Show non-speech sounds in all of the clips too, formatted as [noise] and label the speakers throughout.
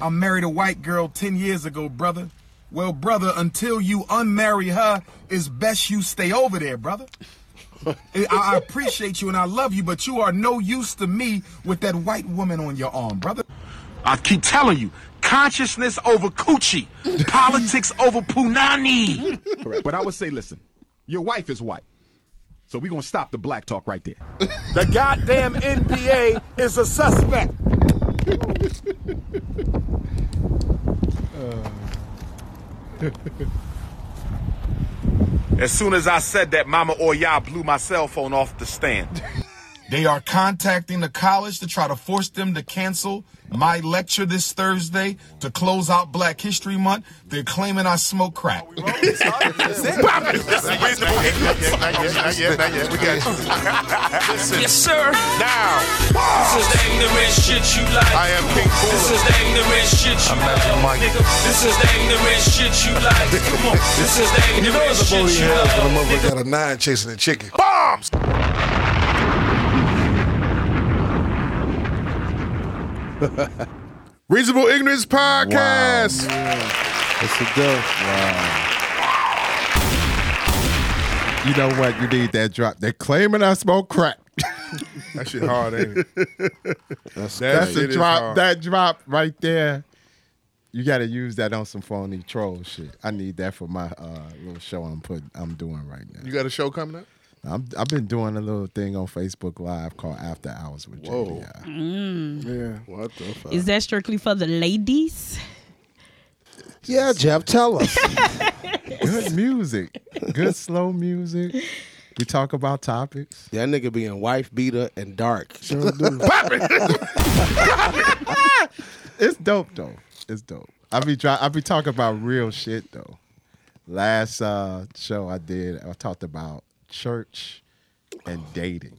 Speaker 1: I married a white girl 10 years ago, brother. Well, brother, until you unmarry her, it's best you stay over there, brother. I- I appreciate you and I love you, but you are no use to me with that white woman on your arm, brother.
Speaker 2: I keep telling you, consciousness over
Speaker 1: [laughs]
Speaker 2: coochie, politics over punani.
Speaker 3: Correct. But I would say, listen, your wife is white. So we're going to stop the black talk right there.
Speaker 2: [laughs] The goddamn NBA is a suspect. as soon as I said that, Mama Oya blew my cell phone off the stand.
Speaker 1: They are contacting the college to try to force them to cancel my lecture this Thursday to close out Black History Month. They're claiming I smoke crack. [laughs]
Speaker 4: Yes, sir.
Speaker 5: Now,
Speaker 4: This is the ignorant shit you like.
Speaker 5: I am King
Speaker 4: This
Speaker 5: Cooler.
Speaker 4: is the ignorant shit you like. Nigga, this is the ignorant shit you like. Come on. This is the
Speaker 6: You know
Speaker 4: ignorant
Speaker 6: it's a booty
Speaker 4: shit you
Speaker 6: house when a
Speaker 4: like.
Speaker 6: motherfucker got a nine chasing a chicken.
Speaker 5: Bombs!
Speaker 6: Reasonable Ignorance Podcast.
Speaker 7: It's a dope. You know what? You need that drop. They're claiming I smoke
Speaker 6: [laughs]
Speaker 7: crack.
Speaker 6: That shit hard, ain't it?
Speaker 7: That's,
Speaker 6: shit
Speaker 7: the
Speaker 6: is
Speaker 7: drop.
Speaker 6: hard.
Speaker 7: That drop right there. You got to use that on some phony troll shit. I need that for my uh, little show I'm putting. I'm doing right now.
Speaker 6: You got a show coming up?
Speaker 7: I'm, I've been doing a little thing on Facebook Live called After Hours with
Speaker 6: Whoa.
Speaker 7: JDI.
Speaker 6: Yeah. What the fuck?
Speaker 8: Is that strictly for the ladies?
Speaker 7: Yeah, Jeff, tell us. Good music. Good slow music. We talk about topics.
Speaker 9: That nigga being wife beater and dark.
Speaker 7: It's dope though. It's dope. I be try, I be talking about real shit though. Last uh, show I did, I talked about church and dating.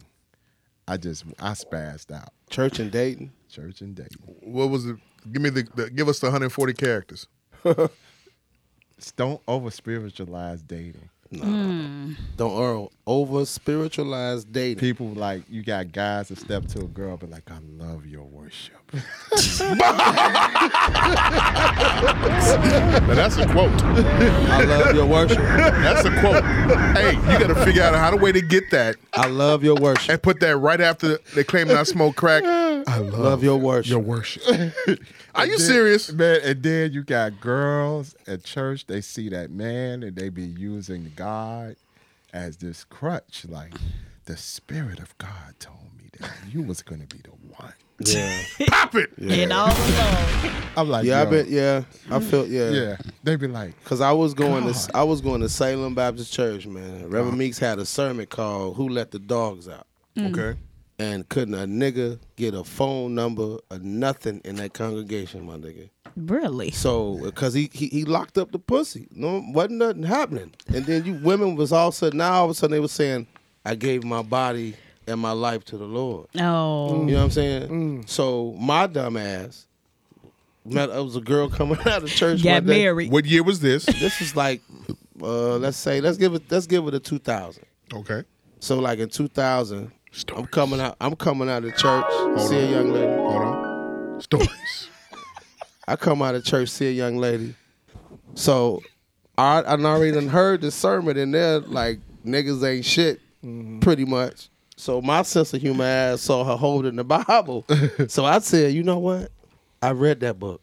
Speaker 7: I just I spazzed out.
Speaker 9: Church and Dayton.
Speaker 7: Church and dating.
Speaker 5: What was it? Give me the, the give us the 140 characters.
Speaker 7: Just don't over spiritualize dating.
Speaker 9: Don't earl over spiritualize dating.
Speaker 7: People like you got guys that step to a girl, but like I love your worship.
Speaker 5: Now that's a quote.
Speaker 9: I love your worship.
Speaker 5: That's a quote. hey, you got to figure out how the way to get that
Speaker 9: I love your worship.
Speaker 5: and put that right after they claim that I smoke
Speaker 6: [laughs]
Speaker 5: crack. I love,
Speaker 9: Love your worship.
Speaker 5: worship. Are you serious?
Speaker 7: man? And then you got girls at church. They see that man, and they be using God as this crutch. Like the spirit of God told me that you was gonna be the one.
Speaker 9: yeah.
Speaker 5: Pop it.
Speaker 8: And all along.
Speaker 7: I'm like,
Speaker 9: Yeah, I
Speaker 7: yo,
Speaker 9: bet. Yeah, I feel. Yeah.
Speaker 7: yeah. They be like,
Speaker 9: Cause I was going to I was going to Salem Baptist Church, man. Reverend Meeks had a sermon called "Who Let the Dogs Out,"
Speaker 5: Okay.
Speaker 9: and couldn't a nigga get a phone number or nothing in that congregation, my nigga.
Speaker 8: Really?
Speaker 9: So, because he, he he locked up the pussy, no, wasn't nothing happening. And then you women was all of a sudden now all of a sudden they was saying, "I gave my body and my life to the Lord."
Speaker 8: Oh.
Speaker 9: You know what I'm saying? So my dumb ass, met it was a girl [laughs] coming out of church.
Speaker 8: Got
Speaker 9: one day.
Speaker 8: married.
Speaker 5: What year was this?
Speaker 9: This was like, uh, let's say, let's give it, let's give it a two thousand.
Speaker 5: Okay.
Speaker 9: So like in two thousand, I'm coming out, I'm coming out of church. see a young lady.
Speaker 5: Hold on. Stories.
Speaker 9: I come out of church, see a young lady. So I I done already done heard the sermon and they're like niggas ain't shit,
Speaker 6: Mm-hmm.
Speaker 9: pretty much. So my sense of humor ass saw her holding the [laughs] Bible. so I said, you know what? I read that book.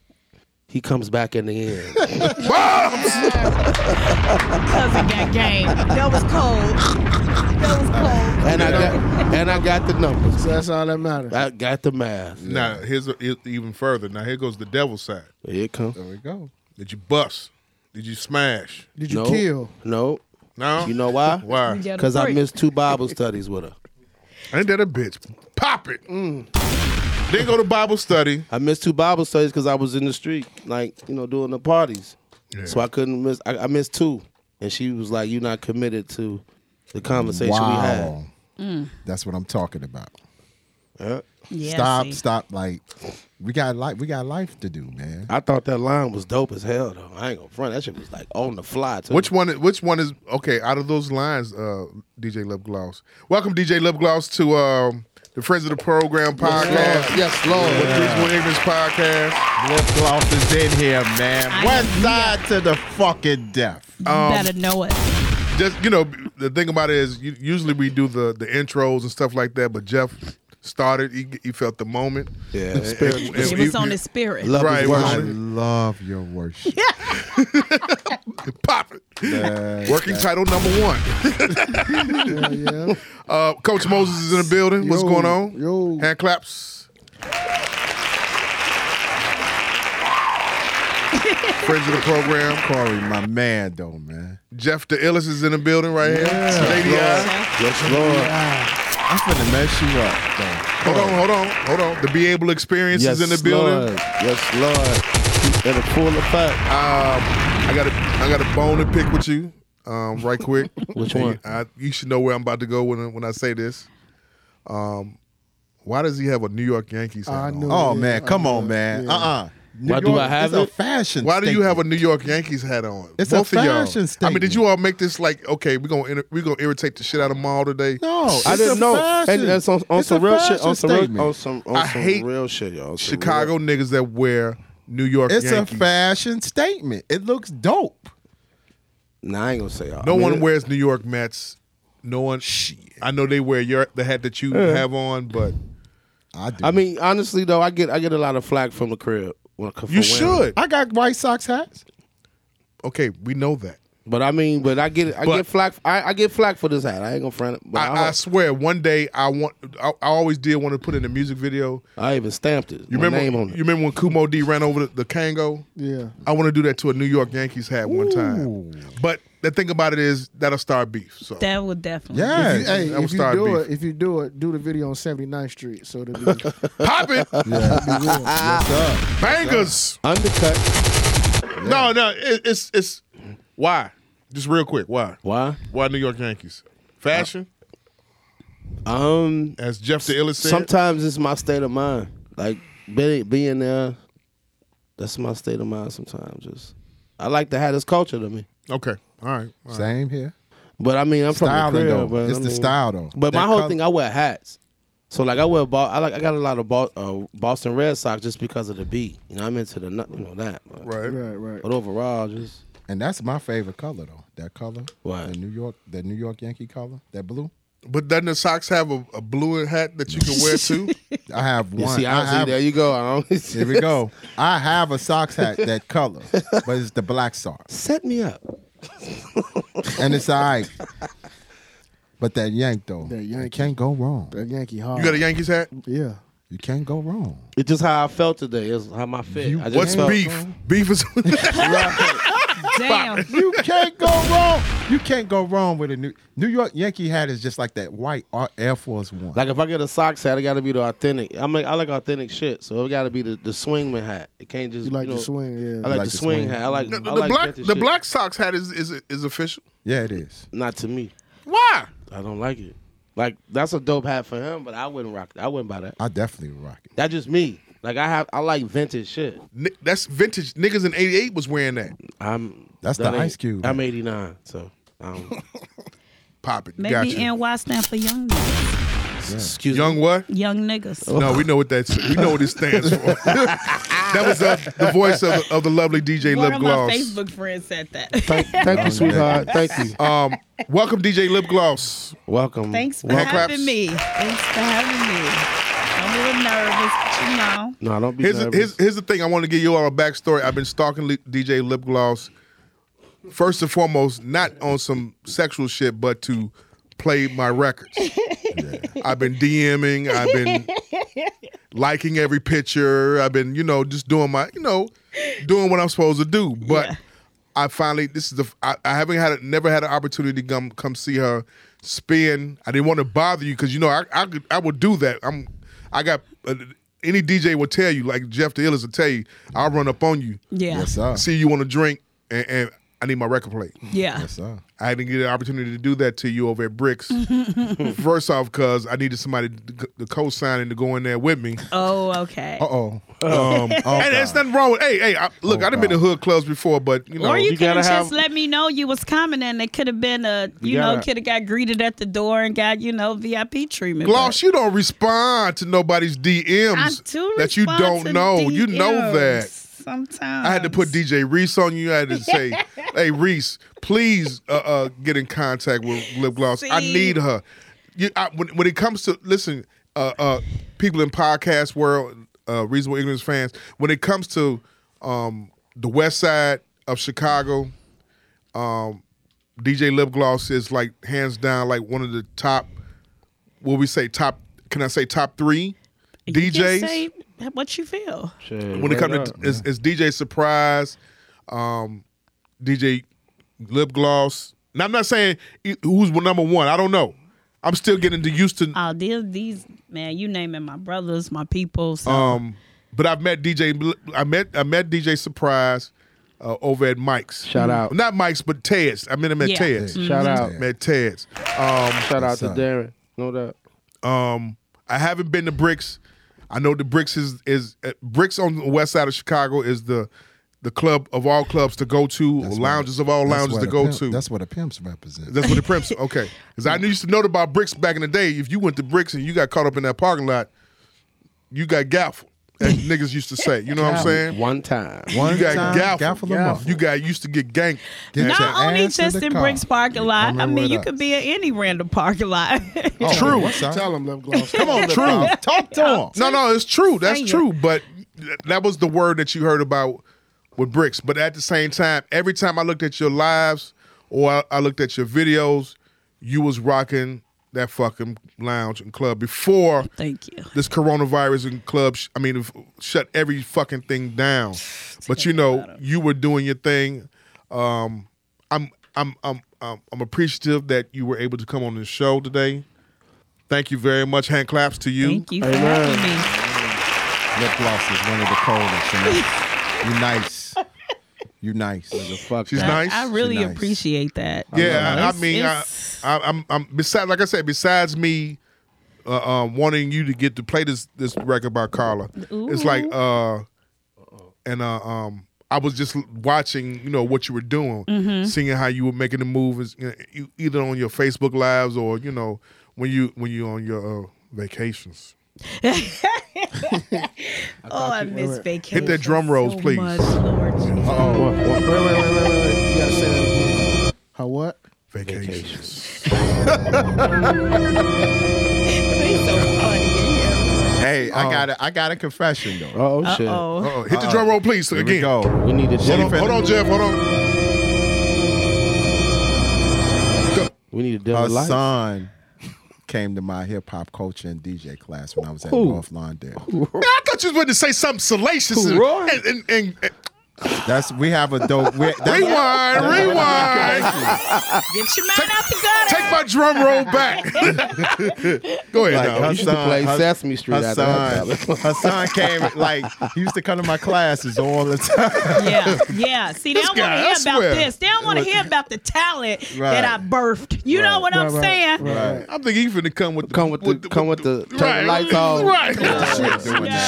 Speaker 9: He comes back in the
Speaker 6: [laughs]
Speaker 9: end.
Speaker 8: Cousin got game. That was cold. That was cold.
Speaker 9: and I got and I got the numbers.
Speaker 6: That's all that matters.
Speaker 9: I got the math.
Speaker 5: Now here's, a, here's even further. Now here goes the devil side.
Speaker 9: Here it comes.
Speaker 7: there we go.
Speaker 5: Did you bust? Did you smash?
Speaker 6: Did you
Speaker 9: no,
Speaker 6: kill?
Speaker 9: No.
Speaker 5: No.
Speaker 9: You know why?
Speaker 8: [laughs]
Speaker 5: why?
Speaker 8: You got a
Speaker 9: Because I
Speaker 8: freak.
Speaker 9: missed two Bible studies with her.
Speaker 5: Ain't that a bitch? Pop it.
Speaker 9: Mm.
Speaker 5: Then go to Bible
Speaker 9: [laughs]
Speaker 5: study.
Speaker 9: I missed two Bible studies because I was in the street, like you know, doing the parties. So I couldn't miss. I, I missed two, and she was like, "You're not committed to the conversation we had."
Speaker 7: Wow, that's what I'm talking about.
Speaker 8: Mm. Yeah,
Speaker 7: stop,
Speaker 8: see.
Speaker 7: stop. Like, we got life. We got life to do, man.
Speaker 9: I thought that line was dope as hell, though. I ain't gonna front. That shit was like on the fly. Too.
Speaker 5: Which one? Which one is okay? Out of those lines, uh, DJ Love Gloss. Welcome, DJ Love Gloss, to um, the Friends of the Program podcast.
Speaker 9: Yes, Lord.
Speaker 5: The Visual Ignorance podcast.
Speaker 7: Lip gloss is in here, man.
Speaker 8: I
Speaker 7: One
Speaker 8: am
Speaker 7: side to the fucking death.
Speaker 5: Um,
Speaker 8: better know it.
Speaker 5: Just you know, the thing about it is, u- usually we do the the intros and stuff like that, but Jeff started. He, he felt the moment. Yeah,
Speaker 8: It was on his spirit.
Speaker 9: Love
Speaker 5: Right,
Speaker 9: his
Speaker 5: it was
Speaker 7: I
Speaker 9: worship.
Speaker 7: love your worship.
Speaker 5: Pop it.
Speaker 7: Yes,
Speaker 5: Working title number one.
Speaker 6: Yeah,
Speaker 5: Uh, Coach Moses is in the building. What's
Speaker 6: Yo,
Speaker 5: going on?
Speaker 6: yo.
Speaker 5: Hand claps. Friends of the program.
Speaker 7: Corey, my man, though, man.
Speaker 5: Jeff the Illis is in the building right here. Lady I.
Speaker 7: Yes, Lord. I'm finna mess you up, though.
Speaker 5: Hold on, hold on, hold on. The Be Able Experience
Speaker 9: Yes,
Speaker 5: is in the building. Um,
Speaker 9: Lord. Yes, Lord. In a full effect.
Speaker 5: I got a I got a bone to pick with you, um, right quick.
Speaker 9: Which
Speaker 5: And
Speaker 9: one?
Speaker 5: You, I, you should know where I'm about to go when when I say this. Um, why does he have a New York Yankees hat
Speaker 6: I
Speaker 5: on?
Speaker 6: know.
Speaker 7: Oh,
Speaker 6: yeah,
Speaker 7: man,
Speaker 6: I
Speaker 7: come
Speaker 6: know.
Speaker 7: on, man.
Speaker 6: Yeah.
Speaker 7: Uh-uh. New
Speaker 9: Why do I have
Speaker 7: is a
Speaker 9: it?
Speaker 7: fashion
Speaker 5: Why do you have a
Speaker 7: statement.
Speaker 5: New York Yankees hat on?
Speaker 7: It's a
Speaker 5: of y'all.
Speaker 7: fashion
Speaker 5: I mean, did
Speaker 7: statement.
Speaker 5: you all make this like okay? We're gonna inter- we're gonna irritate the shit out of Maul today.
Speaker 7: No,
Speaker 9: I
Speaker 7: it's
Speaker 9: didn't
Speaker 7: a
Speaker 9: know.
Speaker 7: Fashion.
Speaker 9: And that's on, on
Speaker 7: It's
Speaker 9: some
Speaker 7: a
Speaker 9: real shit.
Speaker 7: fashion
Speaker 9: On some real,
Speaker 7: statement.
Speaker 9: on some, on
Speaker 5: I
Speaker 9: some
Speaker 5: hate
Speaker 9: real shit, y'all. Some
Speaker 5: Chicago niggas that wear New York
Speaker 7: It's
Speaker 5: Yankees.
Speaker 7: a fashion statement. It looks dope.
Speaker 9: Real, nah, I ain't gonna say y'all.
Speaker 5: No
Speaker 9: I mean,
Speaker 5: one wears New York Mets. No one. I know they wear your the hat that you have on, but
Speaker 7: I do.
Speaker 9: I mean, honestly though, I get I get a lot of flack from the crib. When, for
Speaker 5: you
Speaker 9: wearing it.
Speaker 5: should.
Speaker 7: I got White Sox hats.
Speaker 5: okay, we know that.
Speaker 9: But I mean, but I get I
Speaker 5: But-
Speaker 9: get flack. I, I get flack for this hat. I ain't gonna front it. But I,
Speaker 5: I, I
Speaker 9: hope-
Speaker 5: swear, one day I want. I, I always did want to put in a music video.
Speaker 9: I, even stamped it.
Speaker 5: You
Speaker 9: my
Speaker 5: remember?
Speaker 9: name on
Speaker 5: you
Speaker 9: it.
Speaker 5: remember when Kumo D ran over the, the Kango?
Speaker 6: Yeah.
Speaker 5: I want to do that to a New York Yankees hat one time. But the thing about it is that'll start beef. So
Speaker 8: That would definitely.
Speaker 7: Yeah.
Speaker 6: If you, hey,
Speaker 5: I would
Speaker 6: if you
Speaker 5: start
Speaker 6: do
Speaker 5: beef.
Speaker 6: it, if you do it, do the video on 79th Street. So it'll be, it'll be
Speaker 5: pop
Speaker 6: [laughs]
Speaker 5: it,
Speaker 6: real.
Speaker 5: bangers.
Speaker 9: Undercut.
Speaker 5: No, no, it, it's it's why? Just real quick, why?
Speaker 9: Why? Uh,
Speaker 5: Why New York Yankees? Fashion,
Speaker 9: Um.
Speaker 5: as Jeff the Illis said.
Speaker 9: Sometimes it's my state of mind. Like being being there. That's my state of mind. Sometimes just I like to have this culture to me.
Speaker 5: okay, all right. all right.
Speaker 7: Same here.
Speaker 9: But I mean, I'm
Speaker 7: Style
Speaker 9: from the crib.
Speaker 7: though.
Speaker 9: But,
Speaker 7: it's
Speaker 9: I
Speaker 7: the
Speaker 9: mean-
Speaker 7: style though.
Speaker 9: But my
Speaker 7: That
Speaker 9: whole
Speaker 7: color-
Speaker 9: thing, I wear hats. So like I wear ball. I like I got a lot of Bo- uh, Boston Red Sox just because of the beat. You know, I'm into the nut- you know that. But,
Speaker 5: Right.
Speaker 6: right, right.
Speaker 9: But overall, just
Speaker 7: and that's my favorite color though. That color.
Speaker 9: What?
Speaker 7: The New York, the New York Yankee color. That blue.
Speaker 5: But doesn't the socks have a, a blue hat that you can wear
Speaker 6: [laughs]
Speaker 5: too?
Speaker 7: I have
Speaker 9: you
Speaker 7: one.
Speaker 9: see,
Speaker 7: I
Speaker 9: honestly,
Speaker 7: have,
Speaker 9: there you go. I don't, [laughs]
Speaker 7: here we go. I have a socks hat that color, but it's the black socks,
Speaker 9: Set me up.
Speaker 7: and it's alright. But that yank though,
Speaker 6: That
Speaker 7: you
Speaker 6: Yankee.
Speaker 7: can't go wrong.
Speaker 6: That Yankee hard.
Speaker 5: You got a Yankees hat?
Speaker 6: yeah.
Speaker 7: You can't go wrong.
Speaker 9: It's just how I felt today. It's how my fit. I just
Speaker 5: What's
Speaker 9: felt-
Speaker 5: beef?
Speaker 6: Uh-huh.
Speaker 5: Beef is [laughs]
Speaker 8: Damn.
Speaker 7: You can't go wrong. You can't go wrong with a new New York Yankee hat is just like that white Air Force One.
Speaker 9: Like if I get a socks hat, it got to be the authentic. I mean, I like authentic shit, so it got to be the, the swingman hat. It can't just
Speaker 6: You like
Speaker 9: know,
Speaker 6: the swing, yeah.
Speaker 9: I like, the, swing, hat. I like
Speaker 5: the, the
Speaker 9: I like
Speaker 5: black.
Speaker 9: that
Speaker 5: The
Speaker 9: shit.
Speaker 5: black socks hat is is is official.
Speaker 7: yeah, it is.
Speaker 9: Not to me.
Speaker 5: Why?
Speaker 9: I don't like it. Like that's a dope hat for him, but I wouldn't rock. That. I wouldn't buy that.
Speaker 7: I definitely would rock it.
Speaker 9: That's just me. Like I have, I like vintage shit.
Speaker 5: Ni- That's vintage. Niggas in '88 was wearing that.
Speaker 9: I'm
Speaker 7: That's
Speaker 9: that
Speaker 7: the
Speaker 9: ain't-
Speaker 7: Ice Cube.
Speaker 9: I'm 89, so um,
Speaker 5: Pop it.
Speaker 8: Maybe
Speaker 5: gotcha.
Speaker 8: NY stand for young niggas.
Speaker 5: [laughs]
Speaker 9: excuse me.
Speaker 5: Young what?
Speaker 8: Young niggas.
Speaker 9: Oh.
Speaker 5: No, we know what that's. We know what it stands for.
Speaker 9: [laughs]
Speaker 5: that was uh, the voice of, of the lovely DJ
Speaker 8: One
Speaker 5: Lip
Speaker 8: of
Speaker 5: Gloss.
Speaker 8: my Facebook friends said that.
Speaker 9: Thank you, sweetheart. Thank you.
Speaker 5: Um, [laughs] welcome DJ Lip Gloss.
Speaker 9: Welcome.
Speaker 8: Thanks for
Speaker 9: Wel-
Speaker 5: Hand claps.
Speaker 8: having me. Thanks for having me. I'm a little nervous, but you know.
Speaker 9: No, don't be
Speaker 5: Here's,
Speaker 9: nervous.
Speaker 5: here's, here's the thing. I want to give you all a backstory. I've been stalking Li- DJ Lip Gloss. First and foremost, not on some sexual shit, but to play my records. I've been DMing. I've been
Speaker 8: [laughs]
Speaker 5: liking every picture. I've been, you know, just doing my, you know, doing what I'm supposed to do. But
Speaker 8: Yeah.
Speaker 5: I finally, this is the, I, I haven't had, a, never had an opportunity to come come see her spin. I didn't want to bother you because you know I I, could, I would do that. I'm, I got uh, any DJ will tell you, like Jeff the Illis will tell you, I'll run up on you,
Speaker 8: Yeah.
Speaker 7: Yes, sir.
Speaker 5: see you want to drink, and, and I need my record plate.
Speaker 8: Yeah.
Speaker 7: So,
Speaker 5: I didn't get an opportunity to do that to you over at
Speaker 8: [laughs]
Speaker 5: Bricks. First off, because I needed somebody to, to co-sign and to go in there with me. Um,
Speaker 8: Oh, Oh, okay.
Speaker 7: uh oh.
Speaker 8: [laughs]
Speaker 5: and there's nothing wrong with. Hey, hey, I, look, I've been to hood clubs before, but you know,
Speaker 8: or you,
Speaker 10: you
Speaker 8: could have
Speaker 10: gotta
Speaker 8: just
Speaker 10: have-
Speaker 8: let me know you was coming, and it could have been a you, know
Speaker 10: gotta-
Speaker 8: could have got greeted at the door and got you know VIP treatment.
Speaker 5: [laughs] Gloss, you don't respond to nobody's
Speaker 8: I
Speaker 5: DMs
Speaker 8: do
Speaker 5: that you
Speaker 8: respond
Speaker 5: don't
Speaker 8: to
Speaker 5: know. You know
Speaker 8: DMs
Speaker 5: that.
Speaker 8: Sometimes
Speaker 5: I had to put DJ Reese on you. I had
Speaker 8: [laughs]
Speaker 5: to say, "Hey Reese, please uh, uh, get in contact with Lip Gloss. I
Speaker 8: See?
Speaker 5: need her." You, I, when, when it comes to listen, uh, uh, people in podcast world, uh, reasonable ignorance fans. When it comes to um, the West Side of Chicago, um, DJ Lip Gloss is like hands down like one of the top. What we say top? Can I say top three?
Speaker 8: You can
Speaker 5: DJs
Speaker 8: say what you feel.
Speaker 5: when it comes to it's, it's DJ Surprise, um, DJ Lip Gloss. Now I'm not saying e- who's number one. I don't know. I'm still getting to used to,
Speaker 8: Oh, these, these man, you naming my brothers, my people. So
Speaker 5: Um, but I've met DJ. L- I met I met DJ Surprise uh, over at Mike's.
Speaker 9: Shout out.
Speaker 5: Not Mike's, but Ted's. I met him at
Speaker 8: Yeah.
Speaker 5: Ted's.
Speaker 9: Shout out.
Speaker 5: Met Ted's.
Speaker 9: Shout out to Darren. No doubt.
Speaker 5: Um, I haven't been to Bricks. I know the Bricks is is uh, Bricks on the west side of Chicago is the the club of all clubs to go to, or lounges of all lounges to go to.
Speaker 7: That's what the pimps represent.
Speaker 5: That's what the pimps. Okay, because I used to know about bricks back in the day. If you went to bricks and you got caught up in that parking lot, you got gaffled, [laughs] as niggas used to say. You know what I'm saying?
Speaker 9: One time.
Speaker 7: One
Speaker 5: You got
Speaker 7: time,
Speaker 5: gaffled.
Speaker 7: gaffle 'em up.
Speaker 5: You got used to get ganked.
Speaker 7: Get your
Speaker 8: not only
Speaker 7: ass
Speaker 8: just
Speaker 7: the
Speaker 8: in
Speaker 7: car.
Speaker 8: Briggs parking lot.
Speaker 7: Coming
Speaker 8: I mean,
Speaker 7: with
Speaker 8: you
Speaker 7: us.
Speaker 8: could be at any random parking lot. [laughs]
Speaker 7: Oh,
Speaker 5: True.
Speaker 7: what's up?
Speaker 6: Tell him, Love Gloss.
Speaker 5: Come on, true.
Speaker 7: Talk to him.
Speaker 5: No, no, it's true. That's
Speaker 8: Saying.
Speaker 5: true. But th- that was the word that you heard about with bricks. But at the same time, every time I looked at your lives or I, I looked at your videos, you was rocking that fucking lounge and club before
Speaker 8: Thank you.
Speaker 5: this coronavirus and clubs. I mean, have shut every fucking thing down. But you know, you were doing your thing. Um, I'm, I'm, I'm, I'm, I'm appreciative that you were able to come on the show today. Thank you very much. Hand claps to you.
Speaker 8: Thank you for having me.
Speaker 7: Lip gloss is one of the coldest. You, know? you nice. You nice.
Speaker 9: Fuck
Speaker 5: She's
Speaker 9: that.
Speaker 5: nice.
Speaker 8: I really
Speaker 7: Nice.
Speaker 8: appreciate that.
Speaker 5: yeah, I, I
Speaker 8: It's-
Speaker 5: mean, I,
Speaker 8: it's-
Speaker 5: I, I'm, I'm. Besides, like I said, besides me uh, um, wanting you to get to play this this record by Carla, it's like, uh, and uh, um, I was just watching, you know, what you were doing,
Speaker 8: Mm-hmm.
Speaker 5: seeing how you were making the moves, you know, you- either on your Facebook lives or you know when you when you on your uh, vacations.
Speaker 8: oh, I miss vacation.
Speaker 5: Hit that drum rolls,
Speaker 8: so
Speaker 5: please. Oh.
Speaker 8: much,
Speaker 5: [laughs]
Speaker 8: Lord Jesus.
Speaker 9: What, what,
Speaker 6: Wait, wait, wait, wait, wait. You gotta say that again. How what?
Speaker 5: Vacations.
Speaker 8: They so funny.
Speaker 7: Hey, I got a, I got a confession though.
Speaker 9: Oh, shit.
Speaker 8: Oh,
Speaker 5: Uh-oh. Hit the drum roll, please.
Speaker 7: Here
Speaker 5: again.
Speaker 7: we go.
Speaker 9: We need to
Speaker 5: Hold on,
Speaker 9: shake.
Speaker 5: hold on, Jeff. Hold on.
Speaker 9: We need to deal
Speaker 7: Her
Speaker 9: with life.
Speaker 7: son came to my hip hop culture and DJ class when I was at
Speaker 9: Who?
Speaker 7: North Lawndale.
Speaker 5: Man, I thought you was going to say something salacious and-
Speaker 9: Roy?
Speaker 5: and- and- and
Speaker 7: That's we have a dope. We, that's,
Speaker 5: Rewind, rewind.
Speaker 8: get your mouth out the gutter.
Speaker 5: Take my drum roll back. Go ahead
Speaker 7: Like,
Speaker 5: now.
Speaker 7: her
Speaker 9: You should play
Speaker 7: her-
Speaker 9: Sesame Street
Speaker 7: Her
Speaker 9: after that,
Speaker 7: son, her son came like he used to come to my classes all the
Speaker 5: [laughs]
Speaker 7: time.
Speaker 8: yeah, yeah. See, they don't want
Speaker 5: guy,
Speaker 8: to
Speaker 5: I
Speaker 8: hear about
Speaker 5: swear.
Speaker 8: this. They don't want to hear about the talent
Speaker 7: Right.
Speaker 8: that I birthed. You know what I'm
Speaker 6: Right,
Speaker 8: saying?
Speaker 7: Right.
Speaker 5: I'm thinking you finna come with the,
Speaker 9: Come with the, come with the, turn
Speaker 5: right,
Speaker 9: the lights on.
Speaker 5: [laughs] Right.
Speaker 7: Doing that.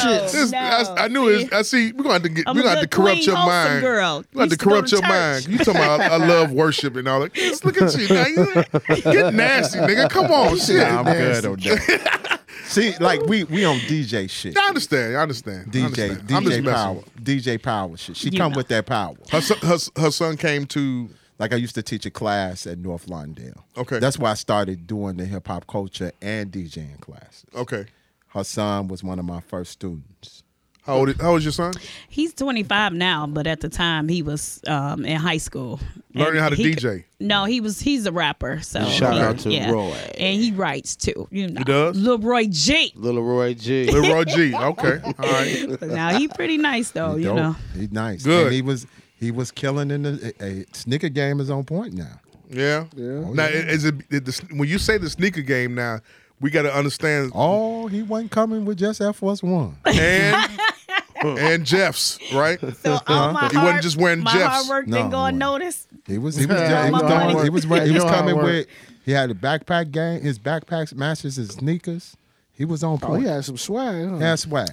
Speaker 8: No,
Speaker 5: This-
Speaker 8: no.
Speaker 5: I, I knew it. I see. We're gonna have to get.
Speaker 8: I'm
Speaker 5: we're
Speaker 8: a
Speaker 5: gonna have to
Speaker 8: good
Speaker 5: corrupt
Speaker 8: queen,
Speaker 5: your
Speaker 8: wholesome
Speaker 5: mind.
Speaker 8: girl.
Speaker 5: We're gonna have to
Speaker 8: Used to go
Speaker 5: corrupt
Speaker 8: to
Speaker 5: your mind.
Speaker 8: church.
Speaker 5: You talking about I, I love worship and all that? Yes, look at you. Now you
Speaker 8: [laughs]
Speaker 5: get nasty, nigga. Come on, shit.
Speaker 7: Nah, I'm good on that. See, like we we on DJ shit.
Speaker 5: I understand. I understand. I
Speaker 7: DJ
Speaker 5: understand. I'm just
Speaker 7: DJ
Speaker 5: messing.
Speaker 7: power DJ power shit. She
Speaker 8: You
Speaker 7: come
Speaker 8: know.
Speaker 7: with that power.
Speaker 5: Her son, her, her son came to.
Speaker 7: Like I used to teach a class at North Lawndale.
Speaker 5: Okay.
Speaker 7: that's why I started doing the hip hop culture and DJing classes.
Speaker 5: Okay.
Speaker 7: Her son was one of my first students.
Speaker 5: How old? Is, how old is your
Speaker 8: [laughs]
Speaker 5: son?
Speaker 8: He's 25 now, but at the time he was um, in high school.
Speaker 5: Learning how to
Speaker 8: he-
Speaker 5: DJ.
Speaker 8: No, he was. He's a rapper. So
Speaker 9: Shout
Speaker 8: he-
Speaker 9: out to
Speaker 8: yeah.
Speaker 9: Roy.
Speaker 8: and he writes too. You know, he
Speaker 5: does?
Speaker 8: Lil Roy G.
Speaker 9: Little Roy G.
Speaker 5: Leroy G. Okay. All right.
Speaker 8: now he pretty nice though.
Speaker 7: He
Speaker 8: Oh,
Speaker 7: dope.
Speaker 8: you know,
Speaker 7: he nice.
Speaker 5: Good.
Speaker 7: And he was he was killing in the a, a sneaker game is on point now.
Speaker 5: Yeah.
Speaker 7: Oh,
Speaker 5: Now, is it, is the, when you say the sneaker game? Now we got to understand
Speaker 7: Oh, he wasn't coming with just Air Force One.
Speaker 5: and
Speaker 7: [laughs]
Speaker 5: and Jeffs, right?
Speaker 8: so all
Speaker 5: [laughs]
Speaker 8: my
Speaker 5: He wasn't
Speaker 8: hard-
Speaker 5: just wearing
Speaker 8: my
Speaker 5: Jeffs.
Speaker 8: hard work
Speaker 7: No,
Speaker 8: didn't go
Speaker 7: it wasn't.
Speaker 8: unnoticed.
Speaker 7: He was
Speaker 6: [laughs]
Speaker 7: he was he was,
Speaker 8: my
Speaker 7: throwing,
Speaker 8: money.
Speaker 7: he was, wearing- he
Speaker 6: You
Speaker 7: was
Speaker 6: know how it
Speaker 7: coming
Speaker 6: work.
Speaker 7: with he had a backpack gang. His backpacks matches his sneakers. He was on
Speaker 6: Oh,
Speaker 7: point.
Speaker 6: he had some swag. Huh?
Speaker 7: That's why.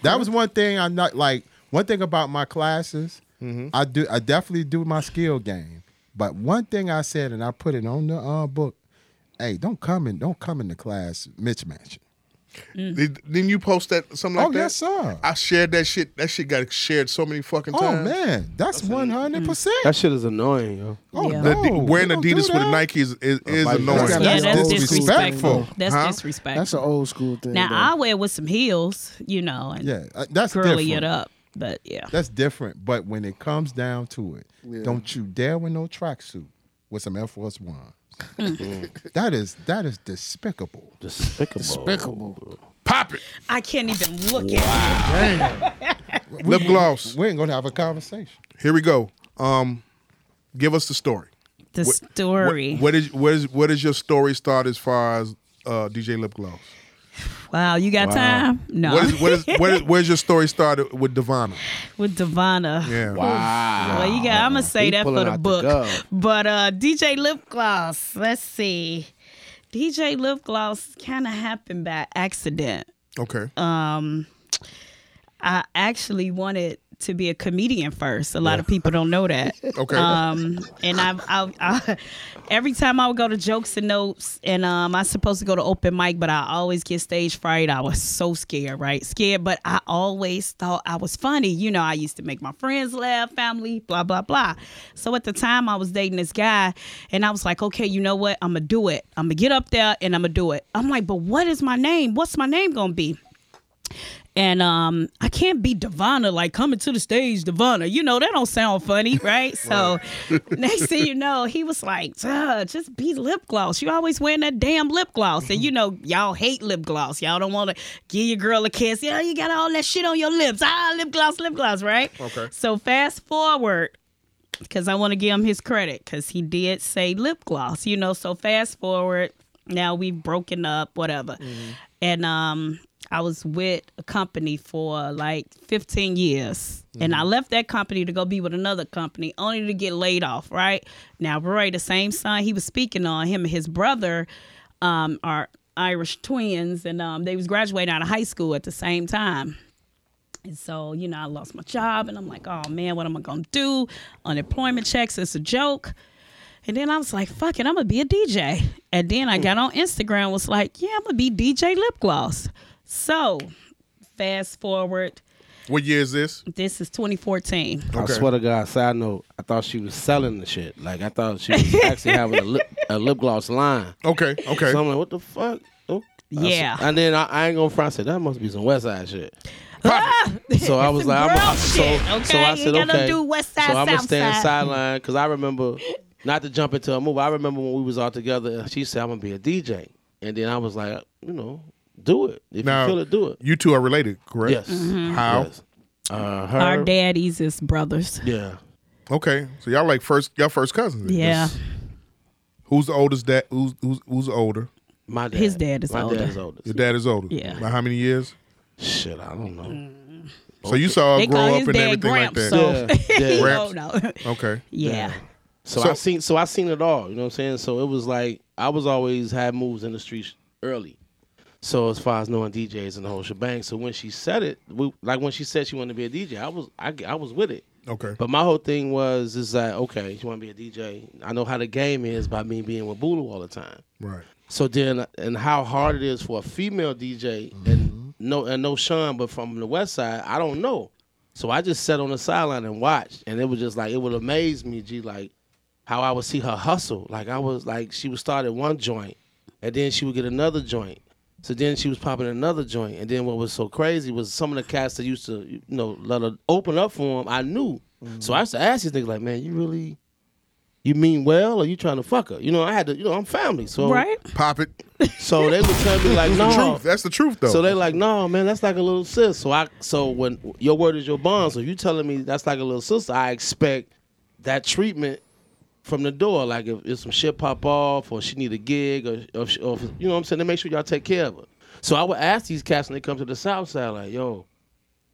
Speaker 7: That was one thing I not like. One thing about my classes,
Speaker 6: Mm-hmm.
Speaker 7: I do. I definitely do my skill game. But one thing I said, and I put it on the uh, book. Hey, don't come in. Don't come into class mismatching.
Speaker 5: Did, didn't you post that something like
Speaker 7: Oh,
Speaker 5: that?
Speaker 7: yes, sir.
Speaker 5: I shared that shit. That shit got shared so many fucking
Speaker 7: Oh
Speaker 5: times.
Speaker 7: man, that's one
Speaker 8: Mm.
Speaker 7: hundred percent.
Speaker 9: That shit is annoying, yo.
Speaker 7: Oh
Speaker 8: Yeah.
Speaker 7: no,
Speaker 5: The,
Speaker 7: you
Speaker 5: wearing
Speaker 7: don't do
Speaker 5: Adidas with
Speaker 7: that.
Speaker 5: Nike is, is, is
Speaker 7: Like,
Speaker 5: annoying.
Speaker 7: that's
Speaker 8: Yeah, that's
Speaker 7: disrespectful.
Speaker 8: disrespectful. That's
Speaker 5: Huh?
Speaker 8: disrespectful.
Speaker 6: That's an old school thing.
Speaker 8: now
Speaker 6: though.
Speaker 8: I wear with some heels, you know, and
Speaker 7: Yeah, uh, that's
Speaker 8: curly
Speaker 7: different.
Speaker 8: it up. But yeah,
Speaker 7: That's different. But when it comes down to it, don't you dare wear no tracksuit with some Air Force Ones.
Speaker 8: [laughs]
Speaker 7: that is that is despicable.
Speaker 9: Despicable.
Speaker 6: despicable.
Speaker 5: Pop it.
Speaker 8: I can't even look at.
Speaker 5: Lip gloss.
Speaker 7: We ain't gonna have a conversation.
Speaker 5: Here we go. Um, give us the story.
Speaker 8: The
Speaker 5: What-
Speaker 8: story.
Speaker 5: What, what is what is what is your story start as far as uh, DJ Lip Gloss?
Speaker 8: wow, you got time? No.
Speaker 5: What is what is what is where's your story started with Divana?
Speaker 8: [laughs] with Devonna.
Speaker 5: Yeah.
Speaker 8: Well, you got. I'm gonna say
Speaker 9: He
Speaker 8: that for
Speaker 9: pulling
Speaker 8: the
Speaker 9: out the
Speaker 8: book.
Speaker 9: gov.
Speaker 8: but uh, DJ Lip Gloss. Let's see. DJ Lip Gloss kind of happened by accident.
Speaker 5: Okay.
Speaker 8: I actually wanted to be a comedian first. A lot of people don't know that.
Speaker 5: okay.
Speaker 8: Um, and I've, I've, I, every time I would go to jokes and notes, and um, I'm supposed to go to open mic, but I always get stage fright. I was so scared, right? Scared, but I always thought I was funny. You know, I used to make my friends laugh, family, blah blah blah. So at the time, I was dating this guy, and I was like, okay, you know what? I'm gonna do it. I'm gonna get up there and I'm gonna do it. I'm like, but what is my name? What's my name gonna be? And um, I can't be Devonna like coming to the stage, Devonna. You know that don't sound funny, [laughs] right? So [laughs] next thing you know, he was like, "Duh, "Just be lip gloss. You always wearing that damn lip gloss." And you know, y'all hate lip gloss. Y'all don't want to give your girl a kiss. Yeah, you got all that shit on your lips. Ah, lip gloss, lip gloss, right? Okay. So fast forward, because I want to give him his credit because he did say lip gloss, you know. So fast forward, now we've broken up, whatever. And um, I was with a company for like 15 years, and I left that company to go be with another company, only to get laid off. Right now, Roy, the same son he was speaking on, him and his brother um, are Irish twins, and um, they was graduating out of high school at the same time. And so, you know, I lost my job and I'm like, oh man, what am I gonna do? Unemployment checks, it's a joke. And then I was like, fuck it, I'm gonna be a DJ. And then I got on Instagram, was like, yeah, I'm gonna be DJ Lip Gloss. So fast forward,
Speaker 5: what year is this?
Speaker 8: this is 2014.
Speaker 5: Okay.
Speaker 9: I swear to God, side note, I thought she was selling the shit. Like I thought
Speaker 5: [laughs]
Speaker 9: she was actually having a lip, a lip gloss line.
Speaker 5: Okay. Okay.
Speaker 9: So I'm like, what the fuck? Oh. I said-
Speaker 8: Yeah.
Speaker 9: and then I, I ain't gonna front. I said that must be some West Side shit.
Speaker 8: [laughs]
Speaker 9: So I
Speaker 8: Ah! Some
Speaker 9: was like, I'm
Speaker 8: girl
Speaker 9: a, so,
Speaker 8: shit,
Speaker 9: so
Speaker 8: okay?
Speaker 9: I
Speaker 8: You
Speaker 9: said,
Speaker 8: gotta
Speaker 9: okay.
Speaker 8: do West Side,
Speaker 9: so I'm gonna
Speaker 8: South
Speaker 9: stand
Speaker 8: Side.
Speaker 9: sideline because I remember, not to jump into a movie. I remember when we was all together. She said, I'm gonna be a DJ, and then I was like, you know, do it if
Speaker 5: Now,
Speaker 9: you feel it, do it.
Speaker 5: You two are related, correct?
Speaker 9: Yes.
Speaker 8: Mm-hmm.
Speaker 5: How?
Speaker 9: Yes. Uh, her.
Speaker 8: Our daddies is brothers.
Speaker 9: Yeah.
Speaker 5: Okay. So y'all like first y'all first cousins. then.
Speaker 8: Yeah.
Speaker 5: Who's the oldest dad? Who's who's who's older?
Speaker 9: My dad.
Speaker 8: His dad is
Speaker 9: My
Speaker 8: older.
Speaker 9: dad is older.
Speaker 5: Your dad is older.
Speaker 8: Yeah.
Speaker 5: By how many years?
Speaker 9: Shit, I don't know.
Speaker 5: So you saw her
Speaker 8: They call
Speaker 5: grow
Speaker 8: his
Speaker 5: up and
Speaker 8: dad
Speaker 5: everything
Speaker 8: Gramps,
Speaker 5: like that.
Speaker 8: so [laughs]
Speaker 9: Yeah,
Speaker 8: he
Speaker 5: yeah.
Speaker 8: don't know.
Speaker 5: Okay.
Speaker 8: [laughs] Yeah.
Speaker 9: So,
Speaker 5: So-
Speaker 9: I seen so I seen it all. You know what I'm saying? So it was like I was always had moves in the streets early. So as far as knowing DJs and the whole shebang, so when she said it, we, like when she said she wanted to be a DJ, I was I, I was with it.
Speaker 5: Okay.
Speaker 9: But my whole thing was is that okay, she want to be a DJ. I know how the game is by me being with Bulu all the time.
Speaker 5: Right.
Speaker 9: So then, and how hard it is for a female DJ and no and no Sean, but from the West Side, I don't know. So I just sat on the sideline and watched, and it was just like it would amaze me, G, like how I would see her hustle. Like I was like she would start at one joint, and then she would get another joint. So then she was popping another joint, and then what was so crazy was some of the cats that used to you know let her open up for him. I knew, so I used to ask these niggas like, man, you really. You mean well, or you trying to fuck her? You know, I had to. You know, I'm family, so
Speaker 8: Right?
Speaker 5: Pop
Speaker 8: [laughs]
Speaker 5: it.
Speaker 9: so they would tell me like, no.
Speaker 5: Truth. That's the truth though.
Speaker 9: So they like, no, man, that's like a little sis. So I, so when your word is your bond, so you telling me that's like a little sister, I expect that treatment from the door. Like if, if some shit pop off, or she need a gig, or, or, she- or you know what I'm saying, they make sure y'all take care of her. So I would ask these cats when they come to the South Side, like, yo,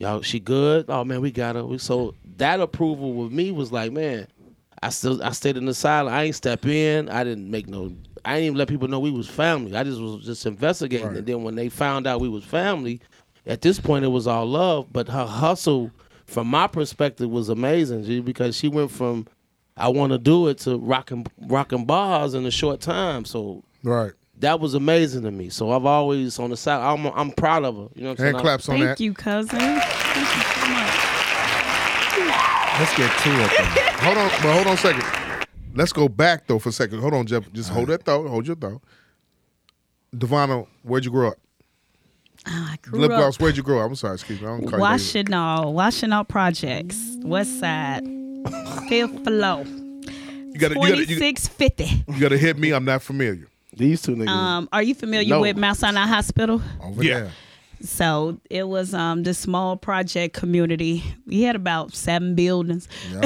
Speaker 9: y'all, she good? Oh man, we got her. We, so that approval with me was like, man, I still I stayed in the silent. I ain't step in. I didn't make no. I ain't even let people know we was family. I just was just investigating. And then when they found out we was family, at this point it was all love. But her hustle, from my perspective, was amazing. G, because she went from I want to do it to rocking rocking bars in a short time. So
Speaker 5: Right.
Speaker 9: that was amazing to me. So I've always on the side. I'm I'm proud of her. You know what I'm saying?
Speaker 5: Hand claps on
Speaker 8: Thank
Speaker 5: that.
Speaker 8: you, cousin. Thank you so much.
Speaker 7: Let's get two of them.
Speaker 5: Hold on, but hold on a second. Let's go back though for a second. Hold on, Jeff. Just hold that thought. Hold your thought. Devano, where'd you grow up?
Speaker 8: I grew
Speaker 5: Lip
Speaker 8: up
Speaker 5: gloss, where'd you grow up? I'm sorry, excuse me. I don't call you by your-
Speaker 8: washing all, washing all projects. West side, fifth flow,
Speaker 5: You gotta, you, gotta,
Speaker 8: twenty
Speaker 5: you,
Speaker 8: six fifty.
Speaker 5: you gotta hit me. I'm not familiar.
Speaker 9: These two niggas.
Speaker 8: Um, are you familiar
Speaker 9: No.
Speaker 8: with Mount Sinai Hospital?
Speaker 5: Over
Speaker 2: Yeah.
Speaker 5: there.
Speaker 8: So it was um this small project community. We had about seven buildings. [laughs]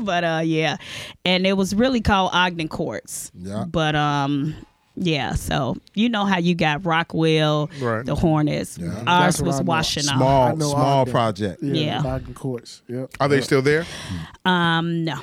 Speaker 8: but uh yeah. And it was really called Ogden Courts.
Speaker 5: Yeah.
Speaker 8: But um yeah, so you know how you got Rockwell,
Speaker 5: Right.
Speaker 8: the Hornets. Ours
Speaker 6: That's what I
Speaker 8: was
Speaker 6: know.
Speaker 8: Washington.
Speaker 7: Small,
Speaker 6: I know
Speaker 7: small
Speaker 6: Ogden.
Speaker 7: project.
Speaker 8: Yeah.
Speaker 6: Bogdan Courts. Yep.
Speaker 5: Are they still there?
Speaker 8: Um, no.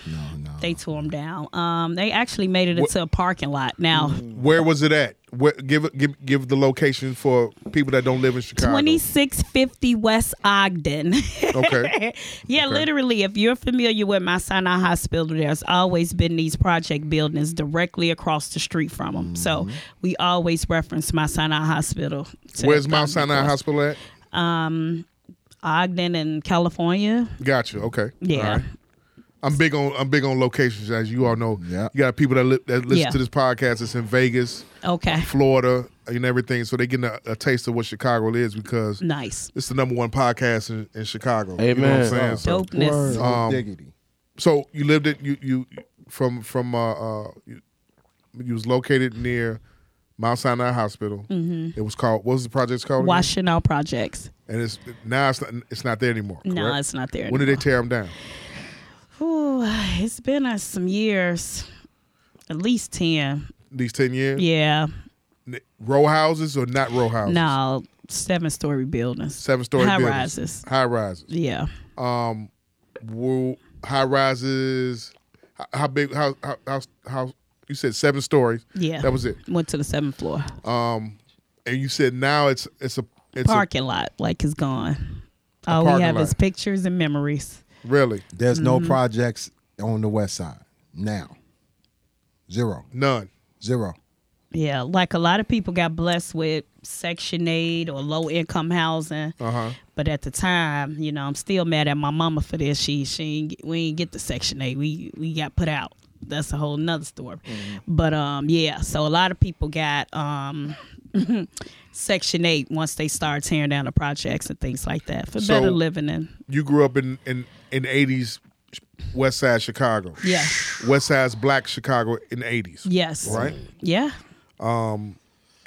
Speaker 8: They tore them down. Um, they actually made it into a parking lot. Now,
Speaker 5: Where was it at? Where, give it- give give the location for people that don't live in Chicago.
Speaker 8: twenty six fifty West Ogden.
Speaker 5: Okay.
Speaker 8: [laughs] yeah, literally, if you're familiar with Mount Sinai Hospital, there's always been these project buildings directly across the street from them.
Speaker 5: Mm-hmm.
Speaker 8: So we always reference Mount Sinai Hospital. to
Speaker 5: Where's Mount
Speaker 8: Ogden
Speaker 5: Sinai
Speaker 8: Cross-
Speaker 5: Hospital at?
Speaker 8: Ogden in California.
Speaker 5: Gotcha. Okay.
Speaker 8: Yeah.
Speaker 5: All right. I'm big on I'm big on locations, as you all know.
Speaker 7: Yeah.
Speaker 5: You got people that, li- that listen
Speaker 8: Yeah.
Speaker 5: to this podcast. It's in Vegas,
Speaker 8: Okay.
Speaker 5: Florida, and everything, so they getting a, a taste of what Chicago is because
Speaker 8: Nice.
Speaker 5: it's the number one podcast in, in Chicago. You know what
Speaker 9: Amen.
Speaker 5: I'm saying? So,
Speaker 8: Dopeness.
Speaker 7: Word.
Speaker 5: Um,
Speaker 7: Diggity.
Speaker 5: so you lived it. You you from from uh, uh you, you was located near Mount Sinai Hospital.
Speaker 8: Mm-hmm.
Speaker 5: It was called what was the project called? again?
Speaker 8: Washing out projects.
Speaker 5: And it's now it's not, it's not there anymore.
Speaker 8: No,
Speaker 5: correct?
Speaker 8: it's not there.
Speaker 5: When did they
Speaker 8: anymore.
Speaker 5: tear them down?
Speaker 8: Ooh, it's been uh, some years, at least ten.
Speaker 5: These ten years?
Speaker 8: Yeah.
Speaker 5: N- Row houses or not row houses?
Speaker 8: No, seven story buildings.
Speaker 5: Seven story
Speaker 8: high
Speaker 5: buildings.
Speaker 8: rises.
Speaker 5: High rises.
Speaker 8: Yeah.
Speaker 5: Woo- High rises. h- How big? How how how? how you said seven stories.
Speaker 8: Yeah.
Speaker 5: That was it.
Speaker 8: Went to the seventh floor.
Speaker 5: And you said now it's it's a it's
Speaker 8: parking lot like is gone. All we
Speaker 5: parking
Speaker 8: have is
Speaker 5: lot.
Speaker 8: pictures and memories.
Speaker 5: a really
Speaker 7: There's
Speaker 8: Mm-hmm.
Speaker 7: no projects on the west side now. Zero.
Speaker 5: none.
Speaker 7: Zero.
Speaker 8: Yeah, like a lot of people got blessed with Section 8 or low income housing.
Speaker 5: Uh huh.
Speaker 8: But at the time, you know, I'm still mad at my mama for this. She she ain't, get- we ain't get the Section Eight. We we got put out. That's a whole nother story.
Speaker 5: Mm-hmm.
Speaker 8: But um, yeah. So a lot of people got um, [laughs] Section Eight once they start tearing down the projects and things like that for
Speaker 5: So-
Speaker 8: better living and
Speaker 5: You grew up in in in eighties West Side Chicago.
Speaker 8: yeah,
Speaker 5: West Side's Black Chicago in the eighties.
Speaker 8: yes,
Speaker 5: Right.
Speaker 8: yeah.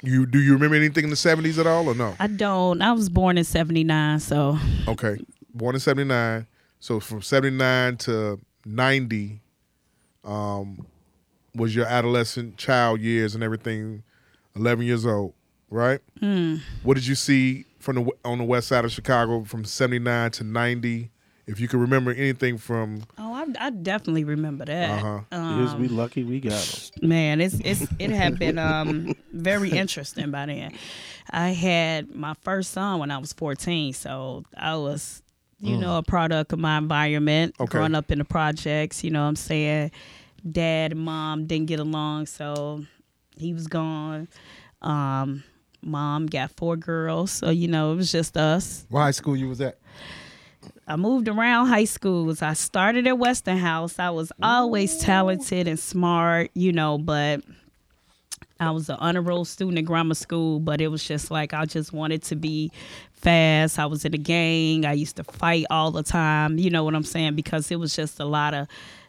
Speaker 5: You do you remember anything in the seventies at all or no?
Speaker 8: I don't. I was born in '79, so
Speaker 5: Okay. Born in 79. So from 79 to 90 um, was your adolescent child years and everything, 11 years old, right? What did you see from the on the west side of Chicago from 79 to 90? If you can remember anything from
Speaker 8: oh, I, I definitely remember that. Uh,
Speaker 9: Because we lucky we got them.
Speaker 8: man it's it's it had been um very interesting by then i had my first son when i was 14 so i was you know a product of my environment
Speaker 5: Okay.
Speaker 8: growing up in the projects you know what i'm saying dad and mom didn't get along so he was gone um mom got four girls so you know it was just us
Speaker 7: What high school you was at?
Speaker 8: I moved around high schools. I started at Western House. I was always talented and smart, you know, but I was an honor roll student in grammar school, but it was just like I just wanted to be fast. I was in a gang. I used to fight all the time, you know what I'm saying? Because it was just a lot of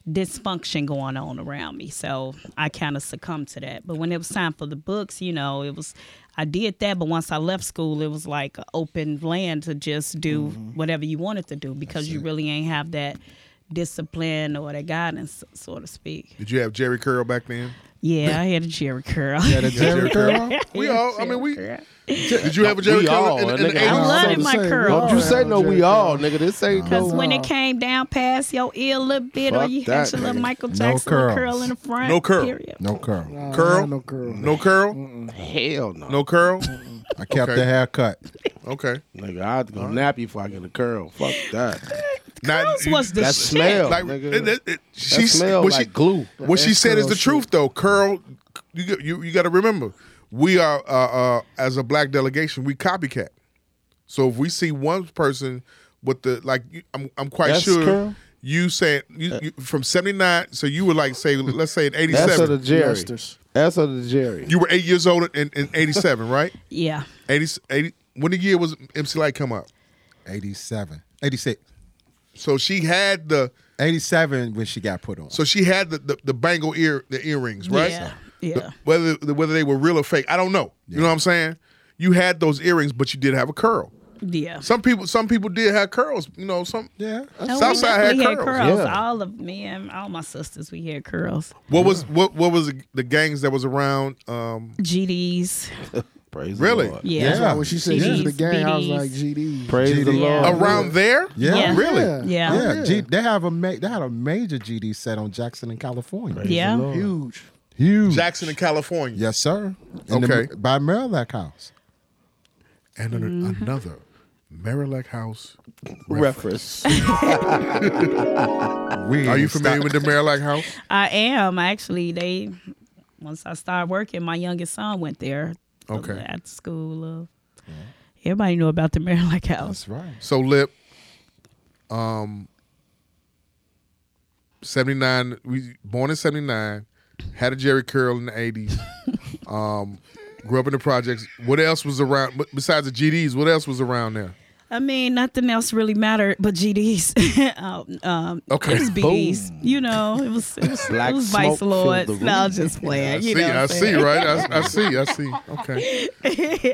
Speaker 8: dysfunction going on around me. So I kind of succumbed to that. But when it was time for the books, you know, it was I did that, but once I left school, it was like a open land to just do
Speaker 5: Mm-hmm.
Speaker 8: whatever you wanted to do because you really ain't have that discipline or that guidance, so to speak.
Speaker 5: did you have Jerry Curl back then?
Speaker 8: Yeah, I had a Jerry curl. [laughs]
Speaker 7: Yeah, the Jerry curl.
Speaker 5: We all. I mean, we.
Speaker 8: Jerry curl.
Speaker 5: Did you have a Jerry
Speaker 9: We
Speaker 5: curl
Speaker 9: all,
Speaker 5: in, in,
Speaker 9: nigga,
Speaker 5: the
Speaker 9: I
Speaker 5: eighties?
Speaker 8: love it,
Speaker 6: So
Speaker 8: my
Speaker 6: the same.
Speaker 8: curl.
Speaker 6: All
Speaker 9: Don't you
Speaker 6: right,
Speaker 9: say no,
Speaker 6: Jerry
Speaker 9: we all,
Speaker 6: curl.
Speaker 9: nigga. This ain't
Speaker 8: Cause
Speaker 9: no.
Speaker 8: when it came down past your ear a little bit, or
Speaker 9: Fuck
Speaker 8: you had
Speaker 9: that,
Speaker 8: your little
Speaker 9: nigga.
Speaker 8: Michael
Speaker 7: No
Speaker 8: Jackson little curl
Speaker 7: curls.
Speaker 8: in the front.
Speaker 5: No curl.
Speaker 8: Period.
Speaker 7: No curl.
Speaker 6: Nah,
Speaker 5: Curl?
Speaker 6: I had No curl.
Speaker 5: No curl.
Speaker 9: Hell no.
Speaker 5: No curl.
Speaker 7: I kept
Speaker 5: Okay.
Speaker 7: the haircut.
Speaker 5: Okay.
Speaker 9: Nigga, I had to go nap you before I get a curl. Fuck that.
Speaker 5: Not-
Speaker 8: Curls was the
Speaker 9: That
Speaker 8: shit.
Speaker 9: smell.
Speaker 5: Like
Speaker 9: nigga.
Speaker 5: it, it, it, she
Speaker 9: that smell
Speaker 5: what
Speaker 9: like
Speaker 5: she,
Speaker 9: glue.
Speaker 5: What she
Speaker 6: That's
Speaker 5: said is
Speaker 6: curl
Speaker 5: the
Speaker 6: shit.
Speaker 5: truth, though. Curl, you you, you got to remember, we are uh, uh, as a black delegation, we copycat. So if we see one person with the like, you- I'm I'm quite
Speaker 9: That's
Speaker 5: sure
Speaker 9: curl? Uh,
Speaker 5: you said you, you, from '79. So you were like, say, let's say in
Speaker 9: That's of the
Speaker 5: '87,
Speaker 9: Jerry.
Speaker 6: Youngsters.
Speaker 9: That's of the Jerry.
Speaker 5: you were eight years old in in '87, right?
Speaker 8: Yeah.
Speaker 5: 80, 80 When the year was MC Light come out?
Speaker 7: 87. 86.
Speaker 5: So she had the
Speaker 7: 87 when she got put on.
Speaker 5: so she had the the, the bangle ear the earrings, right?
Speaker 8: Yeah. Yeah.
Speaker 5: whether whether they were real or fake, I don't know. You know what I'm saying? You had those earrings, but you did have a curl.
Speaker 8: Yeah.
Speaker 5: Some people, some people did have curls. You know, some.
Speaker 7: yeah.
Speaker 8: No, we
Speaker 5: Southside had
Speaker 8: definitely
Speaker 5: curls.
Speaker 9: Yeah.
Speaker 8: All of me and all my sisters, we had curls.
Speaker 5: What was what what was the gangs that was around? Um,
Speaker 8: GDs.
Speaker 9: Praise
Speaker 5: Really?
Speaker 9: the Lord.
Speaker 8: Yeah.
Speaker 7: Yeah.
Speaker 6: When she said she was in the
Speaker 8: CDs,
Speaker 6: gang, I was
Speaker 8: CDs.
Speaker 6: like, GD.
Speaker 9: Praise the
Speaker 7: GD.
Speaker 9: Lord.
Speaker 5: around there?
Speaker 7: Yeah.
Speaker 8: Yeah.
Speaker 5: really?
Speaker 6: Yeah.
Speaker 8: Yeah.
Speaker 7: Yeah,
Speaker 6: Yeah.
Speaker 7: G, they have a ma- they had a major GD set on Jackson in California.
Speaker 8: Yeah.
Speaker 6: Huge.
Speaker 7: Huge.
Speaker 5: Jackson in California,
Speaker 7: Yes, sir. In the-
Speaker 5: Okay.
Speaker 7: by Merrillack House.
Speaker 5: and an, another Marillac House.
Speaker 9: Reference.
Speaker 7: We
Speaker 5: Are you
Speaker 7: ain't
Speaker 5: familiar
Speaker 7: stop-
Speaker 5: with the Marillac House?
Speaker 8: I am actually. They once I started working, my youngest son went there.
Speaker 5: Okay.
Speaker 8: At school, uh, everybody knew about the Maryland House.
Speaker 7: That's right.
Speaker 5: So lip, um, seventy nine. We born in seventy nine. Had a Jerry curl in the
Speaker 7: [laughs]
Speaker 5: eighties. um, grew up in the projects. What else was around b- besides the GDs? What else was around there?
Speaker 8: I mean, nothing else really mattered but [laughs] GDs. um, um,
Speaker 5: Okay.
Speaker 8: it was BDs. You know, it was it was,
Speaker 9: Black
Speaker 8: it was
Speaker 9: smoke
Speaker 8: Vice
Speaker 9: filled
Speaker 8: Lords.
Speaker 9: the
Speaker 8: No, I'm
Speaker 9: room.
Speaker 8: just playing.
Speaker 5: I see.
Speaker 8: you know what
Speaker 5: I
Speaker 8: I'm
Speaker 5: see.
Speaker 8: saying?
Speaker 5: Right. I, I see. I see. Okay.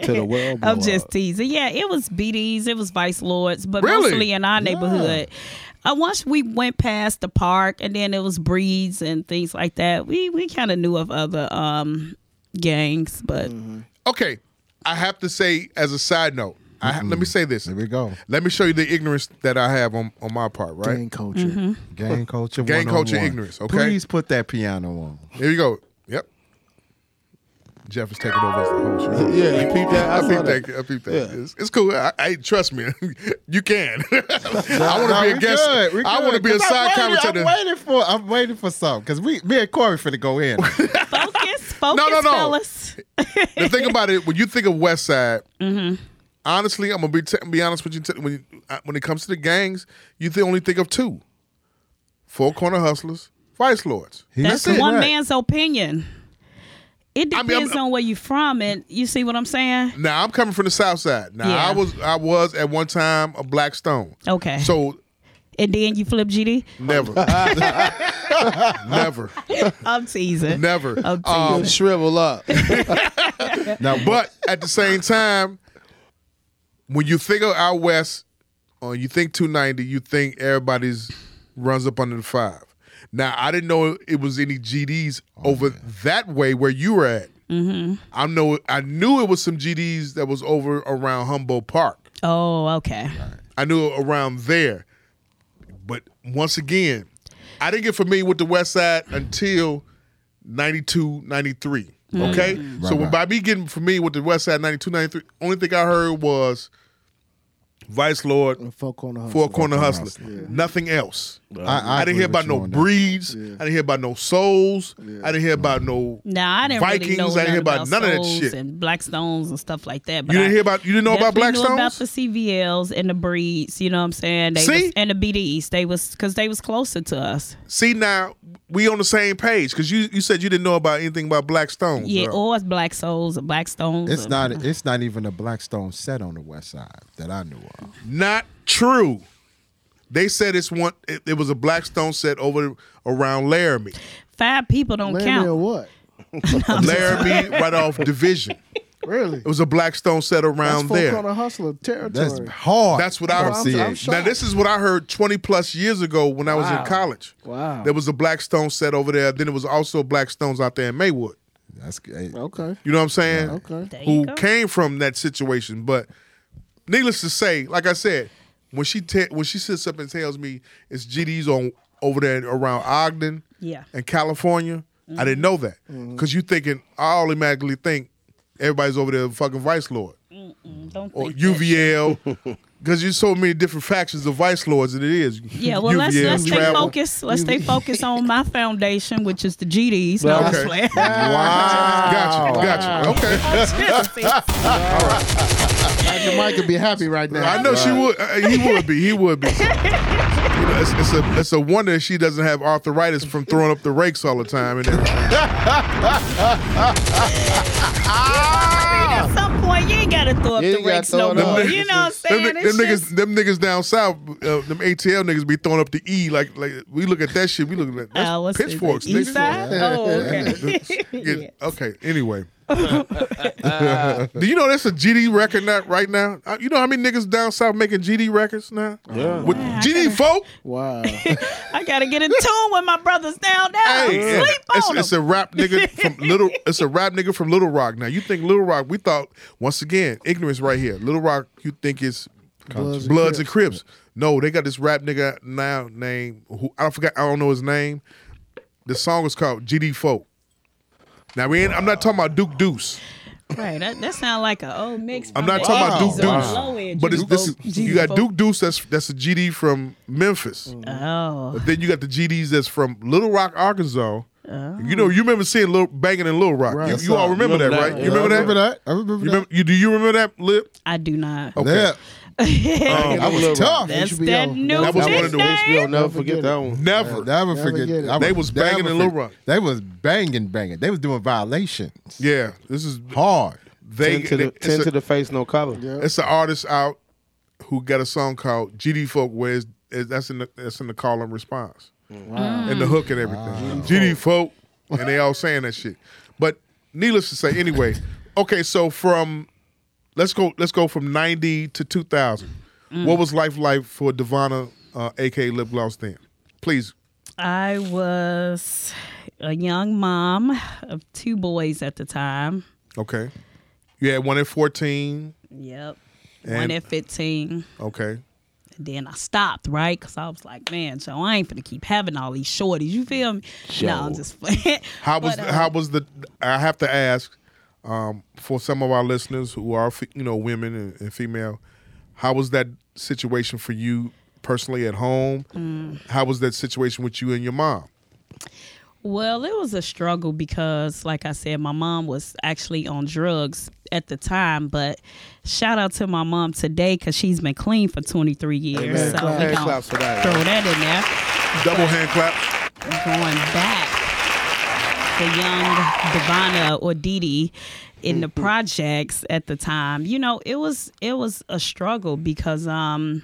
Speaker 9: to the world.
Speaker 8: [laughs] I'm
Speaker 9: blow
Speaker 8: just
Speaker 9: up.
Speaker 8: teasing. Yeah, it was BDs, it was Vice Lords, but
Speaker 5: Really?
Speaker 8: mostly in our neighborhood. Uh, once we went past the park, and then it was breeds and things like that. We we kind of knew of other um gangs, but
Speaker 5: Mm-hmm. Okay. I have to say, as a side note, I ha- let me say this.
Speaker 7: There we go.
Speaker 5: Let me show you the ignorance that I have on, on my part. Right.
Speaker 6: Gang culture.
Speaker 7: Gang culture.
Speaker 5: Gang culture
Speaker 7: 101.
Speaker 5: ignorance, okay?
Speaker 7: Please put that piano on.
Speaker 5: Here you go. Yep. Jeff is taking over as the host.
Speaker 9: Yeah, you peeped that. I,
Speaker 5: I peep
Speaker 9: saw that.
Speaker 5: that. I peep that. It's, it's cool. I, I trust me. [laughs] you can. [laughs] I want to be a
Speaker 7: we
Speaker 5: guest.
Speaker 7: good, we
Speaker 5: I want to
Speaker 7: good.
Speaker 5: be a
Speaker 7: 'Cause I'm
Speaker 5: side
Speaker 7: waiting-
Speaker 5: commentator.
Speaker 7: I'm waiting for. I'm waiting for something because we, me and Corey, finna go [laughs] in.
Speaker 8: focus, focus,
Speaker 5: [laughs] no, no.
Speaker 8: fellas.
Speaker 5: The thing about it, when you think of West Side, honestly, I'm gonna be, t- be honest with you. T- when you, uh, when it comes to the gangs, you th- only think of two: Four Corner Hustlers, Vice Lords.
Speaker 8: That's
Speaker 5: That's it.
Speaker 8: one
Speaker 5: Right.
Speaker 8: man's opinion. It
Speaker 5: I mean, I'm-
Speaker 8: depends on where you're from, and you see what I'm saying.
Speaker 5: Now I'm coming from the South Side. Now
Speaker 8: Yeah.
Speaker 5: I was I was at one time a Black Stone.
Speaker 8: Okay.
Speaker 5: So
Speaker 8: and then you flip GD.
Speaker 5: never, [laughs] never,
Speaker 8: I'm teasing.
Speaker 5: never. Uh,
Speaker 8: I'm teasing.
Speaker 9: You shrivel up.
Speaker 7: Now,
Speaker 5: But at the same time, when you think of out west, or you think 290, you think everybody's runs up under the five. Now I didn't know it was any GDs over that way where you were at. I know I knew it was some GDs that was over around Humboldt Park.
Speaker 8: oh, okay.
Speaker 5: I knew around there, but once again, I didn't get familiar with the West Side until 92, 93. Okay, so when by me getting familiar with the West Side 92, 93, only thing I heard was Vice Lord,
Speaker 6: And folk on the hustle.
Speaker 5: Four Corner Hustler, nothing else. I,
Speaker 7: I
Speaker 5: didn't hear
Speaker 7: agree
Speaker 5: about
Speaker 7: with
Speaker 5: no
Speaker 7: you on that.
Speaker 5: breeds. I didn't hear about no souls. I didn't hear about no.
Speaker 8: Nah, I didn't really
Speaker 5: Vikings,
Speaker 8: know
Speaker 5: I didn't
Speaker 8: nothing
Speaker 5: hear about none of that
Speaker 8: Souls
Speaker 5: shit.
Speaker 8: and Blackstones and stuff like that. But
Speaker 5: You didn't
Speaker 8: I
Speaker 5: hear about. You didn't know about
Speaker 8: definitely
Speaker 5: Black
Speaker 8: knew
Speaker 5: Stones.
Speaker 8: about the CVLs and the breeds. You know what I'm saying? They
Speaker 5: See?
Speaker 8: Was, and the BDs. They was because they was closer to us.
Speaker 5: See now, we on the same page because you you said you didn't know about anything about Black Stones.
Speaker 8: Yeah,
Speaker 5: or-
Speaker 8: or it's Black Souls or Black Stones.
Speaker 7: it's
Speaker 8: or-
Speaker 7: not. It's not even a Blackstone set on the West Side that I knew of.
Speaker 5: Not true. They said it's one. It, it was a Blackstone set over around Laramie.
Speaker 8: Five people don't
Speaker 6: Land
Speaker 8: count.
Speaker 6: or what?
Speaker 5: Laramie right off Division.
Speaker 6: Really?
Speaker 5: It was a Blackstone set
Speaker 6: That's
Speaker 5: around
Speaker 6: folk
Speaker 5: there.
Speaker 6: on a hustler territory.
Speaker 7: That's hard.
Speaker 5: That's what I
Speaker 6: Oh, I'm-
Speaker 5: see.
Speaker 6: I'm
Speaker 5: now
Speaker 6: shocked.
Speaker 5: this is what I heard 20 plus years ago when I was in
Speaker 6: Wow.
Speaker 5: college.
Speaker 6: Wow.
Speaker 5: There was a Blackstone set over there. Then it was also Blackstones out there in Maywood.
Speaker 7: That's hey,
Speaker 6: okay.
Speaker 5: You know what I'm saying?
Speaker 6: Okay.
Speaker 8: There you
Speaker 5: Who
Speaker 8: go.
Speaker 5: came from that situation? But needless to say, like I said, when she te- when she sits up and tells me it's GDs on over there around Ogden
Speaker 8: Yeah. Mm-hmm.
Speaker 5: and California, I didn't know that because you thinking I automatically think everybody's over there fucking Vice Lord
Speaker 8: Don't
Speaker 5: or
Speaker 8: think that.
Speaker 5: UVL. [laughs] Because there's so many different factions of vice lords, and it is.
Speaker 8: Yeah, well, let's,
Speaker 5: UVL,
Speaker 8: let's stay
Speaker 5: Travel.
Speaker 8: focused. Let's stay focused on my foundation, which is the GDs. No, I'm
Speaker 5: Okay.
Speaker 8: playing. [laughs]
Speaker 5: Gotcha, gotcha. Okay. [laughs]
Speaker 6: Dr. Mike would be happy right now.
Speaker 5: I know she would. Uh, he would be. He would
Speaker 8: [laughs]
Speaker 5: be. You know, it's, it's a it's a wonder she doesn't have arthritis from throwing up the rakes all the time.
Speaker 8: [laughs]
Speaker 5: And everything.
Speaker 8: At some point, you ain't got to throw up
Speaker 9: You
Speaker 8: the
Speaker 9: ain't gotta
Speaker 8: rakes
Speaker 9: throw
Speaker 8: no
Speaker 9: it up.
Speaker 8: more. You know what I'm
Speaker 5: them,
Speaker 8: saying?
Speaker 5: ni-
Speaker 8: It's
Speaker 5: them niggas,
Speaker 8: just-
Speaker 5: them niggas down south, uh, them ATL niggas be throwing up the E like like we look at that shit. We look at
Speaker 8: Uh,
Speaker 5: that.
Speaker 8: what's
Speaker 5: That's
Speaker 8: this,
Speaker 5: pitchforks,
Speaker 8: the East
Speaker 5: niggas.
Speaker 8: side? Oh, okay. [laughs]
Speaker 5: Get- Okay. Anyway,
Speaker 8: Uh,
Speaker 5: [laughs] do you know that's a GD record not right now? Uh, You know how many niggas down south making GD records now? Yeah. With GD folk.
Speaker 6: Wow.
Speaker 8: I gotta get in tune with my brothers down there.
Speaker 5: Hey, yeah.
Speaker 8: Sleep
Speaker 5: it's,
Speaker 8: on
Speaker 5: it's
Speaker 8: 'em.
Speaker 5: a rap
Speaker 8: [laughs]
Speaker 5: nigga from Little. It's a rap nigga from Little Rock. Now you think Little Rock? We thought once again ignorance right here. Little Rock, you think it's Bloods,
Speaker 6: and
Speaker 5: and Crips? No, they got this rap nigga now named who I forgot. I don't know his name. The song is called GD Folk. Now we ain't, I'm not talking about Duke Deuce,
Speaker 8: Right, that, that sound like an old mix.
Speaker 5: I'm
Speaker 8: from
Speaker 5: not
Speaker 8: the
Speaker 5: talking about
Speaker 8: 80s
Speaker 5: Duke
Speaker 8: on the
Speaker 5: Deuce.
Speaker 8: low end.
Speaker 5: but it's,
Speaker 8: Duke
Speaker 5: this
Speaker 8: Folk,
Speaker 5: you
Speaker 8: Duke
Speaker 5: got
Speaker 8: Folk.
Speaker 5: Duke Deuce. That's that's a GD from Memphis.
Speaker 8: Oh,
Speaker 5: Then you got the GDs that's from Little Rock, Arkansas. You know, you remember seeing Little Banging in Little Rock. You-
Speaker 7: Right.
Speaker 5: You, all remember that, right? You
Speaker 7: I
Speaker 5: remember that?
Speaker 7: remember that? I remember
Speaker 5: You remember? You, do you remember that lip?
Speaker 8: I do not. [laughs]
Speaker 7: that.
Speaker 5: Okay.
Speaker 7: Yeah. that was tough.
Speaker 8: That's
Speaker 6: HBO.
Speaker 8: that new
Speaker 5: That was one of the
Speaker 8: nickname.
Speaker 9: HBO, never forget that one.
Speaker 5: Never.
Speaker 7: Never
Speaker 6: Never
Speaker 7: forget.
Speaker 6: get it.
Speaker 7: I
Speaker 5: They was
Speaker 7: never
Speaker 5: banging in
Speaker 7: forget-
Speaker 5: Little Rock.
Speaker 7: They was banging, banging. They was doing violations
Speaker 5: yeah, this is
Speaker 7: hard.
Speaker 5: they.
Speaker 9: Ten to the,
Speaker 5: it's,
Speaker 9: ten
Speaker 5: a,
Speaker 9: to the face, no cover. Yeah.
Speaker 5: it's an artist out who got a song called GD Folk, where it's, it's- that's in the that's in the call and response, and the hook and everything. GD Folk, and they all saying that shit. But needless to say, anyway, okay. So from let's go let's go from ninety to two thousand. What was life like for Devonna, uh, aka Lip Gloss? Then, please.
Speaker 8: I was a young mom of two boys at the time.
Speaker 5: Okay, you had one at fourteen.
Speaker 8: Yep. One
Speaker 5: And-
Speaker 8: at 15.
Speaker 5: Okay.
Speaker 8: And then I stopped, right? Because I was like, man, so I ain't finna keep having all these shorties. You feel me? No, I'm just playing.
Speaker 5: [laughs] How was
Speaker 8: But, uh,
Speaker 5: how was the? I have to ask um, for some of our listeners who are fe- you know women and, and female. How was that situation for you personally at home?
Speaker 8: Mm.
Speaker 5: How was that situation with you and your mom?
Speaker 8: Well, it was a struggle because, like I said, my mom was actually on drugs at the time. But shout out to my mom today because she's been clean for 23 years. So we
Speaker 9: Hand
Speaker 8: gonna
Speaker 9: claps for that.
Speaker 8: throw that in there.
Speaker 5: Double hand clap.
Speaker 8: going back the young Divana or Didi in the projects at the time. You know, it was it was a struggle because um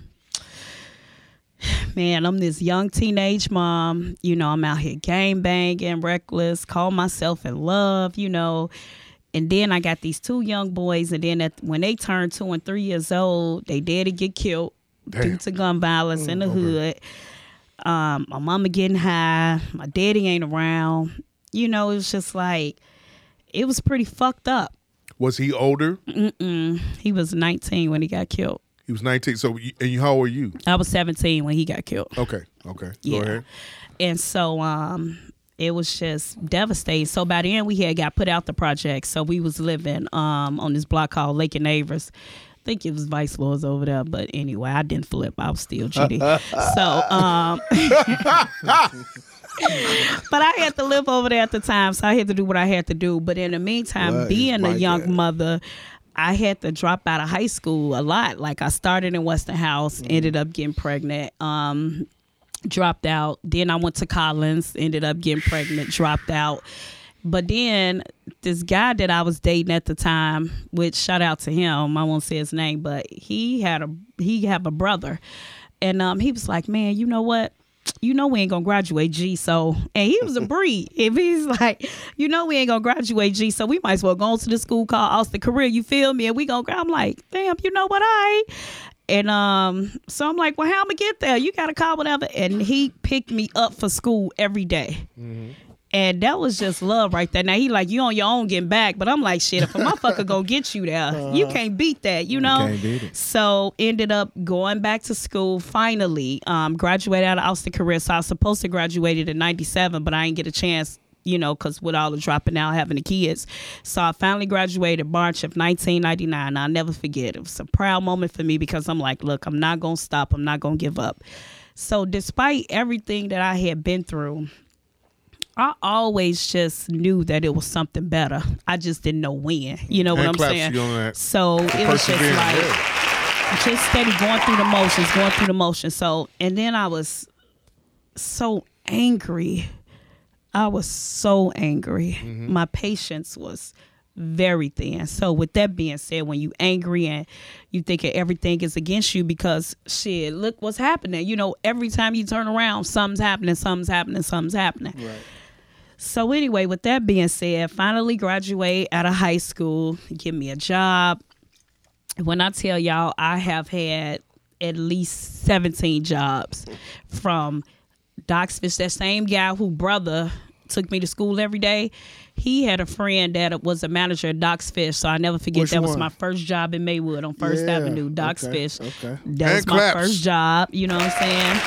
Speaker 8: man, I'm this young teenage mom, you know, I'm out here game banging, reckless, call myself in love, you know. And then I got these two young boys, and then at, when they turned two and three years old, they did get killed due to gun violence in the hood um, my mama getting high, my daddy ain't around. You know, it was just like it was pretty fucked up.
Speaker 5: Was he older?
Speaker 8: He was 19 when he got killed.
Speaker 5: He was nineteen. So you, and you, how old were you?
Speaker 8: I was 17 when he got killed.
Speaker 5: Okay. Okay.
Speaker 8: Yeah.
Speaker 5: Go ahead.
Speaker 8: And so um it was just devastating. So by then we had got put out the project. So we was living um on this block called Lake and Avers. I think it was Vice Lords over there, but anyway, I didn't flip. I was still GD. so um [laughs] But I had to live over there at the time, so I had to do what I had to do. But in the meantime, being a young mother, I had to drop out of high school a lot. Like I started in Western House, ended up getting pregnant. Um, dropped out. Then I went to Collins, ended up getting pregnant, dropped out. But then this guy that I was dating at the time, which shout out to him, I won't say his name, but he had a he have a brother, and um he was like, man, you know what? you know we ain't gonna graduate G. So and he was a breed. if he's like, you know we ain't gonna graduate G. So we might as well go on to the school called Austin Career. You feel me? And we gonna. gra- I'm like, damn. You know what I. And um, so I'm like, well, how am I get there? You gotta call whatever. And he picked me up for school every day. And that was just love right there. Now he like, you on your own getting back. But I'm like, shit, if a motherfucker go get you there, you can't beat that, you know?
Speaker 7: Uh-huh. can't beat it.
Speaker 8: So ended up going back to school finally. Um, graduated out of Austin Career. So I was supposed to graduate in 97, but I didn't get a chance, you know, because with all the dropping out, having the kids. So I finally graduated March of 1999. I'll never forget. It was a proud moment for me because I'm like, look, I'm not going to stop. I'm not going to give up. So despite everything that I had been through, I always just knew that it was something better. I just didn't know when. You know what
Speaker 5: Hand
Speaker 8: I'm
Speaker 5: claps
Speaker 8: saying?
Speaker 5: to you on that.
Speaker 8: So it was just
Speaker 5: perseverance,
Speaker 8: like just steady going through the motions, going through the motions. So and then I was so angry. I was so angry.
Speaker 5: Mm-hmm.
Speaker 8: My patience was very thin. So with that being said, when you angry and you thinking everything is against you because shit, look what's happening. You know, every time you turn around, something's happening, something's happening, something's happening. So anyway, with that being said, finally graduate out of high school, give me a job. When I tell y'all, I have had at least 17 jobs from Doxfish, that same guy who brother took me to school every day. He had a friend that was a manager at Doc's Fish, so I never forget
Speaker 6: Which
Speaker 8: that was
Speaker 6: one?
Speaker 8: my first job in Maywood on First
Speaker 6: Yeah,
Speaker 8: Avenue, Doc's
Speaker 6: okay,
Speaker 8: Fish.
Speaker 6: okay.
Speaker 8: That
Speaker 5: And
Speaker 8: was my
Speaker 5: claps.
Speaker 8: first job, you know what I'm saying?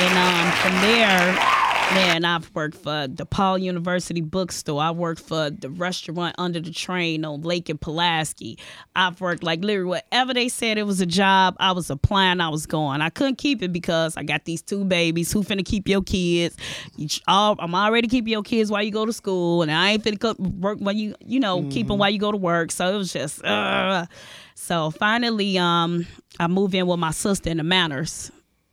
Speaker 8: And um, from there, man, I've worked for the Paul University bookstore. I worked for the restaurant under the train on Lake and Pulaski. I've worked like literally whatever they said it was a job, I was applying, I was going. I couldn't keep it because I got these two babies. Who finna keep your kids? You, sh- all, I'm already keeping your kids while you go to school, and I ain't finna co- work when you, you know, keep them while you go to work. So it was just, uh. so finally, um, I moved in with my sister in the Manors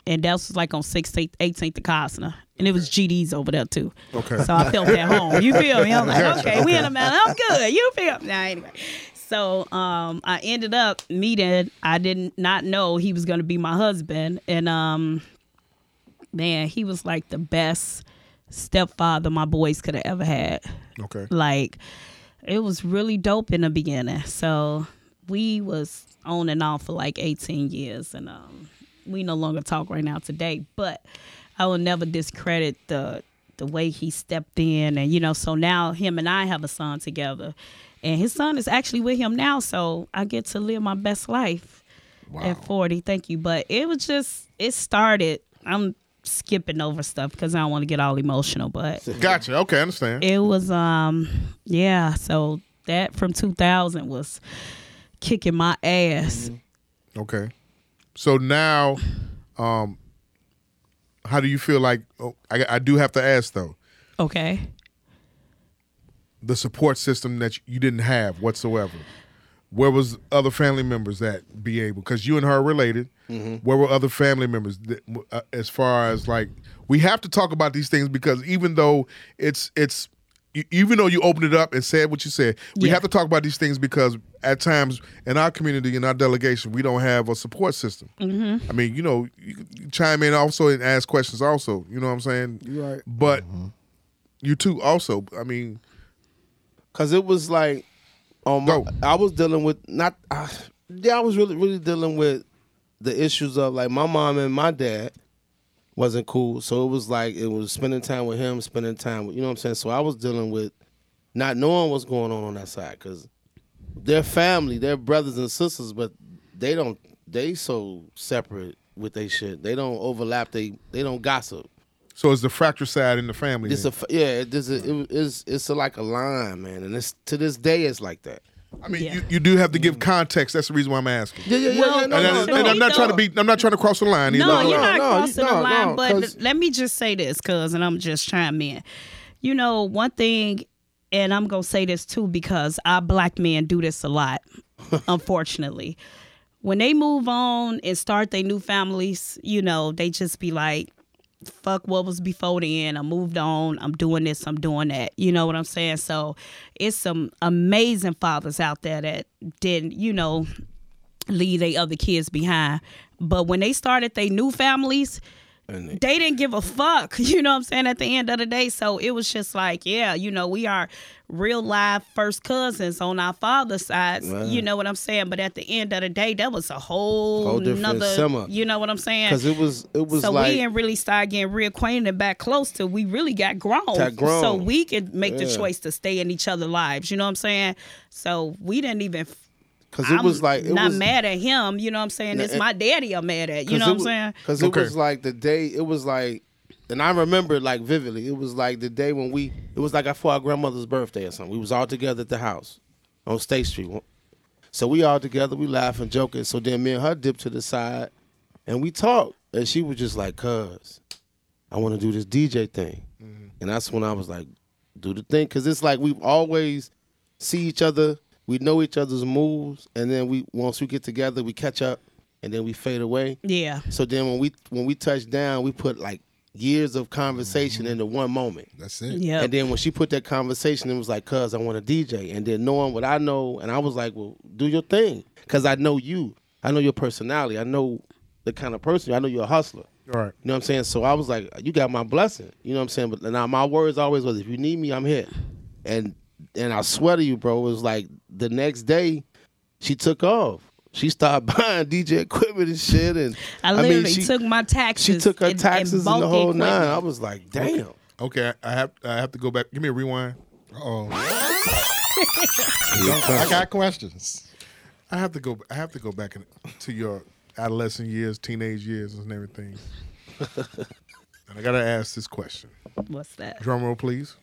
Speaker 8: and that was like on 16th, 18th of Cosner. And it was GDs over there too. Okay. So I felt at home. You feel me? I'm like, okay, we in the mountain. I'm good. You feel me? Nah, anyway. So um, I ended up meeting. I did not know he was going to be my husband, and um, man, he was like the best stepfather my boys could have ever had.
Speaker 5: Okay.
Speaker 8: Like it was really dope in the beginning. So we was on and off for like 18 years and um we no longer talk right now today, but I will never discredit the the way he stepped in and you know so now him and I have a son together. And his son is actually with him now, so I get to live my best life at 40. Thank you. But it was just it started. I'm skipping over stuff cuz I don't want to get all emotional, but
Speaker 5: Gotcha. Okay, I understand.
Speaker 8: it was um yeah, so that from 2000 was kicking my ass.
Speaker 5: Okay. So now, um, how do you feel like? Oh, I, I do have to ask though.
Speaker 8: Okay.
Speaker 5: The support system that you didn't have whatsoever. Where was other family members that be able? Because you and her are related. Where were other family members that, uh, as far as like we have to talk about these things because even though it's it's e- even though you opened it up and said what you said, we
Speaker 8: Yeah.
Speaker 5: have to talk about these things because at times in our community in our delegation we don't have a support system. I mean, you know, you can chime in also and ask questions also. You know what I'm saying?
Speaker 6: You're right.
Speaker 5: But you too also. I mean,
Speaker 9: Cause it was like, on my,
Speaker 5: Go.
Speaker 9: I was dealing with not, uh, yeah, I was really really dealing with the issues of like my mom and my dad wasn't cool, so it was like it was spending time with him, spending time with you know what I'm saying. So I was dealing with not knowing what's going on on that side, cause their family, their brothers and sisters, but they don't they so separate with they shit. They don't overlap. They they don't gossip.
Speaker 5: so it's the fratricide in the family.
Speaker 9: It's
Speaker 5: then.
Speaker 9: a f- yeah. It, it's a, it, it's it's a, like a line, man, and it's to this day it's like that.
Speaker 5: I mean,
Speaker 8: Yeah.
Speaker 5: you, you do have to
Speaker 7: Mm.
Speaker 5: give context. That's the reason why I'm asking.
Speaker 9: Yeah, yeah, yeah.
Speaker 8: Well, No,
Speaker 9: yeah,
Speaker 5: and, I-
Speaker 8: no,
Speaker 5: and
Speaker 8: no,
Speaker 5: I'm
Speaker 8: you
Speaker 5: not trying to
Speaker 8: don't.
Speaker 5: be. I'm not trying to cross the line. either.
Speaker 8: No,
Speaker 9: no,
Speaker 8: you're
Speaker 9: no,
Speaker 8: not
Speaker 9: no,
Speaker 8: crossing
Speaker 9: no,
Speaker 8: the line,
Speaker 9: no,
Speaker 8: but
Speaker 9: 'cause-
Speaker 8: let me just say this, cuz, and I'm just chime in. You know, one thing, and I'm gonna say this too, because our black men do this a
Speaker 9: [laughs]
Speaker 8: lot, unfortunately. When they move on and start their new families, you know, they just be like, fuck what was before then. I moved on. I'm doing this. I'm doing that. You know what I'm saying? So it's some amazing fathers out there that didn't, you know, leave their other kids behind. But when they started their new families, they didn't give a fuck. [laughs] You know what I'm saying? At the end of the day. So it was just like, yeah, you know, we are real live first cousins on our father's side. You know what I'm saying? But at the end of the day, that was a whole,
Speaker 9: Whole different
Speaker 8: nother
Speaker 9: simmer.
Speaker 8: you know what I'm saying?
Speaker 9: Because it was it was
Speaker 8: so
Speaker 9: like
Speaker 8: we didn't really start getting reacquainted back close till we really got grown.
Speaker 9: Got grown.
Speaker 8: So we could make the choice to stay in each other's lives. You know what I'm saying? So we didn't even.
Speaker 9: because it
Speaker 8: I'm
Speaker 9: was like it
Speaker 8: not
Speaker 9: was,
Speaker 8: mad at him. You know what I'm saying? It's
Speaker 9: it-
Speaker 8: my daddy I'm mad at. You know what I'm saying?
Speaker 9: Because it was like the day. It was like, and I remember it, like vividly. It was like the day when we. It was like for our grandmother's birthday or something. We was all together at the house on State Street. So we all together. We laughing, joking. So then me and her dipped to the side, and we talked. And she was just like, "Cuz, I want to do this DJ thing," and that's when I was like, "Do the thing," because it's like we've always see each other. We know each other's moves, and then we once we get together, we catch up, and then we fade away.
Speaker 8: Yeah.
Speaker 9: So then when we when we touched down, we put like years of conversation into one moment.
Speaker 5: That's it.
Speaker 8: Yeah.
Speaker 9: [laughs] And then when she put that conversation, it was like, "Cuz I want to DJ." And then knowing what I know, and I was like, "Well, do your thing," because I know you. I know your personality. I know the kind of person. you- I know you're a hustler.
Speaker 5: Right.
Speaker 9: You know what I'm saying? So I was like, "You got my blessing." You know what I'm saying? But now my words always was, "If you need me, I'm here." And and I swear to you, bro, it was like the next day, she took off. She started [laughs] buying DJ equipment and shit, and
Speaker 8: I literally
Speaker 9: mean, she-
Speaker 8: took my taxes.
Speaker 9: she took her
Speaker 8: and- and
Speaker 9: taxes and,
Speaker 8: bought
Speaker 9: the whole
Speaker 8: equipment.
Speaker 9: nine. I was like, damn.
Speaker 5: Okay, I have I have to go back. Give me a rewind. Oh, I got questions. I have to go. I have to go back in- to your adolescent years, teenage years, and
Speaker 7: [laughs]
Speaker 5: everything. and I gotta ask this question.
Speaker 8: What's that?
Speaker 5: Drum roll, please.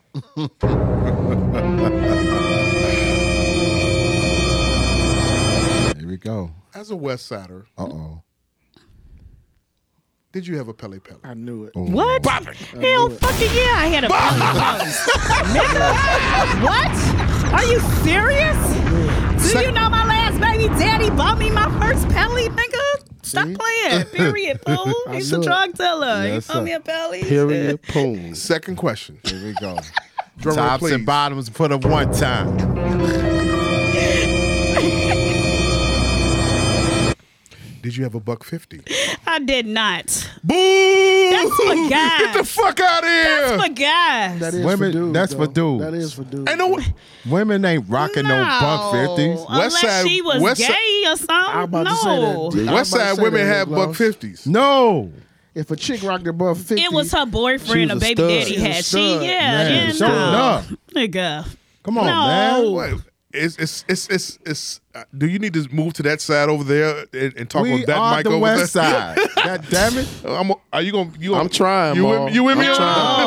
Speaker 7: Here we go.
Speaker 5: As a West Sider,
Speaker 7: Uh oh.
Speaker 5: did you have a pele pele?
Speaker 6: I knew it.
Speaker 8: What?
Speaker 9: Oh,
Speaker 8: Hell fucking yeah, I had a Nigga,
Speaker 9: [laughs]
Speaker 8: what? Are you serious? Do you know my last baby daddy bought me my first pelly, nigga? Stop
Speaker 9: [laughs]
Speaker 8: playing. Period, fool. He's a
Speaker 6: knew it.
Speaker 8: drug dealer.
Speaker 7: Yes,
Speaker 8: he bought
Speaker 7: sir.
Speaker 8: me a pelly.
Speaker 9: Period. Boom.
Speaker 5: Second question.
Speaker 7: Here we go.
Speaker 5: Drum roll,
Speaker 7: Tops
Speaker 5: please.
Speaker 7: and bottoms for the one time.
Speaker 5: Did you have a buck fifty?
Speaker 8: I did not.
Speaker 5: Boo!
Speaker 8: That's for
Speaker 9: [laughs]
Speaker 5: Get the
Speaker 8: guys.
Speaker 5: fuck out of
Speaker 8: That's
Speaker 5: here!
Speaker 8: for guys.
Speaker 6: That is
Speaker 7: Women-
Speaker 6: for dudes.
Speaker 7: that's for
Speaker 6: though.
Speaker 7: dudes.
Speaker 6: That is for dudes.
Speaker 5: Ain't no.
Speaker 7: Women ain't rocking no, buck fifties.
Speaker 8: Unless
Speaker 5: Side-
Speaker 8: she was
Speaker 5: West
Speaker 8: gay
Speaker 5: Side-
Speaker 8: or something.
Speaker 6: I'm about
Speaker 8: no.
Speaker 6: to say that. I'm about
Speaker 5: West
Speaker 6: to
Speaker 5: Side
Speaker 6: say
Speaker 5: women
Speaker 6: that,
Speaker 5: have
Speaker 6: Gloss.
Speaker 5: buck fifties.
Speaker 7: No.
Speaker 6: If a chick rocked above fifty,
Speaker 8: It was her boyfriend
Speaker 9: She
Speaker 8: or
Speaker 9: was
Speaker 8: baby
Speaker 9: a stud.
Speaker 8: daddy
Speaker 9: She was a
Speaker 8: had.
Speaker 9: stud.
Speaker 8: She, yeah,
Speaker 7: Man,
Speaker 8: yeah,
Speaker 7: show
Speaker 8: no.
Speaker 7: enough.
Speaker 8: Nigga.
Speaker 7: Come on,
Speaker 8: No.
Speaker 7: man.
Speaker 5: Wait, It's, it's, it's, it's, it's, uh, do you need to move to that side over there and, and talk
Speaker 7: We
Speaker 5: with that
Speaker 7: are
Speaker 5: mic
Speaker 7: the
Speaker 5: over
Speaker 7: West
Speaker 5: there? [laughs]
Speaker 7: Side. God damn it.
Speaker 5: I'm, are you going to, you gonna,
Speaker 9: I'm trying,
Speaker 5: you
Speaker 9: Ma.
Speaker 5: with, you with me?
Speaker 9: I'm
Speaker 5: on that?
Speaker 9: trying.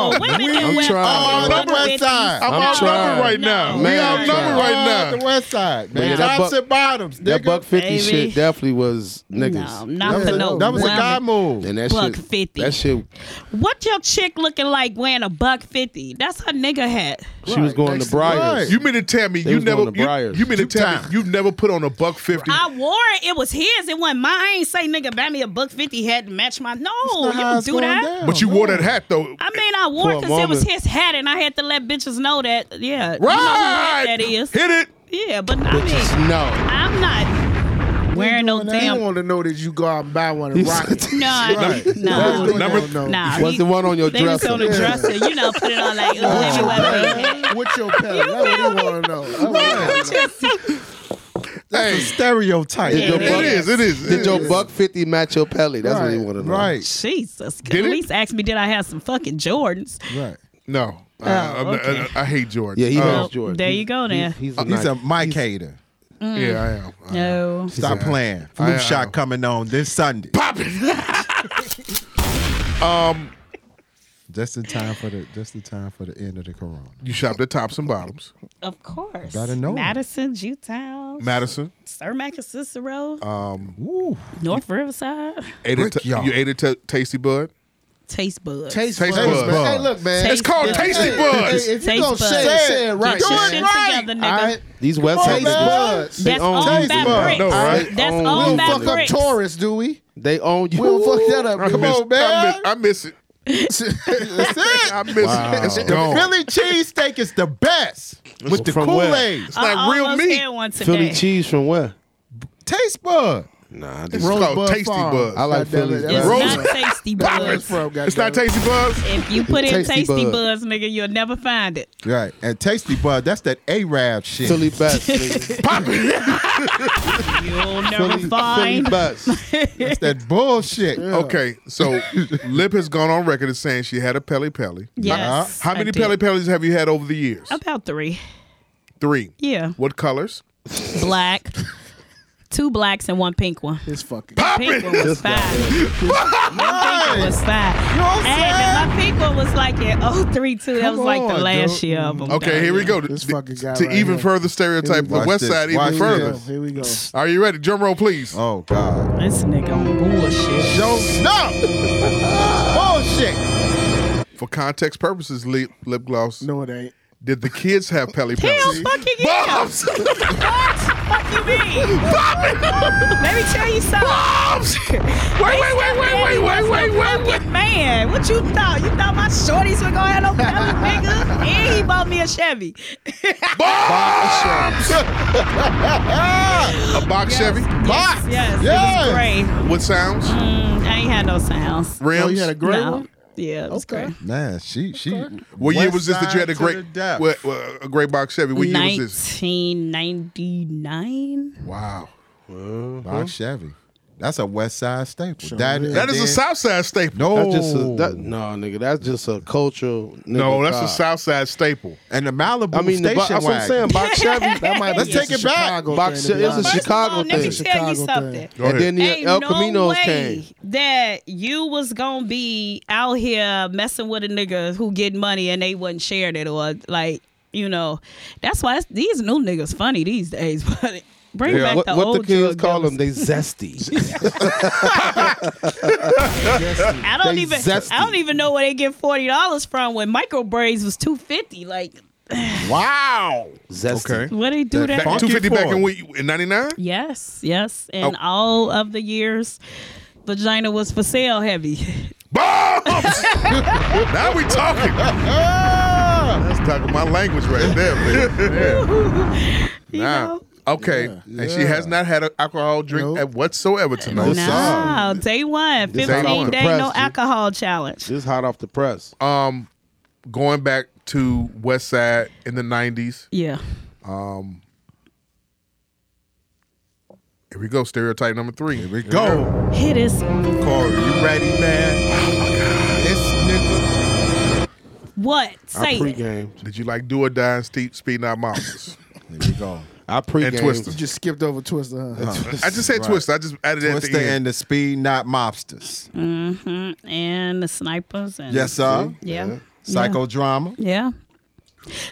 Speaker 5: [laughs]
Speaker 8: No, women
Speaker 7: we
Speaker 8: in West
Speaker 9: are
Speaker 8: Side
Speaker 7: the
Speaker 8: wouldn't
Speaker 7: West
Speaker 8: with
Speaker 7: Side.
Speaker 8: these-
Speaker 5: I'm,
Speaker 9: I'm
Speaker 5: outnumbered
Speaker 9: trying.
Speaker 5: right now.
Speaker 8: No.
Speaker 5: we
Speaker 8: Man,
Speaker 5: outnumbered
Speaker 7: Ah,
Speaker 8: we
Speaker 5: right
Speaker 7: The
Speaker 5: now.
Speaker 7: West Side, man.
Speaker 9: yeah, that
Speaker 7: Tops
Speaker 9: buck-
Speaker 7: and bottoms, nigga.
Speaker 9: That buck fifty
Speaker 8: Baby.
Speaker 9: shit definitely was
Speaker 8: No,
Speaker 9: niggas.
Speaker 8: not for
Speaker 7: That-
Speaker 8: no
Speaker 7: that was a
Speaker 8: woman.
Speaker 7: guy move.
Speaker 9: and that
Speaker 8: Buck
Speaker 9: shit,
Speaker 8: 50.
Speaker 9: That shit,
Speaker 8: What your chick looking like wearing a buck fifty? That's her nigga hat.
Speaker 9: she was going to Briars.
Speaker 5: You mean to tell me you
Speaker 9: was
Speaker 5: never,
Speaker 9: going to
Speaker 5: you,
Speaker 9: Briars.
Speaker 5: you mean to
Speaker 7: Two
Speaker 5: tell
Speaker 7: times.
Speaker 5: me you never put on a buck 50?
Speaker 8: I wore it. It was his. It wasn't mine. I ain't say nigga buy me a buck fifty hat to match my. No, you
Speaker 7: Nah,
Speaker 8: don't
Speaker 7: it's
Speaker 8: do
Speaker 7: going
Speaker 8: that.
Speaker 7: down.
Speaker 5: But you wore that hat though.
Speaker 8: I mean, I wore
Speaker 9: For a
Speaker 8: it because it was
Speaker 9: moment.
Speaker 8: his hat, and I had to let bitches know that. Yeah, you know who
Speaker 5: Right!
Speaker 8: hat that is.
Speaker 5: Hit it.
Speaker 8: Yeah, but I mean,
Speaker 9: no.
Speaker 8: I'm not wearing no
Speaker 6: They don't
Speaker 8: damn.
Speaker 6: want to know that you go out and buy one and rock it.
Speaker 8: Nah, nah,
Speaker 6: They don't
Speaker 5: Number-
Speaker 6: wanna know.
Speaker 8: nah.
Speaker 9: Was
Speaker 8: he-
Speaker 9: the one on your
Speaker 8: They was
Speaker 9: dresser?
Speaker 8: on the
Speaker 9: Yeah.
Speaker 8: dresser. You know, put it on like, ooh, let me wear my hat. [laughs]
Speaker 6: What's your pet? That's what they want to know. That's what they wanna know.
Speaker 7: That's a stereotype.
Speaker 8: Yeah, it
Speaker 9: Did your buck,
Speaker 5: It is, it is.
Speaker 9: Did your buck fifty match your pelly? That's what he
Speaker 6: Right,
Speaker 9: wanted to know.
Speaker 7: Right,
Speaker 8: Jesus.
Speaker 5: Did
Speaker 8: At
Speaker 5: it?
Speaker 8: least ask me, did I have some fucking Jordans?
Speaker 7: right.
Speaker 5: No. I- I, I-
Speaker 8: okay.
Speaker 5: I, I hate Jordan.
Speaker 9: Yeah, he
Speaker 5: Oh,
Speaker 9: has
Speaker 8: Well,
Speaker 9: Jordan.
Speaker 8: there you go then.
Speaker 9: He's, he's, a,
Speaker 7: He's
Speaker 9: Nike.
Speaker 7: a mic hater.
Speaker 5: Yeah, I am. I am.
Speaker 8: No.
Speaker 7: Stop
Speaker 5: a-
Speaker 7: playing.
Speaker 5: I- I-
Speaker 7: Flu shot coming on this Sunday. [laughs] Um, Just in time for the just in time for the end of the corona.
Speaker 5: You shopped at Tops and Bottoms.
Speaker 8: Of course.
Speaker 7: Gotta know.
Speaker 8: Madison, Jewtown,
Speaker 5: Madison.
Speaker 8: Cermak and Cicero, um, North Riverside,
Speaker 5: Ate a t-
Speaker 7: Brickyard.
Speaker 5: you ate a t- tasty bud.
Speaker 8: Taste Buds.
Speaker 6: Taste,
Speaker 5: Taste
Speaker 6: buds.
Speaker 5: buds.
Speaker 6: man. Hey, look, man.
Speaker 8: Taste
Speaker 5: It's called
Speaker 8: buds.
Speaker 5: Tasty
Speaker 6: Hey,
Speaker 5: Buds.
Speaker 6: hey, if you
Speaker 8: Taste
Speaker 6: gonna
Speaker 8: buds.
Speaker 6: say it, say it right.
Speaker 8: Get your shit
Speaker 5: right.
Speaker 8: together, nigga.
Speaker 6: All right.
Speaker 9: These West
Speaker 7: Come on,
Speaker 9: Side
Speaker 7: man.
Speaker 9: niggas, they
Speaker 8: That's all
Speaker 9: own
Speaker 8: that
Speaker 9: you.
Speaker 7: Taste buds.
Speaker 8: bricks.
Speaker 5: No, right?
Speaker 8: That's
Speaker 9: Own
Speaker 6: We
Speaker 8: all
Speaker 9: you.
Speaker 6: don't
Speaker 8: that
Speaker 6: fuck
Speaker 8: bricks.
Speaker 6: up Taurus, do we?
Speaker 9: They own you.
Speaker 6: We don't fuck that up.
Speaker 5: I
Speaker 6: Come
Speaker 5: miss,
Speaker 6: on, man.
Speaker 5: I miss, I miss it. [laughs]
Speaker 7: That's it.
Speaker 5: I miss it. It's
Speaker 7: The
Speaker 5: gone.
Speaker 7: Philly cheesesteak is the best with the
Speaker 9: From where?
Speaker 7: Kool Aid.
Speaker 5: It's like
Speaker 8: I
Speaker 5: real
Speaker 8: almost
Speaker 5: meat.
Speaker 8: had one today.
Speaker 9: Philly cheese from where?
Speaker 7: Taste bud.
Speaker 9: Nah, I
Speaker 5: It's
Speaker 9: just
Speaker 5: called
Speaker 6: Rosebud
Speaker 5: Tasty
Speaker 6: Farm.
Speaker 5: Buzz.
Speaker 7: I like
Speaker 6: Goddamn it,
Speaker 7: Philly's
Speaker 6: that's
Speaker 8: It's
Speaker 6: where
Speaker 5: Rose-
Speaker 8: not tasty
Speaker 6: it's
Speaker 8: buzz.
Speaker 6: from,
Speaker 5: It's
Speaker 6: goddamn
Speaker 5: not
Speaker 6: it.
Speaker 5: Tasty Buzz.
Speaker 8: If you put in
Speaker 9: Tasty
Speaker 8: tasty,
Speaker 9: Bud.
Speaker 8: buzz, nigga, you'll never find it.
Speaker 7: Right. And Tasty Bud, that's that Arab shit.
Speaker 9: Philly Best. [laughs] nigga.
Speaker 8: You'll never
Speaker 9: Philly, Philly
Speaker 8: find.
Speaker 9: [laughs] Best.
Speaker 7: That's that bullshit.
Speaker 5: Okay,
Speaker 6: [laughs]
Speaker 5: so Lip has gone on record as saying she had a peli peli.
Speaker 8: Yes.
Speaker 5: How
Speaker 8: I
Speaker 5: many
Speaker 8: did.
Speaker 5: peli pelis have you had over the years?
Speaker 8: About three.
Speaker 5: Three.
Speaker 8: Yeah.
Speaker 5: What colors?
Speaker 8: Black. Two blacks and one pink one.
Speaker 6: It's fucking.
Speaker 8: Pink one was fine. My pink one was fine. And my pink one was like in 03 too. That
Speaker 7: Come
Speaker 8: was like the
Speaker 7: on,
Speaker 8: last
Speaker 7: dude.
Speaker 8: year of them.
Speaker 5: [laughs] Okay, here we go.
Speaker 6: This
Speaker 5: To-
Speaker 6: fucking guy
Speaker 5: to
Speaker 6: right
Speaker 5: even
Speaker 6: here.
Speaker 5: further stereotype the
Speaker 7: Watch
Speaker 5: West
Speaker 7: this.
Speaker 5: Side
Speaker 7: Watch
Speaker 5: even
Speaker 7: this.
Speaker 5: further.
Speaker 6: Here we go.
Speaker 5: Are you ready? Drum roll, please.
Speaker 7: Oh God.
Speaker 8: This nigga on bullshit.
Speaker 7: Yo, stop. bullshit.
Speaker 5: For context purposes, lip, lip gloss.
Speaker 6: No, it ain't.
Speaker 5: Did the kids have peli
Speaker 8: Hell
Speaker 5: pelis?
Speaker 8: fucking yeah.
Speaker 5: Bobs!
Speaker 8: What? Fuck you mean? Let me tell you something. Wait, wait, wait, wait, wait, wait, wait, wait, wait. Man, what you thought? You thought my shorties were gonna have no belly, nigga? And he bought me a Chevy. [laughs]
Speaker 5: A box Chevy.
Speaker 8: Yes, yes. It was gray.
Speaker 5: What sounds?
Speaker 8: Mm, I ain't had no sounds.
Speaker 5: Rims.
Speaker 6: Oh, you had a great
Speaker 8: no.
Speaker 6: one.
Speaker 8: Yeah, it was
Speaker 6: Okay.
Speaker 8: gray.
Speaker 7: Man, she she.
Speaker 5: What year
Speaker 7: West
Speaker 5: was this that you had a
Speaker 7: side to the
Speaker 5: great,
Speaker 7: depth.
Speaker 5: well, uh, a great box Chevy? What year was this?
Speaker 8: 1999.
Speaker 5: Wow.
Speaker 7: Box Chevy. That's a West Side staple. that
Speaker 6: is.
Speaker 5: That is a
Speaker 7: and then-
Speaker 5: South Side staple.
Speaker 7: No,
Speaker 9: That's just a, that, no, nigga. That's just a cultural. Nigga
Speaker 5: No, that's
Speaker 9: car.
Speaker 5: a South Side staple.
Speaker 7: and the Malibu
Speaker 9: I mean, the,
Speaker 7: station
Speaker 9: bo- that's what I'm
Speaker 7: wagon.
Speaker 9: saying.
Speaker 7: [laughs]
Speaker 9: Box Chevy.
Speaker 6: That might
Speaker 7: Let's
Speaker 6: be
Speaker 7: take
Speaker 6: just a
Speaker 7: it back.
Speaker 6: Chicago
Speaker 9: Box
Speaker 6: thing, to be
Speaker 9: It's a
Speaker 6: honest.
Speaker 8: First of all,
Speaker 9: Chicago
Speaker 8: let me
Speaker 9: thing.
Speaker 8: tell you
Speaker 6: Chicago thing.
Speaker 8: something.
Speaker 5: Go
Speaker 9: And
Speaker 5: ahead.
Speaker 9: then the
Speaker 8: Ain't
Speaker 9: El
Speaker 8: no
Speaker 9: Caminos
Speaker 8: way
Speaker 9: came.
Speaker 8: That you was gonna be out here messing with a nigga who get money and they wasn't sharing it or like you know. That's why it's, these new niggas funny these days. [laughs] But bring back
Speaker 9: what
Speaker 8: the
Speaker 9: what
Speaker 8: old
Speaker 9: the kids
Speaker 8: drug
Speaker 9: call
Speaker 8: dealers.
Speaker 9: them? They
Speaker 8: [laughs]
Speaker 9: zesty.
Speaker 8: I don't
Speaker 9: they
Speaker 8: even.
Speaker 9: zesty.
Speaker 8: I don't even know where they get forty dollars from when micro braids was two fifty. Like
Speaker 7: Wow.
Speaker 9: zesty.
Speaker 5: Okay.
Speaker 8: where they do that?
Speaker 5: Back, 250
Speaker 7: Ford.
Speaker 5: back in we- in 99?
Speaker 8: Yes, yes. And
Speaker 5: Oh.
Speaker 8: all of the years, vagina was for sale heavy. [laughs]
Speaker 5: Bombs! now we
Speaker 8: [laughs]
Speaker 5: talking. That's talking my language right there, man.
Speaker 8: You know?
Speaker 5: Okay. And she has not had an alcohol drink
Speaker 6: Nope.
Speaker 5: at whatsoever tonight.
Speaker 8: No, day one,
Speaker 9: This hot
Speaker 8: 15
Speaker 9: off the
Speaker 8: day
Speaker 9: press,
Speaker 8: no
Speaker 9: dude.
Speaker 8: alcohol challenge.
Speaker 9: Just hot off the press.
Speaker 5: Um, going back to West Side in the 90s.
Speaker 8: Yeah.
Speaker 5: Here we go. Stereotype number three. Here we
Speaker 7: Go.
Speaker 8: Hit is
Speaker 7: Corey, you ready, man? This
Speaker 8: what?
Speaker 9: I
Speaker 8: Say it.
Speaker 9: pregame.
Speaker 5: Did you like do or die and steep, speeding out mountains?
Speaker 7: nigga. Here we go.
Speaker 9: I pregame.
Speaker 5: and Twister.
Speaker 6: You just skipped over Twister, huh?
Speaker 5: I just said Twister. I just added that at
Speaker 7: Twister
Speaker 5: the end.
Speaker 7: and the Speed Not Mobsters.
Speaker 8: Mm-hmm. And the snipers and
Speaker 7: Yes, sir.
Speaker 8: Yeah.
Speaker 7: Psychodrama.
Speaker 8: Yeah.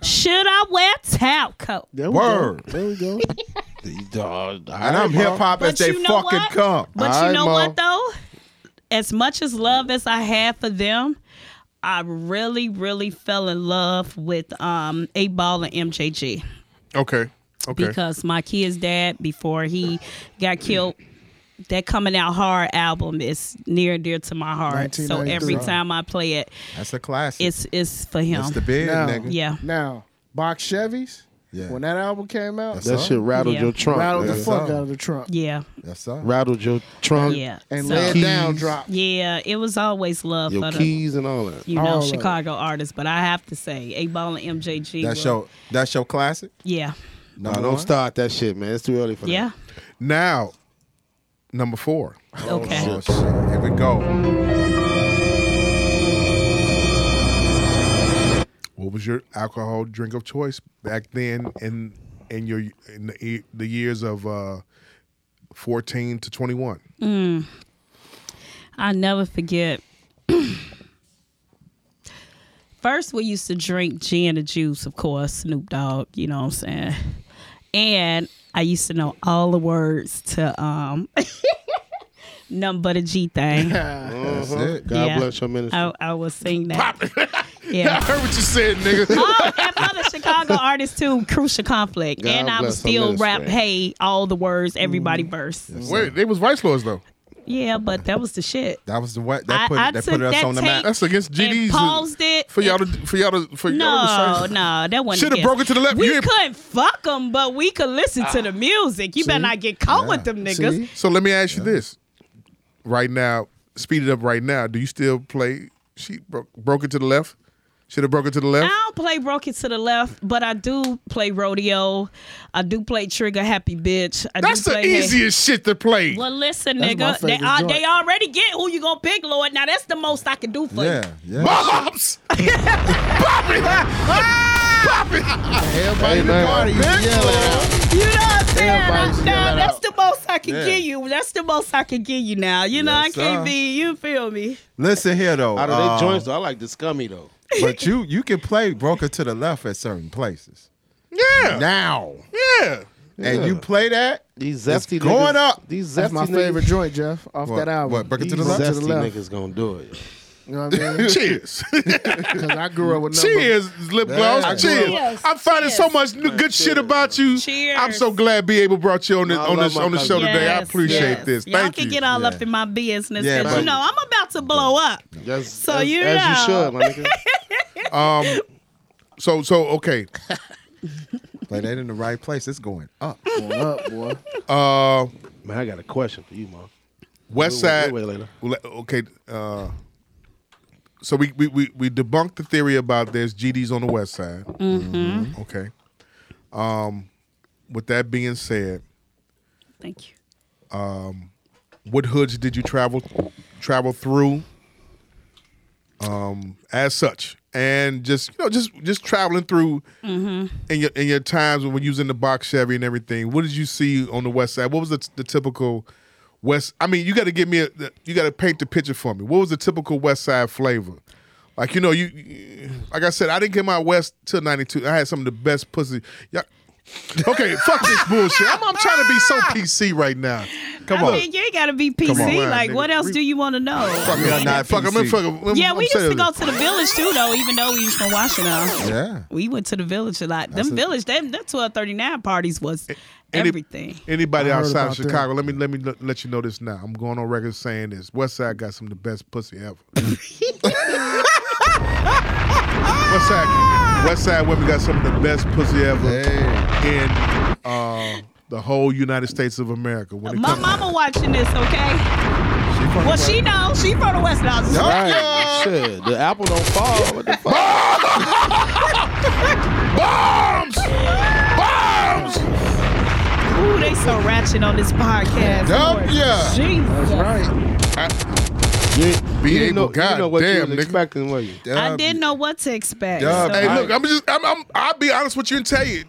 Speaker 8: Should I wear talco?
Speaker 6: There we
Speaker 7: Word.
Speaker 6: Go. There we
Speaker 8: [laughs]
Speaker 9: [laughs]
Speaker 6: go.
Speaker 7: And I'm hip hop as
Speaker 8: But
Speaker 7: they
Speaker 8: you know
Speaker 7: fucking
Speaker 8: what?
Speaker 7: come.
Speaker 8: But
Speaker 9: All
Speaker 8: you
Speaker 9: right,
Speaker 8: know
Speaker 9: Ma.
Speaker 8: what though? As much as love as I had for them, I really, really fell in love with um Eight Ball and MJG.
Speaker 5: Okay. Okay.
Speaker 8: because my kid's dad before he got killed that coming out hard album is near and dear to my heart so every
Speaker 6: 1993.
Speaker 8: time i play it
Speaker 7: That's a classic.
Speaker 8: it's it's for him
Speaker 7: It's the big
Speaker 6: Now,
Speaker 7: nigga.
Speaker 8: yeah
Speaker 6: Now, box Chevys.
Speaker 7: Yeah.
Speaker 6: When that album came out,
Speaker 7: That's
Speaker 9: That shit rattled
Speaker 8: Yeah.
Speaker 9: your trunk.
Speaker 6: rattled the
Speaker 9: nigga.
Speaker 6: fuck
Speaker 7: all.
Speaker 6: out of the trunk.
Speaker 8: yeah
Speaker 7: That's all.
Speaker 9: rattled your trunk.
Speaker 8: yeah
Speaker 6: Oh, And
Speaker 8: So,
Speaker 6: let down
Speaker 9: Keys.
Speaker 6: drop.
Speaker 8: yeah it was always love
Speaker 9: Your
Speaker 8: for the
Speaker 9: keys and all that.
Speaker 8: you know
Speaker 6: All of it.
Speaker 8: chicago artists but i have to say a ball and mjg
Speaker 7: That's
Speaker 8: were-
Speaker 7: your that's your classic.
Speaker 8: yeah
Speaker 9: No, don't start that shit, man. It's too early for
Speaker 8: yeah
Speaker 5: Now, number four.
Speaker 8: okay
Speaker 7: Oh shit. Here we go.
Speaker 5: What was your alcohol drink of choice back then in in your in the, e- the years of uh 14 to 21?
Speaker 8: I never forget. [clears throat] First, we used to drink gin and juice, of course, Snoop Dogg, you know what I'm saying? And I used to know all the words to um [laughs] nothing but a G thing.
Speaker 6: Ah.
Speaker 7: That's it.
Speaker 9: that. Uh-huh. God
Speaker 8: Yeah.
Speaker 9: bless your ministry.
Speaker 8: I, I will sing that.
Speaker 5: I
Speaker 8: [laughs] Yeah.
Speaker 5: heard what you said,
Speaker 8: [laughs]
Speaker 5: nigga.
Speaker 8: Oh, and other Chicago artists too, Crucial Conflict.
Speaker 9: God
Speaker 8: and I would
Speaker 9: bless her
Speaker 8: still
Speaker 9: ministry.
Speaker 8: rap, hey, all the words, everybody verse.
Speaker 5: Wait, they was Vice Lords though.
Speaker 8: Yeah, but that was the shit.
Speaker 7: That was the way
Speaker 8: I-
Speaker 7: that put
Speaker 8: I
Speaker 7: that
Speaker 8: took
Speaker 7: put us
Speaker 8: that
Speaker 7: on the map.
Speaker 8: tape
Speaker 5: That's against
Speaker 8: and
Speaker 5: GD's.
Speaker 8: paused it
Speaker 5: for y'all to for y'all to for y'all
Speaker 8: No,
Speaker 5: to say.
Speaker 8: no, that wasn't.
Speaker 5: Shoulda
Speaker 8: against-
Speaker 5: broke it to the left.
Speaker 8: We
Speaker 5: You ain't-
Speaker 8: couldn't fuck them, but we could listen to the music. You better not get caught with them niggas.
Speaker 6: See?
Speaker 5: So let me ask you this: right now, speed it up. Right now, do you still play? She broke broke it to the left. Should have broke it to the
Speaker 8: I
Speaker 5: left.
Speaker 8: don't play broke it to the left, but I do play rodeo. I do play trigger happy bitch. I
Speaker 5: That's
Speaker 8: do
Speaker 5: the
Speaker 8: play
Speaker 5: easiest shit to play. [laughs]
Speaker 8: Well, listen,
Speaker 6: That's my
Speaker 8: nigga, they,
Speaker 6: favorite
Speaker 8: are,
Speaker 6: joint.
Speaker 8: they already get who you gonna pick, Lord. Now that's the most I can do for
Speaker 7: Yeah, yeah.
Speaker 5: Bobs, Bobby, Bobby.
Speaker 7: Everybody in the party, you yelling.
Speaker 8: you. You know what I'm saying?
Speaker 7: Everybody
Speaker 8: I'm
Speaker 7: should
Speaker 8: down.
Speaker 7: let
Speaker 8: That's
Speaker 7: out.
Speaker 8: the most I can
Speaker 7: Yeah.
Speaker 8: give you. That's the most I can give you now. You know
Speaker 7: Yes,
Speaker 8: I can't
Speaker 7: sir.
Speaker 8: be. You feel me?
Speaker 7: Listen here though,
Speaker 9: Out of
Speaker 7: uh,
Speaker 9: they joints, though, I like the scummy though.
Speaker 7: but you you can play broker to the left at certain places
Speaker 5: Yeah,
Speaker 7: now,
Speaker 5: yeah.
Speaker 7: and you play that.
Speaker 9: These
Speaker 7: It's
Speaker 9: zesty
Speaker 7: going
Speaker 9: niggas,
Speaker 7: up.
Speaker 9: These zesty
Speaker 6: That's my
Speaker 9: niggas,
Speaker 6: favorite joint, Jeff, off
Speaker 7: What-
Speaker 6: that album.
Speaker 7: what, break it to the
Speaker 6: These
Speaker 7: left?
Speaker 9: Zesty
Speaker 6: to the left.
Speaker 9: niggas gonna do it.
Speaker 6: You know what I
Speaker 5: [laughs]
Speaker 6: mean? [laughs]
Speaker 5: Cheers.
Speaker 6: Because I grew up with nothing but
Speaker 5: Cheers, lip gloss.
Speaker 7: Yeah.
Speaker 5: Cheers.
Speaker 8: Cheers.
Speaker 5: I'm finding so much new good shit about you.
Speaker 8: Cheers.
Speaker 5: I'm so glad be able brought you on this
Speaker 9: I
Speaker 5: on
Speaker 9: love
Speaker 5: this
Speaker 9: my
Speaker 5: on the show
Speaker 9: cousin.
Speaker 5: today. I
Speaker 8: Yes,
Speaker 5: appreciate
Speaker 8: yes.
Speaker 5: this.
Speaker 8: Y'all
Speaker 5: Thank
Speaker 8: can
Speaker 5: you.
Speaker 8: get all
Speaker 7: Yeah,
Speaker 8: up in my business
Speaker 7: Yeah,
Speaker 8: because you
Speaker 7: but-
Speaker 8: know I'm about to blow up.
Speaker 9: Yes,
Speaker 8: So
Speaker 9: as,
Speaker 8: you
Speaker 9: as you
Speaker 8: know.
Speaker 9: should, my
Speaker 8: [laughs]
Speaker 9: nigga.
Speaker 5: So so okay.
Speaker 7: Play that in the right place. It's going up.
Speaker 6: going up, boy.
Speaker 5: Uh
Speaker 9: Man, I got a question for you, man.
Speaker 5: West
Speaker 9: We'll- we'll
Speaker 5: Side.
Speaker 9: wait later.
Speaker 5: well, Okay. Uh, so we, we we we debunked the theory about there's GDs on the West Side. Mm-hmm. Okay. Um, with that being said,
Speaker 8: Thank you.
Speaker 5: what hoods did you travel travel through? Um, as such, and just you know, just just traveling through
Speaker 8: Mm-hmm.
Speaker 5: in your in your times when you was in the box Chevy and everything. What did you see on the West Side? What was the, the typical West? I mean, you got to give me a you got to paint the picture for me. What was the typical West Side flavor? Like you know, you- you like I said, I didn't get my West till '92. I had some of the best pussy. Y'all, okay, fuck this bullshit. I'm, I'm trying to be so PC right now. Come
Speaker 8: I
Speaker 5: on.
Speaker 8: mean, you ain't gotta be
Speaker 5: Come on,
Speaker 8: PC.
Speaker 5: man,
Speaker 8: like, what
Speaker 5: nigga.
Speaker 8: else
Speaker 5: We-
Speaker 8: do you want to know?
Speaker 5: Fuck, I'm not. Fuck, I'm in
Speaker 7: PC.
Speaker 5: fucking. I'm-
Speaker 8: Yeah,
Speaker 5: I'm
Speaker 8: we used to
Speaker 5: serious.
Speaker 8: go to the village too, though. Even though we was from Washington,
Speaker 7: Yeah.
Speaker 8: we went to the village a lot. Them village, them them twelve thirty nine parties was
Speaker 5: Any-
Speaker 8: everything.
Speaker 5: Anybody
Speaker 6: I heard
Speaker 5: outside of
Speaker 6: about that.
Speaker 5: Chicago, let me let me let- let you know this now. I'm going on record saying this. West Side got some of the best pussy
Speaker 8: [laughs]
Speaker 5: ever. West Side, West Side women got some of the best pussy ever in uh, the whole United States of America. When it
Speaker 8: My
Speaker 5: comes,
Speaker 8: mama watching this, okay? well, she knows she from the West House.
Speaker 9: Right. Shit, the apple don't fall. What the fuck?
Speaker 5: bombs, bombs.
Speaker 8: Ooh, they so ratchet on this podcast. Lord.
Speaker 5: yeah.
Speaker 8: Jesus.
Speaker 5: Be
Speaker 9: You didn't
Speaker 5: able,
Speaker 9: know, you didn't know what you
Speaker 5: goddamn,
Speaker 9: was
Speaker 5: nigga.
Speaker 9: expecting, were you?
Speaker 8: I didn't know what to expect.
Speaker 7: Dub.
Speaker 8: so-
Speaker 5: Hey, look, I'm just, I'm, I'm, I'll be honest with you and tell you,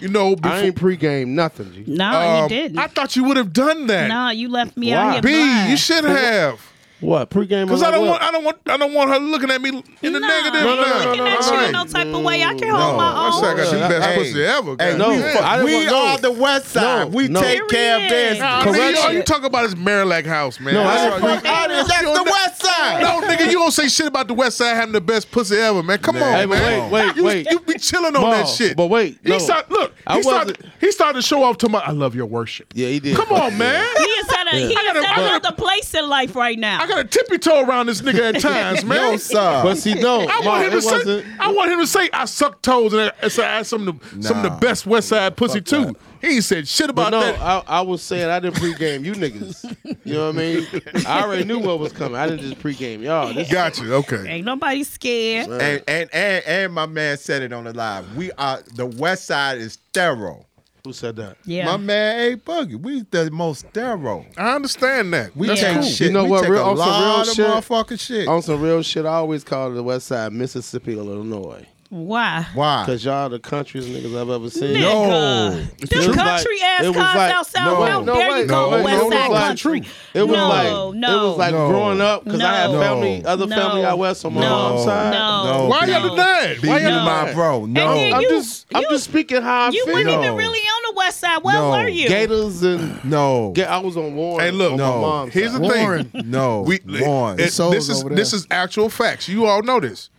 Speaker 5: you know, before,
Speaker 9: I ain't pregame nothing. G.
Speaker 8: no, you
Speaker 5: um,
Speaker 8: didn't.
Speaker 5: I thought you would have done that.
Speaker 8: no, you left me
Speaker 9: Why?
Speaker 8: out here.
Speaker 5: B,
Speaker 8: blind.
Speaker 5: you should have.
Speaker 9: What pregame?
Speaker 5: Cause
Speaker 9: on
Speaker 5: I don't
Speaker 9: what?
Speaker 5: want, I don't want, I don't want her looking at me in the
Speaker 8: Nah,
Speaker 5: negative.
Speaker 8: I ain't
Speaker 5: now.
Speaker 8: looking at you in no type of way. I can hold my
Speaker 5: West
Speaker 8: own.
Speaker 5: Side got the
Speaker 7: Yeah,
Speaker 5: best
Speaker 7: hey,
Speaker 5: pussy ever.
Speaker 7: Hey,
Speaker 5: God
Speaker 7: no,
Speaker 5: damn.
Speaker 9: fuck, I didn't
Speaker 7: we
Speaker 9: want- no.
Speaker 7: are the West Side.
Speaker 9: No,
Speaker 7: we
Speaker 9: no.
Speaker 7: take care of
Speaker 8: Period.
Speaker 7: business.
Speaker 5: Nah, nigga, you- all
Speaker 9: Correction.
Speaker 5: you talk about is Marillac House, man.
Speaker 9: No, I
Speaker 5: That's
Speaker 9: didn't
Speaker 5: all you-
Speaker 9: pre-
Speaker 7: That's the West Side.
Speaker 5: no, nigga, you don't say shit about the West Side having the best pussy ever, man. Come on,
Speaker 9: Hey, but
Speaker 5: man.
Speaker 9: wait, wait,
Speaker 5: you,
Speaker 9: wait.
Speaker 5: You be chilling on
Speaker 9: Ma,
Speaker 5: that shit.
Speaker 9: but wait,
Speaker 5: he
Speaker 9: no.
Speaker 5: start, look,
Speaker 9: I
Speaker 5: he started,
Speaker 9: wasn't-
Speaker 5: he started to show off to my. I love your worship.
Speaker 9: Yeah, he did.
Speaker 5: Come on,
Speaker 8: [laughs]
Speaker 5: man.
Speaker 8: He is at, a, he is
Speaker 5: gotta-
Speaker 8: at
Speaker 5: but-
Speaker 8: another place in life right now.
Speaker 5: I got to tippy toe around this nigga
Speaker 9: [laughs]
Speaker 5: at times, man.
Speaker 7: No, sir.
Speaker 9: But see, no,
Speaker 5: I
Speaker 9: Ma,
Speaker 5: want him
Speaker 9: it
Speaker 5: to say.
Speaker 9: wasn't.
Speaker 5: I want him to say I suck toes and I, so I had some of the, some of the
Speaker 7: Nah.
Speaker 5: best West Side pussy too. He ain't said shit
Speaker 9: But
Speaker 5: about
Speaker 9: no,
Speaker 5: that.
Speaker 9: I, I was saying I didn't pregame you niggas. You know what I mean? I already knew what was coming. I didn't just pregame y'all. This,
Speaker 5: Got you. Okay.
Speaker 8: Ain't nobody scared.
Speaker 7: and, and and and my man said it on the live. We are the West Side is thorough.
Speaker 9: who said that?
Speaker 8: Yeah.
Speaker 7: My man, A Boogie, we the most thorough.
Speaker 5: I understand that.
Speaker 7: We
Speaker 8: That's
Speaker 7: take
Speaker 8: cool.
Speaker 7: shit.
Speaker 9: You know
Speaker 7: we
Speaker 9: what,
Speaker 7: Take
Speaker 9: real-
Speaker 7: a
Speaker 9: on some
Speaker 7: lot
Speaker 9: real
Speaker 7: of
Speaker 9: shit-
Speaker 7: motherfucking shit.
Speaker 9: On some real shit, I always call the West Side Mississippi or Illinois.
Speaker 8: Why?
Speaker 7: Why?
Speaker 9: Because y'all the countryest niggas I've ever seen.
Speaker 8: Nigga.
Speaker 7: It's
Speaker 8: Them
Speaker 7: true.
Speaker 8: country ass
Speaker 9: It
Speaker 8: cars
Speaker 9: was like-
Speaker 8: out south.
Speaker 7: no,
Speaker 8: how
Speaker 7: no,
Speaker 8: dare you
Speaker 9: wait,
Speaker 8: call
Speaker 7: no,
Speaker 8: them West
Speaker 7: no,
Speaker 8: Side
Speaker 7: no, it's
Speaker 8: country?
Speaker 9: It was
Speaker 8: No,
Speaker 9: like
Speaker 8: no.
Speaker 9: it was like
Speaker 7: No.
Speaker 9: growing up because I had
Speaker 8: No.
Speaker 9: family, other
Speaker 8: No.
Speaker 9: family out west on my
Speaker 8: No.
Speaker 9: mom's side.
Speaker 8: No.
Speaker 5: Why
Speaker 8: No.
Speaker 5: y'all denying?
Speaker 7: Be
Speaker 5: Why y'all
Speaker 8: No.
Speaker 7: my bro. No.
Speaker 8: then
Speaker 9: I'm
Speaker 8: You-
Speaker 9: just I'm
Speaker 8: you-
Speaker 9: just speaking how I
Speaker 8: You
Speaker 9: feel.
Speaker 8: weren't even
Speaker 7: No.
Speaker 8: really on the West Side. Where
Speaker 7: No.
Speaker 8: were you?
Speaker 9: Gators and
Speaker 7: no.
Speaker 9: Ga- I was on Warren.
Speaker 5: Hey, look.
Speaker 9: on my mom's
Speaker 5: Here's
Speaker 9: side.
Speaker 5: the thing.
Speaker 6: Warren.
Speaker 7: no.
Speaker 5: We
Speaker 7: Lawrence.
Speaker 5: it-
Speaker 6: Souls
Speaker 5: this is
Speaker 6: over there.
Speaker 5: this is actual facts. You all know this.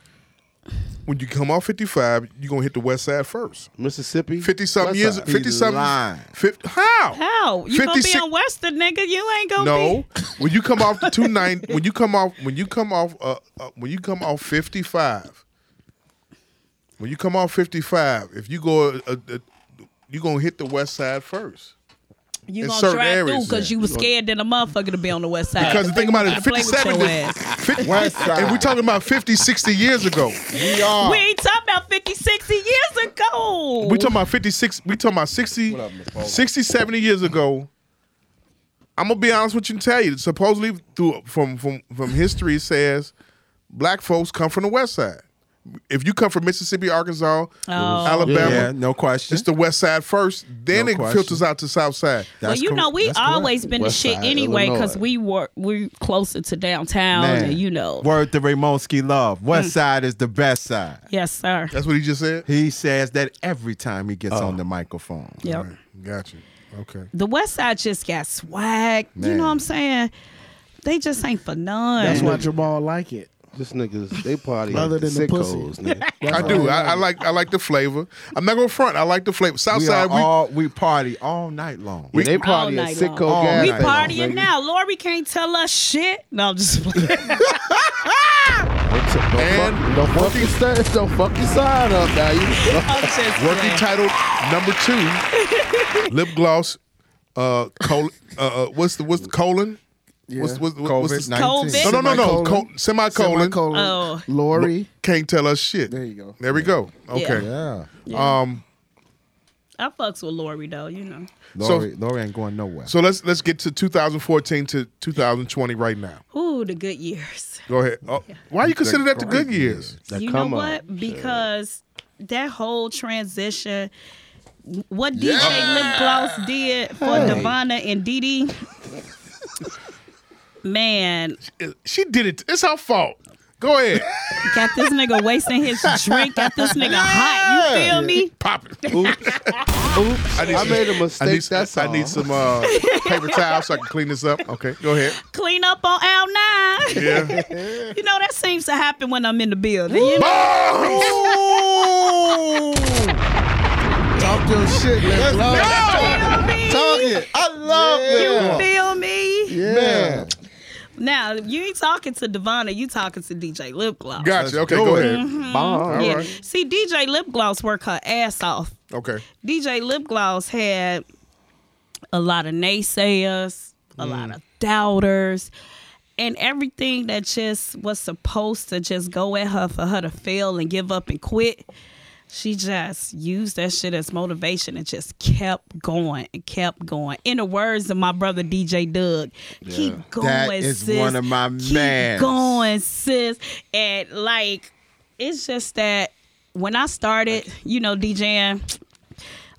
Speaker 5: when you come off 55, you're going to hit the west side first.
Speaker 9: Mississippi.
Speaker 5: 50 something years,
Speaker 7: side.
Speaker 5: 50
Speaker 7: He
Speaker 5: something.
Speaker 7: lying.
Speaker 5: 50, how?
Speaker 8: How you gonna be
Speaker 5: 56
Speaker 8: on Western, nigga? You ain't gonna
Speaker 5: No,
Speaker 8: be.
Speaker 5: when you come off the two nine, when you come off, when you come off, uh, uh, when you come off fifty five, when you come off fifty five, if you go, uh, uh, you gonna hit the west side first.
Speaker 8: You
Speaker 5: in
Speaker 8: gonna
Speaker 5: certain
Speaker 8: drive through
Speaker 5: areas,
Speaker 8: because
Speaker 5: yeah.
Speaker 8: you was scared that a motherfucker to be on the West Side.
Speaker 5: Because the thing about it,
Speaker 8: Play with
Speaker 5: 57
Speaker 8: your
Speaker 5: is,
Speaker 8: ass.
Speaker 5: 50,
Speaker 7: West side.
Speaker 5: and we're talking about 50, 60 years ago.
Speaker 7: We are.
Speaker 5: Oh.
Speaker 8: We ain't talking about 50, 60 years ago.
Speaker 5: We're talking about 56, we talking about 60, 60, 70 years ago. I'm gonna be honest with you and tell you, supposedly through from from from history it says black folks come from the west side. If you come from Mississippi, Arkansas, Alabama,
Speaker 7: Oh. Yeah, no question.
Speaker 5: it's the west side first, then
Speaker 7: No
Speaker 5: it
Speaker 7: question.
Speaker 5: filters out to south side.
Speaker 8: well,
Speaker 7: That's
Speaker 8: you
Speaker 7: cor-
Speaker 8: know, we
Speaker 7: that's correct.
Speaker 8: always been the
Speaker 9: West
Speaker 8: shit
Speaker 9: Side,
Speaker 8: anyway because
Speaker 9: Illinois.
Speaker 8: we were we closer to downtown
Speaker 7: Man.
Speaker 8: and you know. Hmm.
Speaker 7: Word to Ramonski Love. West side is the best side.
Speaker 8: Yes, sir.
Speaker 5: That's what he just said.
Speaker 7: He says that every time he gets
Speaker 5: Oh.
Speaker 7: on the microphone.
Speaker 8: Yep.
Speaker 5: Gotcha. Okay.
Speaker 8: The West Side just got swag. You
Speaker 7: Man.
Speaker 8: know what I'm saying? They just ain't for none.
Speaker 6: That's why Jamal like it.
Speaker 9: This niggas, they party
Speaker 6: Other
Speaker 9: like
Speaker 6: than the pussy.
Speaker 9: sickos,
Speaker 8: [laughs]
Speaker 9: nigga.
Speaker 5: I do. I, I like I like the flavor. I'm not gonna front. I like the flavor.
Speaker 7: We
Speaker 5: Southside,
Speaker 7: are
Speaker 5: we,
Speaker 7: all we party all night long.
Speaker 9: they
Speaker 8: All
Speaker 9: party at
Speaker 8: night
Speaker 9: sicko
Speaker 8: long.
Speaker 9: gas
Speaker 8: We
Speaker 7: night long,
Speaker 9: stations,
Speaker 8: partying
Speaker 9: nigga.
Speaker 8: now. Lori can't tell us shit. No, I'm just [laughs] playing.
Speaker 9: Don't, t- don't
Speaker 5: And
Speaker 9: fuck, don't fuck your sta- don't fuck your sign up now. You
Speaker 8: I'm just
Speaker 5: working
Speaker 8: playing.
Speaker 5: title number two, lip gloss. Uh, col- uh, uh, what's the what's the colon? What's, what's, what's
Speaker 7: COVID
Speaker 5: the,
Speaker 8: COVID.
Speaker 5: no, no, no, no.
Speaker 6: Semicolon.
Speaker 5: Col- semicolon.
Speaker 6: Semicolon.
Speaker 8: Oh.
Speaker 6: Lori.
Speaker 5: Can't tell us shit. There
Speaker 6: you go.
Speaker 5: There we go. Okay.
Speaker 7: Yeah.
Speaker 5: Um.
Speaker 8: I fucks with Lori though, you know.
Speaker 7: Lori, Lori ain't going nowhere.
Speaker 5: So let's let's get to 2014 to 2020 right now.
Speaker 8: Ooh, the good years.
Speaker 5: Go ahead. Oh, why you consider that the good years?
Speaker 8: you know
Speaker 9: come on,
Speaker 8: what? Because that whole transition, what DJ Lip Gloss did for Devonna and Dee Dee, man,
Speaker 5: She did it. It's her fault. Go [laughs] ahead.
Speaker 8: got this nigga wasting his drink, got this nigga hot. You feel me?
Speaker 5: Pop it.
Speaker 9: oops. I,
Speaker 5: need some-
Speaker 9: made a
Speaker 5: I
Speaker 9: mistake.
Speaker 5: need,
Speaker 9: that's
Speaker 5: I
Speaker 9: all.
Speaker 5: need some uh, paper towels so I can clean this up. Okay, go ahead.
Speaker 8: Clean up on Al Nine.
Speaker 5: [laughs] Yeah.
Speaker 8: [laughs] You know that seems to happen when I'm in the building. You know?
Speaker 6: Talk your shit, let
Speaker 8: Feel me?
Speaker 7: I love
Speaker 8: You feel me?
Speaker 6: Yeah.
Speaker 7: Man.
Speaker 9: Mm.
Speaker 8: Now you ain't talking to Devonna, you talking to DJ Lip Gloss.
Speaker 5: [laughs] Gotcha. Okay, go ahead.
Speaker 8: Mm-hmm.
Speaker 9: Bomb.
Speaker 8: Yeah.
Speaker 5: right.
Speaker 8: See, DJ Lip Gloss work her ass off.
Speaker 5: Okay.
Speaker 8: DJ Lip Gloss had a lot of naysayers, a
Speaker 7: Mm.
Speaker 8: lot of doubters, and everything that just was supposed to just go at her for her to fail and give up and quit. She just used that shit as motivation and just kept going and kept going. In the words of my brother DJ Doug, keep going,
Speaker 7: That is
Speaker 8: sis.
Speaker 7: one of my
Speaker 8: keep
Speaker 7: mans.
Speaker 8: going, sis. And like, it's just that when I started, you know, DJing,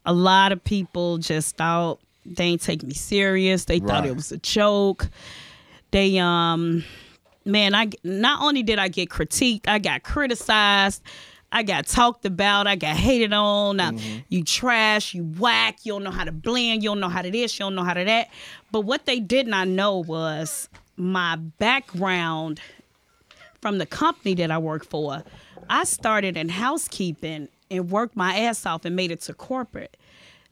Speaker 8: a lot of people just thought they ain't take me serious. They thought
Speaker 7: Right.
Speaker 8: it was a joke. They um man, I not only did I get critiqued, I got criticized. I got talked about. I got hated on. I- you trash. You whack. You don't know how to blend. You don't know how to this. You don't know how to that. But what they did not know was my background from the company that I work for, I started in housekeeping and worked my ass off and made it to corporate.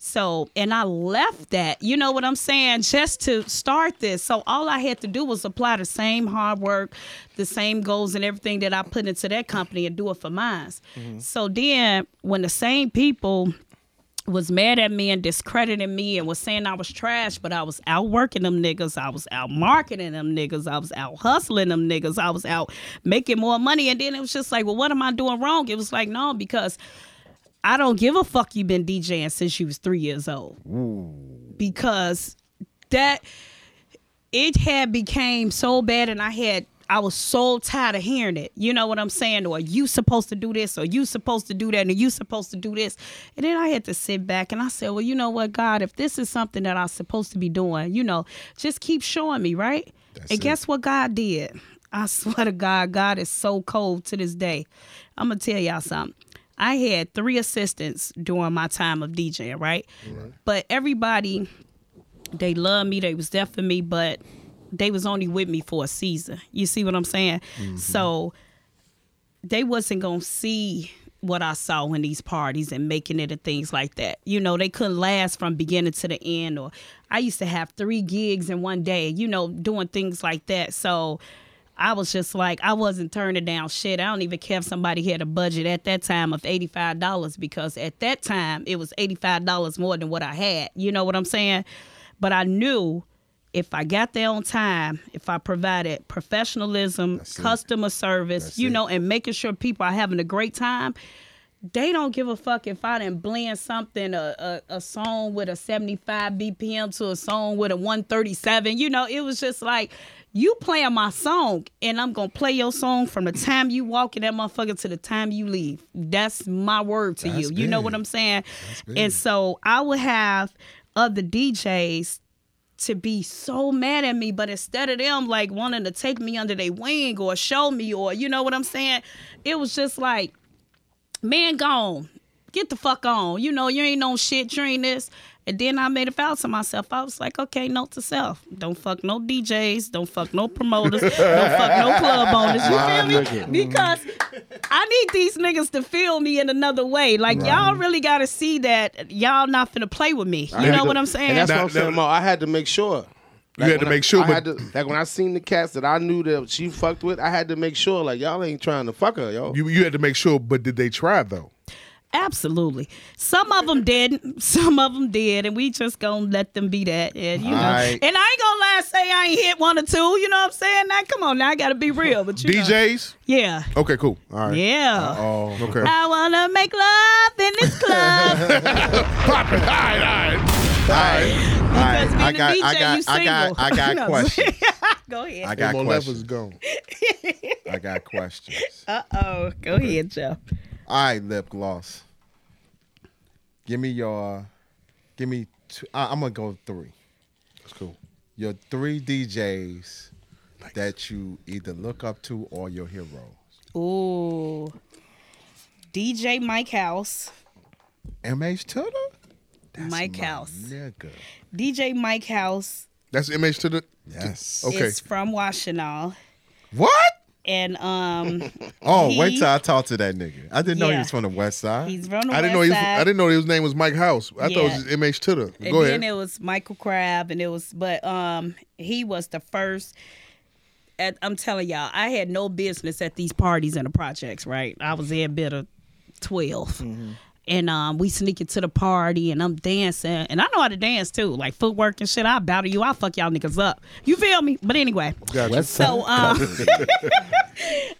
Speaker 8: So, and I left that, you know what I'm saying, just to start this. So, all I had to do was apply the same hard work, the same goals, and everything that I put into that company and do it for mine. So, then when the same people was mad at me and discrediting me and was saying I was trash, but I was out working them niggas. I was out marketing them niggas. I was out hustling them niggas. I was out making more money. And then it was just like, well, what am I doing wrong? It was like, no, because I don't give a fuck you been DJing since you was three years old. Because that it had became so bad and I had I was so tired of hearing it. You know what I'm saying? Or you supposed to do this or you supposed to do that and you supposed to do this. And then I had to sit back and I said, Well, you know what, God, if this is something that I'm supposed to be doing, you know, just keep showing me, right? and guess what God did? I [laughs] swear to God, God is so cold to this day. I'm gonna tell y'all something. I had three assistants during my time of DJing, right? But everybody, they loved me, they was there for me, but they was only with me for a season. You see what I'm saying? So they wasn't gonna see what I saw in these parties and making it and things like that. You know, they couldn't last from beginning to the end. Or I used to have three gigs in one day. You know, doing things like that. So. I was just like, I wasn't turning down shit. I don't even care if somebody had a budget at that time of $85 because at that time it was $85 more than what I had. You know what I'm saying? But I knew if I got there on time, if I provided professionalism, customer service, you know, and making sure people are having a great time, they don't give a fuck if I didn't blend something a, a, a song with a 75 BPM to a song with a 137. You know, it was just like you playing my song and I'm gonna play your song from the time you walk in that motherfucker to the time you leave. That's my word to you. You know what I'm saying? And so I would have other DJs to be so mad at me, but instead of them like wanting to take me under their wing or show me or you know what I'm saying, it was just like man gone. Get the fuck on. You know, you ain't no shit, you ain't this. And then I made a vow to myself. I was like, okay, note to self. Don't fuck no DJs. Don't fuck no
Speaker 9: [laughs]
Speaker 8: promoters. don't fuck no club owners. You feel me? Because I need these niggas to feel me in another way. Like, y'all really got to see that y'all not finna play with me. You know what I'm saying?
Speaker 9: And that's
Speaker 5: Now-
Speaker 9: what I'm saying,
Speaker 5: now-
Speaker 9: Mo. I had to make sure.
Speaker 5: You had to
Speaker 9: when I-
Speaker 5: make sure,
Speaker 9: I
Speaker 5: but-
Speaker 9: had to, like when I seen the cats that I knew that she fucked with, I had to make sure like y'all ain't trying to fuck her, yo.
Speaker 5: You you had to make sure, but did they try though?
Speaker 8: Absolutely. Some of them didn't. [laughs] Some of them did, and we just gonna let them be that. And you know,
Speaker 7: Alright.
Speaker 8: and I ain't gonna lie, and say I ain't hit one or two. You know what I'm saying? Now, come on, now I gotta be real. But
Speaker 7: [laughs]
Speaker 8: you know.
Speaker 5: DJs?
Speaker 8: yeah,
Speaker 5: Okay, cool. All right.
Speaker 8: yeah. Uh,
Speaker 5: Oh, okay.
Speaker 8: I wanna make love in this
Speaker 7: [laughs]
Speaker 8: club.
Speaker 7: All right,
Speaker 8: Because being
Speaker 7: I
Speaker 8: a
Speaker 7: got, I
Speaker 8: DJ, [laughs] you
Speaker 7: got, I got, I got
Speaker 8: single.
Speaker 7: questions.
Speaker 8: go ahead.
Speaker 7: I got
Speaker 5: Mo
Speaker 7: questions.
Speaker 5: Levis gone.
Speaker 7: I got questions.
Speaker 8: Uh oh, go ahead, Joe.
Speaker 7: All right, lip gloss. Give me your, give me. Two, I, I'm gonna go three.
Speaker 5: That's cool.
Speaker 7: Your three DJs that you either look up to or your hero.
Speaker 8: Ooh, DJ Mike House.
Speaker 7: MH Tudor.
Speaker 8: Mike House.
Speaker 7: Nigga.
Speaker 8: DJ Mike House
Speaker 5: That's image to the.
Speaker 7: Yes.
Speaker 5: Okay.
Speaker 8: is from Washington,
Speaker 7: What?
Speaker 5: [laughs]
Speaker 8: and um,
Speaker 7: Oh, wait
Speaker 8: He-
Speaker 7: till I talk to that nigga. I didn't know he
Speaker 8: Yeah.
Speaker 7: was from the West Side.
Speaker 8: he's from the
Speaker 5: I didn't
Speaker 8: West
Speaker 5: know. He was,
Speaker 8: Side.
Speaker 5: I didn't know his name was Mike House. I thought it was
Speaker 8: Yeah.
Speaker 5: MH Tudor.
Speaker 8: And
Speaker 5: Go
Speaker 8: then
Speaker 5: ahead.
Speaker 8: it was Michael Crab, and it was, but um, he was the first. At, I'm telling y'all, I had no business at these parties and the projects. Right, I was there bitter twelve,
Speaker 5: Mm-hmm.
Speaker 8: and um, we sneak into the party, and I'm dancing, and I know how to dance too, like footwork and shit. I bow to you, I fuck y'all niggas up. You feel me? But anyway, so um, [laughs]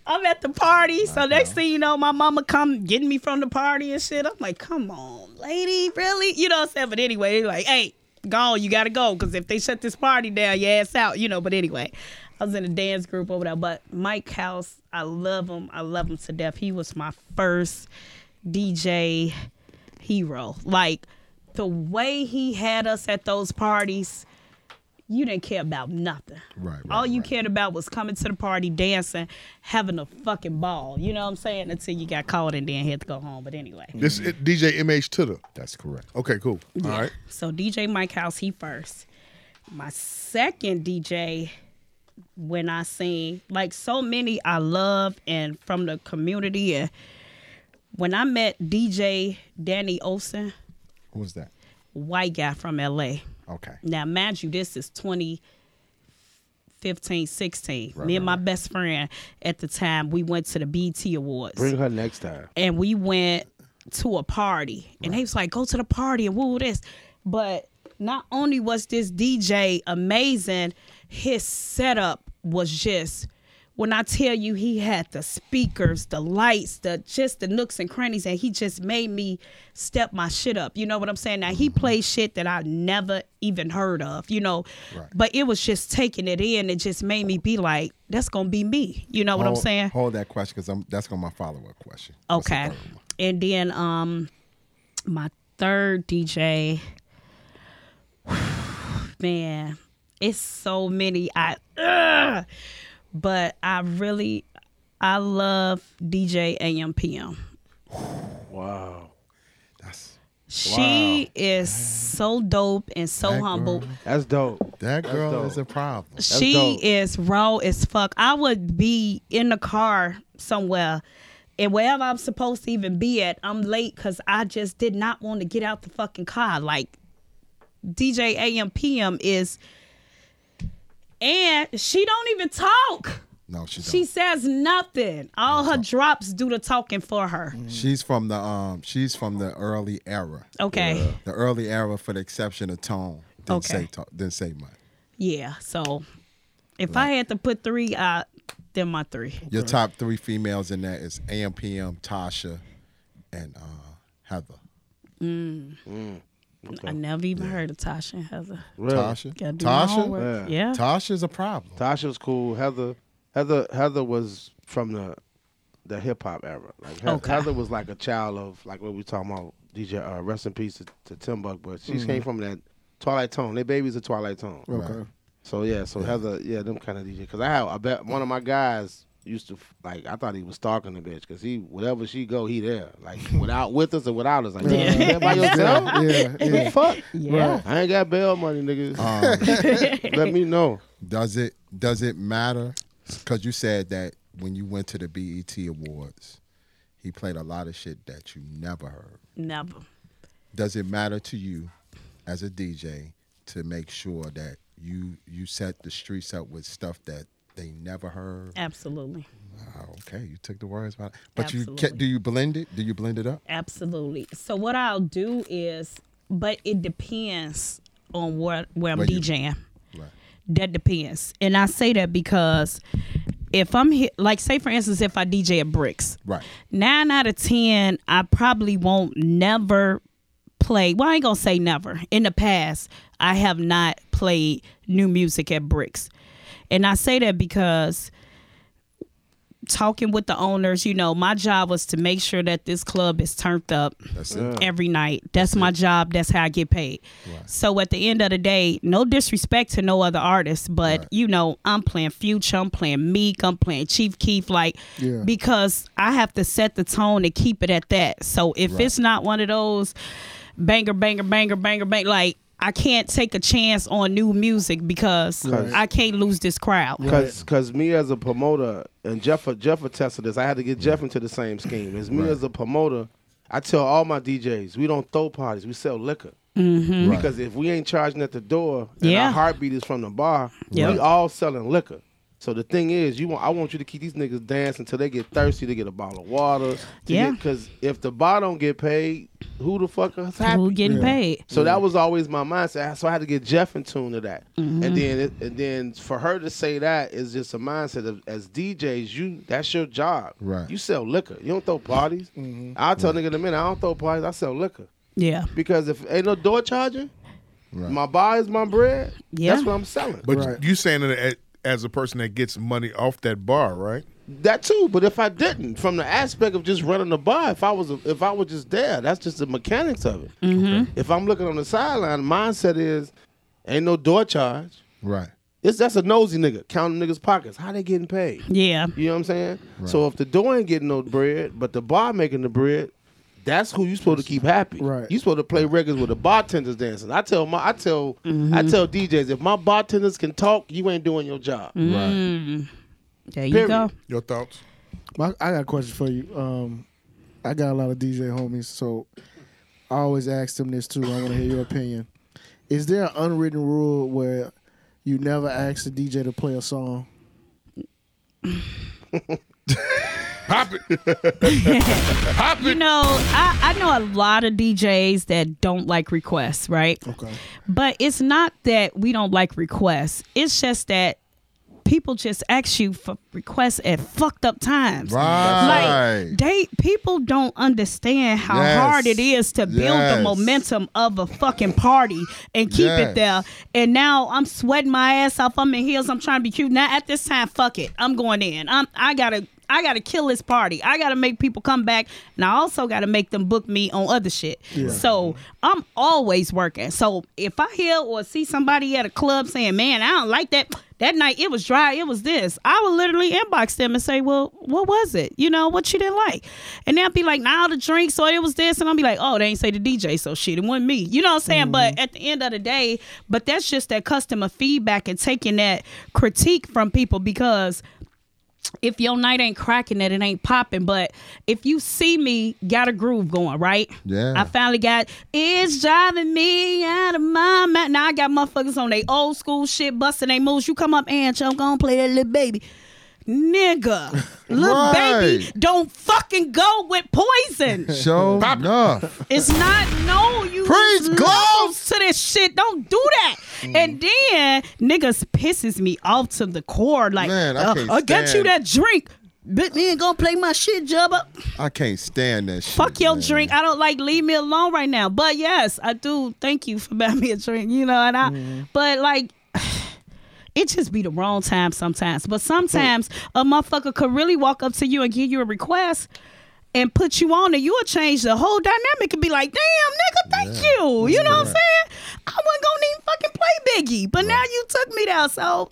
Speaker 8: I'm at the party. So next thing you know, my mama come getting me from the party and shit. I'm like, come on, lady, really? You know what I'm saying? But anyway, they like, hey, go, you gotta go, because if they shut this party down, your ass out, you know. But anyway, I was in a dance group over there. But Mike House, I love him. I love him to death. He was my first DJ hero. Like the way he had us at those parties, you didn't care about nothing.
Speaker 7: Right,
Speaker 8: All you cared about was coming to the party, dancing, having a fucking ball. You know what I'm saying? Until you got called and then had to go home. But anyway.
Speaker 5: This is DJ MH Tudor.
Speaker 7: That's correct.
Speaker 5: Okay, cool. All right.
Speaker 8: So DJ Mike House, he first. My second DJ, when I seen like so many I love and from the community. And when I met DJ Danny Olson,
Speaker 7: Who was that?
Speaker 8: white guy from LA.
Speaker 7: Okay.
Speaker 8: Now, mind you, this is 2015, 16. Me and my best friend at the time, we went to the BT Awards
Speaker 9: Bring her next time.
Speaker 8: and we went to a party and they was like go to the party and woo this but not only was this dj amazing his setup was just when i tell you he had the speakers the lights the just the nooks and crannies and he just made me step my shit up you know what i'm saying now he plays shit that i never even heard of you know but it was just taking it in it just made me be like that's gonna be me you know what i'm
Speaker 7: Hold-
Speaker 8: saying
Speaker 7: Hold that question because I'm that's gonna be my follow up question. What's the
Speaker 8: Okay.
Speaker 7: third one?
Speaker 8: And then um my third DJ [sighs] man, it's so many I ugh. but I really I love DJ AM PM.
Speaker 7: That's
Speaker 8: She is so dope and so
Speaker 7: That
Speaker 8: humble.
Speaker 7: girl.
Speaker 9: That's dope.
Speaker 7: that girl
Speaker 9: dope.
Speaker 7: is a problem.
Speaker 8: she
Speaker 9: dope.
Speaker 8: is raw as fuck. I would be in the car somewhere and wherever I'm supposed to even be at, I'm late because I just did not want to get out the fucking car. Like DJ AM PM is, and she don't even talk.
Speaker 7: No, she don't.
Speaker 8: She says nothing. All her drops do the talking for her.
Speaker 7: She's from the um. She's from the early era.
Speaker 8: Okay.
Speaker 7: The early era, for the exception of tone, didn't
Speaker 8: Okay.
Speaker 7: say talk, didn't say much.
Speaker 8: Yeah. So if I had to put three, uh, then my three.
Speaker 7: Your top three females in that is AMPM, Tasha, and uh, Heather.
Speaker 8: I never even heard of Tasha and Heather.
Speaker 7: Tasha.
Speaker 8: Gotta do my
Speaker 7: Tasha.
Speaker 8: homework. Yeah.
Speaker 7: Tasha's a problem.
Speaker 9: Tasha was cool. Heather, Heather, Heather was from the the hip hop era. Like Heather,
Speaker 8: Okay.
Speaker 9: Heather was like a child of like what we talking about. DJ, uh, rest in peace to, to Timbuk, but she came from that Twilight Tone. Their babies are Twilight Tone.
Speaker 6: Okay.
Speaker 9: So yeah, so Heather, yeah, them kind of DJ. Because I have, I bet one of my guys used to f- like. I thought he was stalking the bitch because he, wherever she go, he there. Like without with us or without us. Like yeah. you there by yourself.
Speaker 6: Yeah, yeah.
Speaker 9: Fuck.
Speaker 8: Yeah.
Speaker 9: I ain't got bail money, nigga. [laughs] Let me know.
Speaker 7: Does it does it matter? Because you said that when you went to the BET Awards, he played a lot of shit that you never heard.
Speaker 8: Never.
Speaker 7: Does it matter to you as a DJ to make sure that you you set the streets up with stuff that they never heard?
Speaker 8: Absolutely.
Speaker 7: Oh, okay, you took the words out. But you
Speaker 8: Absolutely.
Speaker 7: ca do you blend it? Do you blend it up?
Speaker 8: Absolutely. So what I'll do is, but it depends on where where I'm
Speaker 7: Where you-
Speaker 8: DJing.
Speaker 7: Right.
Speaker 8: That depends, and I say that because if I'm here, like say for instance, if I DJ at Bricks, [laughs]
Speaker 7: Right.
Speaker 8: nine out of ten, I probably won't never play. Well, I ain't gonna say never. In the past, I have not played new music at Bricks, and I say that because talking with the owners, you know, my job was to make sure that this club is turned up
Speaker 7: That's it.
Speaker 8: every night. That's my job. That's how I get paid. So at the end of the day, no disrespect to no other artists, but you know, I'm playing Future, I'm playing Meek, I'm playing Chief Keef, like
Speaker 6: Yeah.
Speaker 8: because I have to set the tone and keep it at that. So if it's not one of those banger, banger, banger, banger, bang, like I can't take a chance on new music because I can't lose this crowd.
Speaker 9: Cause, cause me as a promoter and Jeff, Jeff attested this. I had to get Jeff into the same scheme. As me as a promoter, I tell all my DJs, we don't throw parties, we sell liquor. Because if we ain't charging at the door, and
Speaker 8: Mm-hmm. Yeah.
Speaker 9: our heartbeat is from the bar,
Speaker 8: Yep.
Speaker 9: we all selling liquor. So the thing is, you want I want you to keep these niggas dancing until they get thirsty to get a bottle of water.
Speaker 8: Yeah.
Speaker 9: Because if the bar don't get paid, who the fuck is happy?
Speaker 8: Who getting paid?
Speaker 9: So that was always my mindset. So I had to get Jeff in tune to that, and then it, and then for her to say that is just a mindset of as DJs. You that's your job.
Speaker 7: Right.
Speaker 9: You sell liquor. You don't throw parties. I'll tell nigga in a minute. I don't throw parties. I sell liquor
Speaker 8: Yeah.
Speaker 9: because if ain't no door charger, my bar is my bread.
Speaker 8: Yeah.
Speaker 9: That's what I'm selling.
Speaker 5: But you saying that a- as a person that gets money off that bar, right?
Speaker 9: That too, but if I didn't, from the aspect of just running the bar, if I was if I was just there, that's just the mechanics of it. If I'm looking on the sideline, mindset is ain't no door charge.
Speaker 7: Right.
Speaker 9: It's that's a nosy nigga counting niggas' pockets. How they getting paid?
Speaker 8: Yeah.
Speaker 9: You know what I'm saying? So if the door ain't getting no bread, but the bar making the bread, that's who you supposed to keep happy.
Speaker 6: Right.
Speaker 9: You supposed to play records with the bartenders dancing. I tell my I tell I tell DJs if my bartenders can talk, you ain't doing your job.
Speaker 8: There you
Speaker 9: Period.
Speaker 8: go.
Speaker 5: Your thoughts?
Speaker 6: My, I got a question for you. Um, I got a lot of DJ homies, so I always ask them this too. I want to hear your opinion. Is there an unwritten rule where you never ask the DJ to play a song?
Speaker 8: You know, I, I know a lot of DJs that don't like requests, right?
Speaker 6: Okay.
Speaker 8: But it's not that we don't like requests. It's just that people just ask you for requests at fucked up times.
Speaker 7: Right.
Speaker 8: Like they people don't understand how
Speaker 7: Yes.
Speaker 8: hard it is to build
Speaker 7: Yes.
Speaker 8: the momentum of a fucking party and keep
Speaker 7: Yes.
Speaker 8: it there. And now I'm sweating my ass off. I'm in heels. I'm trying to be cute. Now at this time, fuck it. I'm going in. I'm I gotta I gotta kill this party. I gotta make people come back. And I also gotta make them book me on other shit. So I'm always working. So if I hear or see somebody at a club saying, Man, I don't like that that night it was dry, it was this. I would literally inbox them and say, Well, what was it? You know, what you didn't like? And they'll be like, Nah, the drinks, so it was this. And I'll be like, Oh, they ain't say the DJ, so shit, it wasn't me. You know what I'm saying? But at the end of the day, but that's just that customer feedback and taking that critique from people because if your night ain't cracking it, it ain't popping. But if you see me, got a groove going, right?
Speaker 7: Yeah.
Speaker 8: I finally got it's driving me out of my mind. Now I got motherfuckers on they old school shit, busting they moves. You come up and I'm gonna play that little baby.
Speaker 7: [laughs]
Speaker 8: Nigga, little baby,
Speaker 7: Right.
Speaker 8: don't fucking go with
Speaker 7: [laughs]
Speaker 8: poison.
Speaker 7: Show enough.
Speaker 8: [laughs] It's not no you
Speaker 7: Praise
Speaker 8: just
Speaker 7: God. Mm.
Speaker 8: lost to this shit. Don't do that. And then niggas pisses me off to the core. Like
Speaker 7: Man, I
Speaker 8: uh,
Speaker 7: can't
Speaker 8: I got you
Speaker 7: stand-
Speaker 8: that drink. Bitch, you ain't gonna play my shit, Jubba.
Speaker 7: I can't stand that shit.
Speaker 8: Fuck your
Speaker 7: man.
Speaker 8: drink. I don't like leave me alone right now. But yes, I do thank you for [laughs] buying me a drink, you know, and I but like [sighs] it just be the wrong time sometimes. But sometimes a motherfucker could really walk up to you and give you a request and put you on and you'll change the whole dynamic and be like, damn, nigga, thank you. You know what I'm saying? I wasn't gonna even fucking play Biggie. But now you took me there. So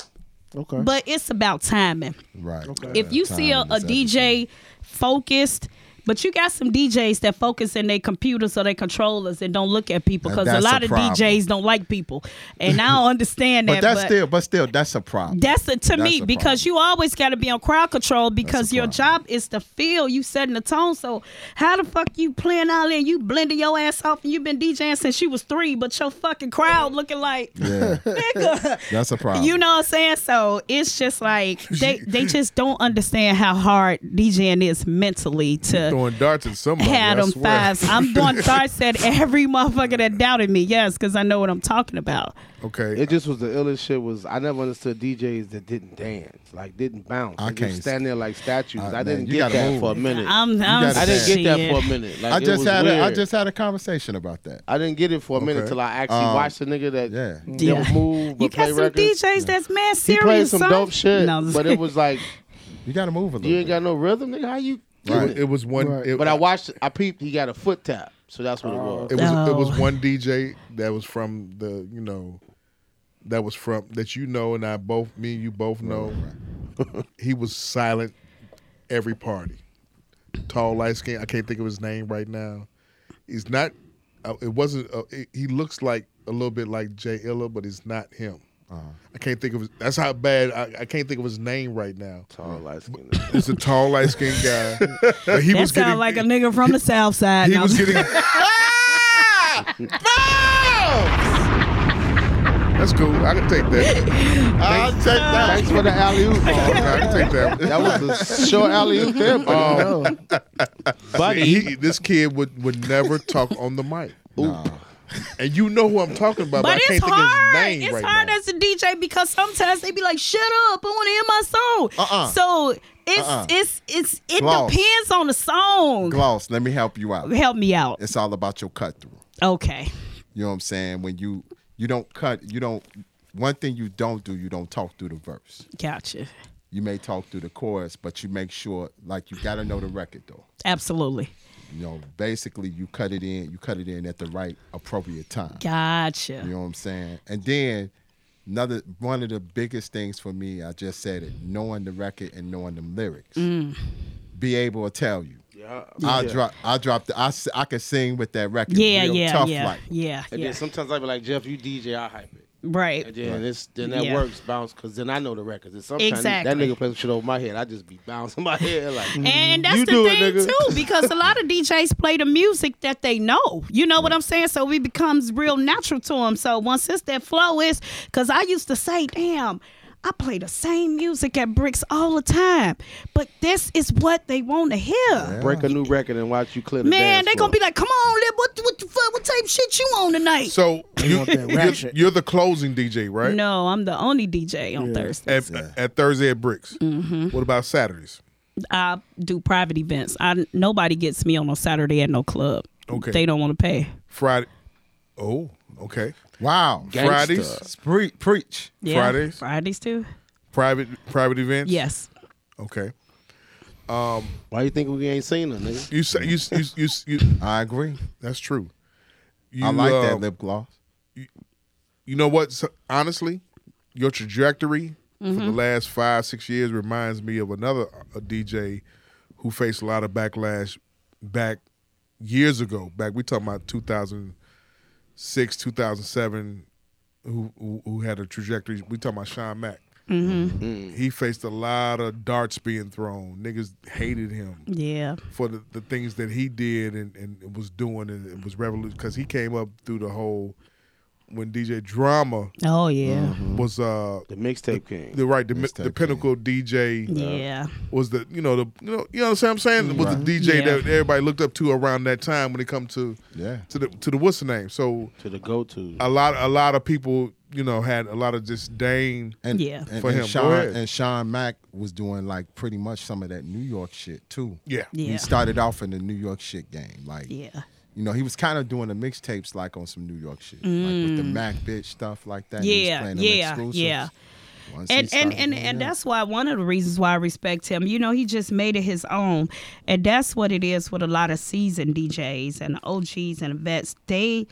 Speaker 6: Okay.
Speaker 8: but it's about timing
Speaker 7: Right.
Speaker 8: if you see a,
Speaker 7: Time
Speaker 8: a
Speaker 7: is
Speaker 8: DJ focused, but you got some DJs that focus in their computers or their controllers and don't look at people
Speaker 7: Now,
Speaker 8: because a
Speaker 7: that's
Speaker 8: lot
Speaker 7: a
Speaker 8: of
Speaker 7: problem.
Speaker 8: DJs don't like people, and I don't understand
Speaker 7: But
Speaker 8: that.
Speaker 7: that's still, but still, that's a problem.
Speaker 8: that's a, to me
Speaker 7: a
Speaker 8: because you always got to be on crowd control because your job is to feel you setting the tone. So how the fuck you playing all in? You blending your ass off and you've been DJing since you was three, but your
Speaker 7: [laughs]
Speaker 8: fucking crowd looking like
Speaker 7: yeah,
Speaker 8: nigga.
Speaker 7: that's a problem.
Speaker 8: [laughs]
Speaker 5: Um,
Speaker 8: You know what I'm saying? So it's
Speaker 5: [laughs]
Speaker 8: just like they they just don't understand how hard DJing is mentally to
Speaker 5: Throwing darts at somebody.
Speaker 8: [laughs] have
Speaker 5: I
Speaker 8: them
Speaker 5: swear.
Speaker 8: fives.
Speaker 5: [laughs]
Speaker 8: I'm doing darts said every motherfucker that doubted me. Yes, because I know what I'm talking about.
Speaker 5: Okay.
Speaker 9: It just was the illest shit. Was I never understood DJs that didn't dance, like didn't bounce.
Speaker 7: I
Speaker 9: They just
Speaker 7: can't
Speaker 9: stand there like statues.
Speaker 7: Uh,
Speaker 9: I didn't
Speaker 7: man, you
Speaker 9: get
Speaker 7: gotta
Speaker 9: that
Speaker 7: move.
Speaker 9: for a minute. I
Speaker 8: I'm, I'm
Speaker 7: gotta
Speaker 8: I
Speaker 9: didn't get that
Speaker 8: shit.
Speaker 9: for a minute. Like,
Speaker 7: I
Speaker 9: it
Speaker 7: just
Speaker 9: was
Speaker 7: had
Speaker 9: weird.
Speaker 7: a, I just had a conversation about that.
Speaker 9: I didn't get it for a minute
Speaker 5: Okay.
Speaker 9: till I actually
Speaker 7: Um,
Speaker 9: watched a nigga that
Speaker 7: yeah.
Speaker 9: never
Speaker 8: Yeah.
Speaker 9: moved but
Speaker 8: You got
Speaker 9: play
Speaker 8: some
Speaker 9: records.
Speaker 8: DJs that's mad
Speaker 9: He
Speaker 8: serious.
Speaker 9: played some
Speaker 8: son.
Speaker 9: dope shit,
Speaker 8: No, I'm
Speaker 9: but it
Speaker 8: just-
Speaker 9: was like
Speaker 7: You got to move a little.
Speaker 9: you ain't
Speaker 7: bit.
Speaker 9: got no rhythm, nigga. How you?
Speaker 5: It,
Speaker 9: doing
Speaker 5: was,
Speaker 9: it?
Speaker 5: it was one.
Speaker 6: Right.
Speaker 5: It,
Speaker 9: But I watched. I peeped. He got a foot tap, so that's what it was.
Speaker 5: It was it
Speaker 8: Oh.
Speaker 5: was one DJ that was from the you know that was from that you know and I both me and you both know. he was silent every party. Tall, light skin. I can't think of his name right now. He's not. Uh, it wasn't. Uh, it, he looks like a little bit like Jay Illa, but it's not him. I can't think of. His, that's how bad. I, I can't think of his name right now.
Speaker 9: Tall light skin.
Speaker 7: [laughs]
Speaker 5: It's a tall, light skinned guy. But he
Speaker 8: [laughs] that
Speaker 5: was getting.
Speaker 8: sound
Speaker 9: [laughs]
Speaker 8: like a nigga from the south side.
Speaker 5: he
Speaker 8: No, [laughs]
Speaker 5: was
Speaker 8: I'm-
Speaker 5: getting. That's cool. I can take that.
Speaker 7: I'll take that.
Speaker 9: Thanks for the alley [laughs] oop.
Speaker 5: I can take that.
Speaker 7: [laughs]
Speaker 9: That was [laughs] a short alley oop there, but
Speaker 5: He- this kid would, would never talk on the mic. And you know who I'm talking about, but,
Speaker 8: But
Speaker 5: I
Speaker 8: it's
Speaker 5: can't
Speaker 8: hard.
Speaker 5: think of his name
Speaker 8: it's
Speaker 5: right
Speaker 8: hard
Speaker 5: now.
Speaker 8: as a DJ because sometimes they be like, "Shut up! I want to hear my song."
Speaker 7: Uh-uh.
Speaker 8: So it's
Speaker 7: Uh-uh.
Speaker 8: it's it's it
Speaker 7: Gloss.
Speaker 8: depends on the song.
Speaker 7: Gloss. Let me help you out.
Speaker 8: Help me out.
Speaker 7: It's all about your cut through.
Speaker 8: Okay.
Speaker 7: You know what I'm saying? When you you don't cut, you don't. One thing you don't do, you don't talk through the verse.
Speaker 8: Gotcha.
Speaker 7: You may talk through the chorus, but you make sure like you got to know the record though.
Speaker 8: Absolutely.
Speaker 7: You know, basically you cut it in, you cut it in at the right appropriate time.
Speaker 8: Gotcha.
Speaker 7: You know what I'm saying? And then another one of the biggest things for me, I just said it, knowing the record and knowing the lyrics.
Speaker 8: Mm.
Speaker 7: Be able to tell you. Yeah. I drop I drop the I, s- I can sing with that record.
Speaker 8: Yeah,
Speaker 7: real
Speaker 8: yeah,
Speaker 7: tough
Speaker 8: yeah,
Speaker 7: like.
Speaker 8: yeah,
Speaker 9: and
Speaker 8: yeah.
Speaker 9: then sometimes I be like, Jeff, you DJ, I hype it.
Speaker 8: Right.
Speaker 9: And then it's then that
Speaker 8: Yeah.
Speaker 9: works bounce because then I know the records. And sometimes
Speaker 8: Exactly.
Speaker 9: that nigga plays shit over my head. I just be bouncing my [laughs] head like.
Speaker 8: And that's
Speaker 9: You
Speaker 8: the
Speaker 9: do it,
Speaker 8: thing
Speaker 9: nigga.
Speaker 8: too, because a lot of DJs play the music that they know. You know what I'm saying? So it becomes real natural to them. So once it's that flow is, because I used to say, damn. I play the same music at Bricks all the time, but this is what they want to hear.
Speaker 9: Break a new record and watch you clear the
Speaker 8: Man,
Speaker 9: dance
Speaker 8: they gonna
Speaker 9: floor.
Speaker 8: be like, "Come on, Lib, what what the fuck? What type of shit you on tonight?"
Speaker 5: So you,
Speaker 6: want
Speaker 7: [laughs]
Speaker 6: that
Speaker 5: you're,
Speaker 6: ratchet.
Speaker 5: you're the closing DJ, right?
Speaker 8: no, I'm the only DJ on Thursday.
Speaker 5: At, at Thursday at Bricks.
Speaker 8: Mm-hmm.
Speaker 5: What about Saturdays?
Speaker 8: I do private events. I nobody gets me on no Saturday at no club.
Speaker 5: Okay.
Speaker 8: They don't want to pay.
Speaker 5: Friday. Oh, okay.
Speaker 7: Wow.
Speaker 9: Gangsta.
Speaker 5: Fridays,
Speaker 7: Pre- preach.
Speaker 8: Yeah.
Speaker 5: Fridays?
Speaker 8: Fridays too.
Speaker 5: private private events.
Speaker 8: Yes.
Speaker 5: Okay.
Speaker 9: Why you think we ain't seen her, nigga?
Speaker 5: You say you you you. you,
Speaker 7: I agree.
Speaker 5: that's true. You,
Speaker 7: I like
Speaker 5: uh,
Speaker 7: that lip gloss.
Speaker 5: you know what? So, honestly, your trajectory for the last five, six years reminds me of another uh DJ who faced a lot of backlash back years ago. Back we talking about 2006, 2007, who who, who had a trajectory. We talking about Sean Mack.
Speaker 7: Mm-hmm.
Speaker 5: He faced a lot of darts being thrown. Niggas hated him
Speaker 8: Yeah.
Speaker 5: for the, the things that he did and, and was doing and it was revolution because he came up through the whole when DJ Drama
Speaker 8: Oh yeah.
Speaker 5: was uh
Speaker 10: The mixtape king.
Speaker 5: the right the, mi- the pinnacle DJ
Speaker 7: Mm-hmm.
Speaker 8: Yeah.
Speaker 5: was the you know the you know you know what I'm saying was the DJ
Speaker 8: Yeah.
Speaker 5: that everybody looked up to around that time when it come to
Speaker 7: Yeah.
Speaker 5: to the to the what's the name so
Speaker 10: to the go to.
Speaker 5: a lot a lot of people you know had a lot of disdain
Speaker 7: And,
Speaker 8: Yeah.
Speaker 7: and,
Speaker 5: For
Speaker 7: and
Speaker 5: him. Go
Speaker 7: Sean,
Speaker 5: ahead.
Speaker 7: and Sean Mack was doing like pretty much some of that New York shit too.
Speaker 5: yeah
Speaker 8: Yeah.
Speaker 7: He started off in the New York shit game. Like,
Speaker 8: Yeah.
Speaker 7: you know, he was kind of doing the mixtapes like on some New York shit, like with the Mac bitch stuff like that. He was
Speaker 8: Mm. Yeah,
Speaker 7: playing them
Speaker 8: yeah,
Speaker 7: exclusives.
Speaker 8: yeah.
Speaker 7: Once he
Speaker 8: and and
Speaker 7: started
Speaker 8: and,
Speaker 7: doing
Speaker 8: and
Speaker 7: that-
Speaker 8: that's why one of the reasons why I respect him. You know, he just made it his own, and that's what it is with a lot of seasoned DJs and OGs and vets. They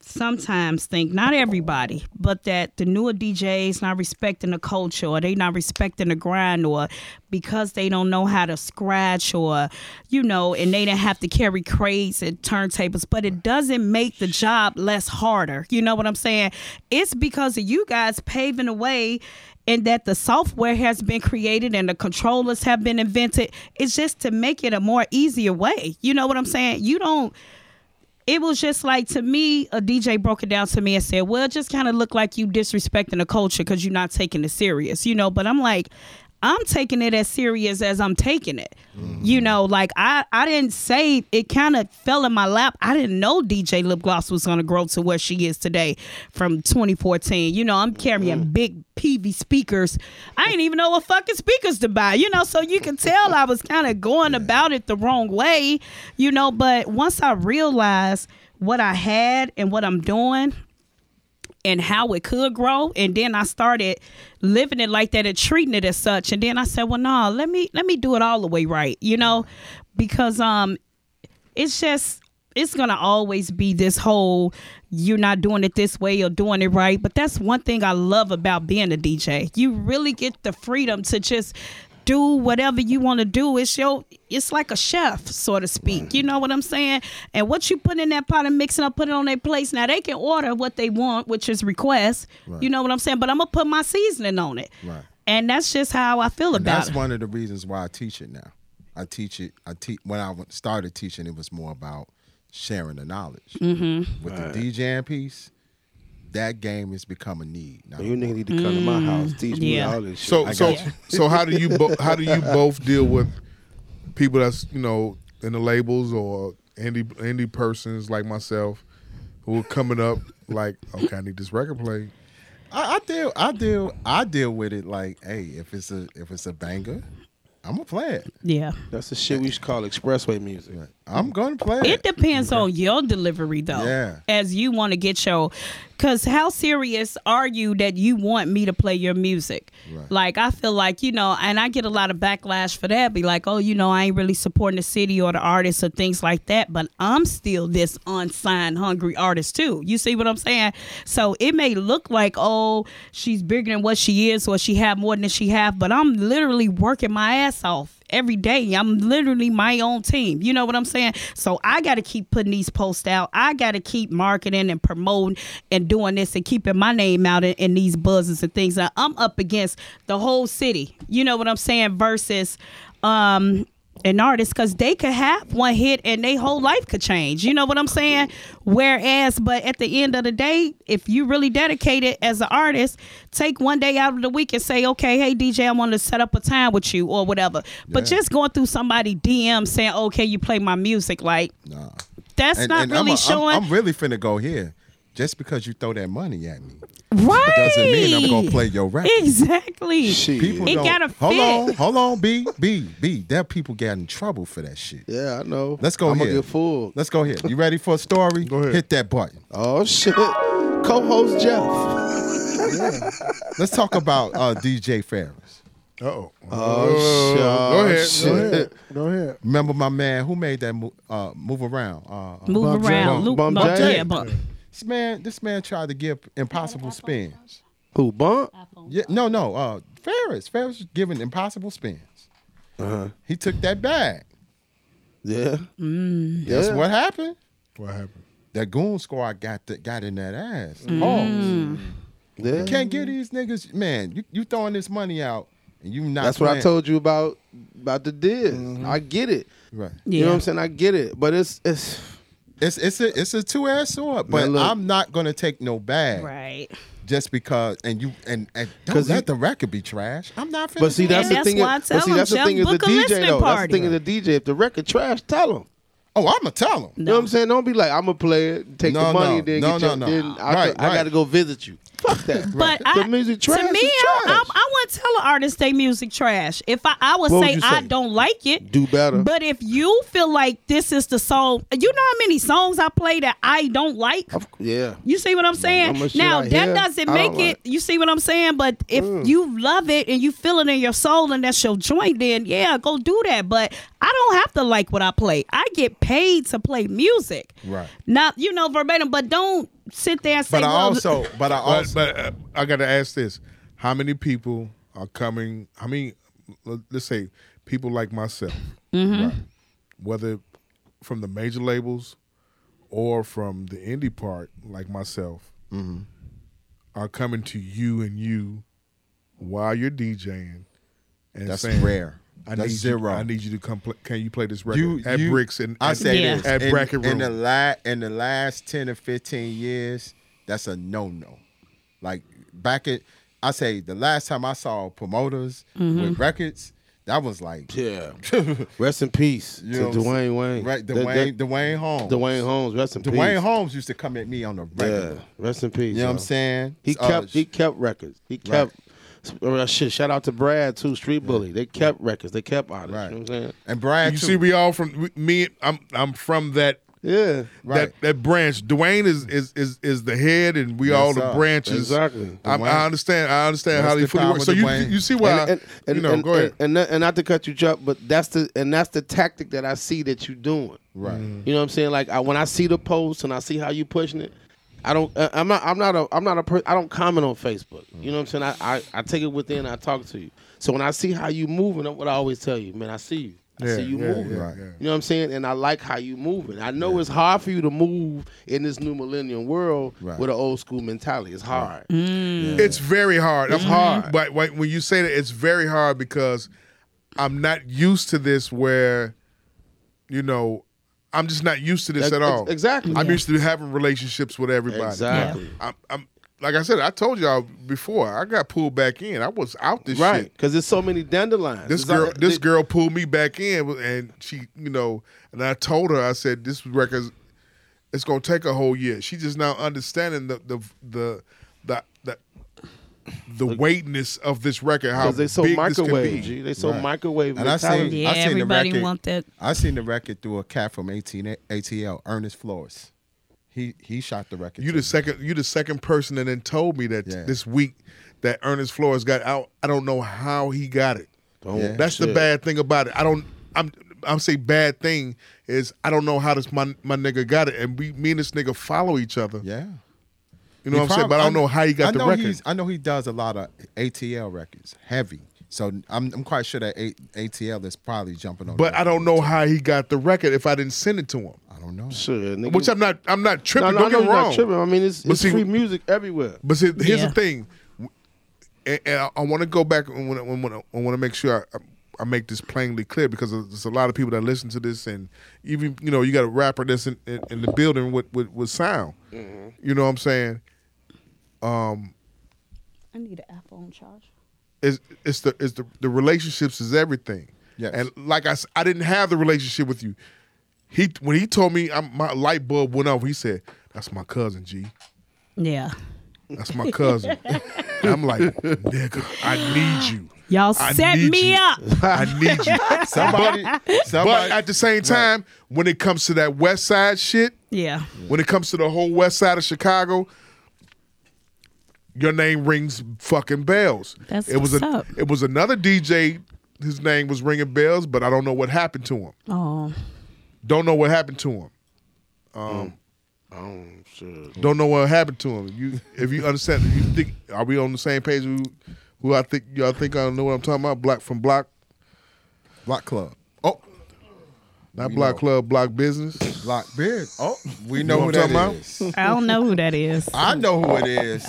Speaker 8: sometimes think not everybody, but that the newer DJs not respecting the culture or they not respecting the grind or because they don't know how to scratch or you know, and they didn't have to carry crates and turntables, but it doesn't make the job less harder. You know what I'm saying? It's because of you guys paving the way and that the software has been created and the controllers have been invented. It's just to make it a more easier way. You know what I'm saying? You don't it was just like to me a dj broke it down to me and said well it just kind of looked like you disrespecting the culture because you're not taking it serious you know but i'm like i'm taking it as serious as i'm taking it you know like i i didn't say it kind of fell in my lap i didn't know dj lip gloss was going to grow to where she is today from 2014 you know i'm carrying big pv speakers i didn't even know what fucking speakers to buy you know so you can tell i was kind of going about it the wrong way you know but once i realized what i had and what i'm doing and how it could grow and then i started living it like that and treating it as such and then i said well no let me let me do it all the way right you know because um it's just it's gonna always be this whole you're not doing it this way or doing it right but that's one thing i love about being a dj you really get the freedom to just do whatever you want to do it's your it's like a chef so to speak you know what i'm saying and what you put in that pot and mixing up put it on their plates now they can order what they want which is request you know what i'm saying but i'm gonna put my seasoning on it
Speaker 7: Right.
Speaker 8: and that's just how i feel
Speaker 7: And
Speaker 8: about
Speaker 7: that's
Speaker 8: it
Speaker 7: one of the reasons why I teach it now. I teach it. I teach when I went- started teaching, it was more about sharing the knowledge. Mm-hmm. With the DJing piece, that game has become a need. Now,
Speaker 10: You niggas need to come to my house, teach me
Speaker 8: Mm, Yeah.
Speaker 10: all this shit.
Speaker 5: so
Speaker 10: I
Speaker 5: so
Speaker 10: got you.
Speaker 5: so how do you bo- how do you both deal with people that's you know in the labels or indie indie persons like myself who are coming up like okay I need this record played
Speaker 7: I, I deal. I deal. I deal with it like, hey, if it's a if it's a banger, I'm gonna play it.
Speaker 8: yeah
Speaker 10: That's the shit we should call expressway music.
Speaker 7: I'm gonna play
Speaker 8: It depends on your delivery, though.
Speaker 7: Yeah.
Speaker 8: As you want to get your, because how serious are you that you want me to play your music? Like, I feel like, you know, and I get a lot of backlash for that. Be like, oh, you know, I ain't really supporting the city or the artists or things like that, but I'm still this unsigned, hungry artist, too. You see what I'm saying? So it may look like, oh, she's bigger than what she is or she have more than she have, but I'm literally working my ass off every day. I'm literally my own team. You know what I'm saying? So I got to keep putting these posts out. I got to keep marketing and promoting and doing this and keeping my name out in, in these buzzes and things. Now, I'm up against the whole city. You know what I'm saying? Versus um an artist because they could have one hit and their whole life could change. You know what I'm saying? Whereas, but at the end of the day, if you really dedicate it as an artist, take one day out of the week and say, okay, hey, DJ, I want to set up a time with you or whatever. But just going through somebody DM saying, okay, you play my music, like,
Speaker 7: Nah.
Speaker 8: that's not really
Speaker 7: I'm, a- I'm-
Speaker 8: showing.
Speaker 7: I'm, really finna go here. Just because you throw that money at me
Speaker 8: right.
Speaker 7: doesn't mean I'm gonna play your record.
Speaker 8: Exactly.
Speaker 10: Shit.
Speaker 7: People
Speaker 8: It
Speaker 7: don't,
Speaker 8: gotta
Speaker 7: hold
Speaker 8: fit.
Speaker 7: on, hold on, B, B, B. There are people got in trouble for that shit.
Speaker 9: Yeah, I know.
Speaker 7: Let's go
Speaker 9: I'm
Speaker 7: here.
Speaker 9: gonna get fooled.
Speaker 7: Let's go here. You ready for a story? Go
Speaker 5: ahead.
Speaker 7: Hit that button.
Speaker 9: Oh shit. Co-host Jeff.
Speaker 7: Let's talk about uh, [laughs] DJ Ferris.
Speaker 5: uh oh
Speaker 9: Oh,
Speaker 5: go ahead
Speaker 9: shit.
Speaker 6: Go ahead.
Speaker 7: Remember my man who made that mo- uh, move around? Uh, uh,
Speaker 8: Move
Speaker 6: Bump
Speaker 8: around.
Speaker 6: J.
Speaker 8: Luke,
Speaker 9: Bump
Speaker 8: Bump
Speaker 9: J.
Speaker 8: yeah, bump.
Speaker 7: this man, this man tried to give impossible spins.
Speaker 9: Who bump?
Speaker 7: Yeah, no, no. Uh, Ferris, Ferris was giving impossible spins. He took that bag.
Speaker 9: Yeah.
Speaker 7: That's what happened.
Speaker 5: what happened
Speaker 7: That goon squad got the, got in that ass. Pause.
Speaker 9: Yeah.
Speaker 7: You can't give these niggas, man. You, you throwing this money out, and you not.
Speaker 9: That's what I
Speaker 7: playing. Mm-hmm.
Speaker 9: told you about about the diz. I get it.
Speaker 7: Right.
Speaker 8: Yeah.
Speaker 9: You know what I'm saying? I get it. But it's it's
Speaker 7: It's it's a it's a two edged sword, but
Speaker 9: look.
Speaker 7: I'm not gonna take no bag
Speaker 8: Right.
Speaker 7: just because. And you and and don't
Speaker 9: 'Cause
Speaker 7: let
Speaker 9: you-
Speaker 7: the record be trash. I'm not. Finna
Speaker 9: but see
Speaker 7: do
Speaker 9: that's
Speaker 7: that.
Speaker 8: that's
Speaker 9: the thing.
Speaker 8: why I
Speaker 9: is-
Speaker 8: tell
Speaker 9: but see
Speaker 8: them,
Speaker 9: that's the
Speaker 8: Jeff,
Speaker 9: thing is the
Speaker 8: book a listening
Speaker 9: DJ though. That's the
Speaker 8: party.
Speaker 9: thing is the DJ. If the record trash, tell him.
Speaker 7: oh, I'm gonna tell them.
Speaker 9: You know what I'm saying? Don't be like I'm gonna play it, take
Speaker 7: No,
Speaker 9: the money,
Speaker 7: no.
Speaker 9: and then
Speaker 7: No,
Speaker 9: get
Speaker 7: no,
Speaker 9: your,
Speaker 7: no.
Speaker 9: then I,
Speaker 7: Right,
Speaker 9: I
Speaker 7: right.
Speaker 9: gotta go visit you. Fuck that.
Speaker 8: But I,
Speaker 9: The music trash
Speaker 8: to me,
Speaker 9: is
Speaker 8: I- I,
Speaker 9: trash.
Speaker 8: I wouldn't tell an artist they music trash. If I, I would
Speaker 9: What would
Speaker 8: say,
Speaker 9: you
Speaker 8: I
Speaker 9: say?
Speaker 8: don't like it.
Speaker 9: Do better.
Speaker 8: But if you feel like this is the song, you know how many songs I play that I don't like.
Speaker 9: Of- yeah.
Speaker 8: You see what I'm saying?
Speaker 9: how much shit
Speaker 8: now
Speaker 9: I
Speaker 8: that
Speaker 9: hear,
Speaker 8: doesn't
Speaker 9: I
Speaker 8: make
Speaker 9: don't
Speaker 8: it.
Speaker 9: like. Mm.
Speaker 8: You see what I'm saying? But if you love it and you feel it in your soul and that's your joint, then yeah, go do that. But I don't have to like what I play. I get paid to play music.
Speaker 7: Right.
Speaker 8: Not you know verbatim, but don't sit there and say.
Speaker 7: But I
Speaker 8: well,
Speaker 7: also, but I
Speaker 5: But,
Speaker 7: also,
Speaker 5: but uh, I got to ask this: How many people are coming? I mean, l- let's say people like myself, right? whether from the major labels or from the indie part, like myself,
Speaker 7: Mm-hmm.
Speaker 5: are coming to you and you while you're DJing. And
Speaker 7: That's
Speaker 5: saying,
Speaker 7: rare.
Speaker 5: I
Speaker 7: That's
Speaker 5: need
Speaker 7: zero.
Speaker 5: You, I need you to come. Play, can you play this record
Speaker 7: you
Speaker 5: at
Speaker 7: you-
Speaker 5: Bricks and
Speaker 7: I
Speaker 5: at-
Speaker 7: say
Speaker 8: Yeah.
Speaker 7: this
Speaker 5: at
Speaker 7: in,
Speaker 5: Bracket Room?
Speaker 7: in the last in the last ten or fifteen years, that's a no no. Like back at, I say the last time I saw promoters with records, that was like
Speaker 10: Yeah.
Speaker 9: Rest in peace
Speaker 7: [laughs] You know
Speaker 9: to
Speaker 7: what I'm
Speaker 9: Dwayne Wayne.
Speaker 7: right
Speaker 9: That-
Speaker 7: Dwayne
Speaker 9: that-
Speaker 7: Dwayne Holmes.
Speaker 9: Dwayne Holmes. Rest in peace.
Speaker 7: Dwayne Holmes used to come at me on the regular.
Speaker 9: Yeah. Rest in peace.
Speaker 7: You know what I'm
Speaker 9: yo.
Speaker 7: saying?
Speaker 9: He
Speaker 7: Uh,
Speaker 9: kept he kept records. He kept uh, shit. Shout out to Brad too, Street Bully. They kept records. They kept artists.
Speaker 7: Right.
Speaker 9: You know what I'm saying?
Speaker 7: and Brad.
Speaker 5: you
Speaker 7: too.
Speaker 5: see, we all from me. I'm I'm from that
Speaker 9: Yeah.
Speaker 7: Right.
Speaker 5: that that branch. Dwayne is is is, is the head, and we all the
Speaker 7: sir.
Speaker 5: branches.
Speaker 9: Exactly.
Speaker 5: I, I understand. I understand
Speaker 7: That's
Speaker 5: how they
Speaker 7: the
Speaker 5: fully
Speaker 7: power
Speaker 5: work.
Speaker 7: of
Speaker 5: So you
Speaker 7: Dwayne.
Speaker 5: you see why
Speaker 9: and, and, and,
Speaker 5: you know.
Speaker 9: and,
Speaker 5: go ahead.
Speaker 9: And, and, not- and not to cut you, Chuck, but that's the and that's the tactic that I see that you doing.
Speaker 7: Right.
Speaker 9: You know what I'm saying? Like I, when I see the post and I see how you pushing it, I don't. Uh, I'm not. I'm not a. I'm not a. Per, I don't comment on Facebook. You know what I'm saying? I, I I take it within. I talk to you. So when I see how you moving, that's what I always tell you, man. I see you. I see you moving.
Speaker 7: Right.
Speaker 9: You know what I'm saying? And I like how you moving. I know it's hard for you to move in this new millennium world
Speaker 7: Right.
Speaker 9: with an old school mentality. It's hard.
Speaker 5: It's very hard. It's
Speaker 9: hard.
Speaker 5: But but when you say that, it's very hard because I'm not used to this. Where you know, I'm just not used to this
Speaker 9: Ex-
Speaker 5: at all.
Speaker 9: ex- exactly.
Speaker 5: I'm
Speaker 9: Yeah.
Speaker 5: used to having relationships with everybody.
Speaker 9: Exactly.
Speaker 5: I'm, I'm like I said. I told y'all before. I got pulled back in. I was out this
Speaker 9: Right.
Speaker 5: shit.
Speaker 9: Because there's so many dandelions.
Speaker 5: This
Speaker 9: It's
Speaker 5: girl,
Speaker 9: like-
Speaker 5: this
Speaker 9: they-
Speaker 5: girl pulled me back in, and she, you know, and I told her, I said, this record, it's gonna take a whole year. She just now understanding the the the the the, the weightness of this record, how
Speaker 9: Because they so
Speaker 5: big
Speaker 9: microwave.
Speaker 5: this can
Speaker 9: G.
Speaker 5: be.
Speaker 9: They so
Speaker 7: Right.
Speaker 9: microwave.
Speaker 7: And I
Speaker 5: [laughs]
Speaker 9: mentality.
Speaker 7: seen,
Speaker 8: Yeah,
Speaker 7: I seen
Speaker 8: everybody
Speaker 7: the record,
Speaker 8: want that.
Speaker 7: I seen the record through a cat from 18 ATL, Ernest Flores. He he shot the record.
Speaker 5: You
Speaker 7: too.
Speaker 5: the second, you the second person that then told me that
Speaker 7: Yeah.
Speaker 5: this week that Ernest Flores got out. I don't know how he got it.
Speaker 7: Yeah.
Speaker 5: That's the
Speaker 9: Shit.
Speaker 5: bad thing about it. I don't. I'm. I'm say bad thing is I don't know how this my my nigga got it, and we me and this nigga follow each other.
Speaker 7: yeah.
Speaker 5: You know what I'm saying? But I don't know how he got the record.
Speaker 7: I know he does a lot of ATL records, heavy. So I'm I'm quite sure that a- ATL is probably jumping on.
Speaker 5: but
Speaker 7: that
Speaker 5: I don't know
Speaker 7: record,
Speaker 5: how he got the record if I didn't send it to him.
Speaker 7: too. I don't know.
Speaker 9: Shit, nigga.
Speaker 5: Which I'm not. I'm not
Speaker 9: No,
Speaker 5: tripping.
Speaker 9: no,
Speaker 5: don't
Speaker 9: I know
Speaker 5: get me
Speaker 9: you're not
Speaker 5: wrong.
Speaker 9: tripping. I mean, it's,
Speaker 5: But
Speaker 9: it's
Speaker 5: see-
Speaker 9: free music everywhere.
Speaker 5: But see, here's
Speaker 8: Yeah.
Speaker 5: the thing, and, and I, I want to go back and wanna- wanna- I want to make sure I, I make this plainly clear because there's a lot of people that listen to this, and even you know you got a rapper that's in, in, in the building with with, with sound.
Speaker 9: Mm-hmm.
Speaker 5: You know what I'm saying?
Speaker 8: I need an Apple on charge.
Speaker 5: It's it's the it's the the relationships is everything.
Speaker 7: Yes.
Speaker 5: And like I s- I didn't have the relationship with you. He when he told me I'm, my light bulb went off. He said, "That's my cousin, G."
Speaker 8: Yeah.
Speaker 5: That's my
Speaker 7: [laughs]
Speaker 5: cousin. And I'm like, nigga, I need you.
Speaker 8: Y'all
Speaker 5: I
Speaker 8: set
Speaker 5: need
Speaker 8: me
Speaker 5: you.
Speaker 8: up.
Speaker 5: I need you.
Speaker 7: [laughs] Somebody, somebody.
Speaker 5: But at the same time, when it comes to that West Side shit,
Speaker 8: Yeah.
Speaker 5: when it comes to the whole West Side of Chicago, your name rings fucking bells.
Speaker 8: That's
Speaker 5: it was
Speaker 8: what's
Speaker 5: a-
Speaker 8: up.
Speaker 5: It was another DJ. His name was ringing bells, but I don't know what happened to him.
Speaker 8: Oh.
Speaker 5: Don't know what happened to him.
Speaker 10: Oh, shit.
Speaker 5: Don't know what happened to him. You, if you understand, you think are we on the same page? Who, who I think y'all think I know what I'm talking about? Block from block,
Speaker 7: Block Club,
Speaker 5: Oh, not
Speaker 7: We
Speaker 5: Block
Speaker 7: know.
Speaker 5: Club, Block Business.
Speaker 7: Block Beard. Oh, we know,
Speaker 5: know
Speaker 7: who
Speaker 5: what I'm
Speaker 7: that
Speaker 5: talking
Speaker 7: is.
Speaker 5: [laughs]
Speaker 8: I don't know who that is.
Speaker 9: Oh.
Speaker 7: I know who it is.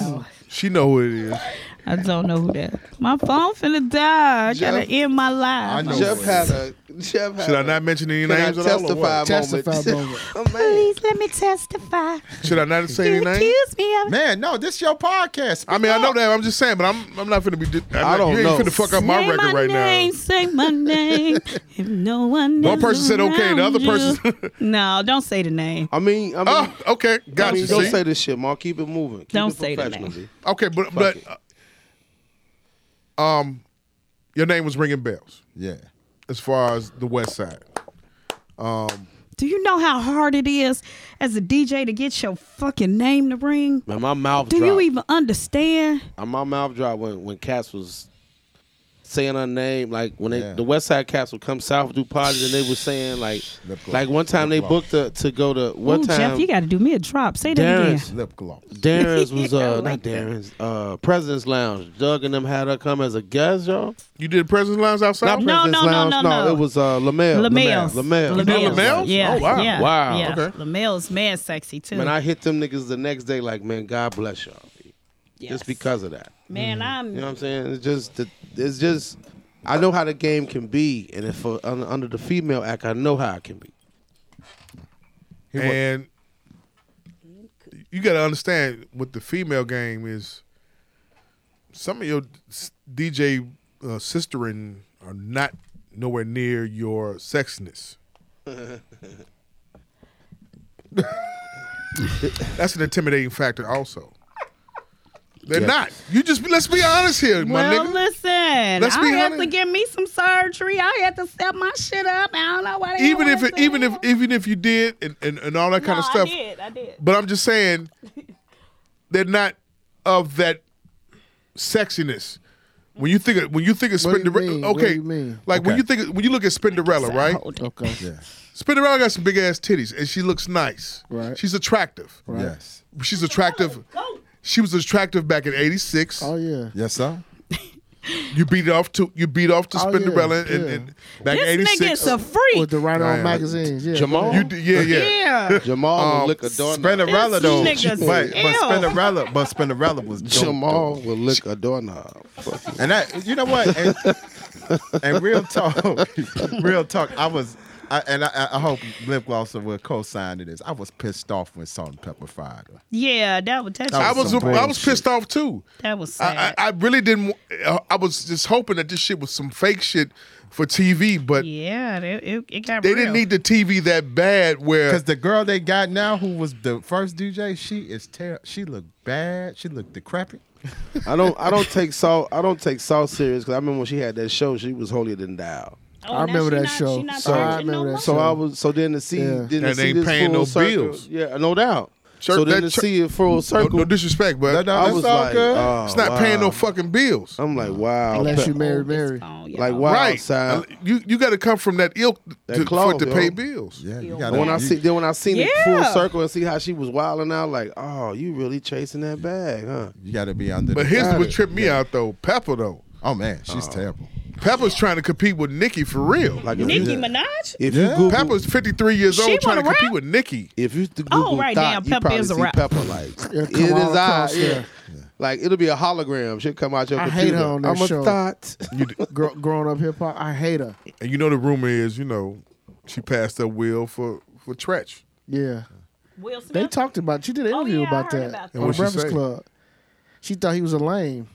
Speaker 5: She know who it is.
Speaker 8: I don't know who that. My phone finna die. I gotta
Speaker 11: Jeff-
Speaker 8: end my life.
Speaker 7: know
Speaker 11: Jeff
Speaker 7: what it
Speaker 11: had a Jeff had
Speaker 5: Should I
Speaker 11: a-
Speaker 5: not mention any
Speaker 11: can I
Speaker 5: names at all? or
Speaker 11: testify
Speaker 5: what?
Speaker 6: Testify
Speaker 11: moment.
Speaker 6: moment.
Speaker 11: Oh, man.
Speaker 8: Please let me testify.
Speaker 5: Should I not say
Speaker 8: You
Speaker 5: any names?
Speaker 8: accuse me of
Speaker 7: Man, no, this your podcast.
Speaker 5: I mean, I know that. I'm just saying, but I'm I'm not finna be. I'm I
Speaker 7: don't
Speaker 5: you
Speaker 7: know.
Speaker 5: ain't finna fuck up my
Speaker 8: Say
Speaker 5: record right
Speaker 8: name,
Speaker 5: now. [laughs]
Speaker 8: Say my name. if no one.
Speaker 5: One
Speaker 8: is
Speaker 5: person said okay, the other
Speaker 8: around you-
Speaker 5: person- [laughs]
Speaker 8: no, don't say the name.
Speaker 11: I mean, I mean,
Speaker 5: Oh, okay,
Speaker 11: I
Speaker 5: got
Speaker 11: mean
Speaker 5: you.
Speaker 11: don't
Speaker 5: see?
Speaker 11: say this shit, Mark. Keep it moving. Keep
Speaker 8: Don't
Speaker 11: it
Speaker 8: say the name.
Speaker 11: professional, B.
Speaker 5: okay, but but uh, um, your name was ringing bells
Speaker 7: Yeah.
Speaker 5: as far as the West Side.
Speaker 8: Do you know how hard it is as a DJ to get your fucking name to ring?
Speaker 9: Man, my mouth
Speaker 8: Do
Speaker 9: dropped.
Speaker 8: you even understand?
Speaker 9: Uh, my mouth dropped when when Cass was saying her name. Like when they
Speaker 7: Yeah.
Speaker 9: the West Side Cats would come south do parties, and they were saying like
Speaker 7: Lip gloss.
Speaker 9: like one time they
Speaker 7: Lip gloss.
Speaker 9: booked a, to go to one
Speaker 8: Ooh,
Speaker 9: time.
Speaker 8: Jeff, you got to do me a drop. Say that again.
Speaker 9: Darren's
Speaker 7: Lip gloss.
Speaker 9: [laughs] Darren's was
Speaker 8: I
Speaker 9: uh
Speaker 8: like
Speaker 9: not
Speaker 8: that.
Speaker 9: Darren's uh President's Lounge. Doug and them had her come as a guest, y'all.
Speaker 5: You did President's Lounge outside.
Speaker 9: Not
Speaker 8: No,
Speaker 9: President's
Speaker 8: no, no,
Speaker 9: Lounge.
Speaker 8: no, no.
Speaker 9: It was uh Lamel.
Speaker 8: Lamels.
Speaker 9: Lamel.
Speaker 5: Lamels. Lamels?
Speaker 8: Yeah.
Speaker 5: Oh, wow.
Speaker 8: Yeah.
Speaker 9: Wow.
Speaker 8: Yeah.
Speaker 5: Okay.
Speaker 8: Lamels, man, sexy too.
Speaker 9: Man, I hit them niggas the next day. Like man, God bless y'all.
Speaker 8: Yes.
Speaker 9: Just because of that.
Speaker 5: Mm.
Speaker 8: Man,
Speaker 9: You know what
Speaker 8: I'm.
Speaker 9: I'm saying? It's just, the, it's just, I know how the game can be, and if uh, un, under the female act, I know how it can be.
Speaker 5: and you got to understand what the female game is. Some of your s- DJ uh, sisterin are not nowhere near your sexiness. That's an intimidating factor, also. They're not. You just let's be honest here, my
Speaker 8: Well,
Speaker 5: nigga.
Speaker 8: listen.
Speaker 5: Let's
Speaker 8: I
Speaker 5: be
Speaker 8: have to
Speaker 5: honest.
Speaker 8: get me some surgery. I had to step my shit up. I don't know why. They
Speaker 5: even if
Speaker 8: don't wanna
Speaker 5: it,
Speaker 8: do
Speaker 5: even if even if you did and, and, and all that kind
Speaker 8: No,
Speaker 5: of stuff,
Speaker 8: I did. I did.
Speaker 5: But I'm just saying, they're not of that sexiness. When you think of, when you think of
Speaker 6: What do you
Speaker 5: Spinderella,
Speaker 6: mean?
Speaker 5: okay,
Speaker 6: What do you mean?
Speaker 5: like when
Speaker 7: Okay.
Speaker 5: you think of, when you look at Spinderella, right?
Speaker 8: Hold it.
Speaker 6: Okay.
Speaker 5: Spinderella got some big ass titties, and she looks nice.
Speaker 6: Right.
Speaker 5: She's attractive.
Speaker 7: Yes.
Speaker 5: She's attractive. She was attractive back in '86.
Speaker 6: Oh yeah.
Speaker 7: Yes, sir.
Speaker 5: You beat off to you beat off to
Speaker 6: Oh, yeah,
Speaker 5: Spinderella, and,
Speaker 6: yeah.
Speaker 5: and back in
Speaker 8: This
Speaker 5: '86.
Speaker 8: nigga's a freak.
Speaker 6: With the right on
Speaker 5: Yeah.
Speaker 6: magazines. Yeah.
Speaker 9: Jamal,
Speaker 5: you d- yeah, yeah.
Speaker 8: yeah.
Speaker 9: Jamal
Speaker 5: Um,
Speaker 9: will lick a doorknob.
Speaker 7: Spinnerella
Speaker 8: This
Speaker 7: though, but
Speaker 8: nigga's-
Speaker 7: but
Speaker 8: Ew.
Speaker 7: Spinnerella, but Spinnerella was dope,
Speaker 9: Jamal will lick a doorknob.
Speaker 7: though. and that you know what, and, and real talk, [laughs] real talk. I was, I, and I, I hope Lip Glosser will co-sign to this. I was pissed off when Salt and Pepper fired her.
Speaker 8: Yeah, that was that.
Speaker 5: I
Speaker 7: That
Speaker 5: was
Speaker 7: some
Speaker 5: I was
Speaker 7: bullshit.
Speaker 5: pissed off too.
Speaker 8: That was
Speaker 5: I,
Speaker 8: sad.
Speaker 5: I I really didn't. wa- uh, I was just hoping that this shit was some fake shit for TV, but
Speaker 8: yeah, it, it, it got.
Speaker 5: they didn't
Speaker 8: real.
Speaker 5: need the TV that bad. Where
Speaker 7: Because the girl they got now, who was the first DJ, she is terrible. She looked bad. She looked decrepit.
Speaker 9: I don't, I don't take salt, I don't take salt serious because I remember when she had that show, she was holier than thou.
Speaker 8: Oh, now
Speaker 6: I remember
Speaker 8: she
Speaker 6: that
Speaker 8: not-
Speaker 6: show.
Speaker 8: she not
Speaker 6: So I
Speaker 8: charging
Speaker 6: remember that
Speaker 8: more?
Speaker 9: So
Speaker 6: show.
Speaker 9: I was, so then to see,
Speaker 6: Yeah.
Speaker 9: then to
Speaker 5: And
Speaker 9: see
Speaker 5: ain't
Speaker 9: this
Speaker 5: paying
Speaker 9: full
Speaker 5: no
Speaker 9: circle,
Speaker 5: bills.
Speaker 9: yeah, no doubt.
Speaker 5: Church-
Speaker 9: so then
Speaker 5: that
Speaker 9: to
Speaker 5: chur-
Speaker 9: see it full
Speaker 5: no,
Speaker 9: circle,
Speaker 5: no disrespect, but
Speaker 7: No, no,
Speaker 9: I
Speaker 7: that's
Speaker 9: was
Speaker 7: all
Speaker 9: like,
Speaker 7: good.
Speaker 9: oh,
Speaker 5: uh, it's not
Speaker 9: wow.
Speaker 5: paying no fucking bills.
Speaker 9: I'm like, wow,
Speaker 6: Unless you
Speaker 9: Pe-
Speaker 6: marry Mary.
Speaker 8: Oh, yeah.
Speaker 9: like wow,
Speaker 5: right? Uh,
Speaker 9: Sam.
Speaker 5: You you got to come from that ilk
Speaker 9: That
Speaker 5: to,
Speaker 9: cloth,
Speaker 5: for, to pay
Speaker 9: yo.
Speaker 5: bills.
Speaker 7: oh. Yeah, you
Speaker 8: Feel
Speaker 7: got
Speaker 9: But when I see then when I seen it full
Speaker 8: Yeah.
Speaker 9: circle and see how she was wilding out, like, oh, you really chasing that bag, huh?
Speaker 7: You got to be under.
Speaker 5: But
Speaker 7: the-
Speaker 5: here's
Speaker 7: Got
Speaker 5: what
Speaker 7: it.
Speaker 5: tripped me out though. Pepper though. Um,
Speaker 7: Oh man, she's terrible.
Speaker 5: Pepper's trying to compete with Nicki for real. Like
Speaker 9: Like if
Speaker 8: Nicki
Speaker 9: you,
Speaker 8: Minaj.
Speaker 9: if
Speaker 7: Yeah.
Speaker 9: you Google,
Speaker 5: Pepper's 53 years
Speaker 8: She
Speaker 5: old trying to
Speaker 8: wanna
Speaker 5: compete
Speaker 8: rap?
Speaker 5: with Nicki.
Speaker 9: if you to Google
Speaker 8: Oh, right,
Speaker 9: thought,
Speaker 8: damn, Pepper
Speaker 9: you probably
Speaker 8: is a
Speaker 9: see
Speaker 8: rap.
Speaker 9: Pepper like
Speaker 6: It'll
Speaker 9: it
Speaker 6: come
Speaker 9: is
Speaker 6: all
Speaker 9: I,
Speaker 6: across
Speaker 9: yeah.
Speaker 6: there.
Speaker 9: Like it'll be a hologram. She'll come out your
Speaker 6: I hate
Speaker 9: computer.
Speaker 6: her on that
Speaker 9: I'm a
Speaker 6: show.
Speaker 9: thought.
Speaker 6: Gr- growing up hip hop, I hate her.
Speaker 5: And you know the rumor is, you know, she passed her will for for Tretch.
Speaker 6: Yeah.
Speaker 8: Will Smith.
Speaker 6: They talked about. She did an
Speaker 8: Oh,
Speaker 6: interview
Speaker 8: yeah, I
Speaker 6: about
Speaker 8: heard
Speaker 6: that
Speaker 8: about that.
Speaker 5: And
Speaker 6: on
Speaker 5: what'd she
Speaker 6: Breakfast
Speaker 5: say?
Speaker 6: Club. She thought he was a lame.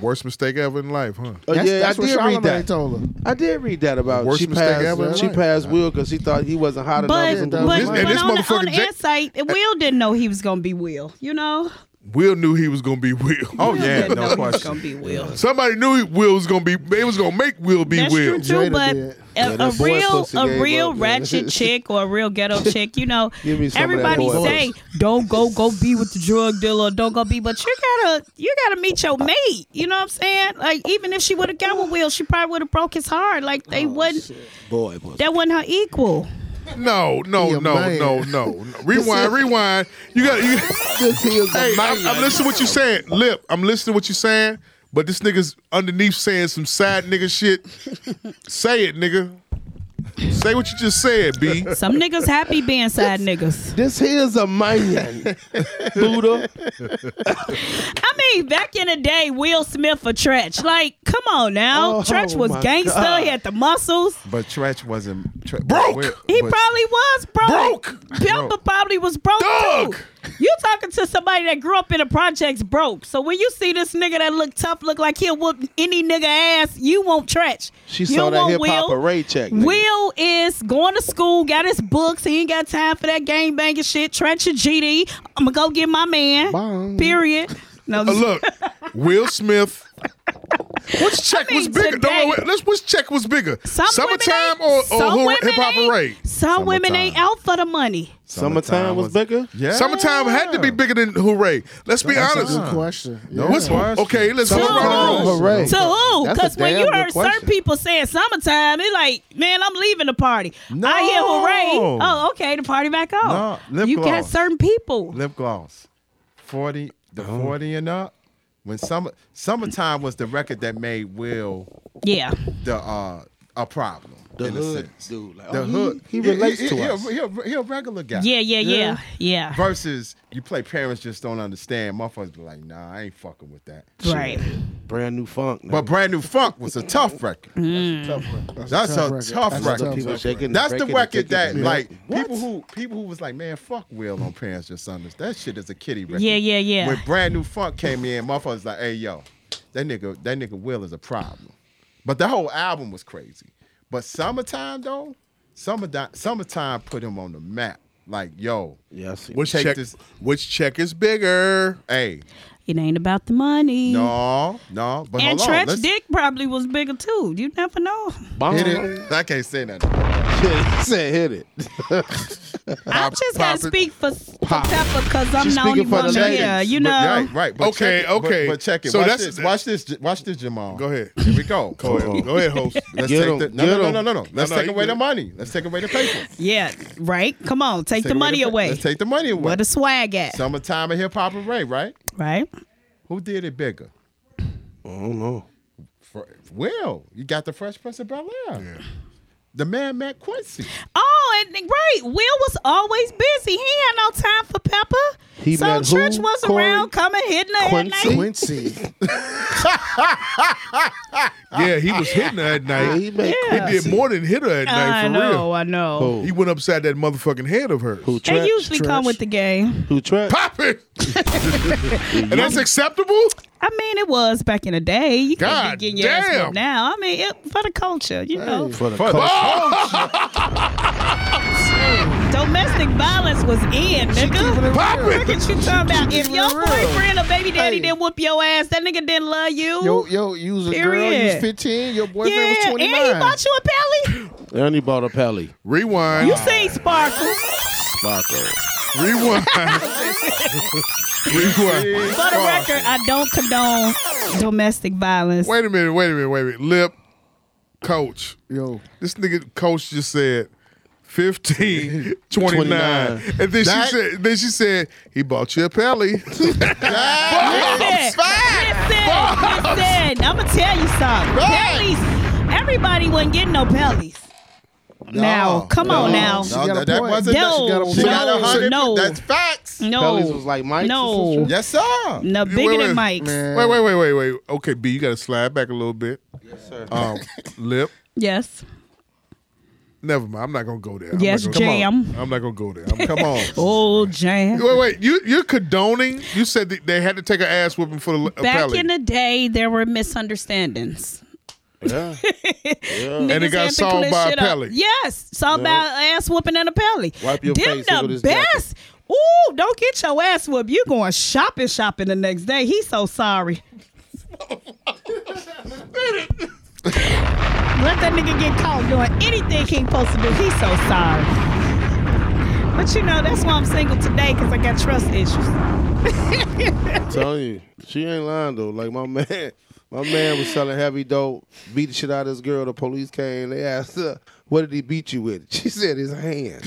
Speaker 5: Worst mistake ever in life, huh?
Speaker 9: Oh,
Speaker 6: That's,
Speaker 9: yeah,
Speaker 6: that's
Speaker 9: I
Speaker 6: what
Speaker 9: did read
Speaker 6: Charlamagne
Speaker 9: that.
Speaker 6: told her.
Speaker 9: I did read that about
Speaker 5: Worst
Speaker 9: she
Speaker 5: mistake
Speaker 9: passed. uh,
Speaker 5: ever in
Speaker 9: she
Speaker 5: life.
Speaker 9: passed Will because she thought he wasn't hot
Speaker 8: But
Speaker 9: enough.
Speaker 8: but,
Speaker 9: and-
Speaker 6: that was
Speaker 8: but,
Speaker 6: mine. And
Speaker 5: this
Speaker 8: on, the, on
Speaker 5: motherfucker
Speaker 8: the
Speaker 5: Jake-
Speaker 8: insight, Will didn't know he was gonna be Will. You know,
Speaker 5: Will knew he was gonna be [laughs] Will.
Speaker 7: Oh yeah,
Speaker 8: didn't know
Speaker 7: no
Speaker 8: he was gonna
Speaker 7: question.
Speaker 8: be
Speaker 5: [laughs]
Speaker 8: Will.
Speaker 5: Somebody knew he- Will was gonna be. They was gonna make Will be
Speaker 8: That's
Speaker 5: Will.
Speaker 8: true too,
Speaker 6: Jada
Speaker 8: but
Speaker 6: did.
Speaker 9: Yeah,
Speaker 8: a, a
Speaker 9: that boy
Speaker 8: real
Speaker 9: pussy
Speaker 8: a
Speaker 9: gave
Speaker 8: real
Speaker 9: up, man. [laughs]
Speaker 8: ratchet chick or a real ghetto chick, you know,
Speaker 9: Give me some of that
Speaker 8: everybody
Speaker 9: boy
Speaker 8: say don't go go be with the drug dealer, don't go be, but you gotta you gotta meet your mate. You know what I'm saying? Like even if she would have got with Will, she probably would have broke his heart. Like they wouldn't
Speaker 9: Oh, boy, boy.
Speaker 8: that wasn't her equal.
Speaker 5: No, no,
Speaker 6: He a
Speaker 5: no,
Speaker 6: man.
Speaker 5: no, no. Rewind, rewind. You got. You, hey, I'm, I'm listening to what you're saying, Lip. I'm listening to what you're saying, but
Speaker 8: [laughs]
Speaker 5: this nigga's underneath saying some side nigga shit. Say it, nigga. Say what you just said, B.
Speaker 8: Some niggas happy being
Speaker 9: [laughs]
Speaker 8: side niggas.
Speaker 9: This here's a man, [laughs] Buddha.
Speaker 8: I mean, back in the day, Will Smith for Tretch. Like, come on now.
Speaker 9: Oh,
Speaker 8: Tretch was
Speaker 9: my
Speaker 8: gangster.
Speaker 9: God.
Speaker 8: He had the muscles.
Speaker 7: But Tretch wasn't Tre-
Speaker 5: Broke!
Speaker 7: Will-
Speaker 8: He
Speaker 7: but-
Speaker 8: probably was broke.
Speaker 5: Broke.
Speaker 8: Pimper probably was broke
Speaker 5: Thug.
Speaker 8: too. You talking to somebody that grew up in the projects broke. So when you see this nigga that look tough, look like he'll whoop any nigga ass, you won't Tretch.
Speaker 9: She
Speaker 8: you
Speaker 9: saw that
Speaker 8: want
Speaker 9: hip hop
Speaker 8: Will.
Speaker 9: array check. nigga.
Speaker 8: Will is going to school, got his books. He ain't got time for that game banging shit. Trench and GD. I'm gonna go get my man.
Speaker 9: Bong.
Speaker 8: Period. No,
Speaker 5: Uh, look, Will Smith. Which check
Speaker 8: I mean,
Speaker 5: was bigger?
Speaker 8: today-
Speaker 5: Don't worry, let's, which check was bigger?
Speaker 8: some women
Speaker 5: Summertime
Speaker 8: ain't-
Speaker 5: or,
Speaker 8: some
Speaker 5: or
Speaker 8: women
Speaker 5: hip hop
Speaker 8: ain't-
Speaker 5: parade?
Speaker 8: Some women ain't
Speaker 7: Summertime.
Speaker 8: out for the money.
Speaker 9: Summertime was bigger.
Speaker 7: Yeah.
Speaker 5: Summertime had to be bigger than Hooray. Let's be
Speaker 7: That's a
Speaker 5: honest.
Speaker 7: good
Speaker 6: question.
Speaker 7: No
Speaker 5: What's-
Speaker 7: question.
Speaker 5: okay, let's go around
Speaker 8: Summertime
Speaker 5: the room.
Speaker 9: Hooray.
Speaker 8: [laughs] To who?
Speaker 9: That's a
Speaker 8: Because oh, when
Speaker 9: damn
Speaker 8: you
Speaker 9: good
Speaker 8: heard certain
Speaker 9: question.
Speaker 8: people saying summertime, they like, man, I'm leaving the party. I hear hooray.
Speaker 7: No.
Speaker 8: Oh, okay, the party back on.
Speaker 7: No, lip
Speaker 8: you got
Speaker 7: gloss.
Speaker 8: certain people.
Speaker 7: Lip gloss. 40, the
Speaker 10: Oh.
Speaker 7: 40 and up. When summer summertime was the record that made Will
Speaker 8: yeah.
Speaker 7: the uh a problem.
Speaker 10: The
Speaker 7: in
Speaker 10: hood
Speaker 7: a sense.
Speaker 10: dude, like,
Speaker 7: the
Speaker 10: oh, he-
Speaker 7: hood.
Speaker 10: he relates to
Speaker 7: he,
Speaker 10: us.
Speaker 7: He, a- he a regular guy.
Speaker 8: Yeah, yeah, yeah, yeah.
Speaker 7: Versus you play parents just don't understand. Motherfuckers be like, nah, I ain't fucking with that.
Speaker 8: Right.
Speaker 10: brand new funk.
Speaker 7: But Brand New Funk was a tough record. That's
Speaker 6: tough
Speaker 7: a
Speaker 6: record.
Speaker 7: tough
Speaker 6: That's a
Speaker 7: record.
Speaker 6: tough
Speaker 10: People shaking,
Speaker 7: That's the
Speaker 10: breaking, taking
Speaker 7: record
Speaker 10: it.
Speaker 7: that like people who people who was like, man, fuck Will on parents just understand. That shit is a kiddie record.
Speaker 8: Yeah, yeah, yeah.
Speaker 7: When brand new funk came in, motherfuckers like, hey yo, that nigga, that nigga Will is a problem. But the whole album was crazy. But summertime though, summertime, summertime put him on the map. Like yo,
Speaker 10: Yeah, I see.
Speaker 5: Which
Speaker 7: Take
Speaker 5: check?
Speaker 7: this-
Speaker 5: Which check is bigger?
Speaker 7: hey,
Speaker 8: It ain't about the money.
Speaker 7: no, no. But
Speaker 8: And
Speaker 7: hold on,
Speaker 8: Tretch
Speaker 7: let's-
Speaker 8: dick probably was bigger too. You never know.
Speaker 7: hit it. I can't say nothing.
Speaker 10: He said hit
Speaker 9: [laughs]
Speaker 10: it.
Speaker 8: I just gotta
Speaker 5: pop it.
Speaker 8: speak for, for Pepper because I'm
Speaker 10: She's
Speaker 8: the only
Speaker 10: speaking for the
Speaker 8: one
Speaker 10: ladies,
Speaker 8: here. You
Speaker 7: But-
Speaker 8: know.
Speaker 7: right, right. But
Speaker 5: Okay,
Speaker 7: check it, but-
Speaker 5: okay.
Speaker 7: But, check it.
Speaker 5: So
Speaker 7: watch
Speaker 5: that's-
Speaker 7: this. Watch this. Watch this, Jamal.
Speaker 5: Go ahead.
Speaker 7: Here we go.
Speaker 5: Go
Speaker 7: [laughs]
Speaker 5: ahead, go ahead host.
Speaker 7: Let's
Speaker 10: Get
Speaker 7: take
Speaker 10: 'em.
Speaker 7: the, no,
Speaker 10: Get
Speaker 7: no, no,
Speaker 10: 'em.
Speaker 7: no, no, no. Let's
Speaker 5: no,
Speaker 7: take
Speaker 5: you
Speaker 7: away
Speaker 5: good.
Speaker 7: the money. Let's take
Speaker 8: [laughs]
Speaker 7: away the paper. Take
Speaker 8: Yeah. Right. Come on, take the money
Speaker 7: pa-
Speaker 8: away.
Speaker 7: Let's take the money away.
Speaker 8: Where the swag at?
Speaker 7: Summertime and hip hop array, right?
Speaker 8: right.
Speaker 7: Who did it bigger?
Speaker 10: I don't know.
Speaker 7: For, Will. You got the Fresh Prince of Bel Air. The man Matt Quincy.
Speaker 8: Oh, and right, Will was always busy. He had no time for Pepper.
Speaker 10: He
Speaker 8: so
Speaker 10: met who,
Speaker 8: Church was
Speaker 10: Corey?
Speaker 8: around coming hitting her
Speaker 10: Quincy?
Speaker 8: at night.
Speaker 6: Quincy.
Speaker 5: yeah, he was hitting her at
Speaker 10: [laughs]
Speaker 5: night.
Speaker 10: He made
Speaker 8: Yeah.
Speaker 5: He did more than hit her at night
Speaker 8: I
Speaker 5: for
Speaker 8: know,
Speaker 5: real.
Speaker 8: I
Speaker 10: Oh,
Speaker 8: know.
Speaker 5: He went upside that motherfucking head of hers.
Speaker 10: who
Speaker 8: They
Speaker 10: trash,
Speaker 8: usually come with the game.
Speaker 10: who trash.
Speaker 5: Pop
Speaker 10: [laughs]
Speaker 5: it. and that's acceptable.
Speaker 8: I mean, it was back in the day. You can't
Speaker 5: God
Speaker 8: be getting your ass
Speaker 5: damn.
Speaker 8: whooped now. I mean, it, for the culture, you know.
Speaker 10: For the culture.
Speaker 5: [laughs]
Speaker 8: Domestic violence was in, nigga.
Speaker 5: Pop
Speaker 8: Look
Speaker 5: it.
Speaker 8: at you talking about if your
Speaker 6: real.
Speaker 8: boyfriend or baby daddy
Speaker 6: Hey.
Speaker 8: didn't whoop your ass, that nigga didn't love you.
Speaker 6: Yo, yo, you was a girl. You was
Speaker 8: Period.
Speaker 6: 15. Your boyfriend
Speaker 8: yeah,
Speaker 6: was
Speaker 8: and
Speaker 6: 29.
Speaker 8: he bought you a pelly.
Speaker 10: And he bought a Pelly.
Speaker 5: Rewind.
Speaker 6: Ah.
Speaker 8: You seen Sparkle.
Speaker 10: Sparkle.
Speaker 5: [laughs] Rewind.
Speaker 8: [laughs]
Speaker 5: Rewind.
Speaker 8: For the record, I don't condone domestic violence.
Speaker 5: Wait a minute. Wait a minute. Wait a minute. Lip, coach.
Speaker 6: Yo,
Speaker 5: This nigga coach just said
Speaker 8: [laughs]
Speaker 5: 15, 29.
Speaker 10: 29.
Speaker 5: And then
Speaker 7: That-
Speaker 5: she said, then she said, he bought you a
Speaker 8: [laughs]
Speaker 5: pelly.
Speaker 8: Listen, listen, listen. I'm gonna tell you something. Pellies, everybody wasn't getting no pellies. now, come on now.
Speaker 7: No,
Speaker 6: got a
Speaker 7: that, that
Speaker 6: point.
Speaker 7: wasn't
Speaker 8: No,
Speaker 7: that. She got
Speaker 8: no,
Speaker 7: a hundred.
Speaker 8: no.
Speaker 7: That's facts.
Speaker 8: No,
Speaker 10: Pellies was like Mike's
Speaker 8: no,
Speaker 10: sister?
Speaker 7: Yes, sir.
Speaker 8: no, bigger
Speaker 5: Wait,
Speaker 8: than
Speaker 5: wait.
Speaker 8: Mike's.
Speaker 6: man.
Speaker 5: Wait, wait, wait, wait, wait. Okay, B, you got to slide back a little bit. Um, lip.
Speaker 8: Yes,
Speaker 5: Never mind. I'm not gonna go there. I'm
Speaker 8: Yes,
Speaker 5: not gonna- come on.
Speaker 8: jam. Oh.
Speaker 5: I'm not gonna go there. I'm, come
Speaker 7: Come
Speaker 5: on.
Speaker 7: on.
Speaker 8: [laughs] old jam.
Speaker 5: Wait, wait. You you're condoning? You said that they had to take an ass whooping for the a
Speaker 8: Back
Speaker 5: pelly.
Speaker 8: in the day, there were misunderstandings. [laughs]
Speaker 10: Yeah.
Speaker 8: Niggas
Speaker 5: And it got
Speaker 8: had to
Speaker 5: solved
Speaker 8: clear
Speaker 5: by a
Speaker 8: shit up.
Speaker 5: pelly.
Speaker 8: Yes, solved by an ass whooping and a pelly.
Speaker 10: Wipe your
Speaker 8: Them
Speaker 10: face, look at
Speaker 8: the
Speaker 10: this
Speaker 8: best. Ooh, don't get your ass whooped. You going shopping, shopping the next day. He's
Speaker 10: [laughs]
Speaker 8: so sorry. Let that nigga get caught doing anything he ain't supposed to do. He's so sorry. But you know, that's why I'm single today because I got trust issues. [laughs]
Speaker 10: telling you, she ain't lying though. Like my [laughs] man, my man was selling heavy dope, beat the shit out of this girl. The police came. They asked her, "What did he beat you with?" She said, "His hand."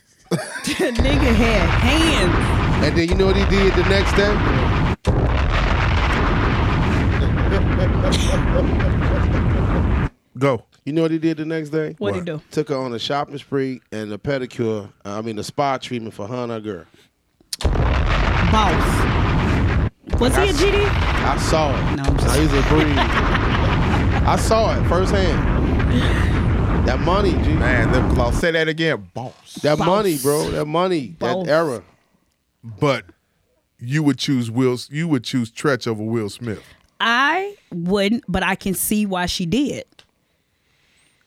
Speaker 10: [laughs]
Speaker 8: nigga had hands.
Speaker 10: And then you know what he did the next day?
Speaker 5: Go.
Speaker 10: You know what he did the next day?
Speaker 8: What'd he What? do?
Speaker 10: Took her on a shopping spree and a pedicure. uh, I mean, a spa treatment for her and her girl.
Speaker 8: Boss. Was he a GD?
Speaker 10: I saw it.
Speaker 8: No, I'm just-
Speaker 10: I usually breathe. I saw it firsthand. That money, G.
Speaker 7: Man, lip gloss. Say that again, boss.
Speaker 10: That
Speaker 8: Boss.
Speaker 10: money, bro. That money.
Speaker 8: Boss.
Speaker 10: That era.
Speaker 5: But you would choose Will. You would choose Tretch over Will Smith.
Speaker 8: I wouldn't, but I can see why she did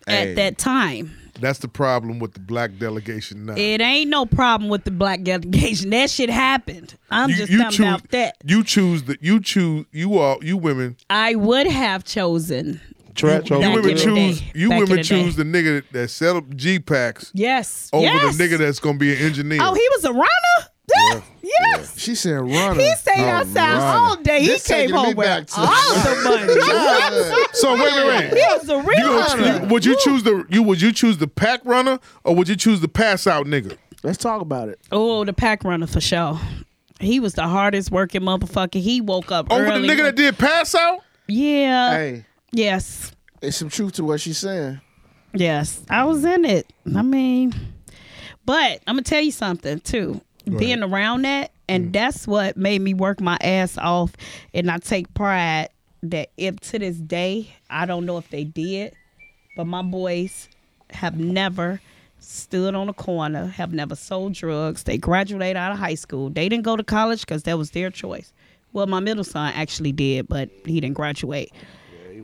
Speaker 7: Hey.
Speaker 8: at that time.
Speaker 5: That's the problem with the black delegation now.
Speaker 8: It ain't no problem with the black delegation. That shit happened. I'm just talking about that.
Speaker 5: You choose that. You choose. You all. You women.
Speaker 8: I would have chosen.
Speaker 10: Trash
Speaker 5: You
Speaker 8: Back
Speaker 5: women
Speaker 8: in the
Speaker 5: choose.
Speaker 8: day.
Speaker 5: You
Speaker 8: Back in
Speaker 5: women
Speaker 8: the day.
Speaker 5: choose the nigga that, that set up G packs
Speaker 8: Yes.
Speaker 5: over
Speaker 8: yes.
Speaker 5: the nigga that's gonna be an engineer.
Speaker 8: Oh, he was a runner? yes.
Speaker 6: She said, "Runner."
Speaker 8: He stayed outside all day.
Speaker 7: This
Speaker 8: he came
Speaker 7: taking me
Speaker 8: home
Speaker 7: back
Speaker 8: with
Speaker 7: to-
Speaker 8: all the money.
Speaker 5: so wait, wait, wait.
Speaker 8: he was a real
Speaker 5: You gonna-
Speaker 8: runner.
Speaker 5: you- would you choose the you would you choose the pack runner or would you choose the pass out nigga?
Speaker 6: Let's talk about it.
Speaker 8: Oh, the pack runner for sure. He was the hardest working motherfucker. He woke up
Speaker 5: Over
Speaker 8: early.
Speaker 5: Oh, the nigga that did pass out?
Speaker 8: yeah.
Speaker 6: Hey,
Speaker 8: Yes.
Speaker 6: it's some truth to what she's saying.
Speaker 8: Yes. I was in it. I mean, but I'm gonna tell you something too. Being around that, and that's what made me work my ass off, and I take pride that if to this day I don't know if they did, but my boys have never stood on a corner, have never sold drugs. They graduated out of high school. They didn't go to college because that was their choice. Well, my middle son actually did, but he didn't graduate.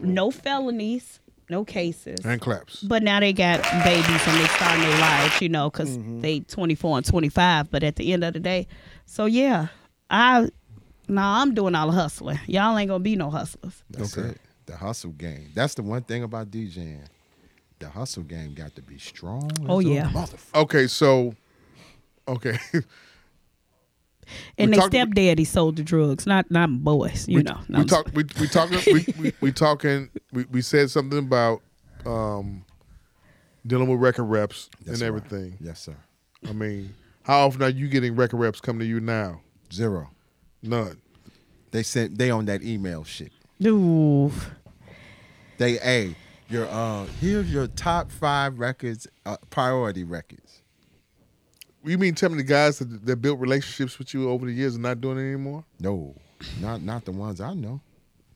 Speaker 8: no felonies, no cases.
Speaker 5: And claps.
Speaker 8: But now they got babies and they starting their lives, you know, because
Speaker 5: Mm-hmm.
Speaker 8: they 24 and 25. But at the end of the day, so yeah, I, nah, I'm doing all the hustling. Y'all ain't gonna be no hustlers.
Speaker 7: That's it. The hustle game. That's the one thing about DJing. The hustle game got to be strong.
Speaker 8: Oh,
Speaker 7: as a
Speaker 8: yeah.
Speaker 7: motherfucker.
Speaker 5: Okay, so okay. [laughs] We
Speaker 8: And they
Speaker 5: talked-
Speaker 8: stepdaddy sold the drugs, not not boys, you know. No,
Speaker 5: we
Speaker 8: I'm
Speaker 5: talk we we talking we, we, we talking we, we said something about um dealing with record reps
Speaker 7: Yes,
Speaker 5: and
Speaker 7: sir.
Speaker 5: everything.
Speaker 7: Yes, sir.
Speaker 5: I mean, how often are you getting record reps coming to you now?
Speaker 7: Zero.
Speaker 5: None.
Speaker 7: They sent. They on that email shit.
Speaker 8: sorry. Ooh.
Speaker 7: They a your uh here's your top five records uh, priority records.
Speaker 5: You mean tell me the guys that, that built relationships with you over the years are not doing it anymore?
Speaker 7: No, not not the ones I know.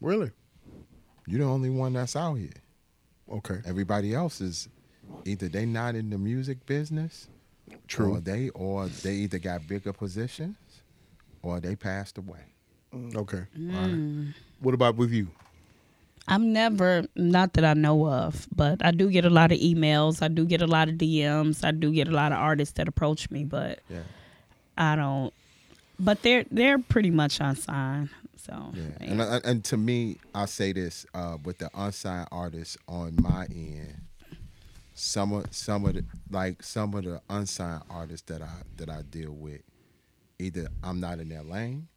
Speaker 5: Really?
Speaker 7: You're the only one that's out here.
Speaker 5: Okay.
Speaker 7: Everybody else is either they not in the music business,
Speaker 5: True.
Speaker 7: or they or they either got bigger positions, or they passed away.
Speaker 5: Okay. What about with you?
Speaker 8: I'm never, not that I know of, but I do get a lot of emails. I do get a lot of DMs. I do get a lot of artists that approach me, but
Speaker 7: Yeah.
Speaker 8: I don't. But they're they're pretty much unsigned. So
Speaker 7: Yeah. And, I- and to me, I say this uh, with the unsigned artists on my end. Some of some of the like some of the unsigned artists that I that I deal with, either I'm not in their lane.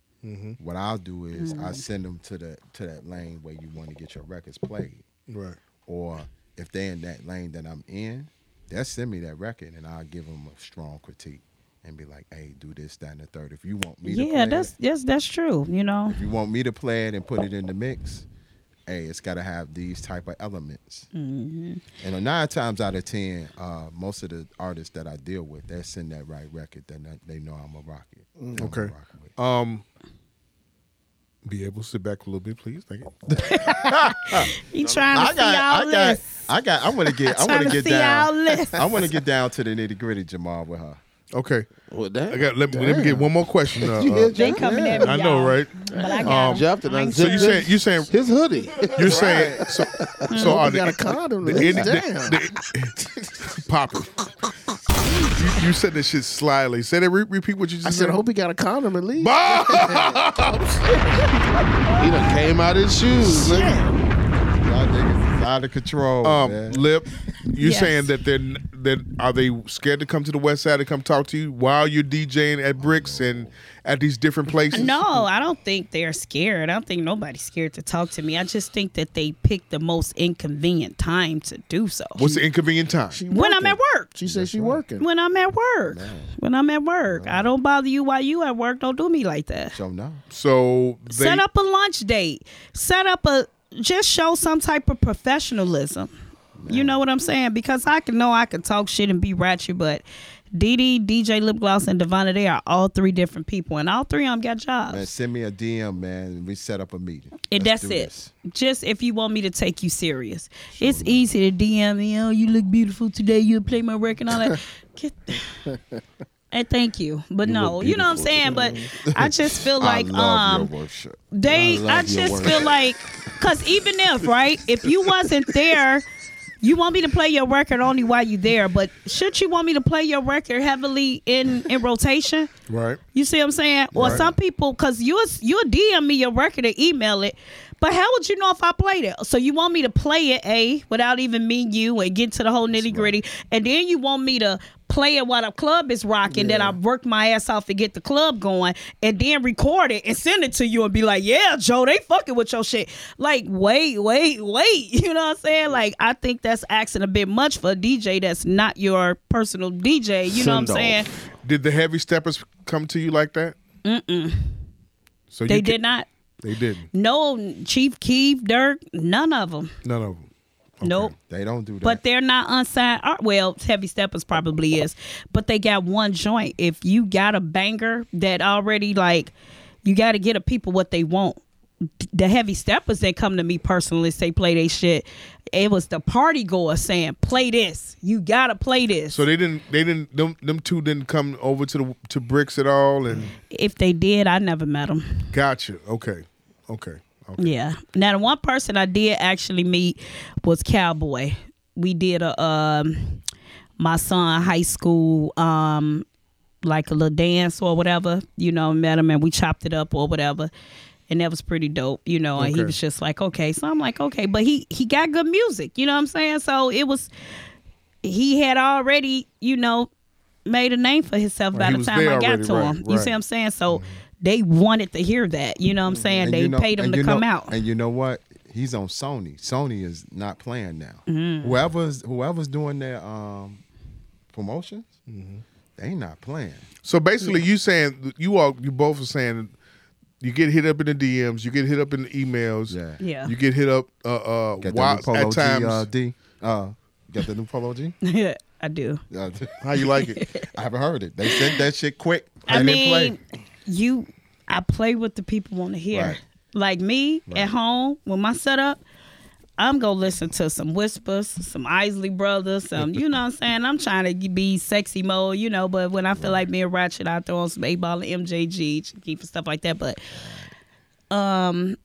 Speaker 7: What I'll do is
Speaker 8: Mm-hmm.
Speaker 7: I send them to the to that lane where you want to get your records played,
Speaker 5: Right.
Speaker 7: or if they're in that lane that I'm in, they'll send me that record and I'll give them a strong critique and be like, "Hey, do this, that, and the third. If you want me, to play
Speaker 8: yeah,
Speaker 7: it,
Speaker 8: that's that's that's true. You know,
Speaker 7: if you want me to play it and put it in the mix, hey, it's got to have these type of elements.
Speaker 8: Mm-hmm.
Speaker 7: And nine times out of ten, uh, most of the artists that I deal with, they send that right record. They know, they know I'm a rocket.
Speaker 5: Okay.
Speaker 8: Oh,
Speaker 7: Uh,
Speaker 5: Be able to sit back a little bit, please. Thank you.
Speaker 8: he trying to
Speaker 7: I
Speaker 8: see
Speaker 7: got, I
Speaker 8: our
Speaker 7: got,
Speaker 8: list.
Speaker 7: I got. I want to
Speaker 8: [laughs]
Speaker 7: get, I
Speaker 8: trying
Speaker 7: want
Speaker 8: to
Speaker 7: to get
Speaker 8: see our
Speaker 7: down. [laughs]
Speaker 8: list.
Speaker 7: I want to get down to the nitty gritty, Jamal, with her.
Speaker 5: Okay.
Speaker 10: What
Speaker 5: I
Speaker 10: that?
Speaker 5: got. Let me, let me get one more [laughs] question. Uh, uh,
Speaker 8: They coming at me.
Speaker 5: I know,
Speaker 8: y'all.
Speaker 5: right?
Speaker 8: But I got
Speaker 5: Um,
Speaker 8: 'em.
Speaker 10: Jeff did
Speaker 8: I ain't
Speaker 5: So you
Speaker 10: unzip
Speaker 5: saying you saying
Speaker 10: his
Speaker 8: [laughs]
Speaker 10: hoodie.
Speaker 5: you're saying so so are
Speaker 6: We got a
Speaker 5: Oh, the,
Speaker 6: condom.
Speaker 5: the,
Speaker 6: to this.
Speaker 5: the,
Speaker 6: Damn.
Speaker 5: the- pop it. You, you said this shit slyly. Say that. Re- repeat what you just
Speaker 6: I said, I hope he got a condom at least.
Speaker 10: He done came out his shoes. nigga.
Speaker 7: Y'all niggas is out of control,
Speaker 5: Um,
Speaker 7: man.
Speaker 5: Lip, you
Speaker 8: Yes.
Speaker 5: saying that they're n- that are they scared to come to the West Side to come talk to you while you're DJing at Bricks and at these different places?
Speaker 8: No, I don't think they're scared. I don't think nobody's scared to talk to me. I just think that they picked the most inconvenient time to do so.
Speaker 5: What's the inconvenient time?
Speaker 6: She
Speaker 8: when I'm
Speaker 6: working.
Speaker 8: at work.
Speaker 6: She said she working.
Speaker 8: When I'm at work. When I'm at work. I don't bother you while you at work. Don't do me like that.
Speaker 7: So no,
Speaker 5: So they,
Speaker 8: Set up a lunch date. Set up a just show some type of professionalism. You know what I'm saying? Because I can know I could talk shit and be ratchet, but Dee Dee, DJ Lip Gloss, and Devonna, they are all three different people, and all three of them got jobs.
Speaker 7: Man, send me a DM, man, and we set up a meeting.
Speaker 8: And
Speaker 7: Let's
Speaker 8: that's it.
Speaker 7: do this.
Speaker 8: Just if you want me to take you serious, it's easy to DM me. Oh, you look beautiful today. You play my record and
Speaker 7: [laughs]
Speaker 8: all that. Get. And thank you, but no, you know what I'm saying. But I just feel
Speaker 7: [laughs]
Speaker 8: like
Speaker 7: I love
Speaker 8: um,
Speaker 7: your worship.
Speaker 8: they
Speaker 7: love
Speaker 8: I,
Speaker 7: your
Speaker 8: just
Speaker 7: work.
Speaker 8: feel like because even if right if you wasn't there you want me to play your record only while you there but should you want me to play your record heavily in in rotation
Speaker 5: Right.
Speaker 8: you see what i'm saying or some people because you'll you'll dm me your record or email it but how would you know if I played it? So you want me to play it, A, without even meeting you and get to the whole nitty gritty. And then you want me to play it while the club is rocking, then I work my ass off to get the club going and then record it and send it to you and be like, yeah, Joe, they fucking with your shit. Like, wait, wait, wait. [laughs] You know what I'm saying? Like, I think that's asking a bit much for a DJ that's not your personal DJ. You know what I'm
Speaker 10: Send-off.
Speaker 8: saying?
Speaker 5: Did the heavy steppers come to you like that? Mm-mm. So
Speaker 8: They
Speaker 5: you
Speaker 8: did not.
Speaker 5: They didn't.
Speaker 8: No, Chief Keef, Dirk, none of them.
Speaker 5: None of them.
Speaker 8: Nope.
Speaker 7: They don't do that.
Speaker 8: But they're not unsigned. Art. Well, Heavy Steppers probably is, but they got one joint. If you got a banger that already like, you got to get a people what they want. The Heavy Steppers that come to me personally say play they shit. It was the party goer saying play this. You gotta play this.
Speaker 5: So they didn't. They didn't. Them, them two didn't come over to the to bricks at all. And
Speaker 8: if they did, I never met them.
Speaker 5: gotcha. Okay. Okay. Okay.
Speaker 8: Yeah. Now the one person I did actually meet was Cowboy. We did a um my son high school um like a little dance or whatever, you know, met him and we chopped it up or whatever. And that was pretty dope, you know, and he
Speaker 5: Okay.
Speaker 8: was just like, okay. So I'm like, okay, but he he got good music, you know what I'm saying? So it was he had already, you know, made a name for himself
Speaker 5: he
Speaker 8: by the
Speaker 5: was
Speaker 8: time
Speaker 5: there
Speaker 8: I got
Speaker 5: already,
Speaker 8: to
Speaker 5: right,
Speaker 8: him. You see
Speaker 5: right.
Speaker 8: what I'm saying? So they wanted to hear that, you know what I'm
Speaker 7: Mm-hmm.
Speaker 8: saying?
Speaker 7: And
Speaker 8: they
Speaker 7: you know-
Speaker 8: paid him
Speaker 7: and
Speaker 8: to
Speaker 7: you
Speaker 8: come
Speaker 7: know-
Speaker 8: out.
Speaker 7: And you know what? He's on Sony. Sony is not playing now.
Speaker 8: Mm.
Speaker 7: Whoever's whoever's doing their um, promotions,
Speaker 5: Mm-hmm.
Speaker 7: they not playing.
Speaker 5: So basically, you saying you all you both are saying you get hit up in the DMs, you get hit up in the emails,
Speaker 7: Yeah.
Speaker 8: Yeah.
Speaker 5: you get hit up uh uh
Speaker 7: Got
Speaker 5: while-
Speaker 7: the new Polo
Speaker 5: at times.
Speaker 7: G, uh, D. Uh, got the new
Speaker 5: [laughs]
Speaker 7: Polo G.
Speaker 8: Yeah, [laughs] I do.
Speaker 7: Uh,
Speaker 5: how you like it?
Speaker 7: I haven't heard it. They sent that shit quick. They
Speaker 8: I
Speaker 7: didn't
Speaker 8: mean,
Speaker 7: play.
Speaker 8: you, I play what the people want to hear.
Speaker 7: Right.
Speaker 8: Like me at home with my setup, I'm gonna listen to some whispers, some Isley Brothers, some you know what I'm saying. I'm trying to be sexy mode, you know. But when I feel like being ratchet, I throw on some A Ball and MJG, keep and stuff like that. But um,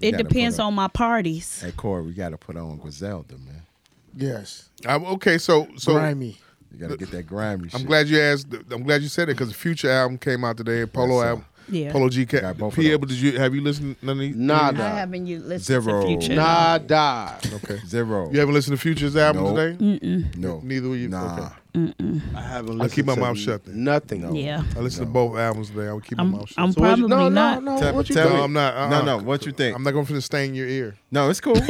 Speaker 8: it
Speaker 7: gotta put
Speaker 8: depends
Speaker 7: up-
Speaker 8: on my parties.
Speaker 7: Hey Corey, we gotta put on Griselda, man.
Speaker 6: Yes.
Speaker 5: I'm, okay, so so
Speaker 6: Grimy.
Speaker 7: You gotta get that grimy shit.
Speaker 5: I'm glad you asked. I'm glad you said it because the Future album came out today. Polo
Speaker 7: sir.
Speaker 5: album.
Speaker 8: Yeah.
Speaker 5: Polo G. Ca-
Speaker 7: Got both of
Speaker 5: Pierre,
Speaker 7: those.
Speaker 5: but did you have you listened to none of these?
Speaker 8: I
Speaker 10: Nada.
Speaker 8: haven't you listened
Speaker 7: Zero.
Speaker 8: to Future.
Speaker 10: Nada.
Speaker 5: Okay.
Speaker 7: Zero.
Speaker 5: You haven't listened to Future's album
Speaker 7: Nope.
Speaker 5: today?
Speaker 8: Mm.
Speaker 7: No.
Speaker 5: Neither of you.
Speaker 7: Nah.
Speaker 5: Okay.
Speaker 10: I haven't
Speaker 5: I
Speaker 10: listened
Speaker 5: keep my
Speaker 10: to
Speaker 5: mouth shut then.
Speaker 10: Nothing.
Speaker 8: Yeah,
Speaker 5: I listened to both albums today. I would keep my
Speaker 8: I'm.
Speaker 5: mouth shut.
Speaker 8: I'm
Speaker 10: So what
Speaker 8: probably
Speaker 10: you- no,
Speaker 8: not.
Speaker 10: no,
Speaker 5: Oh,
Speaker 10: no,
Speaker 7: Tell-
Speaker 10: What you
Speaker 7: tell
Speaker 10: doing?
Speaker 5: no, I'm not. Uh-uh.
Speaker 7: No, no. What you think?
Speaker 5: I'm not gonna finna stain your ear.
Speaker 7: No,
Speaker 5: [laughs]
Speaker 7: it's cool.
Speaker 10: Oh,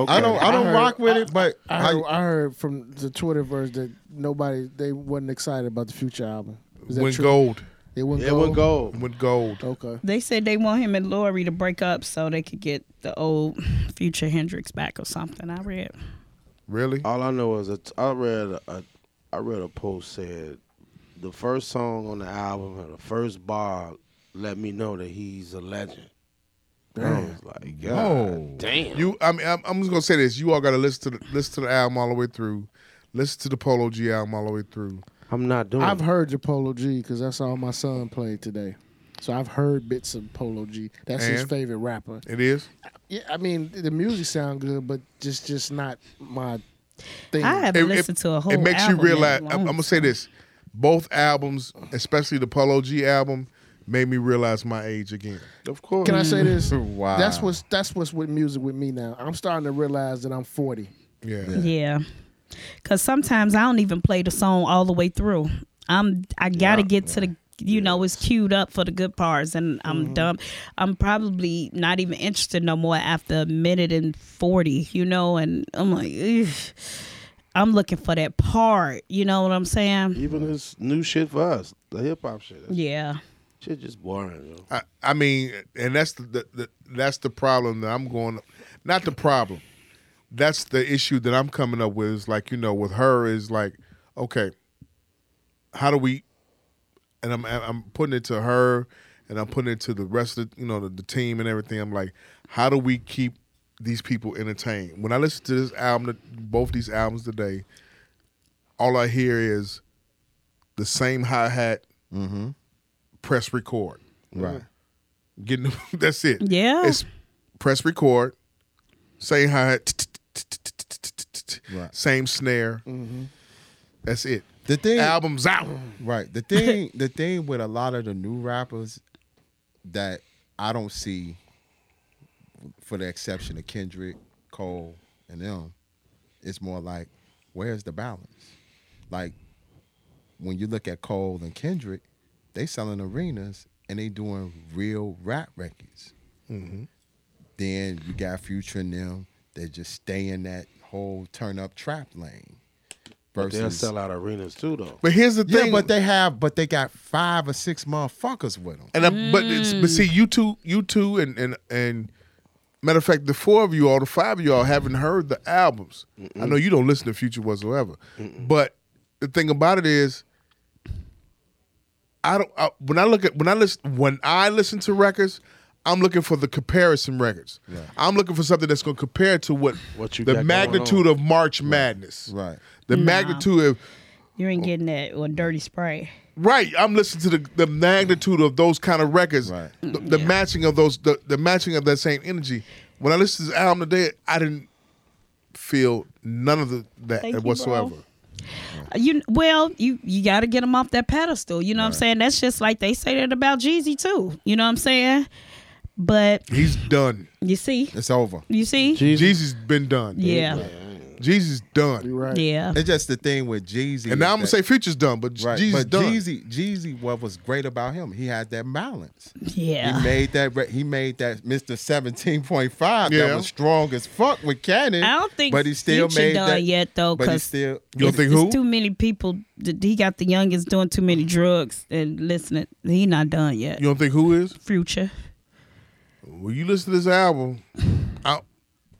Speaker 10: okay.
Speaker 7: I don't. I don't
Speaker 6: heard-
Speaker 7: rock with it, but
Speaker 6: I
Speaker 7: I-
Speaker 6: heard, I heard from the Twitterverse that nobody they wasn't excited about the future album. Is that
Speaker 5: Went
Speaker 6: true?
Speaker 5: gold.
Speaker 6: It went
Speaker 10: It would go.
Speaker 5: Went gold.
Speaker 6: Okay.
Speaker 8: They said they want him and Lori to break up so they could get the old future Hendrix back or something. I read.
Speaker 5: Really?
Speaker 10: All I know is that I read a, I read a post said the first song on the album and the first bar let me know that he's a legend. I was like, God, damn.
Speaker 5: You, I mean, I'm, I'm just gonna say this. You all gotta listen to the, listen to the album all the way through. Listen to the Polo G album all the way through.
Speaker 10: I'm not
Speaker 5: Hmm.
Speaker 10: doing.
Speaker 6: I've
Speaker 10: it.
Speaker 6: heard your Polo G because that's all my son played today. So I've heard bits of Polo G. That's his
Speaker 5: And?
Speaker 6: favorite rapper.
Speaker 5: It is.
Speaker 6: Yeah, I mean the music sound good, but just just not my thing.
Speaker 8: I haven't listened to a whole.
Speaker 5: It makes
Speaker 8: album
Speaker 5: you realize.
Speaker 8: in a
Speaker 5: I'm, I'm
Speaker 8: long
Speaker 5: gonna say this. Both albums, especially the Polo G album, made me realize my age again.
Speaker 10: of course.
Speaker 6: Can I
Speaker 5: [laughs]
Speaker 6: say this?
Speaker 7: Wow.
Speaker 6: That's what's that's what's with music with me now. I'm starting to realize that I'm 40.
Speaker 5: Yeah.
Speaker 8: time. Yeah, because sometimes I don't even play the song all the way through. I'm. I gotta get to the. You know, it's queued up for the good parts, and I'm
Speaker 10: Mm-hmm.
Speaker 8: dumb. I'm probably not even interested no more after a minute and forty. You know, and I'm like, Ugh. I'm looking for that part. You know what I'm saying?
Speaker 10: Even this new shit for us, the hip hop shit. That
Speaker 8: Yeah.
Speaker 10: Shit just boring. Yo.
Speaker 5: I, I mean, and that's the, the, the that's the problem that I'm going. Not the problem. that's the issue that I'm coming up with. Is like you know, with her is like, okay, how do we? And I'm I'm putting it to her, and I'm putting it to the rest of the, you know the, the team and everything. I'm like, how do we keep these people entertained? When I listen to this album, both these albums today, all I hear is the same hi hat, press record, right? Getting [laughs] that's it.
Speaker 8: Yeah.
Speaker 5: it's press record, same hi hat,
Speaker 7: Right. Mm-hmm.
Speaker 5: same snare. That's it.
Speaker 7: The thing,
Speaker 5: Albums out.
Speaker 7: right? The thing, the thing with a lot of the new rappers that I don't see, for the exception of Kendrick, Cole, and them, it's more like, where's the balance? Like, when you look at Cole and Kendrick, they selling arenas and they doing real rap records. Then you got Future and them that just stay in that whole turn up trap lane.
Speaker 10: They'll
Speaker 7: Versus
Speaker 10: sell out arenas too, though.
Speaker 5: But here's the
Speaker 7: yeah,
Speaker 5: thing.
Speaker 7: but they have, but they got five or six motherfuckers with them.
Speaker 5: And I, but it's, but see you two you two and and and matter of fact the four of you all the five of y'all haven't heard the albums. I know you don't listen to Future whatsoever, but the thing about it is, I don't I, when I look at when I listen when I listen to records. I'm looking for the comparison records. I'm looking for something that's going to compare to what,
Speaker 10: What you
Speaker 5: the
Speaker 10: got going
Speaker 5: magnitude
Speaker 10: on.
Speaker 5: of March Madness,
Speaker 7: Right.
Speaker 5: The magnitude of
Speaker 8: You
Speaker 5: Oh.
Speaker 8: ain't getting that with dirty spray.
Speaker 5: Right, I'm listening to the, the magnitude of those kind of records,
Speaker 7: Right.
Speaker 5: the, the matching of those, the, the matching of that same energy. When I listened to this album today, I didn't feel none of the, that
Speaker 8: Thank you, bro.
Speaker 5: whatsoever.
Speaker 8: Uh, You well, you you got to get them off that pedestal. You know what I'm saying? That's just like they say that about Jeezy too. You know what I'm saying? But
Speaker 5: He's done.
Speaker 8: you see,
Speaker 7: It's over.
Speaker 8: you see,
Speaker 5: Jeezy's been done.
Speaker 8: yeah,
Speaker 5: Jeezy's done.
Speaker 6: You're right.
Speaker 8: yeah.
Speaker 7: It's just the thing with Jeezy.
Speaker 5: And now I'm
Speaker 7: is
Speaker 5: gonna
Speaker 7: that-
Speaker 5: say Future's done, but
Speaker 7: right,
Speaker 5: Jeezy's
Speaker 7: but
Speaker 5: done.
Speaker 7: Jeezy, Jeezy, what was great about him? He had that balance. He
Speaker 8: Yeah.
Speaker 7: made that. re- He made that Mr. Seventeen Point Five.
Speaker 5: Yeah.
Speaker 7: That was strong as fuck with Cannon.
Speaker 8: I don't think
Speaker 7: but he still
Speaker 8: Future
Speaker 7: made
Speaker 8: done
Speaker 7: that
Speaker 8: yet, though,
Speaker 7: But he
Speaker 8: 'cause-
Speaker 7: still.
Speaker 5: You don't think
Speaker 8: It's
Speaker 5: who?
Speaker 8: too many people. that- He got the youngest doing too many drugs and listening. He not done yet.
Speaker 5: You don't think who is?
Speaker 8: Future.
Speaker 5: When you listen to this album, I,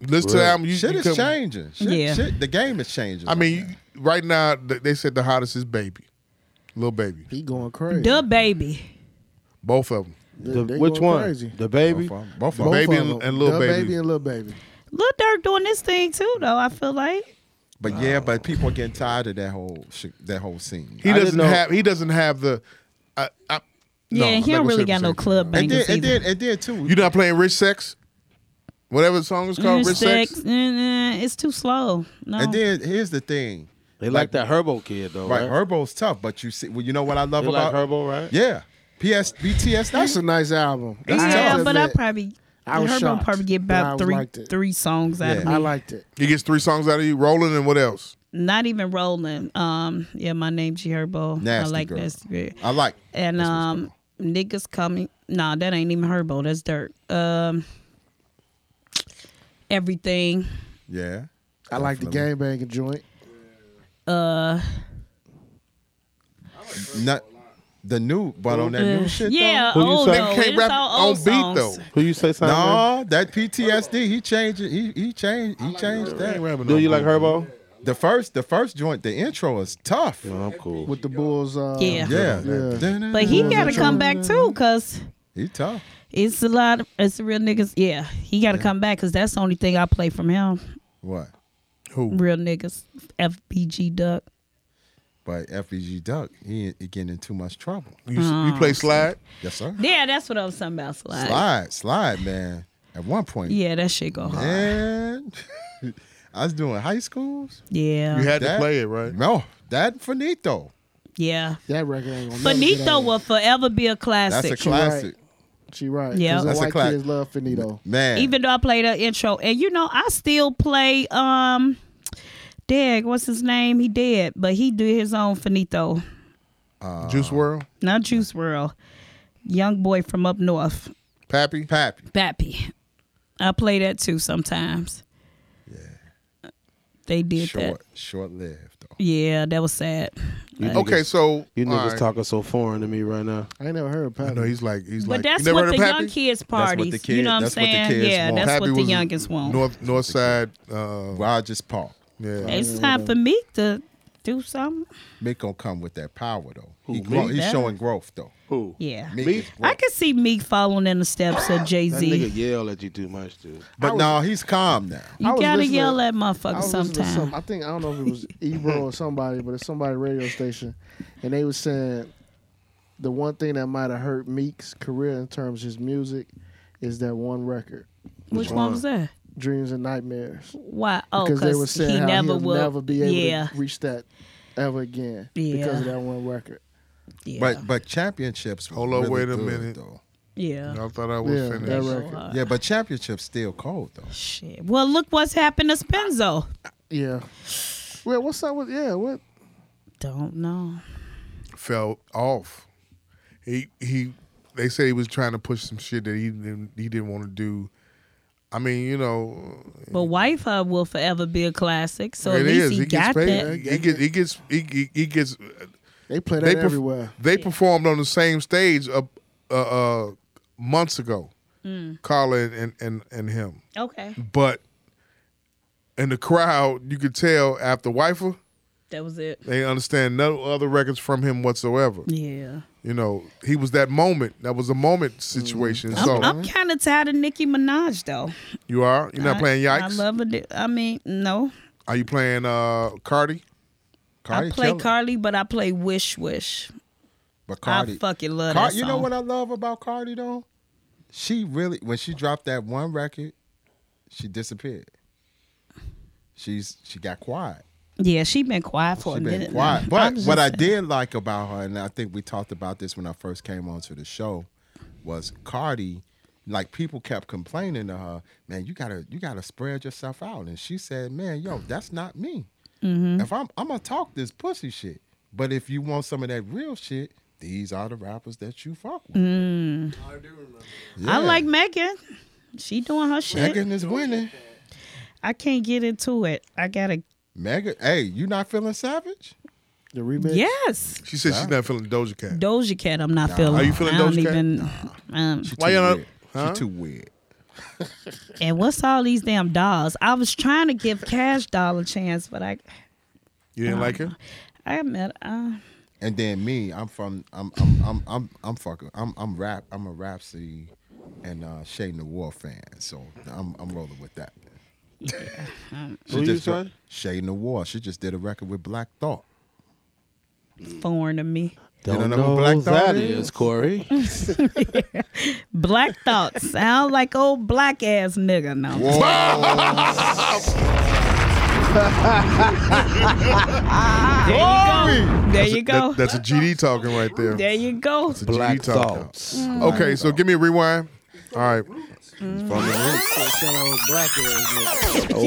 Speaker 5: listen to the album. You,
Speaker 7: shit
Speaker 5: you
Speaker 7: is
Speaker 5: come-
Speaker 7: changing. Shit,
Speaker 8: Yeah.
Speaker 7: shit, the game is changing.
Speaker 5: I mean, you- right now th- they said the hottest is Baby, Little Baby,
Speaker 6: He going crazy.
Speaker 8: The baby.
Speaker 5: both of them.
Speaker 6: They-
Speaker 10: The-
Speaker 6: they
Speaker 10: which
Speaker 6: going
Speaker 10: one?
Speaker 6: Crazy.
Speaker 10: The baby.
Speaker 7: both of 'em. Both of
Speaker 5: Both
Speaker 7: 'em.
Speaker 5: Baby
Speaker 6: of
Speaker 5: and-
Speaker 6: 'em.
Speaker 5: and Lil
Speaker 6: Da
Speaker 5: Baby.
Speaker 6: baby and little baby.
Speaker 8: Lil Durk doing this thing too, though. I feel like.
Speaker 7: But yeah, but people are getting tired of that whole sh- that whole scene.
Speaker 5: He
Speaker 10: I didn't
Speaker 5: doesn't
Speaker 10: know-
Speaker 5: have. He doesn't have the. I, I, no,
Speaker 8: Yeah,
Speaker 5: I'm
Speaker 8: he
Speaker 5: not
Speaker 8: don't
Speaker 5: gonna
Speaker 8: really
Speaker 5: say
Speaker 8: got
Speaker 5: the
Speaker 8: no
Speaker 5: same.
Speaker 8: club
Speaker 7: It
Speaker 8: bangers
Speaker 7: did, it
Speaker 8: either.
Speaker 7: did, it did too.
Speaker 5: You not playing Rich Sex? Whatever the song is called,
Speaker 8: Mm,
Speaker 5: Rich Sex.
Speaker 8: sex, mm, mm, it's too slow. No.
Speaker 7: And then here's the thing,
Speaker 10: They like that Herbo kid though,
Speaker 7: right?
Speaker 10: right?
Speaker 7: Herbo's tough, but you see, well, you know what I love
Speaker 10: They like
Speaker 7: about
Speaker 10: Herbo, right?
Speaker 7: Yeah, PS BTS.
Speaker 6: That's
Speaker 7: That's
Speaker 6: a nice album. I
Speaker 8: yeah,
Speaker 6: have to
Speaker 8: but I
Speaker 6: admit,
Speaker 8: probably
Speaker 6: I was
Speaker 8: her
Speaker 6: shocked,
Speaker 8: probably get
Speaker 6: but I
Speaker 8: about
Speaker 6: was
Speaker 8: three
Speaker 6: liked it.
Speaker 8: three songs out of
Speaker 7: Yeah.
Speaker 8: me.
Speaker 6: I liked it.
Speaker 5: He gets three songs out of you, Rolling and what else?
Speaker 8: Not even rolling. Um, yeah, my name G Herbo.
Speaker 7: Nasty
Speaker 8: I like
Speaker 7: Girl. Uh,
Speaker 8: Nasty Girl.
Speaker 7: I like.
Speaker 8: And um, niggas coming. Nah, that ain't even Herbo. That's dirt. Um, everything.
Speaker 7: Yeah,
Speaker 6: I like the game banging joint.
Speaker 7: not the new, but on that new shit.
Speaker 8: Mm. Yeah,
Speaker 10: Who you
Speaker 8: old
Speaker 10: say-
Speaker 8: though.
Speaker 5: Can't
Speaker 8: It's
Speaker 5: rap
Speaker 8: all old
Speaker 5: on beat,
Speaker 8: songs.
Speaker 5: though.
Speaker 10: Who you say something?
Speaker 7: No, that PTSD. He changed. it. He he changed. He changed that.
Speaker 10: man? Do you like Herbo?
Speaker 7: The first the first joint, the intro is tough.
Speaker 10: No, I'm cool.
Speaker 6: with the Bulls. Uh,
Speaker 8: Yeah.
Speaker 7: Yeah,
Speaker 6: Yeah.
Speaker 8: But he
Speaker 7: Mm-hmm.
Speaker 6: Yeah,
Speaker 8: got to
Speaker 6: that's
Speaker 8: come
Speaker 6: true.
Speaker 8: back too, cause
Speaker 7: He tough.
Speaker 8: it's a lot. Of, it's the real niggas. Yeah, he got to come back, cause that's the only thing I play from him.
Speaker 7: What?
Speaker 8: Real niggas. FBG Duck.
Speaker 7: But FBG Duck, he, he getting in too much trouble.
Speaker 5: You, you
Speaker 8: Mm.
Speaker 5: play Slide?
Speaker 7: Yes, sir.
Speaker 8: Yeah, that's what I was talking about. Slide.
Speaker 7: Slide, slide, man. At one point,
Speaker 8: Yeah, that shit go hard.
Speaker 7: man, [laughs] I was doing high schools.
Speaker 8: Yeah,
Speaker 5: You had to
Speaker 7: That-
Speaker 5: play it, right?
Speaker 7: No, that finito.
Speaker 8: yeah.
Speaker 6: That record ain't gonna. never get
Speaker 8: Finito
Speaker 6: old.
Speaker 8: will forever be a
Speaker 7: That's
Speaker 8: classic.
Speaker 7: a classic,
Speaker 6: She right.
Speaker 8: Yeah.
Speaker 6: Yeah,
Speaker 7: That's a
Speaker 6: white
Speaker 7: class-
Speaker 6: kids love Finito.
Speaker 7: man.
Speaker 8: Even though I play the intro, and you know, I still play um, Dag. What's his name? He dead, but he did his own Finito,
Speaker 7: Uh,
Speaker 5: Juice World,
Speaker 8: not Juice World. Young boy from up north,
Speaker 5: Pappy, Pappy.
Speaker 8: Bappy. I play that too sometimes. Yeah, they did
Speaker 7: short,
Speaker 8: that.
Speaker 7: short lived. Though.
Speaker 8: Yeah, that was sad.
Speaker 9: You
Speaker 5: Okay,
Speaker 9: niggas-
Speaker 5: so
Speaker 9: You
Speaker 5: all
Speaker 9: niggas
Speaker 5: right.
Speaker 9: talking so foreign to me right now.
Speaker 6: I ain't never heard of
Speaker 5: I know
Speaker 6: Pappy.
Speaker 5: he's like he's
Speaker 8: But
Speaker 5: like.
Speaker 8: that's
Speaker 5: you never
Speaker 8: what the
Speaker 5: heard of Pappy?
Speaker 8: young kids
Speaker 7: what the
Speaker 8: parties. you
Speaker 7: kid-
Speaker 8: know what I'm
Speaker 7: that's what the
Speaker 8: saying?
Speaker 7: kids
Speaker 8: yeah,
Speaker 7: want.
Speaker 8: that's
Speaker 5: Pappy
Speaker 8: what the
Speaker 5: was
Speaker 8: youngest want.
Speaker 5: North North Side. Uh,
Speaker 7: Rogers Park.
Speaker 5: yeah.
Speaker 8: it's time for me to do something.
Speaker 7: Meek gonna come with that power though. he
Speaker 9: Who,
Speaker 7: grow-
Speaker 8: Meek?
Speaker 7: he's showing growth though.
Speaker 9: Who?
Speaker 8: Yeah.
Speaker 7: Meek is
Speaker 8: I
Speaker 7: growth.
Speaker 8: could see Meek following in the steps of Jay
Speaker 9: That
Speaker 8: Z.
Speaker 9: nigga yell at you too much, dude.
Speaker 7: but no, he's calm now.
Speaker 6: I
Speaker 8: You
Speaker 6: was
Speaker 8: gotta
Speaker 6: listening-
Speaker 8: yell at
Speaker 6: I
Speaker 8: motherfuckers
Speaker 6: was listening to
Speaker 8: sometime.
Speaker 6: some- I think I don't know if it was Ebro or somebody, but it's somebody radio station, and they was saying the one thing that might have hurt Meek's career in terms of his music is that one record,
Speaker 8: Which one was that?
Speaker 6: Dreams and Nightmares,
Speaker 8: Why? Oh,
Speaker 6: because they were saying
Speaker 8: he
Speaker 6: how
Speaker 8: never
Speaker 6: he'll
Speaker 8: will.
Speaker 6: never be able
Speaker 8: yeah,
Speaker 6: to reach that ever again because
Speaker 8: Yeah.
Speaker 6: of that one record.
Speaker 8: yeah,
Speaker 7: But but championships. was
Speaker 5: Hold on,
Speaker 7: really
Speaker 5: wait a
Speaker 7: good,
Speaker 5: minute.
Speaker 7: Though.
Speaker 8: yeah.
Speaker 5: I thought I was
Speaker 6: Yeah, that
Speaker 5: finished.
Speaker 6: record.
Speaker 8: Uh,
Speaker 7: Yeah, but championships still cold though.
Speaker 8: Shit. Well, look what's happened to Spenzo.
Speaker 6: Yeah. Well, what's up with yeah? What
Speaker 8: Don't know.
Speaker 5: Fell off. He he. They said he was trying to push some shit that he didn't he didn't want to do. I mean, you know,
Speaker 8: But Wife Hub will forever be a classic. So at
Speaker 5: it
Speaker 8: least
Speaker 5: is.
Speaker 8: he,
Speaker 5: He gets
Speaker 8: got
Speaker 5: paid.
Speaker 8: that.
Speaker 5: He gets he gets he, he, he gets
Speaker 6: they play that
Speaker 5: They perf-
Speaker 6: everywhere.
Speaker 5: They performed on the same stage uh, uh, uh, months ago,
Speaker 8: Mm.
Speaker 5: Colin and, and, and him.
Speaker 8: Okay,
Speaker 5: But in the crowd, you could tell after Wifer,
Speaker 8: that was it.
Speaker 5: they understand no other records from him whatsoever.
Speaker 8: Mm. Yeah,
Speaker 5: You know, he was that moment. That was a moment
Speaker 6: Mm-hmm.
Speaker 5: situation.
Speaker 8: I'm,
Speaker 5: So
Speaker 8: I'm kind of tired of Nicki Minaj though.
Speaker 5: you are you're not
Speaker 8: I-
Speaker 5: playing Yikes.
Speaker 8: I love it. I mean, no,
Speaker 5: are you playing uh, Cardi?
Speaker 7: Cardi
Speaker 8: I play
Speaker 7: chilling.
Speaker 8: Carly, but I play Wish Wish.
Speaker 7: But Cardi,
Speaker 8: I fucking love
Speaker 7: Car-
Speaker 8: that
Speaker 7: you know
Speaker 8: song.
Speaker 7: what I love about Cardi though? She really when she dropped that one record, she disappeared. She's she got quiet.
Speaker 8: Yeah, she been quiet for
Speaker 7: She
Speaker 8: a
Speaker 7: been
Speaker 8: minute. now.
Speaker 7: quiet. But
Speaker 8: I'm
Speaker 7: what
Speaker 8: just
Speaker 7: I
Speaker 8: saying.
Speaker 7: did like about her, and I think we talked about this when I first came onto the show, was Cardi. Like people kept complaining to her, man, you gotta you gotta spread yourself out, and she said, man, yo, that's not me.
Speaker 8: Mm-hmm.
Speaker 7: If I'm I'm gonna talk this pussy shit, but if you want some of that real shit, these are the rappers that you fuck with.
Speaker 8: Mm-hmm. I like Megan. She doing her shit.
Speaker 7: Megan is winning.
Speaker 8: I can't get into it. I gotta.
Speaker 7: Megan, hey, you not feeling savage?
Speaker 6: The remix.
Speaker 8: Yes,
Speaker 5: She said she's not feeling Doja Cat.
Speaker 8: Doja Cat. I'm not feeling.
Speaker 5: Are you feeling
Speaker 8: I don't
Speaker 5: Doja Cat?
Speaker 8: even. Um,
Speaker 5: Why you not?
Speaker 7: Weird.
Speaker 5: Huh?
Speaker 7: She too weird.
Speaker 8: and what's all these damn dolls? I was trying to give Cash Doll a chance, but I,
Speaker 5: You didn't like her?
Speaker 8: I admit, uh,
Speaker 7: And then me, I'm from I'm I'm I'm I'm I'm fucking I'm I'm rap I'm a Rhapsody and uh Shane the War fan. So I'm I'm rolling with that.
Speaker 9: Who you say?
Speaker 7: Shane the War. She just did a record with Black Thought.
Speaker 8: foreign to me.
Speaker 7: You don't
Speaker 9: Don't
Speaker 7: know
Speaker 9: know,
Speaker 7: who Black
Speaker 9: who that
Speaker 7: Thought
Speaker 9: is,
Speaker 7: is?
Speaker 6: [laughs]
Speaker 9: Corey.
Speaker 8: Black thought sound like old black ass nigga. No, there you go.
Speaker 5: That- that's a GD talking right there.
Speaker 8: there Mm. you go.
Speaker 5: That's a
Speaker 9: Black
Speaker 5: GD talking.
Speaker 9: Thoughts.
Speaker 5: Okay, so give me a rewind. All right.
Speaker 9: Old
Speaker 5: Okay, so
Speaker 9: Oh,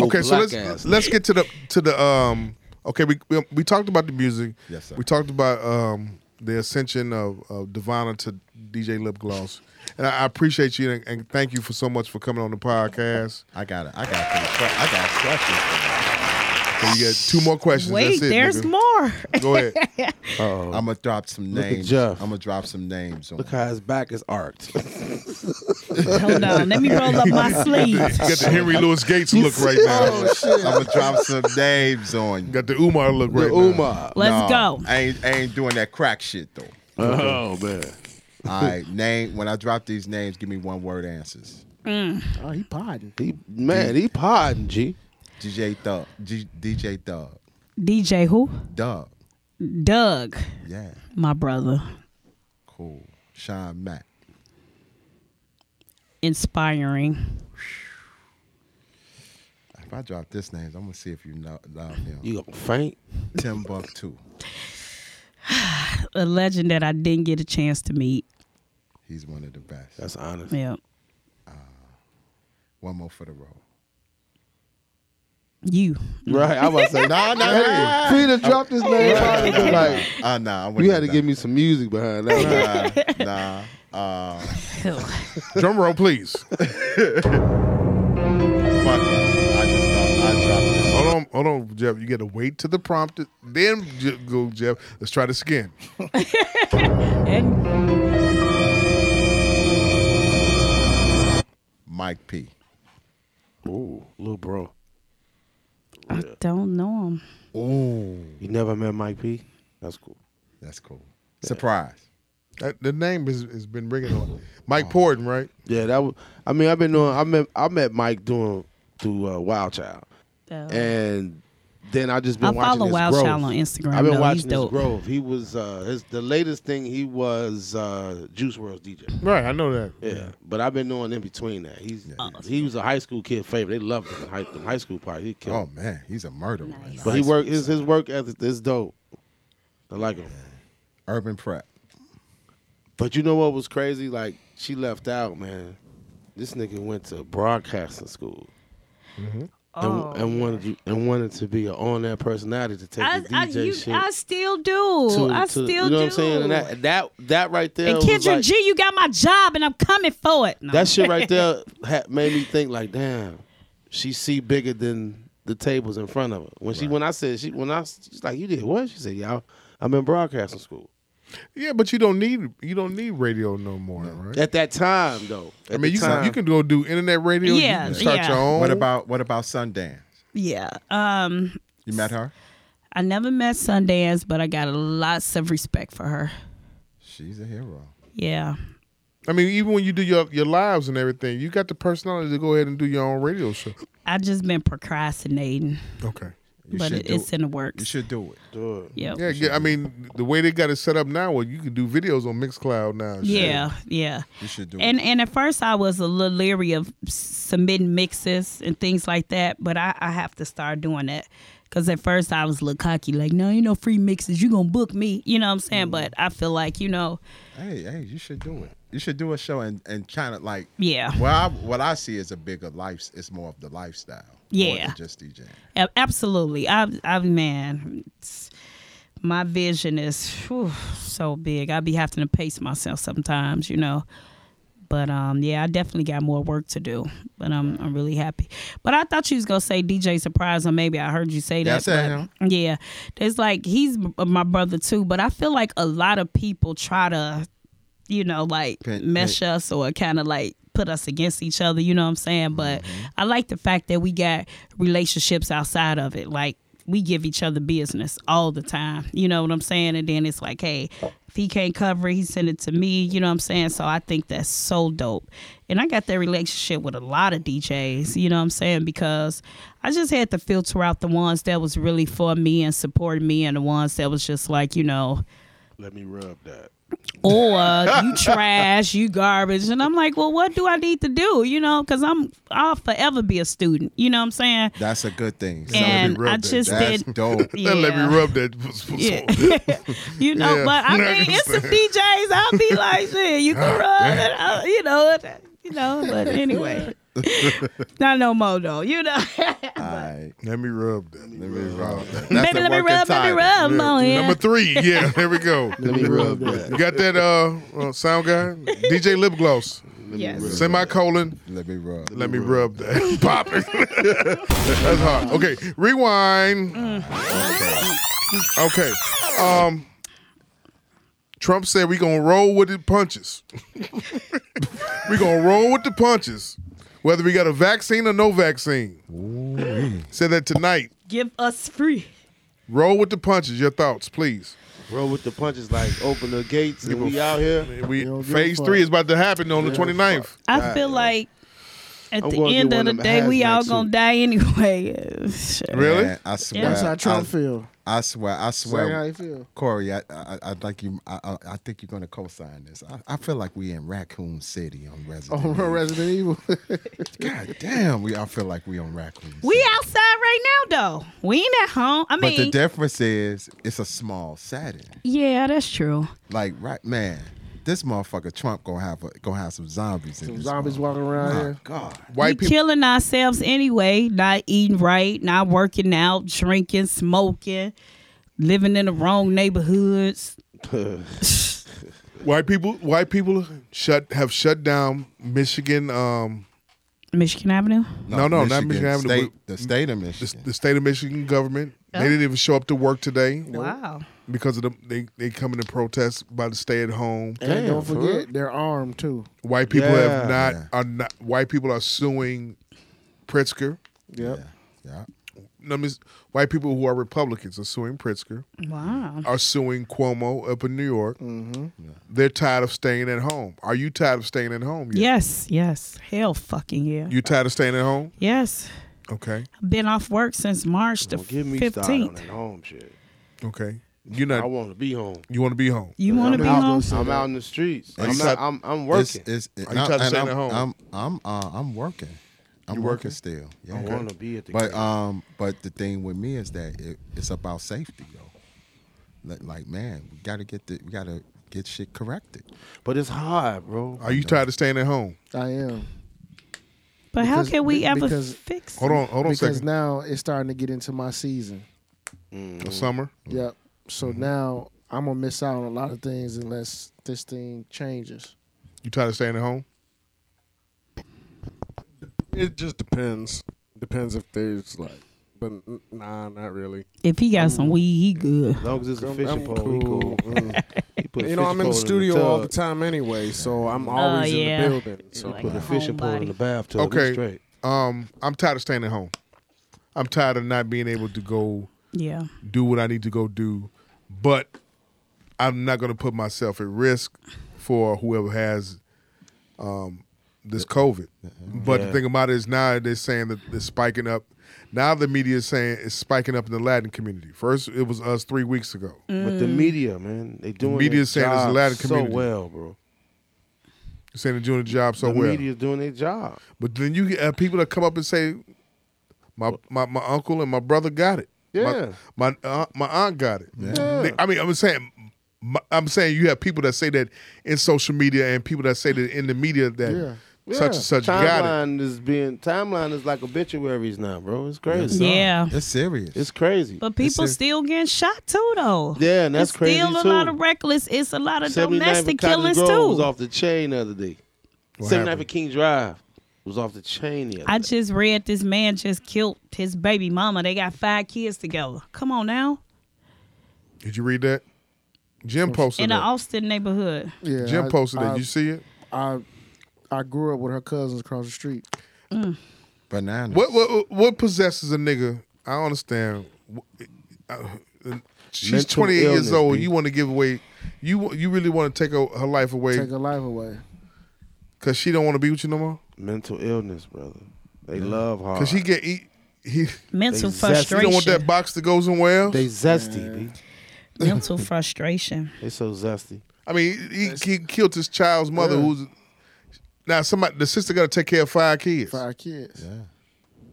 Speaker 9: black
Speaker 5: let's
Speaker 9: ass.
Speaker 5: let's get to the to the um. Okay, we we, we talked about the music.
Speaker 7: Yes, sir.
Speaker 5: We talked about um the ascension of, of Divana to DJ Lip Gloss, and I, I appreciate you and, and thank you for so much for coming on the podcast.
Speaker 7: I got it. I got it. I got questions.
Speaker 5: So you got two more questions.
Speaker 8: Wait,
Speaker 5: That's it,
Speaker 8: there's
Speaker 5: nigga.
Speaker 8: more. [laughs]
Speaker 5: Go ahead.
Speaker 7: I'm gonna drop some
Speaker 9: Oh. Look at
Speaker 7: names.
Speaker 9: Jeff.
Speaker 7: I'm gonna drop some names. On.
Speaker 9: Look how his back is arced.
Speaker 8: Hold on, let me roll up my sleeves.
Speaker 5: You got the Henry Louis Gates
Speaker 9: [laughs]
Speaker 5: look right now.
Speaker 7: Oh shit! I'm gonna drop some names on you.
Speaker 5: You got the Umar look right
Speaker 9: The
Speaker 5: now.
Speaker 9: Umar.
Speaker 8: Let's go.
Speaker 7: I ain't, I ain't doing that crack shit though.
Speaker 9: [laughs] Oh man.
Speaker 7: All right, name. When I drop these names, give me one word answers.
Speaker 6: Oh, he podding.
Speaker 9: He man, he podding, G.
Speaker 7: DJ Thug. G, DJ Thug.
Speaker 8: DJ who?
Speaker 7: Doug.
Speaker 8: Doug,
Speaker 7: Yeah.
Speaker 8: my brother,
Speaker 7: Cool. Sean Mack.
Speaker 8: inspiring.
Speaker 7: If I drop this names, I'm gonna see if you know love him. You.
Speaker 9: You gonna faint?
Speaker 7: Timbuktu.
Speaker 8: a legend that I didn't get a chance to meet.
Speaker 7: He's one of the best.
Speaker 9: That's honest.
Speaker 8: Yeah.
Speaker 7: one more for the road.
Speaker 8: You.
Speaker 9: Right. I was like,
Speaker 7: Nah, nah, nah.
Speaker 9: Peter dropped his name. out and been like,
Speaker 7: Uh, nah. I wouldn't
Speaker 9: you had to
Speaker 7: do
Speaker 9: give me some music behind that.
Speaker 7: that. Nah. nah. Uh,
Speaker 5: Drum roll, please.
Speaker 7: fuck it. I just thought I dropped this.
Speaker 5: Hold on, on, hold on, Jeff. You got to wait till the prompt, then j- go, Jeff. Let's try this again.
Speaker 8: And
Speaker 7: Mike P.
Speaker 9: [laughs] Ooh, little bro.
Speaker 8: I don't know him.
Speaker 9: You never met Mike P? That's cool.
Speaker 7: That's cool. Surprise.
Speaker 5: That, the name has, has been ringing on. Mike Porton, right?
Speaker 9: Yeah, that was. I mean, I've been doing. I met. I met Mike doing through uh, Wild Child, and then I just been
Speaker 8: I
Speaker 9: watching
Speaker 8: follow
Speaker 9: his
Speaker 8: Wild
Speaker 9: growth.
Speaker 8: Child on Instagram.
Speaker 9: I've been
Speaker 8: though.
Speaker 9: watching
Speaker 8: He's
Speaker 9: his
Speaker 8: dope.
Speaker 9: growth. He was uh, his the latest thing. He was uh, Juice World's DJ.
Speaker 5: Right, I know that.
Speaker 9: Yeah, but I've been doing in between that. He's he was a high school kid favorite. They loved him in high, in high school part. He killed.
Speaker 7: Oh man, he's a murderer.
Speaker 8: Nice.
Speaker 9: But he work his his work ethic is dope. I like him.
Speaker 7: Urban prep.
Speaker 9: But you know what was crazy? Like she left out, man. This nigga went to broadcasting school and,
Speaker 8: Oh.
Speaker 9: and wanted to, and wanted to be an on air personality to take
Speaker 8: I,
Speaker 9: the
Speaker 8: I,
Speaker 9: DJ
Speaker 8: you,
Speaker 9: shit.
Speaker 8: I still do.
Speaker 9: to-
Speaker 8: I
Speaker 9: to-
Speaker 8: still
Speaker 9: you know
Speaker 8: do.
Speaker 9: what I'm saying? And that that, that right there,
Speaker 8: And
Speaker 9: was
Speaker 8: Kendrick
Speaker 9: like-
Speaker 8: G, you got my job, and I'm coming for it. No.
Speaker 9: that shit right there ha- made me think like, damn, she see bigger than the tables in front of her. When she when I said she when I she's like, you did what? She said, y'all, I'm in broadcasting school.
Speaker 5: Yeah, but you don't need you don't need radio no more, right?
Speaker 9: At that time though,
Speaker 5: I mean, you can, you can go do internet radio.
Speaker 8: Yeah,
Speaker 5: you can start
Speaker 8: yeah.
Speaker 5: your own.
Speaker 7: What
Speaker 9: Oh.
Speaker 7: about what about Sundance?
Speaker 8: yeah. Um,
Speaker 7: You met her?
Speaker 8: I never met Sundance, but I got lots of respect for her.
Speaker 7: She's a hero.
Speaker 8: Yeah.
Speaker 5: I mean, even when you do your your lives and everything, you got the personality to go ahead and do your own radio show.
Speaker 8: I just been procrastinating,
Speaker 5: Okay.
Speaker 7: You
Speaker 8: but
Speaker 7: should
Speaker 8: it,
Speaker 7: do it.
Speaker 8: it's in the
Speaker 7: You
Speaker 8: works.
Speaker 7: should do it.
Speaker 8: Yep.
Speaker 5: Yeah, yeah, I mean, the way they got it set up now, well, you can do videos on Mixcloud now. and shit.
Speaker 8: Yeah, yeah.
Speaker 7: Oh, You should do
Speaker 8: And
Speaker 7: it.
Speaker 8: and at first I was a little leery of s- submitting mixes and things like that, but I, I have to start doing that. Cause at first I was a little cocky, like, no, you know, free mixes, you gonna book me. You know what I'm saying?
Speaker 7: Mm.
Speaker 8: But I feel like, you know,
Speaker 7: Hey, hey, you should do it. You should do a show and and kind of like
Speaker 8: yeah.
Speaker 7: Well, I, what I see is a bigger life. It's more of the lifestyle. more
Speaker 8: Yeah.
Speaker 7: than just DJing.
Speaker 8: A- Absolutely. I I man, it's- my vision is whew, so big. I be having to pace myself sometimes, you know. But um, yeah, I definitely got more work to do. But I'm I'm really happy. But I thought you was gonna say DJ Surprise, or maybe I heard you say
Speaker 7: Yeah, I
Speaker 8: that.
Speaker 7: said
Speaker 8: but-
Speaker 7: him.
Speaker 8: yeah, it's like he's m- my brother too. But I feel like a lot of people try to, you know, like
Speaker 7: Pin-
Speaker 8: mesh us or kind of like put us against each other. You know what I'm saying? But I like the fact that we got relationships outside of it. Like we give each other business all the time. You know what I'm saying? And then it's like, hey, if he can't cover it, he send it to me. You know what I'm saying? So I think that's so dope. And I got that relationship with a lot of DJs. You know what I'm saying? Because I just had to filter out the ones that was really for me and supporting me, and the ones that was just like, you know,
Speaker 9: let me rub that.
Speaker 8: or you trash, you garbage. And I'm like, well, what do I need to do? You know, because I'm I'll forever be a student. You know what I'm saying?
Speaker 7: That's a good thing. So
Speaker 8: and
Speaker 5: real
Speaker 8: I
Speaker 5: good.
Speaker 8: [laughs] just
Speaker 7: that's [laughs]
Speaker 8: did.
Speaker 7: dope.
Speaker 8: Yeah.
Speaker 5: Let me rub that. [laughs]
Speaker 8: Yeah. [laughs] you know,
Speaker 5: Yeah.
Speaker 8: but I mean, it's some DJs. I'll be like, shit, you can run, and I, you know, and, you know. But anyway, not no more though. You know,
Speaker 7: All right.
Speaker 5: Let me rub that.
Speaker 7: Let me rub that. That's
Speaker 8: baby,
Speaker 7: the
Speaker 8: let me
Speaker 7: working
Speaker 8: rub, let me
Speaker 7: title.
Speaker 8: rub,
Speaker 5: Yeah.
Speaker 8: on yeah.
Speaker 5: Number three. Yeah, [laughs] there we go.
Speaker 7: Let me rub that.
Speaker 5: You got that uh, uh sound guy? DJ Lip Gloss.
Speaker 8: Yes.
Speaker 5: Semicolon.
Speaker 7: Let me rub.
Speaker 5: Let me rub that. [laughs] Pop it. That's hard. Okay, rewind.
Speaker 8: Mm.
Speaker 5: Okay. Um Trump said we gonna roll with the punches. [laughs] we gonna roll with the punches, whether we got a vaccine or no vaccine. Said that tonight.
Speaker 8: Give us free.
Speaker 5: Roll with the punches. Your thoughts, please.
Speaker 9: Roll with the punches, like open the gates, and we out here.
Speaker 5: We
Speaker 6: don't give a
Speaker 5: phase
Speaker 6: fuck.
Speaker 5: three is about to happen on the 29th.
Speaker 8: I feel like at
Speaker 9: I'm
Speaker 8: the
Speaker 9: gonna get
Speaker 8: end
Speaker 9: one
Speaker 8: of the
Speaker 9: of them
Speaker 8: day, we
Speaker 9: hazmat
Speaker 8: all
Speaker 9: suit.
Speaker 8: gonna die anyway. [laughs] Shit.
Speaker 5: Really?
Speaker 7: Man, I swear.
Speaker 6: That's how
Speaker 7: I,
Speaker 6: Trump feel.
Speaker 7: I swear. I swear.
Speaker 6: Say how you feel. [laughs]
Speaker 7: Corey, I, I, I like you. I, I, I think you're going to co-sign this. I, I feel like we in Raccoon City on Resident.
Speaker 6: On
Speaker 7: Evil.
Speaker 6: Resident Evil.
Speaker 7: God damn, we. I feel like we on Raccoon. City.
Speaker 8: We outside right now though. We ain't at home. I
Speaker 7: But the
Speaker 8: mean,
Speaker 7: difference is, it's a small setting.
Speaker 8: yeah, that's true.
Speaker 7: Like right, man, this motherfucker Trump gonna have a, gonna have some zombies. in
Speaker 6: Some
Speaker 7: this
Speaker 6: zombies
Speaker 7: motherfucker.
Speaker 6: walking around
Speaker 7: My
Speaker 6: here.
Speaker 7: God,
Speaker 5: White
Speaker 8: we
Speaker 5: people.
Speaker 8: killing ourselves anyway, not eating right, not working out, drinking, smoking, living in the wrong neighborhoods.
Speaker 5: White people. White people shut have shut down Michigan. Um,
Speaker 8: Michigan Avenue.
Speaker 5: No, no, not Michigan Avenue,
Speaker 7: State,
Speaker 5: but-
Speaker 7: the state of
Speaker 5: The,
Speaker 7: Michigan.
Speaker 5: the state of Michigan government.
Speaker 8: Yeah.
Speaker 5: They didn't even show up to work today
Speaker 8: Wow.
Speaker 5: because of the they they coming to protest by the stay at home.
Speaker 6: And don't
Speaker 7: for
Speaker 6: forget, they're armed too.
Speaker 5: White people have
Speaker 7: Yeah.
Speaker 5: not are not white people are suing Pritzker.
Speaker 6: Yep.
Speaker 7: yeah.
Speaker 5: No, I mean, white people who are Republicans are suing Pritzker,
Speaker 8: Wow.
Speaker 5: are suing Cuomo up in New York.
Speaker 6: Mm-hmm.
Speaker 5: They're tired of staying at home. Are you tired of staying at home? yet?
Speaker 8: Yes, yes. Hell fucking yeah.
Speaker 5: You tired of staying at home?
Speaker 8: yes.
Speaker 5: Okay.
Speaker 8: Been off work since March the
Speaker 9: Don't get me started on
Speaker 8: fifteenth.
Speaker 9: that home shit.
Speaker 5: Okay. You're
Speaker 9: I
Speaker 5: not.
Speaker 9: want to be home.
Speaker 5: You want to be home.
Speaker 8: You want to
Speaker 9: I'm
Speaker 8: be
Speaker 9: out,
Speaker 8: home?
Speaker 9: I'm out in the streets. I'm,
Speaker 7: It's-
Speaker 9: not, I'm, I'm
Speaker 7: It's,
Speaker 9: working.
Speaker 7: it's, it,
Speaker 5: Are you trying to
Speaker 7: and
Speaker 5: stay
Speaker 7: I'm,
Speaker 5: at home?
Speaker 7: I'm I'm uh, I'm working. I'm working? still. Yeah.
Speaker 9: I want to be at the
Speaker 7: But
Speaker 9: crib.
Speaker 7: um, but the thing with me is that it, it's about safety, though. Like, like, man, we gotta get the we gotta get shit corrected.
Speaker 9: but it's hard, bro.
Speaker 5: Are you tired of staying at home?
Speaker 6: I am.
Speaker 8: But how
Speaker 6: because-
Speaker 8: can we
Speaker 6: be-
Speaker 8: ever
Speaker 6: because-
Speaker 8: fix?
Speaker 5: Hold on. Hold on a
Speaker 6: because
Speaker 5: second.
Speaker 6: now it's starting to get into my season.
Speaker 5: Summer.
Speaker 6: Yep. So
Speaker 5: Mm-hmm.
Speaker 6: now I'm gonna miss out on a lot of things unless this thing changes.
Speaker 5: You tired of staying at home?
Speaker 12: It just depends. Depends if there's like, but n- nah, not really.
Speaker 8: If he got some weed, he good.
Speaker 9: As long as it's a
Speaker 12: I'm-
Speaker 9: fishing
Speaker 12: I'm
Speaker 9: pole, we
Speaker 5: [laughs]
Speaker 9: cool.
Speaker 12: Mm.
Speaker 9: He put a
Speaker 12: you know, I'm in the
Speaker 9: fishing
Speaker 12: studio
Speaker 9: pole
Speaker 12: all
Speaker 9: in
Speaker 12: the time anyway, so I'm always
Speaker 8: Oh,
Speaker 12: in
Speaker 8: yeah.
Speaker 12: the building. So
Speaker 8: Like-
Speaker 9: Put a fishing pole in the
Speaker 8: Homebody.
Speaker 9: bathtub. we
Speaker 5: Okay.
Speaker 9: Straight.
Speaker 5: Um, I'm tired of staying at home. I'm tired of not being able to go
Speaker 8: Yeah.
Speaker 5: do what I need to go do, but I'm not going to put myself at risk for whoever has um, this COVID. But the thing about it is now they're saying that they're spiking up. Now the media is saying it's spiking up in the Latin community. First, it was us three weeks ago.
Speaker 9: But
Speaker 8: Mm.
Speaker 9: the media, man, they doing
Speaker 5: media
Speaker 9: their
Speaker 5: is saying it's a
Speaker 9: job
Speaker 5: Latin
Speaker 9: so
Speaker 5: community.
Speaker 9: well, bro.
Speaker 5: Saying they're doing the job so
Speaker 9: the
Speaker 5: well.
Speaker 9: media is doing their job.
Speaker 5: But then you get uh, people that come up and say, my, my my uncle and my brother got it.
Speaker 9: Yeah.
Speaker 5: My my, uh, my aunt got it.
Speaker 9: Yeah.
Speaker 5: They- I mean, I'm saying, my, I'm saying you have people that say that in social media and people that say that in the media that such and such got it.
Speaker 9: timeline is being timeline is like obituaries now, bro. It's crazy.
Speaker 8: Yeah.
Speaker 7: It's serious.
Speaker 9: It's crazy.
Speaker 8: But people still getting shot too, though.
Speaker 9: Yeah, and that's
Speaker 8: it's
Speaker 9: crazy,
Speaker 8: Still a
Speaker 9: too.
Speaker 8: lot of reckless. It's a lot of
Speaker 9: 79
Speaker 8: domestic
Speaker 9: for Cottage
Speaker 8: killings
Speaker 9: Grove
Speaker 8: too.
Speaker 9: Was off the chain the other day. Seventy nine for
Speaker 5: happened?
Speaker 9: King Drive was off the chain the other
Speaker 8: I
Speaker 9: day.
Speaker 8: just read this man just killed his baby mama. They got five kids together. Come on now.
Speaker 5: Did you read that? Jim
Speaker 8: In
Speaker 5: posted
Speaker 8: the
Speaker 5: that.
Speaker 8: Austin neighborhood.
Speaker 6: Yeah.
Speaker 5: Jim
Speaker 6: I-
Speaker 5: posted
Speaker 6: I,
Speaker 5: that. You see it?
Speaker 6: I I grew up with her cousins across the street.
Speaker 7: Bananas.
Speaker 5: What what what possesses a nigga? I don't understand. Wh- uh, She's
Speaker 9: Mental
Speaker 5: 28 years
Speaker 9: illness,
Speaker 5: old.
Speaker 9: B.
Speaker 5: You want to give away? You you really want to take her, her life away
Speaker 6: Take her life away.
Speaker 5: because she don't want to be with you no more?
Speaker 9: Mental illness, brother. They love hard.
Speaker 5: Because he get he, he,
Speaker 8: Mental
Speaker 9: They zest-
Speaker 5: he
Speaker 8: frustration.
Speaker 5: don't want that box to go somewhere else. [laughs]
Speaker 9: they zesty.
Speaker 8: [laughs]
Speaker 9: B.
Speaker 8: Mental frustration.
Speaker 9: [laughs] They so zesty.
Speaker 5: I mean, he, he killed his child's mother.
Speaker 6: Yeah.
Speaker 5: Who's now somebody? The sister got to take care of five kids.
Speaker 6: Five kids.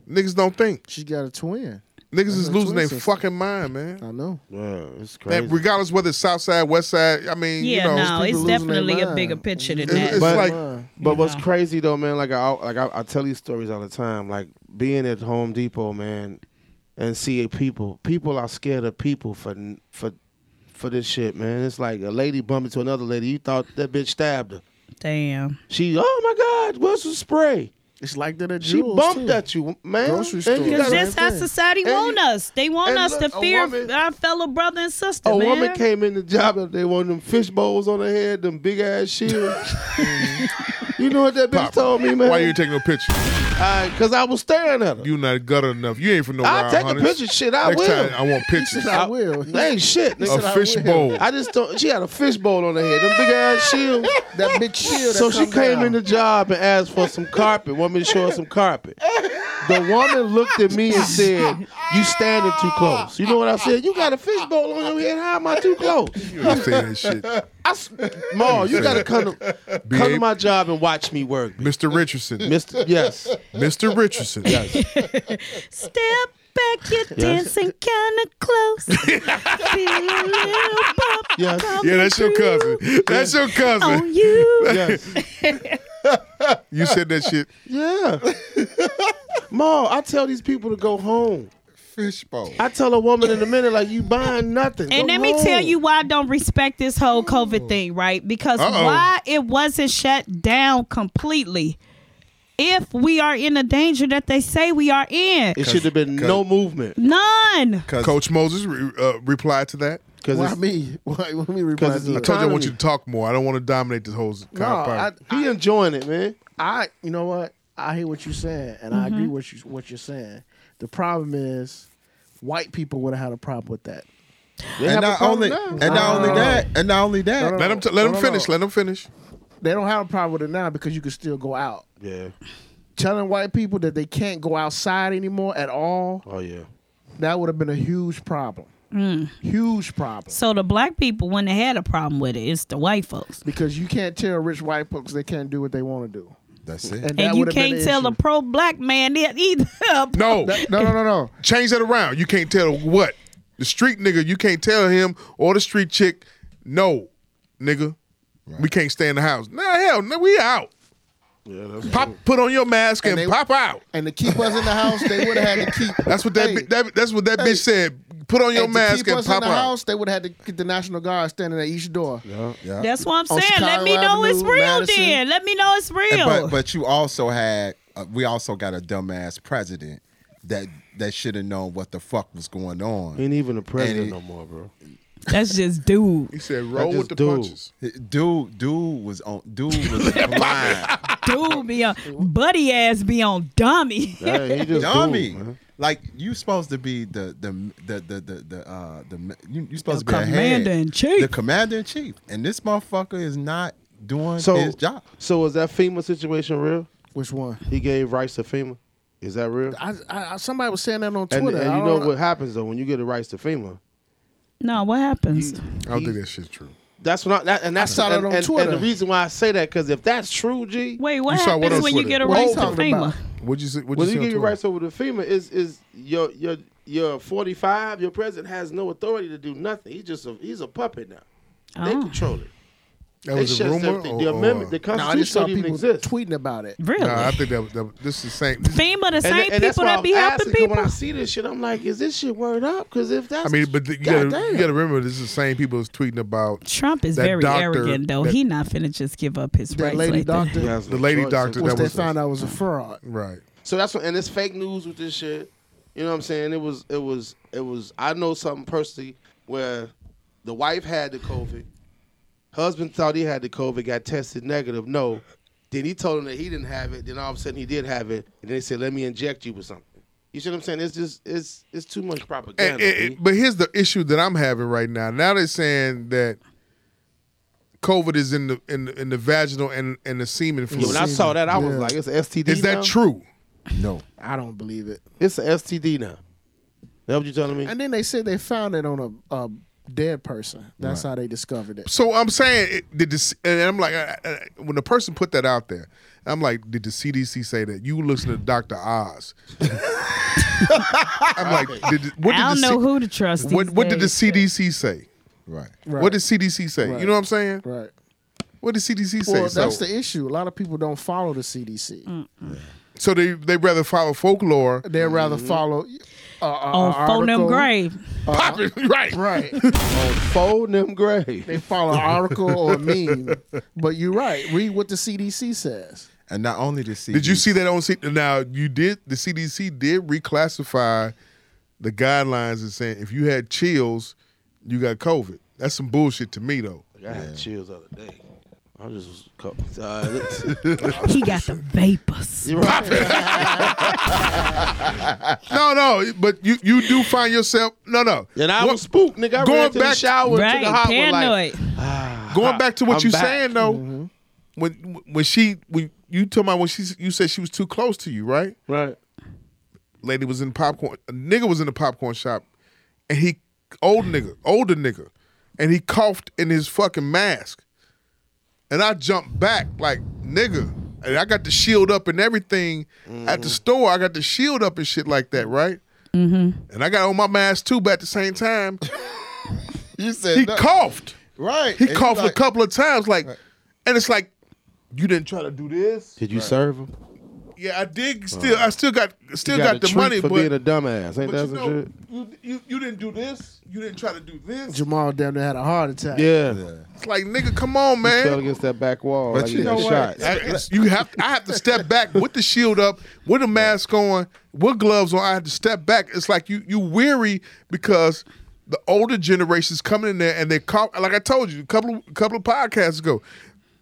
Speaker 5: Niggas don't think.
Speaker 6: She got a twin.
Speaker 5: Niggas is
Speaker 6: her
Speaker 5: losing
Speaker 6: twin
Speaker 5: their
Speaker 6: sister.
Speaker 5: fucking mind, man.
Speaker 6: I know.
Speaker 9: Yeah, it's crazy.
Speaker 5: That regardless whether it's South Side, West Side. I mean, you
Speaker 8: Yeah,
Speaker 5: know,
Speaker 8: no, it's
Speaker 6: people losing their
Speaker 8: definitely a
Speaker 6: mind.
Speaker 8: bigger picture than
Speaker 5: It's-
Speaker 8: that.
Speaker 5: it's
Speaker 9: But-
Speaker 5: like
Speaker 6: Mine.
Speaker 9: But what's
Speaker 8: Yeah.
Speaker 9: crazy though, man, like I like I, I tell these stories all the time. Like being at Home Depot, man, and seeing people. People are scared of people for for for this shit, man. It's like a lady bumping to another lady. You thought that bitch stabbed her.
Speaker 8: Damn.
Speaker 9: She, oh my God, what's the spray?
Speaker 6: It's like that at
Speaker 9: She
Speaker 6: Jewel's
Speaker 9: bumped
Speaker 6: too.
Speaker 9: at you, man.
Speaker 6: Grocery
Speaker 9: Then you
Speaker 6: store.
Speaker 8: Because
Speaker 9: got-
Speaker 6: same
Speaker 8: that's how
Speaker 6: thing.
Speaker 8: society
Speaker 9: And
Speaker 8: want
Speaker 9: you-
Speaker 8: us. They want
Speaker 9: and
Speaker 8: us
Speaker 9: look,
Speaker 8: to
Speaker 9: a
Speaker 8: fear
Speaker 9: woman-
Speaker 8: our fellow brother and sister,
Speaker 9: A
Speaker 8: man.
Speaker 9: woman came in the job and they wanted them fish bowls on her head, them big ass shields. you know what that bitch told me, man?
Speaker 5: why you ain't taking no picture?
Speaker 9: Because I was staring at her.
Speaker 5: You not gutter enough. You ain't from nowhere.
Speaker 9: I'll take a
Speaker 5: honey.
Speaker 9: picture. Shit, I
Speaker 5: Next
Speaker 9: will.
Speaker 5: time I want pictures.
Speaker 6: I will.
Speaker 9: That ain't shit. nigga.
Speaker 5: A fish bowl.
Speaker 9: I just don't. She had a fishbowl on her head. Them big ass shields.
Speaker 5: [laughs]
Speaker 6: That big shield.
Speaker 9: So
Speaker 6: that
Speaker 9: she
Speaker 6: come
Speaker 9: came
Speaker 6: down.
Speaker 9: in the job and asked for some carpet. Want me to show her some carpet? The woman looked at me and said, "You standing too close." You know what I said? You got a fishbowl on your head. How am I too close?
Speaker 5: You ain't saying that shit.
Speaker 9: [laughs] I, s- Ma, you gotta come to, come to my job and watch me work,
Speaker 5: Mr. Richardson.
Speaker 9: Mister. Yes,
Speaker 5: Mr. Richardson.
Speaker 8: Step back, you're dancing kind of
Speaker 6: [laughs]
Speaker 8: close. Feel a little bump
Speaker 9: yes,
Speaker 5: Yeah, that's your cousin. That's your cousin. [laughs]
Speaker 8: on you.
Speaker 9: yes.
Speaker 6: Oh,
Speaker 5: You said that shit.
Speaker 9: Yeah. [laughs] Ma, I tell these people to go home.
Speaker 7: fishbowl?
Speaker 9: I tell a woman in a minute, like, you buying nothing.
Speaker 8: And
Speaker 9: Go
Speaker 8: let me
Speaker 9: home.
Speaker 8: tell you why I don't respect this whole COVID thing, right? Because
Speaker 5: Uh-oh.
Speaker 8: why it wasn't shut down completely if we are in the danger that they say we are in.
Speaker 9: It should have been no movement.
Speaker 8: None.
Speaker 5: Coach Moses re- uh, replied to that.
Speaker 9: Because
Speaker 6: Why me? [laughs]
Speaker 5: [laughs]
Speaker 6: Why, why me reply to
Speaker 5: I
Speaker 6: it?
Speaker 5: told you I want you to talk more. I don't want to dominate this whole
Speaker 6: No, I,
Speaker 5: conversation.
Speaker 9: he enjoying it, man.
Speaker 6: I, you know what? I hear what you're saying, and I
Speaker 8: Mm-hmm.
Speaker 6: agree with you what you're saying. The problem is, white people would have had a problem with that.
Speaker 7: And not only and not only that and not only that.
Speaker 5: Let him t- let him finish. Let him finish.
Speaker 6: They don't have a problem with it now because you can still go out.
Speaker 9: Yeah.
Speaker 6: Telling white people that they can't go outside anymore at all,
Speaker 9: Oh yeah.
Speaker 6: that would have been a huge problem.
Speaker 8: Mm.
Speaker 6: Huge problem.
Speaker 8: So the black people wouldn't have had a problem with it. It's the white folks.
Speaker 6: Because you can't tell rich white folks they can't do what they want to do.
Speaker 7: That's it.
Speaker 6: that
Speaker 8: And you
Speaker 6: would have been
Speaker 8: can't
Speaker 6: the
Speaker 8: tell
Speaker 6: issue.
Speaker 8: a pro black man it either. [laughs]
Speaker 5: No,
Speaker 6: That- No, no, no, no.
Speaker 5: change that around. You can't tell what the street nigga. You can't tell him or the street chick. No, nigga, we can't stay in the house. Nah, hell, no, we out. pop, put on your mask and,
Speaker 6: they-
Speaker 5: pop out.
Speaker 6: And to keep us in the house, they would have had to keep.
Speaker 5: That's what that,
Speaker 6: Hey,
Speaker 5: bi- that that's what that bitch said. Put on your
Speaker 6: and to
Speaker 5: mask
Speaker 6: keep
Speaker 5: and
Speaker 6: us
Speaker 5: pop
Speaker 6: in the
Speaker 5: out.
Speaker 6: house, they would have had to get the National Guard standing at each door.
Speaker 8: That's what I'm
Speaker 6: On
Speaker 8: saying. Let me
Speaker 6: Chicago
Speaker 8: know it's
Speaker 6: Avenue,
Speaker 8: real
Speaker 6: Madison.
Speaker 8: then. Let me know it's real.
Speaker 7: And- but but you also had uh, we also got a dumbass president that that should have known what the fuck was going on.
Speaker 9: Ain't even a
Speaker 7: And
Speaker 9: president no
Speaker 7: he-
Speaker 9: more,
Speaker 8: [laughs]
Speaker 9: bro.
Speaker 8: [laughs] That's just dude.
Speaker 5: He said, "Roll
Speaker 9: just
Speaker 5: with the
Speaker 9: do.
Speaker 5: punches."
Speaker 7: Dude, dude was on. Dude
Speaker 8: [laughs]
Speaker 7: was blind.
Speaker 8: Dude be on buddy ass be on dummy. [laughs]
Speaker 9: Yeah, he just
Speaker 7: Dummy.
Speaker 9: cool, man.
Speaker 7: like you supposed to be the the the the the, the uh the ma- you you supposed
Speaker 8: The
Speaker 7: to be
Speaker 8: commander
Speaker 7: a head,
Speaker 8: in chief.
Speaker 7: the commander in chief, and this motherfucker is not doing
Speaker 9: So
Speaker 7: his job.
Speaker 9: So is that FEMA situation real?
Speaker 6: Which one?
Speaker 9: He gave rights to FEMA. Is that real?
Speaker 6: I, I, I- somebody was saying that on
Speaker 9: And,
Speaker 6: Twitter.
Speaker 9: and
Speaker 6: I
Speaker 9: you know
Speaker 6: don't-
Speaker 9: what happens though when you get the rights to FEMA.
Speaker 8: No, what happens?
Speaker 5: I don't think that shit's true.
Speaker 9: That's what I that, and that's
Speaker 6: I saw that
Speaker 9: and,
Speaker 6: on
Speaker 9: and- and
Speaker 6: Twitter.
Speaker 9: the reason why I say that because if that's true, G,
Speaker 8: Wait, what
Speaker 5: You saw what
Speaker 8: happens
Speaker 5: on
Speaker 8: when you
Speaker 5: Twitter?
Speaker 8: get a
Speaker 6: What are
Speaker 8: raise
Speaker 6: you
Speaker 8: to
Speaker 6: talking
Speaker 8: FEMA?
Speaker 6: about?
Speaker 5: What'd you say? What'd
Speaker 9: When
Speaker 5: you
Speaker 9: you
Speaker 5: say?
Speaker 9: give
Speaker 5: on
Speaker 9: your
Speaker 5: Twitter?
Speaker 9: rights over to FEMA, is is your your your forty five? Your president has no authority to do nothing. He's just a he's a puppet now. They
Speaker 8: Oh.
Speaker 9: control it.
Speaker 5: That
Speaker 9: They
Speaker 5: was a
Speaker 9: shut
Speaker 5: rumor.
Speaker 9: everything.
Speaker 5: or-
Speaker 9: The
Speaker 5: or-
Speaker 9: amendment, the
Speaker 6: No, I just
Speaker 9: constitution
Speaker 6: saw
Speaker 9: don't even
Speaker 6: people
Speaker 9: exist.
Speaker 6: tweeting about it.
Speaker 8: Really?
Speaker 5: Nah, I think that, was- that this is the same. this-
Speaker 8: FEMA the
Speaker 9: And,
Speaker 8: same
Speaker 9: tha- and that's
Speaker 8: people
Speaker 9: why
Speaker 8: that
Speaker 9: I'm
Speaker 8: be helping
Speaker 9: asking, 'cause
Speaker 8: people.
Speaker 9: When I see this shit, I'm like, is this shit word up? Because if that's
Speaker 5: I mean, but the, you, gotta, you gotta remember, this is the same people that's tweeting about
Speaker 8: Trump is
Speaker 5: That
Speaker 8: very
Speaker 5: doctor-
Speaker 8: arrogant though.
Speaker 5: that-
Speaker 8: he not finna just give up his
Speaker 6: That
Speaker 8: rights
Speaker 6: lady
Speaker 8: like that.
Speaker 6: doctor,
Speaker 5: the lady doctor
Speaker 6: once
Speaker 5: that
Speaker 6: they
Speaker 5: was
Speaker 6: found out was a fraud.
Speaker 5: right.
Speaker 9: So that's what, and it's fake news with this shit. You know what I'm saying? It was, it was, it was. I know something personally where the wife had the COVID, husband thought he had the COVID, got tested negative. No, then he told him that he didn't have it. Then all of a sudden he did have it, and they said, "Let me inject you with something." You see what I'm saying? It's just, it's, it's too much
Speaker 5: And-
Speaker 9: propaganda.
Speaker 5: and-
Speaker 9: B.
Speaker 5: but here's the issue that I'm having right now. Now they're saying that COVID is in the in the, in the vaginal and and the semen
Speaker 9: Yeah,
Speaker 5: fluid.
Speaker 9: when I saw that, I was
Speaker 6: Yeah.
Speaker 9: like, "It's an STD."
Speaker 5: is
Speaker 9: now?
Speaker 5: that true?
Speaker 7: No,
Speaker 6: I don't believe it.
Speaker 9: It's an STD now. That what you telling me?
Speaker 6: And then they said they found it on a, a dead person. That's how they discovered it.
Speaker 5: So I'm saying, it- did the, C- and I'm like, I, I, when the person put that out there, I'm like, did the CDC say that? You listen to Dr.
Speaker 6: [laughs]
Speaker 5: Oz. I'm like, did, the- what did
Speaker 8: I don't
Speaker 5: the
Speaker 8: know
Speaker 5: C-
Speaker 8: who to trust. These
Speaker 5: What, what did the
Speaker 8: days.
Speaker 5: CDC say?
Speaker 7: right.
Speaker 6: Right.
Speaker 5: What did CDC say? You know what I'm saying?
Speaker 6: Right.
Speaker 5: What did CDC say?
Speaker 6: Well, that's
Speaker 5: so,
Speaker 6: the issue. A lot of people don't follow the CDC.
Speaker 5: so they they rather follow folklore.
Speaker 6: They'd rather follow. Uh,
Speaker 8: on phone them
Speaker 6: grave.
Speaker 8: grave?
Speaker 5: Pop it, [laughs] right?
Speaker 6: Uh-huh. Right.
Speaker 8: [laughs]
Speaker 9: Fold them gray.
Speaker 6: they follow
Speaker 5: [laughs]
Speaker 6: an article or a meme. But you're right. Read what the CDC says.
Speaker 7: And not only did see
Speaker 5: Did you see that on C- now? You did. The CDC did reclassify the guidelines and saying if you had chills, you got COVID. That's some bullshit to me though.
Speaker 9: I had chills the other day. I just was cup-
Speaker 10: [laughs]
Speaker 8: He got the vapors.
Speaker 9: You're right.
Speaker 5: No, no, but you you do find yourself no, no.
Speaker 9: And I
Speaker 5: Go-
Speaker 9: was spooked, nigga. I
Speaker 5: Going
Speaker 9: ran to the
Speaker 5: back-
Speaker 9: shower to
Speaker 8: Right,
Speaker 9: the hot one like
Speaker 8: paranoid.
Speaker 5: going back to what
Speaker 9: I'm
Speaker 5: you
Speaker 9: back.
Speaker 5: saying
Speaker 9: Mm-hmm.
Speaker 5: though. When when she when you told me when she you said she was too close to you, right?
Speaker 9: right.
Speaker 5: lady was in popcorn. A nigga was in the popcorn shop, and he old nigga, older nigga, and he coughed in his fucking mask. And I jumped back like nigga, and I got the shield up and everything at the store. I got the shield up and shit like that, right? Mm-hmm. And I got on my mask too, but at the same time,
Speaker 7: You said
Speaker 5: he
Speaker 7: no.
Speaker 5: coughed.
Speaker 7: Right.
Speaker 5: He
Speaker 7: And you
Speaker 5: coughed a
Speaker 7: like-
Speaker 5: couple of times, like, and it's like, you didn't try to do this.
Speaker 9: Did you serve him?
Speaker 5: Yeah, I dig. Still, I still got, still got, the money,
Speaker 10: for
Speaker 5: but
Speaker 10: being a dumbass. Ain't
Speaker 5: but
Speaker 10: that some
Speaker 5: you know,
Speaker 10: shit?
Speaker 5: you, you you didn't do this. You didn't try to do this.
Speaker 6: Jamal damn near had a heart attack.
Speaker 10: Yeah,
Speaker 5: It's like nigga, come on, man.
Speaker 10: fell against that back wall.
Speaker 7: But
Speaker 10: like
Speaker 7: you
Speaker 10: you
Speaker 7: know
Speaker 10: got
Speaker 7: what?
Speaker 10: shot.
Speaker 5: I- it's- you have I have to step back with the shield up, with the mask on, with gloves on. I have to step back. It's like you you weary because the older generations coming in there and they cough. Like I told you a couple of, couple of podcasts ago,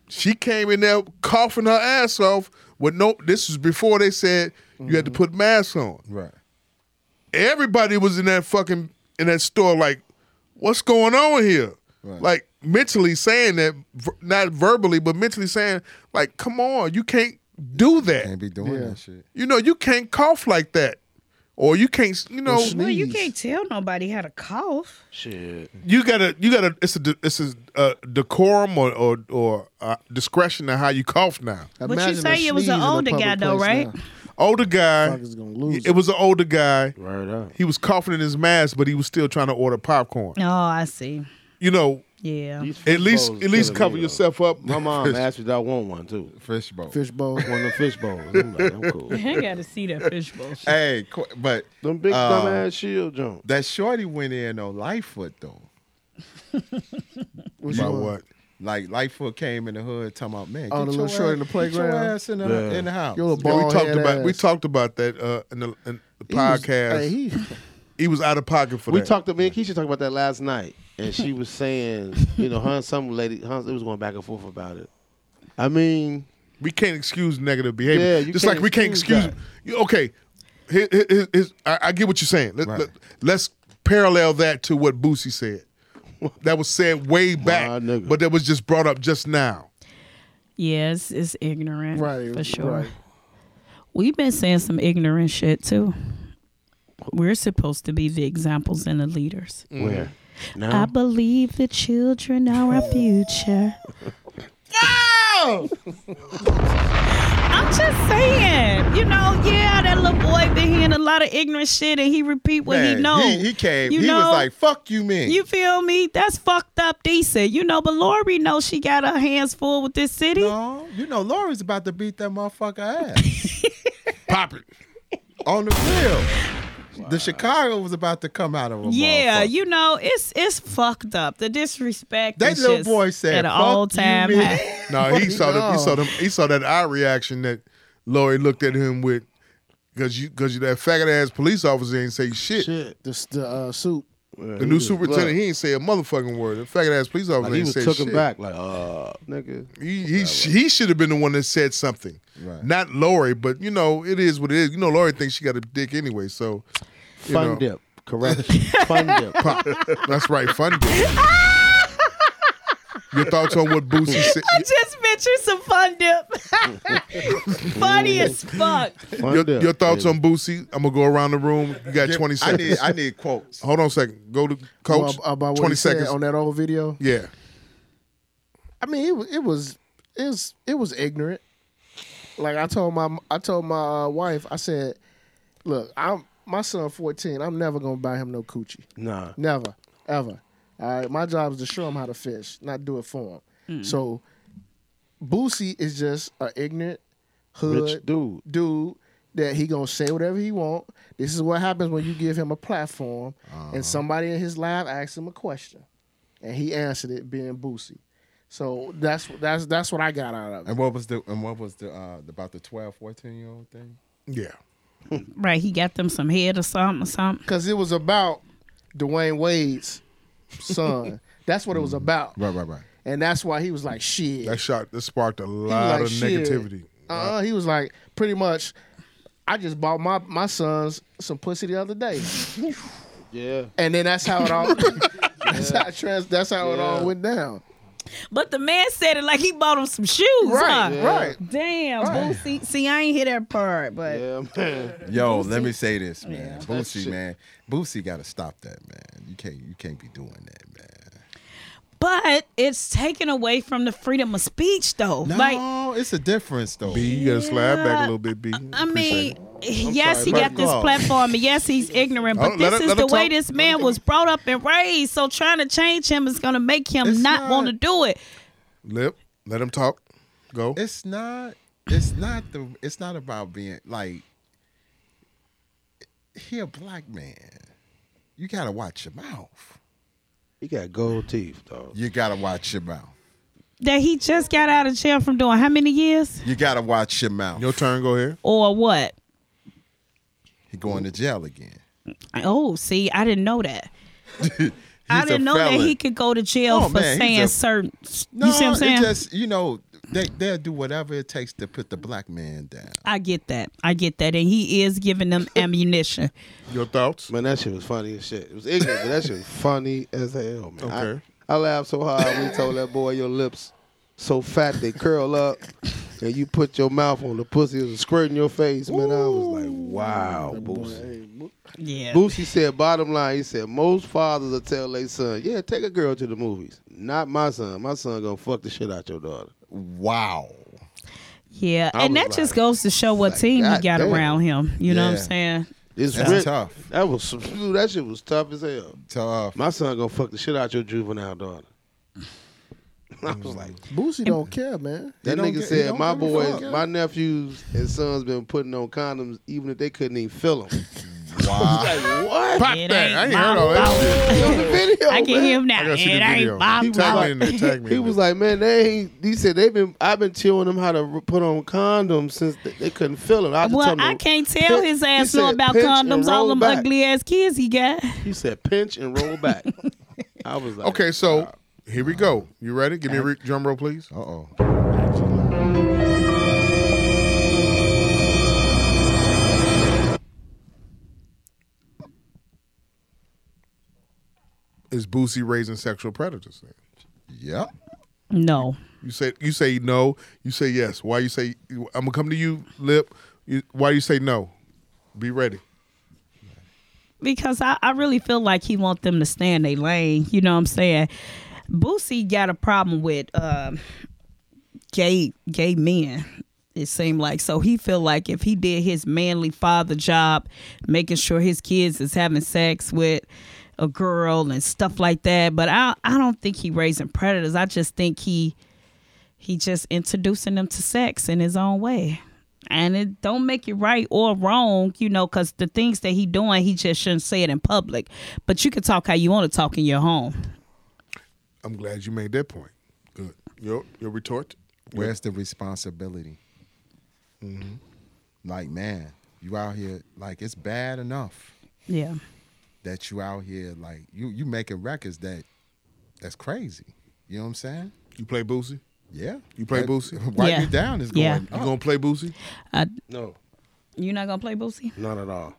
Speaker 5: she came in there coughing her ass off. With no, this was before they said you had to put masks on.
Speaker 7: Right.
Speaker 5: Everybody was in that fucking in that store. Like, what's going on here? Like mentally saying that, ver- not verbally, but mentally saying, like, come on, you can't do that.
Speaker 7: Can't be doing that shit.
Speaker 5: You know, you can't cough like that. Or you can't, you know,
Speaker 8: Well, you can't tell nobody how to cough.
Speaker 5: you gotta, you gotta. It's a, de- it's a uh, decorum or or, or uh, discretion of how you cough now.
Speaker 8: But you say it was an older guy though, right?
Speaker 5: Older guy,
Speaker 6: Fuckers gonna lose
Speaker 5: it was an older guy.
Speaker 10: Right up.
Speaker 5: He was coughing in his mask, but he was still trying to order popcorn.
Speaker 8: Oh, I see.
Speaker 5: You know,
Speaker 8: Yeah.
Speaker 9: [laughs]
Speaker 5: at least
Speaker 10: Fishbowls
Speaker 5: at least
Speaker 10: killing
Speaker 5: cover
Speaker 10: me, though.
Speaker 5: yourself up.
Speaker 10: My [laughs]
Speaker 5: [laughs]
Speaker 10: mom asked me if I want one too.
Speaker 7: Fishbowl.
Speaker 6: Fishbowl.
Speaker 10: One of them fish bowls. I'm like, I'm
Speaker 9: [laughs]
Speaker 10: cool.
Speaker 8: I gotta see that fishbowl.
Speaker 7: Hey, qu- but
Speaker 10: Them big
Speaker 7: uh,
Speaker 10: dumbass shield jump.
Speaker 7: that shorty went in on Lightfoot though.
Speaker 5: About what?
Speaker 7: Like Lightfoot came in the hood talking about man.
Speaker 6: Oh,
Speaker 7: get
Speaker 6: the
Speaker 7: your
Speaker 6: little shorty in the
Speaker 7: ass- get your
Speaker 6: playground?
Speaker 7: ass in the,
Speaker 10: Yeah.
Speaker 7: in the house.
Speaker 6: Your little
Speaker 5: Yeah, we
Speaker 6: bald
Speaker 5: talked
Speaker 6: head
Speaker 5: about we
Speaker 6: ass.
Speaker 5: talked about that uh, in the, in the
Speaker 6: He was-
Speaker 5: podcast.
Speaker 6: hey,
Speaker 5: he,
Speaker 6: he-
Speaker 5: was out of pocket for
Speaker 10: We
Speaker 5: that.
Speaker 10: talked to me and Keisha talked about that last night, and she was saying, you know, her and some lady, her, it was going back and forth about it. I mean,
Speaker 5: we can't excuse negative behavior.
Speaker 10: Yeah, you
Speaker 5: Just
Speaker 10: can't
Speaker 5: like we can't
Speaker 10: excuse
Speaker 5: excuse. you- Okay, his, his, his- I, I get what you're saying. Let, us parallel that to what Boosie said. That was said way back,
Speaker 10: nigga.
Speaker 5: but that was just brought up just now.
Speaker 8: Yes, it's ignorant.
Speaker 6: Right,
Speaker 8: For sure.
Speaker 6: right.
Speaker 8: We've been saying some ignorant shit too. We're supposed to be the examples and the leaders.
Speaker 5: Mm.
Speaker 10: where
Speaker 8: I
Speaker 10: now?
Speaker 8: believe the children are our future. I'm just saying, you know, yeah, that little boy been hearing a lot of ignorant shit and he repeat what
Speaker 7: Man,
Speaker 8: he know.
Speaker 7: He, he came.
Speaker 8: You
Speaker 7: he
Speaker 8: know,
Speaker 7: was like, "Fuck you, man."
Speaker 8: you feel me? That's fucked up decent, you know. But Lori knows she got her hands full with this city.
Speaker 7: no, you know Lori's about to beat that motherfucker ass
Speaker 8: [laughs]
Speaker 5: Pop it.
Speaker 7: on the field. The Chicago was about to come out of him.
Speaker 8: Yeah, you know, it's it's fucked up. The disrespect.
Speaker 7: That
Speaker 8: is
Speaker 7: little
Speaker 8: just
Speaker 7: boy said,
Speaker 8: at an
Speaker 7: "Fuck
Speaker 8: all
Speaker 7: you,
Speaker 8: time
Speaker 7: man."
Speaker 8: high. [laughs]
Speaker 10: [laughs]
Speaker 5: No, he saw that. He saw them. He saw that eye reaction that Lori looked at him with, because you because you that faggot ass police officer ain't say shit.
Speaker 6: the the uh, soup.
Speaker 5: The new superintendent, he ain't say a motherfucking word. The faggot ass police officer
Speaker 10: Like, he
Speaker 5: ain't
Speaker 10: was
Speaker 5: say
Speaker 10: took
Speaker 5: shit.
Speaker 10: him back, like, uh, nigga.
Speaker 5: He he, sh- he should have been the one that said something, not Lori. But you know, it is what it is. You know, Lori thinks she got a dick anyway, so you
Speaker 10: Fun
Speaker 5: know.
Speaker 10: dip, correct?
Speaker 5: [laughs]
Speaker 10: Fun dip.
Speaker 5: That's right, fun
Speaker 6: [laughs]
Speaker 5: dip. Your thoughts on what Boosie said?
Speaker 8: I just picture some fun dip. [laughs] Funny as fuck.
Speaker 10: Fun
Speaker 5: Your,
Speaker 10: dip.
Speaker 5: your thoughts on Boosie? I'm gonna go around the room. You got 20
Speaker 7: I
Speaker 5: seconds.
Speaker 7: need. I need quotes.
Speaker 5: Hold on a second. Go to coach.
Speaker 6: About- about what
Speaker 5: 20
Speaker 6: he said
Speaker 5: seconds.
Speaker 6: on that old video.
Speaker 5: yeah.
Speaker 6: I mean, it, wa- it was it was it was ignorant. Like I told my I told my uh, wife, I said, "Look, I'm my son 14. I'm never gonna buy him no coochie.
Speaker 10: Nah.
Speaker 6: Never, ever. All right, my job is to show him how to fish, not do it for him.
Speaker 7: Mm.
Speaker 6: So, Boosie is just an ignorant hood
Speaker 10: Rich dude.
Speaker 6: dude that he gonna say whatever he want. This is what happens when you give him a platform
Speaker 7: Uh-huh.
Speaker 6: and somebody in his live asks him a question, and he answered it being Boosie. So that's that's that's what I got out of it.
Speaker 7: And what was the and what was the uh, about the 12, 14 year old thing?
Speaker 5: Yeah.
Speaker 8: Right, he got them some head or something or something.
Speaker 6: Cause it was about Dwayne Wade's
Speaker 7: [laughs]
Speaker 6: son. that's what it was about,
Speaker 7: Mm. Right, right, right.
Speaker 6: and that's why he was like, "Shit."
Speaker 5: That shot that sparked a
Speaker 6: He was
Speaker 5: lot
Speaker 6: like,
Speaker 5: of
Speaker 6: "Shit."
Speaker 5: negativity. Uh-huh.
Speaker 6: Uh-uh. He was like, pretty much, I just bought my my sons some pussy the
Speaker 5: [laughs]
Speaker 6: other day,
Speaker 10: Yeah.
Speaker 6: and then that's how it all. that's how it trans. That's how it all went down.
Speaker 8: But the man said it like he bought him some shoes. huh?
Speaker 6: right.
Speaker 8: Damn, Boosie. See, I ain't hear that part, but
Speaker 10: Yeah, man.
Speaker 7: Yo, let me say this,
Speaker 8: Oh,
Speaker 7: man. Boosie, man. Boosie got to stop that, man. You can't. You can't be doing that, man.
Speaker 8: but it's taken away from the freedom of speech though.
Speaker 7: No,
Speaker 8: Like
Speaker 7: it's a difference though.
Speaker 5: B, you gotta slide back a little bit, B.
Speaker 8: I mean, yes,
Speaker 7: sorry,
Speaker 8: he got
Speaker 7: Mark
Speaker 8: this
Speaker 7: Law.
Speaker 8: platform, and yes, he's ignorant.
Speaker 5: Oh,
Speaker 8: But
Speaker 5: let
Speaker 8: this
Speaker 5: her-
Speaker 8: is
Speaker 5: let her
Speaker 8: the way
Speaker 5: talk.
Speaker 8: this man was brought up and raised. So trying to change him is going to make him
Speaker 7: It's
Speaker 8: not,
Speaker 7: not-
Speaker 8: want to do it.
Speaker 5: Lip, let him talk. Go.
Speaker 7: It's not. it's not the it's not about being like he a black man. You gotta watch your mouth.
Speaker 9: He got gold teeth, dog.
Speaker 7: You gotta watch your mouth.
Speaker 8: That he just got out of jail from doing how many years
Speaker 7: You gotta watch your mouth.
Speaker 5: Your turn, go here.
Speaker 8: or what?
Speaker 7: He going to jail again.
Speaker 8: Oh, see, I didn't know that. I
Speaker 7: He's a
Speaker 8: didn't know that
Speaker 7: felon.
Speaker 8: he could go to jail
Speaker 7: Oh,
Speaker 8: for
Speaker 7: man, he's
Speaker 8: saying
Speaker 7: a-
Speaker 8: certain.
Speaker 7: No,
Speaker 8: you see what I'm
Speaker 7: it
Speaker 8: saying?
Speaker 7: just you know they they'll do whatever it takes to put the black man down.
Speaker 8: I get that. I get that, and he is giving them ammunition.
Speaker 5: Your thoughts?
Speaker 9: Man, that shit was funny as shit. It was ignorant, but that shit was funny as hell, man. I-
Speaker 5: Okay.
Speaker 9: I, laughed so hard when he told that boy your lips so fat they curl up and you put your mouth on the pussy, it was squirting your face, man. I was like, wow, Boosie.
Speaker 8: Yeah.
Speaker 9: Boosie said, bottom line, he said, most fathers will tell their son, yeah, take a girl to the movies. Not my son. My son gonna fuck the shit out your daughter.
Speaker 7: Wow.
Speaker 8: Yeah,
Speaker 9: I
Speaker 8: and
Speaker 9: was
Speaker 8: that just
Speaker 9: like-
Speaker 8: goes to show what team
Speaker 9: God
Speaker 8: he got
Speaker 9: damn.
Speaker 8: around him. You know what
Speaker 7: Yeah.
Speaker 8: I'm saying?
Speaker 9: It's
Speaker 7: That's
Speaker 9: rich.
Speaker 7: tough.
Speaker 9: That was that shit was tough as hell.
Speaker 7: Tough.
Speaker 9: My son gonna fuck the shit out your juvenile daughter. [laughs] I was like,
Speaker 6: Boosie don't care, man.
Speaker 9: That
Speaker 7: don't
Speaker 9: nigga
Speaker 7: get- he
Speaker 9: said
Speaker 7: don't
Speaker 9: my
Speaker 7: give a
Speaker 9: boys,
Speaker 7: fuck."
Speaker 9: my nephews and sons been putting on condoms even if they couldn't even feel them. [laughs]
Speaker 7: Wow.
Speaker 5: [laughs]
Speaker 9: what?
Speaker 5: Pop
Speaker 8: It
Speaker 5: that. I
Speaker 8: ain't
Speaker 5: ain't heard all
Speaker 8: my
Speaker 5: that.
Speaker 9: He on the video,
Speaker 8: I can
Speaker 9: man.
Speaker 8: hear him now.
Speaker 5: I gotta
Speaker 8: It
Speaker 5: see the video.
Speaker 8: ain't my
Speaker 5: Tag
Speaker 8: fault.
Speaker 5: me in there. Tag me.
Speaker 9: [laughs] He
Speaker 5: in
Speaker 9: was
Speaker 5: there.
Speaker 9: like, man, they ain't. He said they've been. I've been telling them how to re- put on condoms since they, they couldn't feel them. I just
Speaker 8: Well,
Speaker 9: tell them
Speaker 8: I
Speaker 9: to-
Speaker 8: can't tell
Speaker 9: He
Speaker 8: his ass no
Speaker 9: said
Speaker 8: about
Speaker 9: pinch and
Speaker 8: condoms. All
Speaker 9: roll
Speaker 8: them
Speaker 9: back.
Speaker 8: ugly ass kids he got.
Speaker 9: He said pinch and roll back. [laughs] I was like,
Speaker 5: Okay, so here we go. You ready? Give me a re- drum roll, please.
Speaker 7: Uh oh.
Speaker 5: Is Boosie raising sexual predators?
Speaker 7: Yep.
Speaker 8: No,
Speaker 5: You say you say no. You say yes. Why you say I'm gonna come to you, Lip? You, why you say no? Be ready.
Speaker 8: because I, I really feel like he want them to stay in their lane. You know what I'm saying? Boosie got a problem with um, gay gay men. It seemed like so he feel like if he did his manly father job, making sure his kids is having sex with a girl and stuff like that. But I I don't think he raising predators. I just think he he just introducing them to sex in his own way and it don't make it right or wrong you know because the things that he doing he just shouldn't say it in public but you can talk how you want to talk in your home
Speaker 5: I'm glad you made that point. Good. Your your retort.
Speaker 7: Where's the responsibility? Like, man, you out here like it's bad enough
Speaker 8: yeah
Speaker 7: that you out here like you you making records that that's crazy. You know what I'm saying?
Speaker 5: You play Boosie.
Speaker 7: Yeah.
Speaker 5: You play
Speaker 7: That-
Speaker 5: Boosie?
Speaker 7: Wipe
Speaker 8: Yeah.
Speaker 7: you down is going.
Speaker 8: Yeah.
Speaker 5: You gonna play Boosie?
Speaker 9: no,
Speaker 8: you not gonna play boosie
Speaker 9: not at all.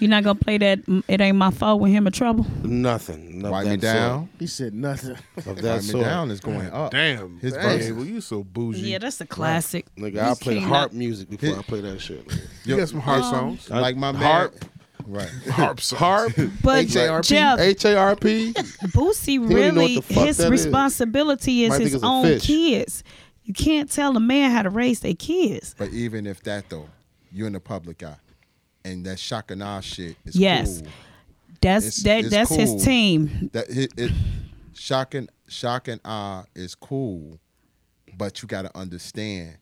Speaker 8: you not gonna play that mm, it ain't my fault with him in trouble
Speaker 9: Nothing. of
Speaker 7: Wipe me
Speaker 9: that
Speaker 7: down.
Speaker 6: He said nothing.
Speaker 9: sort. Of that
Speaker 7: Wipe me
Speaker 9: sort.
Speaker 7: down is going up.
Speaker 5: Damn.
Speaker 7: His
Speaker 5: His
Speaker 7: verses.
Speaker 5: well, you so bougie.
Speaker 8: yeah that's a classic
Speaker 9: Nigga,
Speaker 8: You
Speaker 9: I play
Speaker 8: cannot-
Speaker 9: harp music before I play that shit. nigga.
Speaker 5: you got some hard
Speaker 8: Um,
Speaker 5: songs.
Speaker 7: Like my man-
Speaker 9: Harp.
Speaker 7: Right.
Speaker 5: Harp songs. Harp.
Speaker 8: but
Speaker 7: H.A.R.P.
Speaker 8: jeff
Speaker 9: H-A-R-P.
Speaker 8: boosie
Speaker 9: even know what
Speaker 8: really
Speaker 9: the fuck
Speaker 8: his
Speaker 9: that is.
Speaker 8: responsibility is,
Speaker 9: Might think
Speaker 8: his
Speaker 9: it's a
Speaker 8: own
Speaker 9: fish.
Speaker 8: kids you can't tell a man how to raise their kids
Speaker 7: But even if that though, you're in the public eye, and that Shakanah shit is
Speaker 8: Yes.
Speaker 7: cool.
Speaker 8: that's
Speaker 7: It's-
Speaker 8: that
Speaker 7: it's
Speaker 8: that's
Speaker 7: cool.
Speaker 8: his team
Speaker 7: That it, it shocking shocking eye is cool, but you got to understand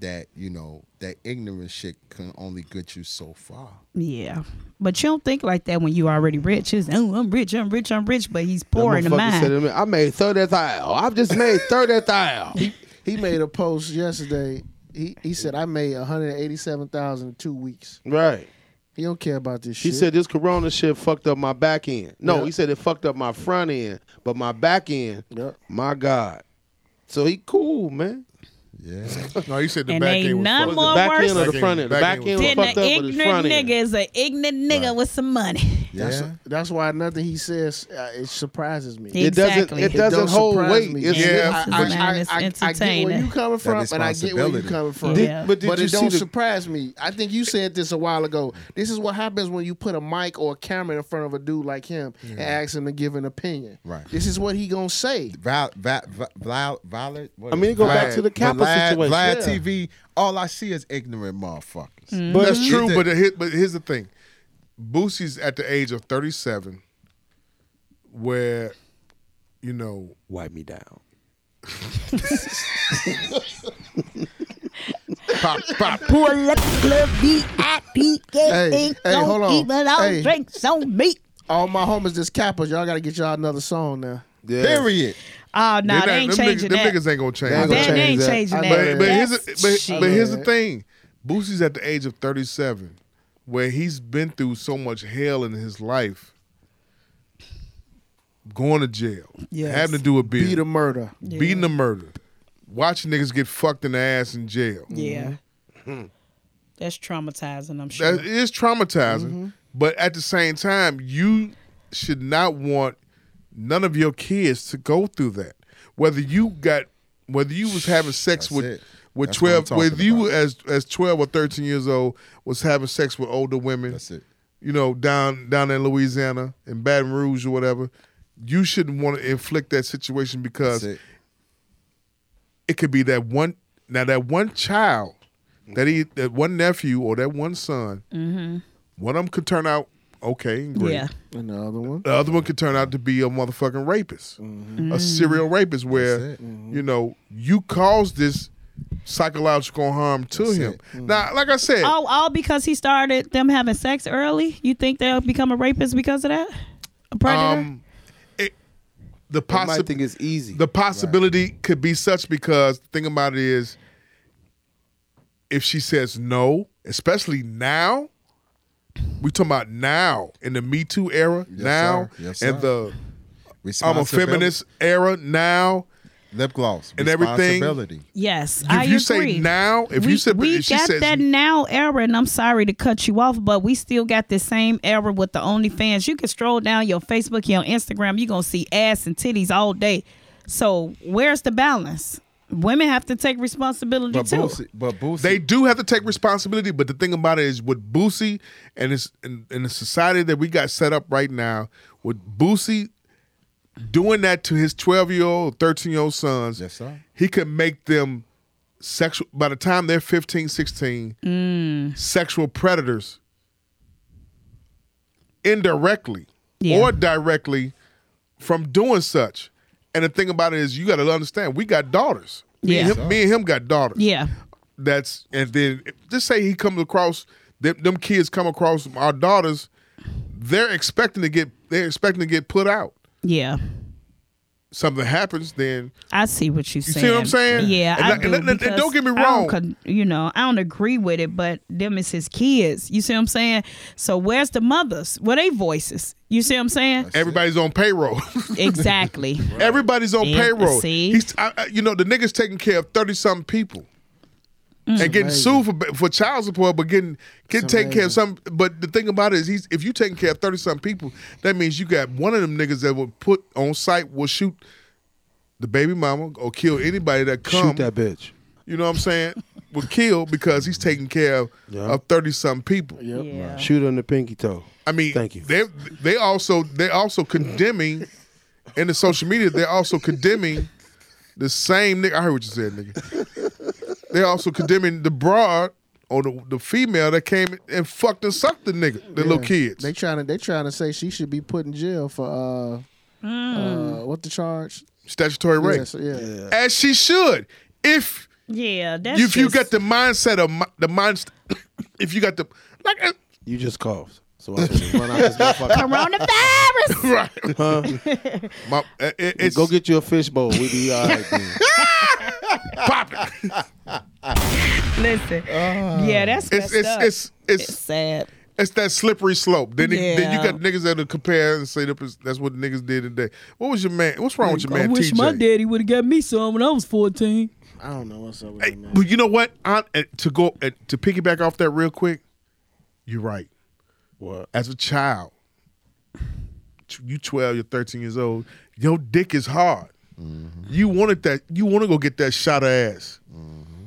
Speaker 7: that you know that ignorant shit can only get you so far.
Speaker 8: Yeah. But you don't think like that when you already rich. It's, oh, I'm rich, I'm rich, I'm rich, but he's poor in the
Speaker 9: Motherfucker said
Speaker 8: mind.
Speaker 9: to me, I made 30,000. I've just made 30,000.
Speaker 6: He made a post yesterday. He he said I made one hundred eighty seven thousand in two weeks.
Speaker 9: right.
Speaker 6: He don't care about this
Speaker 9: He
Speaker 6: shit.
Speaker 9: said this corona shit fucked up my back end. No,
Speaker 6: Yeah.
Speaker 9: he said it fucked up my front end, but my back end,
Speaker 6: Yeah.
Speaker 9: my God. So he cool, man.
Speaker 7: Yeah,
Speaker 5: [laughs] No, you said the
Speaker 8: And
Speaker 5: back
Speaker 8: ain't
Speaker 5: end was
Speaker 8: none
Speaker 5: fucked.
Speaker 8: more
Speaker 9: the back
Speaker 8: worse
Speaker 9: end or
Speaker 5: Back
Speaker 9: the
Speaker 5: end-
Speaker 9: front end? The
Speaker 5: back
Speaker 9: back
Speaker 5: end
Speaker 9: end was
Speaker 8: Then
Speaker 9: fucked
Speaker 8: the
Speaker 9: up, but his front
Speaker 8: ignorant nigga
Speaker 9: end.
Speaker 8: is an ignorant nigga with some money.
Speaker 6: That's,
Speaker 7: yeah.
Speaker 6: that's why nothing he says uh, it surprises me.
Speaker 9: It doesn't.
Speaker 8: Exactly.
Speaker 9: It
Speaker 8: It
Speaker 9: doesn't
Speaker 6: don't
Speaker 9: hold
Speaker 6: surprise
Speaker 9: weight.
Speaker 6: me.
Speaker 9: It's,
Speaker 5: Yeah,
Speaker 8: I- I- Man, it's
Speaker 6: I get where
Speaker 8: entertaining.
Speaker 6: you coming from, and I get where you
Speaker 7: responsibility.
Speaker 6: coming from.
Speaker 8: Did- Yeah.
Speaker 9: but did
Speaker 6: but
Speaker 9: you
Speaker 6: it
Speaker 9: see
Speaker 6: don't
Speaker 9: the-
Speaker 6: surprise me. I think you said this a while ago. This is what happens when you put a mic or a camera in front of a dude like him and ask him to give an opinion.
Speaker 7: Right.
Speaker 6: This is what he gonna say.
Speaker 7: Val, va, va, Val, Violet. what
Speaker 9: I
Speaker 7: is
Speaker 9: mean,
Speaker 7: it?
Speaker 9: go back to the
Speaker 7: Vlad-
Speaker 9: Kappa
Speaker 7: Vlad-
Speaker 9: situation.
Speaker 7: Vlad
Speaker 9: Yeah.
Speaker 7: TV. All I see is ignorant motherfuckers.
Speaker 8: Mm-hmm.
Speaker 5: But that's true.
Speaker 7: It's a-
Speaker 5: But the, hit- but here's the thing: Boosie's at the age of 37, where you know
Speaker 9: Wipe me down.
Speaker 5: [laughs] pop, pop.
Speaker 13: Pull up the club, VIP,
Speaker 6: Hey,
Speaker 13: get hey,
Speaker 6: hey,
Speaker 13: don't
Speaker 6: hold on.
Speaker 13: even all
Speaker 6: Hey.
Speaker 13: drinks on me.
Speaker 6: All my homies just cappers. Y'all got to get y'all another song now.
Speaker 7: Yeah.
Speaker 6: Period.
Speaker 8: Oh
Speaker 5: They not- them niggas, Them niggas ain't gonna change.
Speaker 6: They
Speaker 5: that.
Speaker 6: ain't gonna They ain't change that. changing I know
Speaker 5: But,
Speaker 6: that.
Speaker 5: but here's the-
Speaker 6: That's
Speaker 5: but-
Speaker 6: shit.
Speaker 5: but here's
Speaker 6: I know
Speaker 5: the
Speaker 6: that.
Speaker 5: thing: Boosie's at the age of 37, where he's been through so much hell in his life, going to jail,
Speaker 6: Yes.
Speaker 5: having to do a beer,
Speaker 6: Beat a murder.
Speaker 5: beating a murder, watching niggas get fucked in the ass in jail.
Speaker 8: Yeah. That's traumatizing, I'm sure.
Speaker 5: Hmm. That is traumatizing.
Speaker 7: Mm-hmm.
Speaker 5: But at the same time, you should not want none of your kids to go through that. Whether you got whether you was having sex with with
Speaker 7: That's what
Speaker 5: twelve
Speaker 7: I'm talking
Speaker 5: whether you as as twelve or thirteen years old was having sex with older women. That's
Speaker 7: it.
Speaker 5: You know, down down in Louisiana, in Baton Rouge or whatever, you shouldn't want to inflict that situation because
Speaker 7: it.
Speaker 5: could be that one now that one child that he that one nephew or that one son
Speaker 8: Mm-hmm.
Speaker 5: one of them could turn out okay and great.
Speaker 8: Yeah.
Speaker 6: And the other one?
Speaker 5: The other one could turn out to be a motherfucking rapist, a
Speaker 8: Mm.
Speaker 5: serial rapist, where you know you caused this psychological harm to him. Now, like I said,
Speaker 8: Oh, all because he started them having sex early? You think they'll become a rapist because of that? A predator?
Speaker 5: um, it, the
Speaker 8: They might
Speaker 5: possi-
Speaker 8: think
Speaker 9: it's easy.
Speaker 5: The possibility could be such because the thing about it is, if she says no, especially now, we talking about now in the Me Too era, now
Speaker 7: sir. Yes,
Speaker 5: and
Speaker 7: sir.
Speaker 5: the I'm a feminist era now.
Speaker 7: Lip gloss
Speaker 5: and everything.
Speaker 7: Responsibility.
Speaker 8: Yes,
Speaker 5: If
Speaker 8: I
Speaker 5: you
Speaker 8: agree.
Speaker 5: say now, if
Speaker 8: we,
Speaker 5: you said-
Speaker 8: we
Speaker 5: if she
Speaker 8: got
Speaker 5: says-
Speaker 8: that now era, and I'm sorry to cut you off, but we still got this same era with the OnlyFans. You can stroll down your Facebook, your Instagram, you're gonna see ass and titties all day. So where's the balance? Women have to take responsibility too.
Speaker 5: but Boosie, they do have to take responsibility. But the thing about it is, with Boosie and this and, and the society that we got set up right now, with Boosie doing that to his twelve year old, thirteen year old sons, yes,
Speaker 7: sir.
Speaker 5: he can make them sexual. By the time they're 15, 16,
Speaker 8: Mm.
Speaker 5: sexual predators indirectly or directly from doing such. And the thing about it is, you got to understand, we got daughters. Me and
Speaker 8: Yeah.
Speaker 5: him- me and him got daughters
Speaker 8: Yeah.
Speaker 5: that's and then just say he comes across them, them kids come across our daughters they're expecting to get they're expecting to get put out
Speaker 8: Yeah.
Speaker 5: something happens then
Speaker 8: I see what you're
Speaker 5: You see
Speaker 8: saying.
Speaker 5: what I'm saying?
Speaker 8: Yeah,
Speaker 5: And
Speaker 8: I
Speaker 5: let-
Speaker 8: do.
Speaker 5: and let- and
Speaker 8: because
Speaker 5: don't get me
Speaker 8: I
Speaker 5: wrong.
Speaker 8: con- you know, I don't agree with it, but them is his kids. You see what I'm saying? So where's the mothers? Where they voices? You see what I'm saying?
Speaker 5: [laughs] everybody's on payroll
Speaker 8: exactly.
Speaker 5: everybody's on
Speaker 8: Yeah,
Speaker 5: payroll
Speaker 8: see?
Speaker 5: he's I, I- you know the nigga's taking care of 30 something people
Speaker 8: Mm.
Speaker 5: and getting
Speaker 8: Amazing.
Speaker 5: sued for ba- for child support, but getting getting
Speaker 7: It's
Speaker 5: taken care of some. But the thing about it is, he's if you taking care of thirty something people, that means you got one of them niggas that will put on site will shoot the baby mama or kill anybody that come.
Speaker 9: Shoot that bitch.
Speaker 5: You know what I'm saying? will kill because he's taking care of of thirty something people.
Speaker 9: Shoot on the pinky toe.
Speaker 5: I mean,
Speaker 9: Thank you.
Speaker 5: They they also they also condemning in the social media. They're also condemning the same nigga. I heard what you said, nigga. They're also condemning the broad or the, the female that came and fucked and sucked the nigga, the little
Speaker 6: Yeah.
Speaker 5: kids.
Speaker 6: They trying to they trying to say she should be put in jail for uh,
Speaker 8: Mm.
Speaker 6: uh what the charge?
Speaker 5: Statutory rape.
Speaker 6: Yes, yeah.
Speaker 5: As she should. If
Speaker 8: Yeah, that's
Speaker 5: if you
Speaker 8: just-
Speaker 5: got the mindset of mi- the mindset, [coughs] if you got the like, uh,
Speaker 9: You just coughed. So [laughs] I said, run out this motherfucker.
Speaker 5: [laughs]
Speaker 8: Coronavirus.
Speaker 5: right?
Speaker 9: Huh?
Speaker 5: My, uh, it- it's
Speaker 9: Go get you a fishbowl. We be all right. Then. [laughs]
Speaker 5: pop it.
Speaker 8: Listen. yeah, that's
Speaker 5: Ah. it's
Speaker 8: messed
Speaker 5: it's,
Speaker 8: up.
Speaker 5: it's it's
Speaker 8: sad.
Speaker 5: It's that slippery slope. Then, it- then you
Speaker 8: Yeah.
Speaker 5: got niggas that'll compare and say that that's what niggas did today. What was your man? What's wrong with your man?
Speaker 8: I wish
Speaker 5: TJ?
Speaker 8: my daddy would have got me some when I was 14.
Speaker 6: [laughs] I don't know what's up with that man.
Speaker 5: But you know what? I, uh, to go uh, to piggyback off that real quick, you're right. What? As a child, t- you 12, you're 13 years old. Your dick is hard.
Speaker 6: Mm-hmm.
Speaker 5: You wanted that. You want to go get that shot of ass.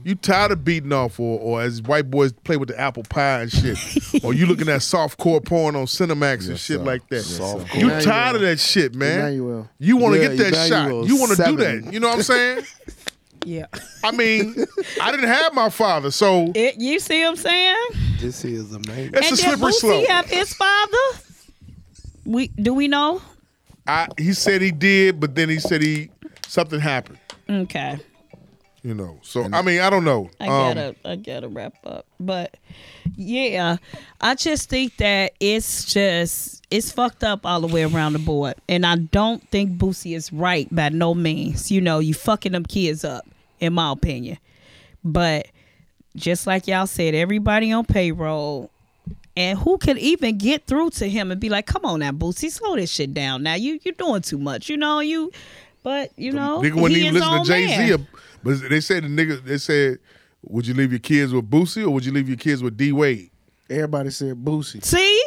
Speaker 5: You tired of beating off, or, or as white boys play with the apple pie and
Speaker 6: [laughs]
Speaker 5: shit, or you looking at soft core porn on Cinemax and shit like that.
Speaker 6: sir.
Speaker 5: you
Speaker 6: Now you
Speaker 5: tired of that shit, man.
Speaker 6: Emmanuel.
Speaker 5: You want to
Speaker 6: Yeah,
Speaker 5: get that
Speaker 6: Emmanuel,
Speaker 5: shot. You want to do
Speaker 6: seven.
Speaker 5: that. You know what I'm saying?
Speaker 8: Yeah.
Speaker 5: I mean, I didn't have my father, so
Speaker 8: It, you see what I'm saying?
Speaker 9: This is amazing.
Speaker 5: it's a
Speaker 8: and did
Speaker 5: slippery
Speaker 8: Boosie
Speaker 5: slope.
Speaker 8: have his father? We do we know?
Speaker 5: I, he said he did, but then he said he something happened.
Speaker 8: Okay.
Speaker 5: You know, so I mean, I don't know.
Speaker 8: I
Speaker 5: Um,
Speaker 8: gotta, I gotta wrap up. But yeah, I just think that it's just it's fucked up all the way around the board, and I don't think Boosie is right by no means. You know, you fucking them kids up, in my opinion. But just like y'all said, everybody on payroll. And who could even get through to him and be like, "Come on now, Boosie, slow this shit down. Now you you're doing too much. You know you, but you know
Speaker 5: Nigga wouldn't
Speaker 8: he
Speaker 5: even
Speaker 8: his
Speaker 5: listen
Speaker 8: own
Speaker 5: to Jay
Speaker 8: man.
Speaker 5: Z. But they said the nigga. They said, "Would you leave your kids with Boosie or would you leave your kids with D Wade?"
Speaker 6: Everybody said Boosie.
Speaker 8: See,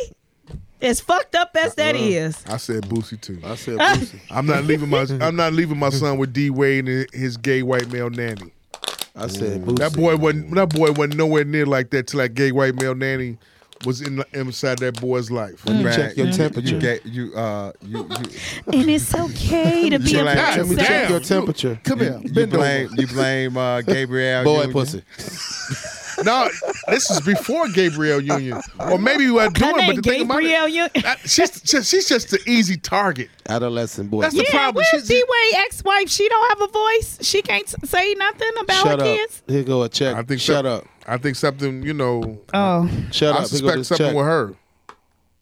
Speaker 8: as fucked up as that
Speaker 9: Uh-huh.
Speaker 8: is.
Speaker 5: I said Boosie too. I
Speaker 9: said
Speaker 6: [laughs]
Speaker 8: Boosie.
Speaker 5: I'm not leaving
Speaker 9: [laughs]
Speaker 5: my. I'm not leaving my son with D Wade and his gay white male nanny.
Speaker 9: I said
Speaker 5: That
Speaker 9: Boosie.
Speaker 5: boy wasn't. That boy wasn't nowhere near like that till that gay white male nanny was in inside that boy's life.
Speaker 7: When you Mm. check your Mm. temperature.
Speaker 5: you, get, you uh, you,
Speaker 8: And it's okay to be a
Speaker 7: Let me check
Speaker 8: princess.
Speaker 7: your
Speaker 9: temperature.
Speaker 7: Come here. You blame, you blame uh, Gabriel.
Speaker 9: Boy
Speaker 7: Union.
Speaker 9: pussy.
Speaker 5: No, this is before Gabriel Union, or maybe you are doing. But
Speaker 8: name
Speaker 5: the thing about
Speaker 8: Gabrielle
Speaker 5: it, I- she's just, she's just an easy target.
Speaker 9: Adolescent boy.
Speaker 5: That's the
Speaker 8: [laughs] yeah,
Speaker 5: problem.
Speaker 8: where's D Wade ex wife? She don't have a voice. She can't s- say nothing about
Speaker 9: Shut
Speaker 8: her
Speaker 9: up.
Speaker 8: kids.
Speaker 9: Here go a check.
Speaker 5: I think
Speaker 9: Shut
Speaker 5: some-
Speaker 9: up.
Speaker 5: I think something. You know.
Speaker 8: Oh,
Speaker 9: Shut
Speaker 5: I
Speaker 9: up. Here go
Speaker 5: suspect
Speaker 9: this
Speaker 5: something
Speaker 9: check.
Speaker 5: with her.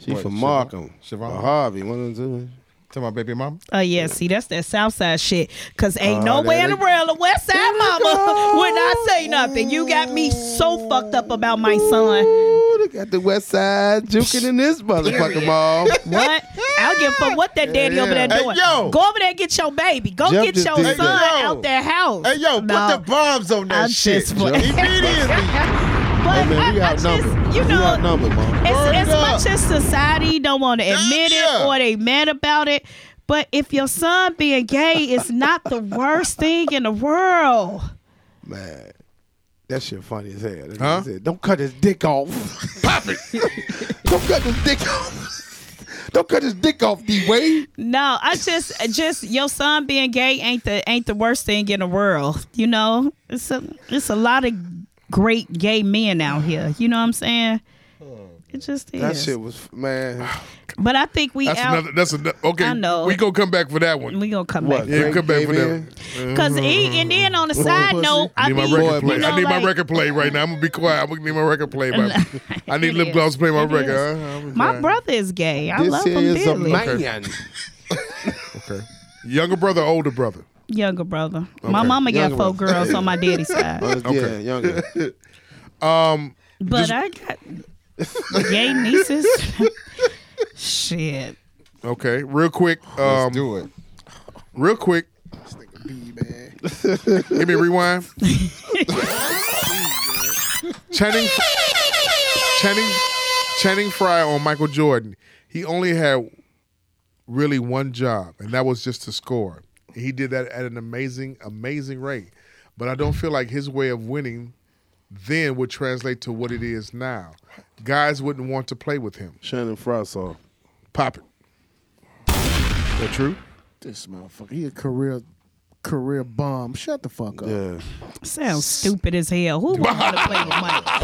Speaker 9: She
Speaker 7: What,
Speaker 9: from
Speaker 7: Siobhan?
Speaker 9: Markham.
Speaker 7: Siobhan?
Speaker 9: Or Harvey. One of them.
Speaker 7: To my baby mama.
Speaker 8: Oh yeah, see that's that Southside shit. Cause ain't no
Speaker 9: Oh,
Speaker 8: way in the
Speaker 9: there
Speaker 8: world a West Side mama [laughs] would not say nothing. You got me so fucked up about my son.
Speaker 9: Ooh, they got the West Side juking in [laughs] this motherfucker mom.
Speaker 8: What? I don't give a fuck what that daddy
Speaker 9: Yeah.
Speaker 8: over there
Speaker 9: Hey,
Speaker 8: doing.
Speaker 9: yo.
Speaker 8: Go over there and get your baby. Go
Speaker 9: Jeff
Speaker 8: get
Speaker 9: just
Speaker 8: your son
Speaker 9: did that.
Speaker 8: out their house.
Speaker 7: Hey yo,
Speaker 8: No.
Speaker 7: put the bombs on that
Speaker 8: I'm
Speaker 7: Oh, shit.
Speaker 8: just playing.
Speaker 7: Hey,
Speaker 8: But
Speaker 7: man, we
Speaker 8: I, I just,
Speaker 7: outnumbered.
Speaker 8: you
Speaker 7: We
Speaker 8: know,
Speaker 7: outnumbered, Mom. Word
Speaker 8: as, as
Speaker 7: up.
Speaker 8: much as society don't want to admit it
Speaker 7: Yeah.
Speaker 8: or they mad about it, but if your son being gay is not the worst thing in the world.
Speaker 9: Man, that shit funny as hell. That nigga said, Don't cut his dick off. [laughs] Pop it. Don't cut his dick off. Don't cut his dick off, D Wade.
Speaker 8: No, I just just your son being gay ain't the ain't the worst thing in the world. You know, it's a it's a lot of great gay men out here. You know what I'm saying?
Speaker 5: Hmm.
Speaker 8: It just is.
Speaker 9: That shit was man.
Speaker 8: But I think we
Speaker 5: That's
Speaker 8: out.
Speaker 5: another. That's another. Okay,
Speaker 8: I know.
Speaker 5: we gonna come back for that one.
Speaker 8: we gonna come
Speaker 5: What,
Speaker 8: back.
Speaker 5: yeah,
Speaker 9: Frank
Speaker 5: come back
Speaker 9: gave
Speaker 5: for that.
Speaker 8: Cause he, and then on the side note, I
Speaker 5: I need my
Speaker 8: be,
Speaker 5: record play.
Speaker 8: you know,
Speaker 5: I need
Speaker 8: like,
Speaker 5: my record play right now. I'm gonna be quiet. I'm gonna need my record play.
Speaker 8: [laughs]
Speaker 5: Right now. I need
Speaker 8: It
Speaker 5: lip
Speaker 8: is.
Speaker 5: gloss to play my
Speaker 8: It
Speaker 5: record.
Speaker 8: is.
Speaker 5: Uh, I'm
Speaker 8: My
Speaker 5: sorry.
Speaker 8: brother is gay. I
Speaker 9: this
Speaker 8: love him
Speaker 9: is
Speaker 8: dearly.
Speaker 9: a man.
Speaker 5: Okay. Younger brother, or older brother.
Speaker 8: Younger brother. My
Speaker 5: Okay.
Speaker 8: mama got
Speaker 9: Younger
Speaker 8: four
Speaker 9: one.
Speaker 8: girls on my daddy's side,
Speaker 9: Uh, Yeah, younger.
Speaker 5: Um,
Speaker 8: but I got gay nieces. Shit.
Speaker 5: Okay, real quick. Um,
Speaker 7: Do it.
Speaker 5: real quick. Give me a rewind. Channing, Channing, Channing Frye on Michael Jordan. He only had really one job, and that was just to score. And he did that at an amazing, amazing rate. But I don't feel like his way of winning then would translate to what it is now. Guys wouldn't want to play with him.
Speaker 10: Shannon Fry song.
Speaker 5: Pop it. That true?
Speaker 6: This motherfucker. He a career career bomb. Shut the fuck up.
Speaker 10: Yeah.
Speaker 8: Sounds stupid as hell. Who wants to play with Mike? Uh,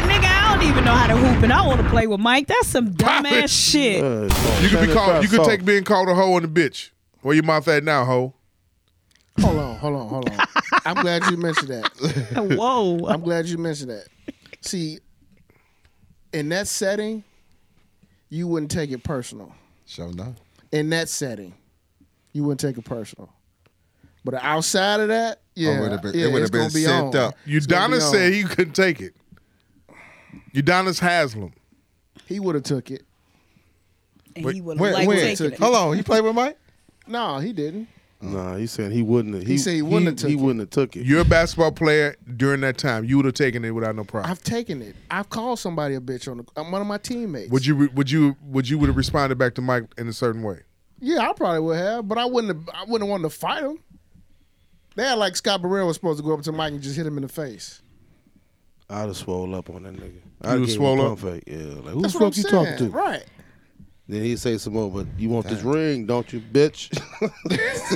Speaker 8: Nigga, I don't even know how to hoop, and I want to play with Mike. That's some dumbass shit.
Speaker 9: [laughs]
Speaker 10: Uh,
Speaker 5: You could be
Speaker 10: Shannon Fry
Speaker 5: called. You could
Speaker 10: song.
Speaker 5: take being called a hoe and a bitch. Where your mouth at now, hoe?
Speaker 6: Hold on, hold on, hold on.
Speaker 8: [laughs]
Speaker 6: I'm glad you mentioned that.
Speaker 8: Whoa. [laughs]
Speaker 6: I'm glad you mentioned that. See, in that setting, you wouldn't take it personal.
Speaker 7: Show no.
Speaker 6: In that setting, you wouldn't take it personal. But outside of that, yeah,
Speaker 7: Oh, it would've been- it
Speaker 6: yeah,
Speaker 7: would've
Speaker 6: it's
Speaker 7: been
Speaker 6: gonna be
Speaker 7: sent
Speaker 6: on.
Speaker 7: up.
Speaker 6: It's gonna be
Speaker 5: Udonis
Speaker 6: on.
Speaker 5: said he couldn't take it. Udonis Haslam.
Speaker 6: he would have took it.
Speaker 8: And he would
Speaker 7: When,
Speaker 8: like
Speaker 7: when?
Speaker 8: taking it.
Speaker 7: Hold on. You played with Mike?
Speaker 6: No, he didn't.
Speaker 10: Nah, he said he wouldn't. Have, he,
Speaker 6: said he wouldn't have took
Speaker 10: he
Speaker 6: it.
Speaker 10: wouldn't have took it.
Speaker 5: You're a basketball player during that time. You would have taken it without no problem.
Speaker 6: I've taken it. I've called somebody a bitch on the, I'm one of my teammates.
Speaker 5: would you? Would you? Would you would have responded back to Mike in a certain way?
Speaker 6: Yeah, I probably would have, but I wouldn't. Have, I wouldn't have wanted to fight him. They had like Scott Burrell was supposed to go up to Mike and just hit him in the face.
Speaker 10: I'd have swole up on that nigga. I'd
Speaker 5: would've
Speaker 10: have
Speaker 5: swole up?
Speaker 10: Fake. Yeah, like who the
Speaker 6: That's what I'm
Speaker 10: fuck you
Speaker 6: saying.
Speaker 10: talking to?
Speaker 6: Right.
Speaker 10: Then he'd say some more, but you want this ring, don't you,
Speaker 9: [laughs]
Speaker 10: bitch?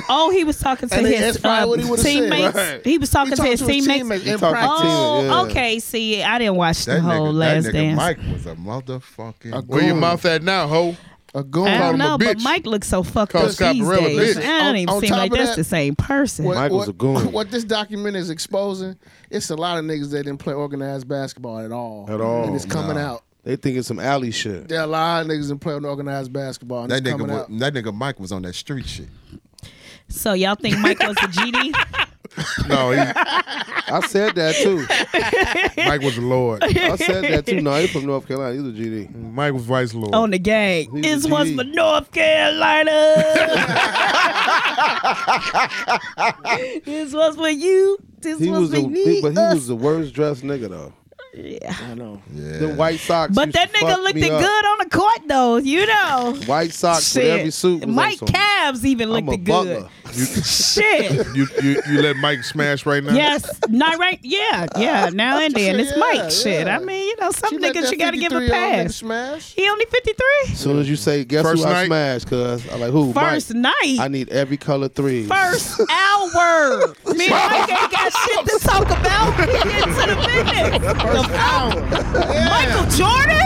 Speaker 8: Oh, he was talking to
Speaker 6: And
Speaker 8: his
Speaker 6: that's probably
Speaker 8: uh,
Speaker 6: what he would've said,
Speaker 8: teammates.
Speaker 6: right.
Speaker 8: He was talking
Speaker 6: He
Speaker 8: to
Speaker 6: talked
Speaker 8: his
Speaker 6: to his
Speaker 8: teammates.
Speaker 6: teammates
Speaker 10: He
Speaker 6: in
Speaker 10: talked to
Speaker 6: practice.
Speaker 8: Oh,
Speaker 10: Yeah.
Speaker 8: okay. See, I didn't watch the
Speaker 7: That
Speaker 8: whole
Speaker 7: nigga,
Speaker 8: Last
Speaker 7: that nigga
Speaker 8: Dance.
Speaker 7: Mike was a motherfucking.
Speaker 5: Where your mouth at now, hoe?
Speaker 6: A goon.
Speaker 8: I
Speaker 6: Called
Speaker 8: don't
Speaker 6: him a
Speaker 8: know, but
Speaker 6: bitch.
Speaker 8: Mike looks so fucked
Speaker 6: Called
Speaker 8: up these
Speaker 6: Scaparella
Speaker 8: days.
Speaker 6: bitch.
Speaker 8: I don't
Speaker 6: On-
Speaker 8: even
Speaker 6: on
Speaker 8: seem
Speaker 6: top
Speaker 8: like
Speaker 6: of
Speaker 8: that's
Speaker 6: that-
Speaker 8: the same person.
Speaker 6: What- what, What this document is exposing, it's a lot of niggas that didn't play organized basketball at all.
Speaker 9: at all.
Speaker 6: And it's coming
Speaker 9: Nah.
Speaker 6: out.
Speaker 9: They think it's some alley shit.
Speaker 6: There are a lot of niggas that play organized basketball. And
Speaker 7: That
Speaker 6: it's
Speaker 7: nigga,
Speaker 6: coming
Speaker 7: wa-
Speaker 6: out.
Speaker 7: that nigga Mike was on that street shit.
Speaker 8: So y'all think Mike was a
Speaker 9: [laughs]
Speaker 8: GD?
Speaker 7: No, he,
Speaker 9: I said that too.
Speaker 5: Mike was a lord.
Speaker 9: I said that too. No, he's from North Carolina. He's a GD.
Speaker 5: Mike was vice lord.
Speaker 8: On the gang.
Speaker 9: He was
Speaker 8: This
Speaker 9: a
Speaker 8: was
Speaker 9: GD.
Speaker 8: for North
Speaker 9: [laughs]
Speaker 8: Carolina. this was for you. This
Speaker 9: He
Speaker 8: was,
Speaker 9: was,
Speaker 8: for
Speaker 9: the,
Speaker 8: me.
Speaker 9: he- but he
Speaker 8: us.
Speaker 9: was the worst dressed nigga though.
Speaker 8: Yeah.
Speaker 6: I know.
Speaker 9: Yeah. The white socks.
Speaker 8: But
Speaker 9: used
Speaker 8: that
Speaker 9: to
Speaker 8: nigga
Speaker 9: fuck
Speaker 8: looked
Speaker 9: me
Speaker 8: it
Speaker 9: up.
Speaker 8: good on the court though, you know.
Speaker 9: White socks with every suit. was
Speaker 8: Mike
Speaker 9: on some-
Speaker 8: Cavs even
Speaker 9: I'm
Speaker 8: looked
Speaker 9: a
Speaker 8: it good.
Speaker 9: butler. [laughs]
Speaker 8: Shit.
Speaker 5: You, you you let Mike smash right now?
Speaker 8: yes, not right. Yeah, yeah. Now and then it's
Speaker 6: Yeah,
Speaker 8: Mike shit.
Speaker 6: yeah.
Speaker 8: I mean, you know, some
Speaker 6: She let
Speaker 8: niggas
Speaker 6: that
Speaker 8: you gotta give a
Speaker 6: 53-year-old nigga
Speaker 8: pass.
Speaker 6: Smash.
Speaker 8: He only fifty three.
Speaker 9: Soon as you say, guess
Speaker 5: First
Speaker 9: who I
Speaker 5: night?
Speaker 9: smashed? Cause I'm like, who? Mike.
Speaker 8: First night.
Speaker 9: I need every color three.
Speaker 8: First hour. Me and Mike ain't got shit to talk about. We get to the business. The fuck? Michael Jordan?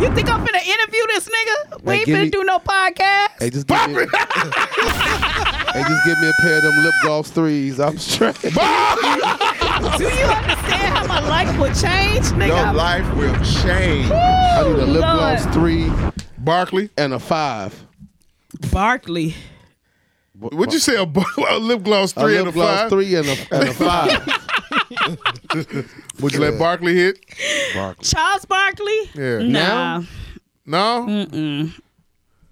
Speaker 8: You think I'm finna interview this nigga? We
Speaker 9: Now
Speaker 8: ain't
Speaker 9: give
Speaker 8: finna
Speaker 9: me-
Speaker 8: do no podcast.
Speaker 9: Hey, just give me. [laughs] hey, just give me a pair of them lip gloss threes. I'm straight.
Speaker 8: Do you understand how my life will change,
Speaker 7: your
Speaker 8: nigga?
Speaker 7: life will change.
Speaker 9: I need a lip
Speaker 8: Lord.
Speaker 9: gloss three
Speaker 5: Barkley?
Speaker 9: and a five.
Speaker 8: Barkley.
Speaker 5: Would you say a, bu- a lip gloss
Speaker 9: A
Speaker 5: three
Speaker 9: lip
Speaker 5: and a
Speaker 9: gloss
Speaker 5: five?
Speaker 9: three and a, and a five.
Speaker 5: Would you let Barkley hit?
Speaker 8: Charles Barkley?
Speaker 5: Yeah.
Speaker 8: Nah.
Speaker 5: No.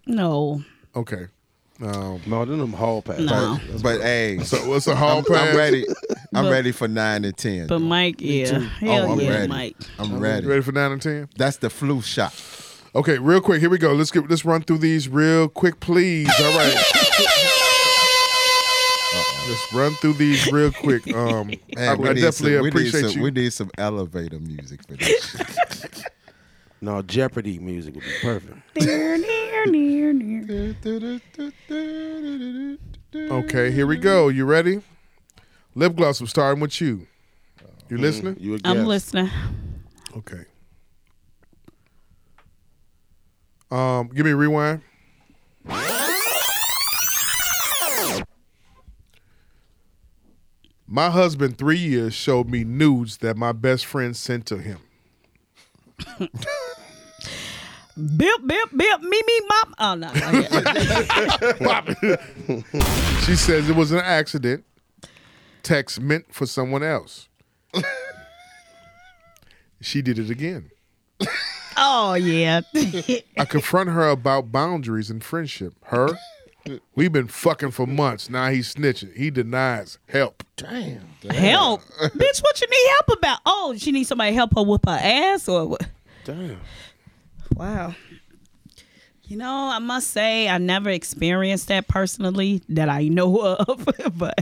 Speaker 8: No.
Speaker 5: Okay. Um,
Speaker 9: no, then them hall pass.
Speaker 8: No.
Speaker 7: But hey,
Speaker 5: so what's a hall pass?
Speaker 7: I'm ready. I'm
Speaker 8: But-
Speaker 7: ready for nine and ten.
Speaker 8: But Mike, yeah. Hell
Speaker 7: oh, I'm
Speaker 8: yeah,
Speaker 7: ready.
Speaker 8: Mike.
Speaker 7: I'm
Speaker 5: You
Speaker 7: ready.
Speaker 5: ready for nine and ten?
Speaker 7: That's the flu shot.
Speaker 5: Okay, real quick. Here we go. Let's get let's run through these real quick, please. All right. Let's run through these real quick. Um, I,
Speaker 7: Man, we
Speaker 5: I
Speaker 7: need
Speaker 5: definitely
Speaker 7: some- we need
Speaker 5: appreciate
Speaker 7: some-
Speaker 5: you.
Speaker 7: We need some elevator music for this. shit.
Speaker 9: No, Jeopardy music would be perfect.
Speaker 8: Near, near, near, near.
Speaker 5: Okay, here we go. You ready? Lip gloss. I'm starting with you. You
Speaker 7: Mm.
Speaker 5: listening?
Speaker 9: You a guest.
Speaker 8: I'm listening.
Speaker 5: Okay. Um, give me a rewind. My husband, three years, showed me nudes that my best friend sent to him.
Speaker 8: Bip, bip, bip, me, me, mom. Oh, no. no, [laughs] yeah.
Speaker 5: [laughs] She says it was an accident. Text meant for someone else. she did it again.
Speaker 8: oh, yeah. [laughs]
Speaker 5: I confront her about boundaries and friendship. Her, we've been fucking for months. Now he's snitching. He denies help.
Speaker 6: Damn.
Speaker 8: help. Bitch, what you need help about? Oh, she needs somebody to help her whoop her ass or what? [laughs]
Speaker 9: Damn.
Speaker 8: Wow. You know, I must say I never experienced that personally that I know of, [laughs] but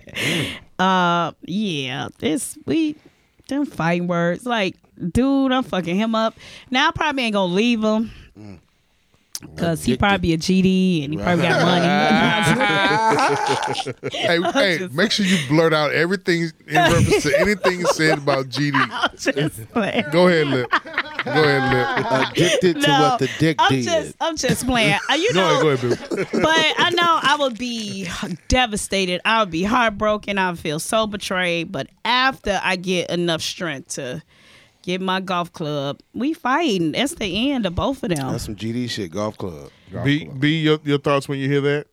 Speaker 8: uh yeah, this we them fighting words like, dude, I'm fucking him up. Now I probably ain't gonna leave him. Cause he probably a GD and he probably got money.
Speaker 5: Hey, hey
Speaker 8: just-
Speaker 5: make sure you blurt out everything in reference to anything said about GD.
Speaker 8: [laughs] I'm just playing.
Speaker 5: Go ahead, Lip. Go ahead, Lip.
Speaker 9: Addicted to
Speaker 8: No,
Speaker 9: what the dick
Speaker 8: I'm
Speaker 9: did.
Speaker 8: just, I'm just playing. Uh, You know,
Speaker 5: Go ahead, Boo.
Speaker 8: but I know I would be devastated. I would be heartbroken. I would feel so betrayed. But after I get enough strength to get my golf club, we fighting. That's the end of both of them.
Speaker 9: That's some GD shit. Golf club.
Speaker 5: B, B your, your thoughts when you hear that,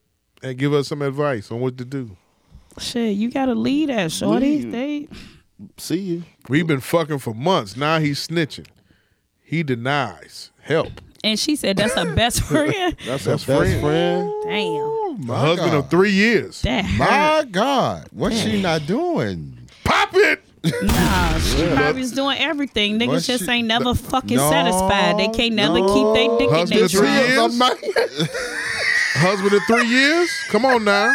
Speaker 5: and give us some advice on what to do.
Speaker 8: Shit, you gotta lead that shorty. They
Speaker 9: See you.
Speaker 5: We've been fucking for months. Now he's snitching. He denies help.
Speaker 8: and she said that's her best friend.
Speaker 9: That's,
Speaker 5: That's
Speaker 9: her
Speaker 5: friend.
Speaker 9: best friend.
Speaker 8: Damn,
Speaker 7: Oh,
Speaker 5: A
Speaker 7: my
Speaker 5: husband
Speaker 7: God.
Speaker 5: of three years.
Speaker 8: that hurt.
Speaker 7: My God, what's she not doing?
Speaker 5: Pop it.
Speaker 8: Nah, she probably was doing everything. Niggas
Speaker 7: Well,
Speaker 8: just
Speaker 7: she-
Speaker 8: ain't never fucking
Speaker 7: No,
Speaker 8: satisfied. They can't never keep their dick in
Speaker 5: Husband
Speaker 8: their
Speaker 5: of three
Speaker 8: drawers.
Speaker 5: years. Husband of three years. Come on now.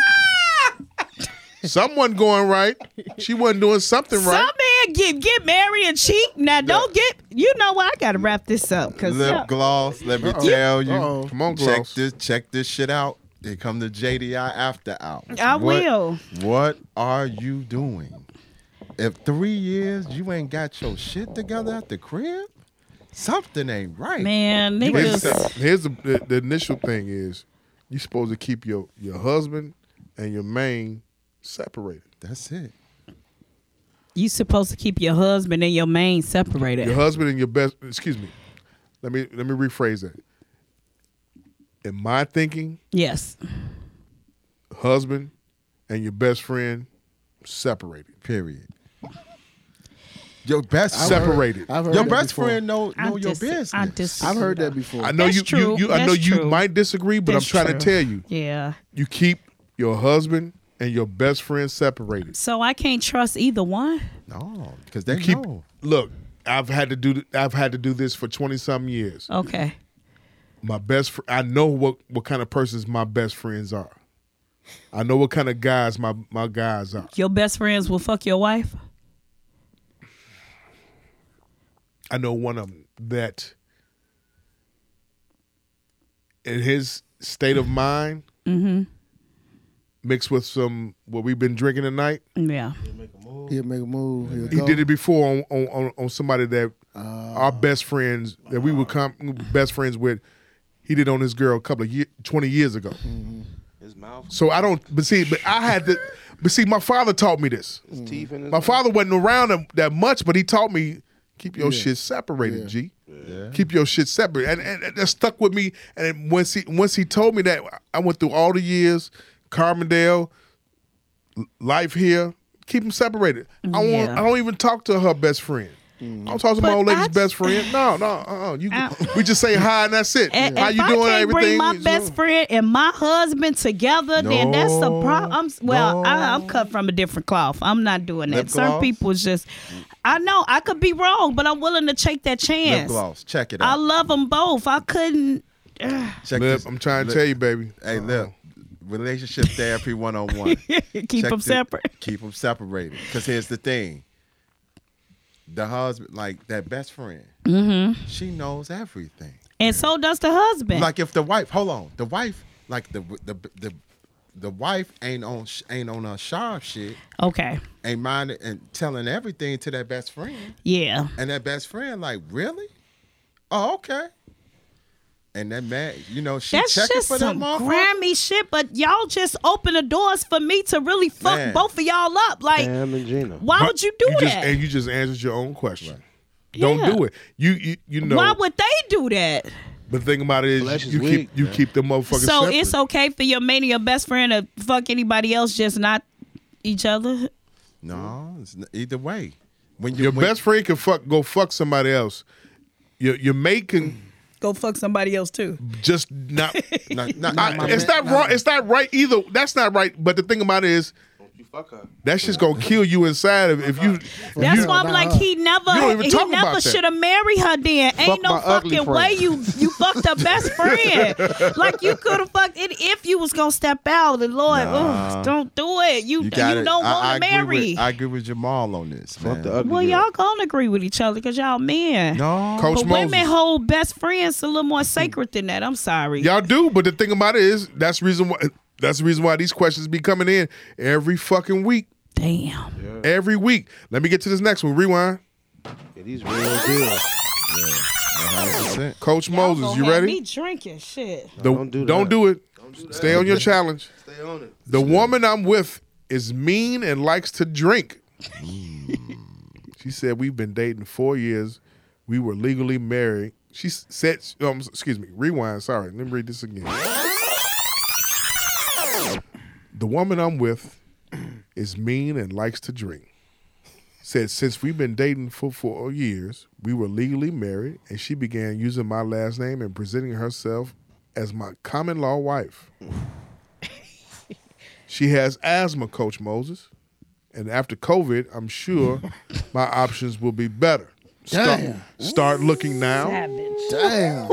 Speaker 5: Someone going right. She wasn't doing something right.
Speaker 8: Some man get get married and cheat. Now don't get. You know what? I gotta wrap this up because
Speaker 7: Lip gloss. Let me tell you.
Speaker 5: Uh-oh. Come on,
Speaker 7: check
Speaker 5: gloss.
Speaker 7: this. Check this shit out. They come to JDI after hours.
Speaker 8: I
Speaker 7: What-
Speaker 8: will.
Speaker 7: What are you doing? If three years you ain't got your shit together at the crib, Something ain't right.
Speaker 8: Man,
Speaker 5: Here's,
Speaker 8: niggas.
Speaker 5: the- here's the, the, the initial thing is you supposed to keep your, your husband and your main separated.
Speaker 7: That's it.
Speaker 8: You supposed to keep your husband and your main separated.
Speaker 5: Your husband and your best excuse me. Let me let me rephrase that. In my thinking,
Speaker 8: Yes.
Speaker 5: husband and your best friend separated.
Speaker 7: Period. Your best
Speaker 5: separated.
Speaker 7: your best friend know
Speaker 8: I
Speaker 7: know your
Speaker 8: dis- I
Speaker 7: business.
Speaker 8: dis- I've
Speaker 7: heard that before.
Speaker 5: I know you, you, you. I know you might disagree, but
Speaker 8: That's
Speaker 5: I'm trying to
Speaker 8: true.
Speaker 5: tell you,
Speaker 8: Yeah.
Speaker 5: you keep your husband and your best friend separated.
Speaker 8: So I can't trust either one.
Speaker 7: No, because they
Speaker 5: keep.
Speaker 7: know.
Speaker 5: Look, I've had to do. th- I've had to do this for twenty some years.
Speaker 8: Okay.
Speaker 5: my best fr- I know what what kind of persons my best friends are. I know what kind of guys my my guys are.
Speaker 8: Your best friends will fuck your wife.
Speaker 5: I know one of them that in his state of mind
Speaker 8: Mm-hmm.
Speaker 5: mixed with some what we've been drinking tonight.
Speaker 8: Yeah.
Speaker 6: He'll make a move. He'll
Speaker 5: He
Speaker 6: go.
Speaker 5: did it before on on, on, on somebody that our best friends that we were com- best friends with. He did on his girl a couple of year, twenty years ago.
Speaker 9: His mouth,
Speaker 5: So I don't. But see, but I had to. But see, my father taught me this.
Speaker 9: his teeth, and his
Speaker 5: My father wasn't around him that much, but he taught me keep your
Speaker 6: Yeah.
Speaker 5: shit separated, G.
Speaker 7: Yeah.
Speaker 5: Keep your shit separate, and, and, and that stuck with me. And then once he once he told me that, I went through all the years, Carmondale, l- life here. Keep them separated. I won't.
Speaker 8: Yeah.
Speaker 5: I don't even talk to her best friend. I don't talk to my
Speaker 8: But
Speaker 5: old lady's
Speaker 8: I-
Speaker 5: best friend. No, no, uh, uh you.
Speaker 8: I-
Speaker 5: we just say hi and that's it.
Speaker 8: And
Speaker 5: How
Speaker 8: if
Speaker 5: you doing?
Speaker 8: I can't
Speaker 5: everything.
Speaker 8: bring my
Speaker 5: is-
Speaker 8: best friend and my husband together, then that's the problem. I'm, s- well, I, I'm cut from a different cloth. I'm not doing that.
Speaker 7: Lip
Speaker 8: Some
Speaker 7: gloss?
Speaker 8: people just, I know I could be wrong, but I'm willing to take that
Speaker 7: Lip
Speaker 8: chance.
Speaker 7: gloss. Check it
Speaker 8: I
Speaker 7: out.
Speaker 8: love them both. I couldn't.
Speaker 7: Check
Speaker 5: Lip,
Speaker 7: this.
Speaker 5: I'm trying to
Speaker 7: Lip.
Speaker 5: tell you, uh, baby.
Speaker 7: Hey, look, relationship therapy one on one.
Speaker 8: [laughs] Keep them separate.
Speaker 7: Keep them separated. Because here's the thing: the husband, like that best friend,
Speaker 8: Mm-hmm.
Speaker 7: she knows everything.
Speaker 8: And so does the husband.
Speaker 7: Like if the wife, hold on, the wife, like the the the the wife ain't on sh- ain't on a sharp shit,
Speaker 8: okay.
Speaker 7: ain't minding and telling everything to that best friend,
Speaker 8: Yeah.
Speaker 7: and that best friend like really, oh okay, and that man, you know, she
Speaker 8: That's
Speaker 7: checking
Speaker 8: just
Speaker 7: for that
Speaker 8: some
Speaker 7: motherfucker.
Speaker 8: Grammy shit, but y'all just open the doors for me to really fuck
Speaker 7: Man.
Speaker 8: both of y'all up. Like,
Speaker 10: Pam and Gina.
Speaker 8: why would you do
Speaker 5: just,
Speaker 8: that?
Speaker 5: And you just answered your own question. Don't
Speaker 8: Yeah.
Speaker 5: do it. You you, you know.
Speaker 8: Why would they do that?
Speaker 5: But the thing about it
Speaker 10: Flesh
Speaker 5: is,
Speaker 10: is
Speaker 5: you
Speaker 10: weak,
Speaker 5: keep you
Speaker 10: man.
Speaker 5: keep the motherfuckers.
Speaker 8: So
Speaker 5: separate.
Speaker 8: it's okay for your man and your best friend to fuck anybody else, just not each other.
Speaker 7: No, it's n- either way. When you,
Speaker 5: your
Speaker 7: when-
Speaker 5: best friend can fuck go fuck somebody else. Your your mate can
Speaker 8: Go fuck somebody else too.
Speaker 5: just
Speaker 8: [laughs]
Speaker 5: not. [laughs]
Speaker 7: No, no,
Speaker 5: I-
Speaker 7: no,
Speaker 5: it's not wrong. It's not right either. That's not right. But the thing about it is,
Speaker 9: you fuck her.
Speaker 5: that's just gonna kill you inside if, if you.
Speaker 8: That's
Speaker 5: you-
Speaker 8: why I'm like, he
Speaker 5: don't
Speaker 8: never,
Speaker 5: even
Speaker 8: he
Speaker 5: talk about
Speaker 8: never
Speaker 5: that.
Speaker 8: should have married her. Then
Speaker 10: Fuck
Speaker 8: ain't no
Speaker 10: my ugly
Speaker 8: fucking
Speaker 10: friend.
Speaker 8: way you you fucked her best friend. like you could have fucked it if you was gonna step out. And Lord, ugh, don't do it. You you,
Speaker 7: gotta-
Speaker 8: don't
Speaker 7: I- I
Speaker 8: want to
Speaker 7: agree with-
Speaker 8: marry.
Speaker 7: I agree with Jamal on this.
Speaker 10: Fuck
Speaker 7: man.
Speaker 10: the ugly
Speaker 8: well,
Speaker 10: girl.
Speaker 8: y'all gonna agree with each other because y'all men.
Speaker 7: No,
Speaker 5: Coach
Speaker 8: But
Speaker 5: Moses.
Speaker 8: women hold best friends a little more sacred than that. I'm sorry.
Speaker 5: Y'all do, but the thing about it is, that's the reason why. That's the reason why these questions be coming in every fucking week.
Speaker 8: Damn.
Speaker 5: Every week. Let me get to this next one. Rewind.
Speaker 10: Yeah, these real good.
Speaker 5: Coach Moses,
Speaker 8: Gonna
Speaker 5: you
Speaker 8: have
Speaker 5: ready?
Speaker 8: Me drinking shit.
Speaker 5: The-
Speaker 10: Don't do that.
Speaker 5: it. Stay on your challenge.
Speaker 9: Stay on it.
Speaker 5: The woman I'm with is mean and likes to drink. she said we've been dating four years. We were legally married. She s- said, um, excuse me, rewind. Sorry, let me read this again. the woman I'm with is mean and likes to drink. Said since we've been dating for four years, we were legally married, and she began using my last name and presenting herself as my common law wife. She has asthma, Coach Moses. And after COVID, I'm sure my options will be better. Start,
Speaker 6: Damn.
Speaker 5: start looking now.
Speaker 8: Savage.
Speaker 6: Damn.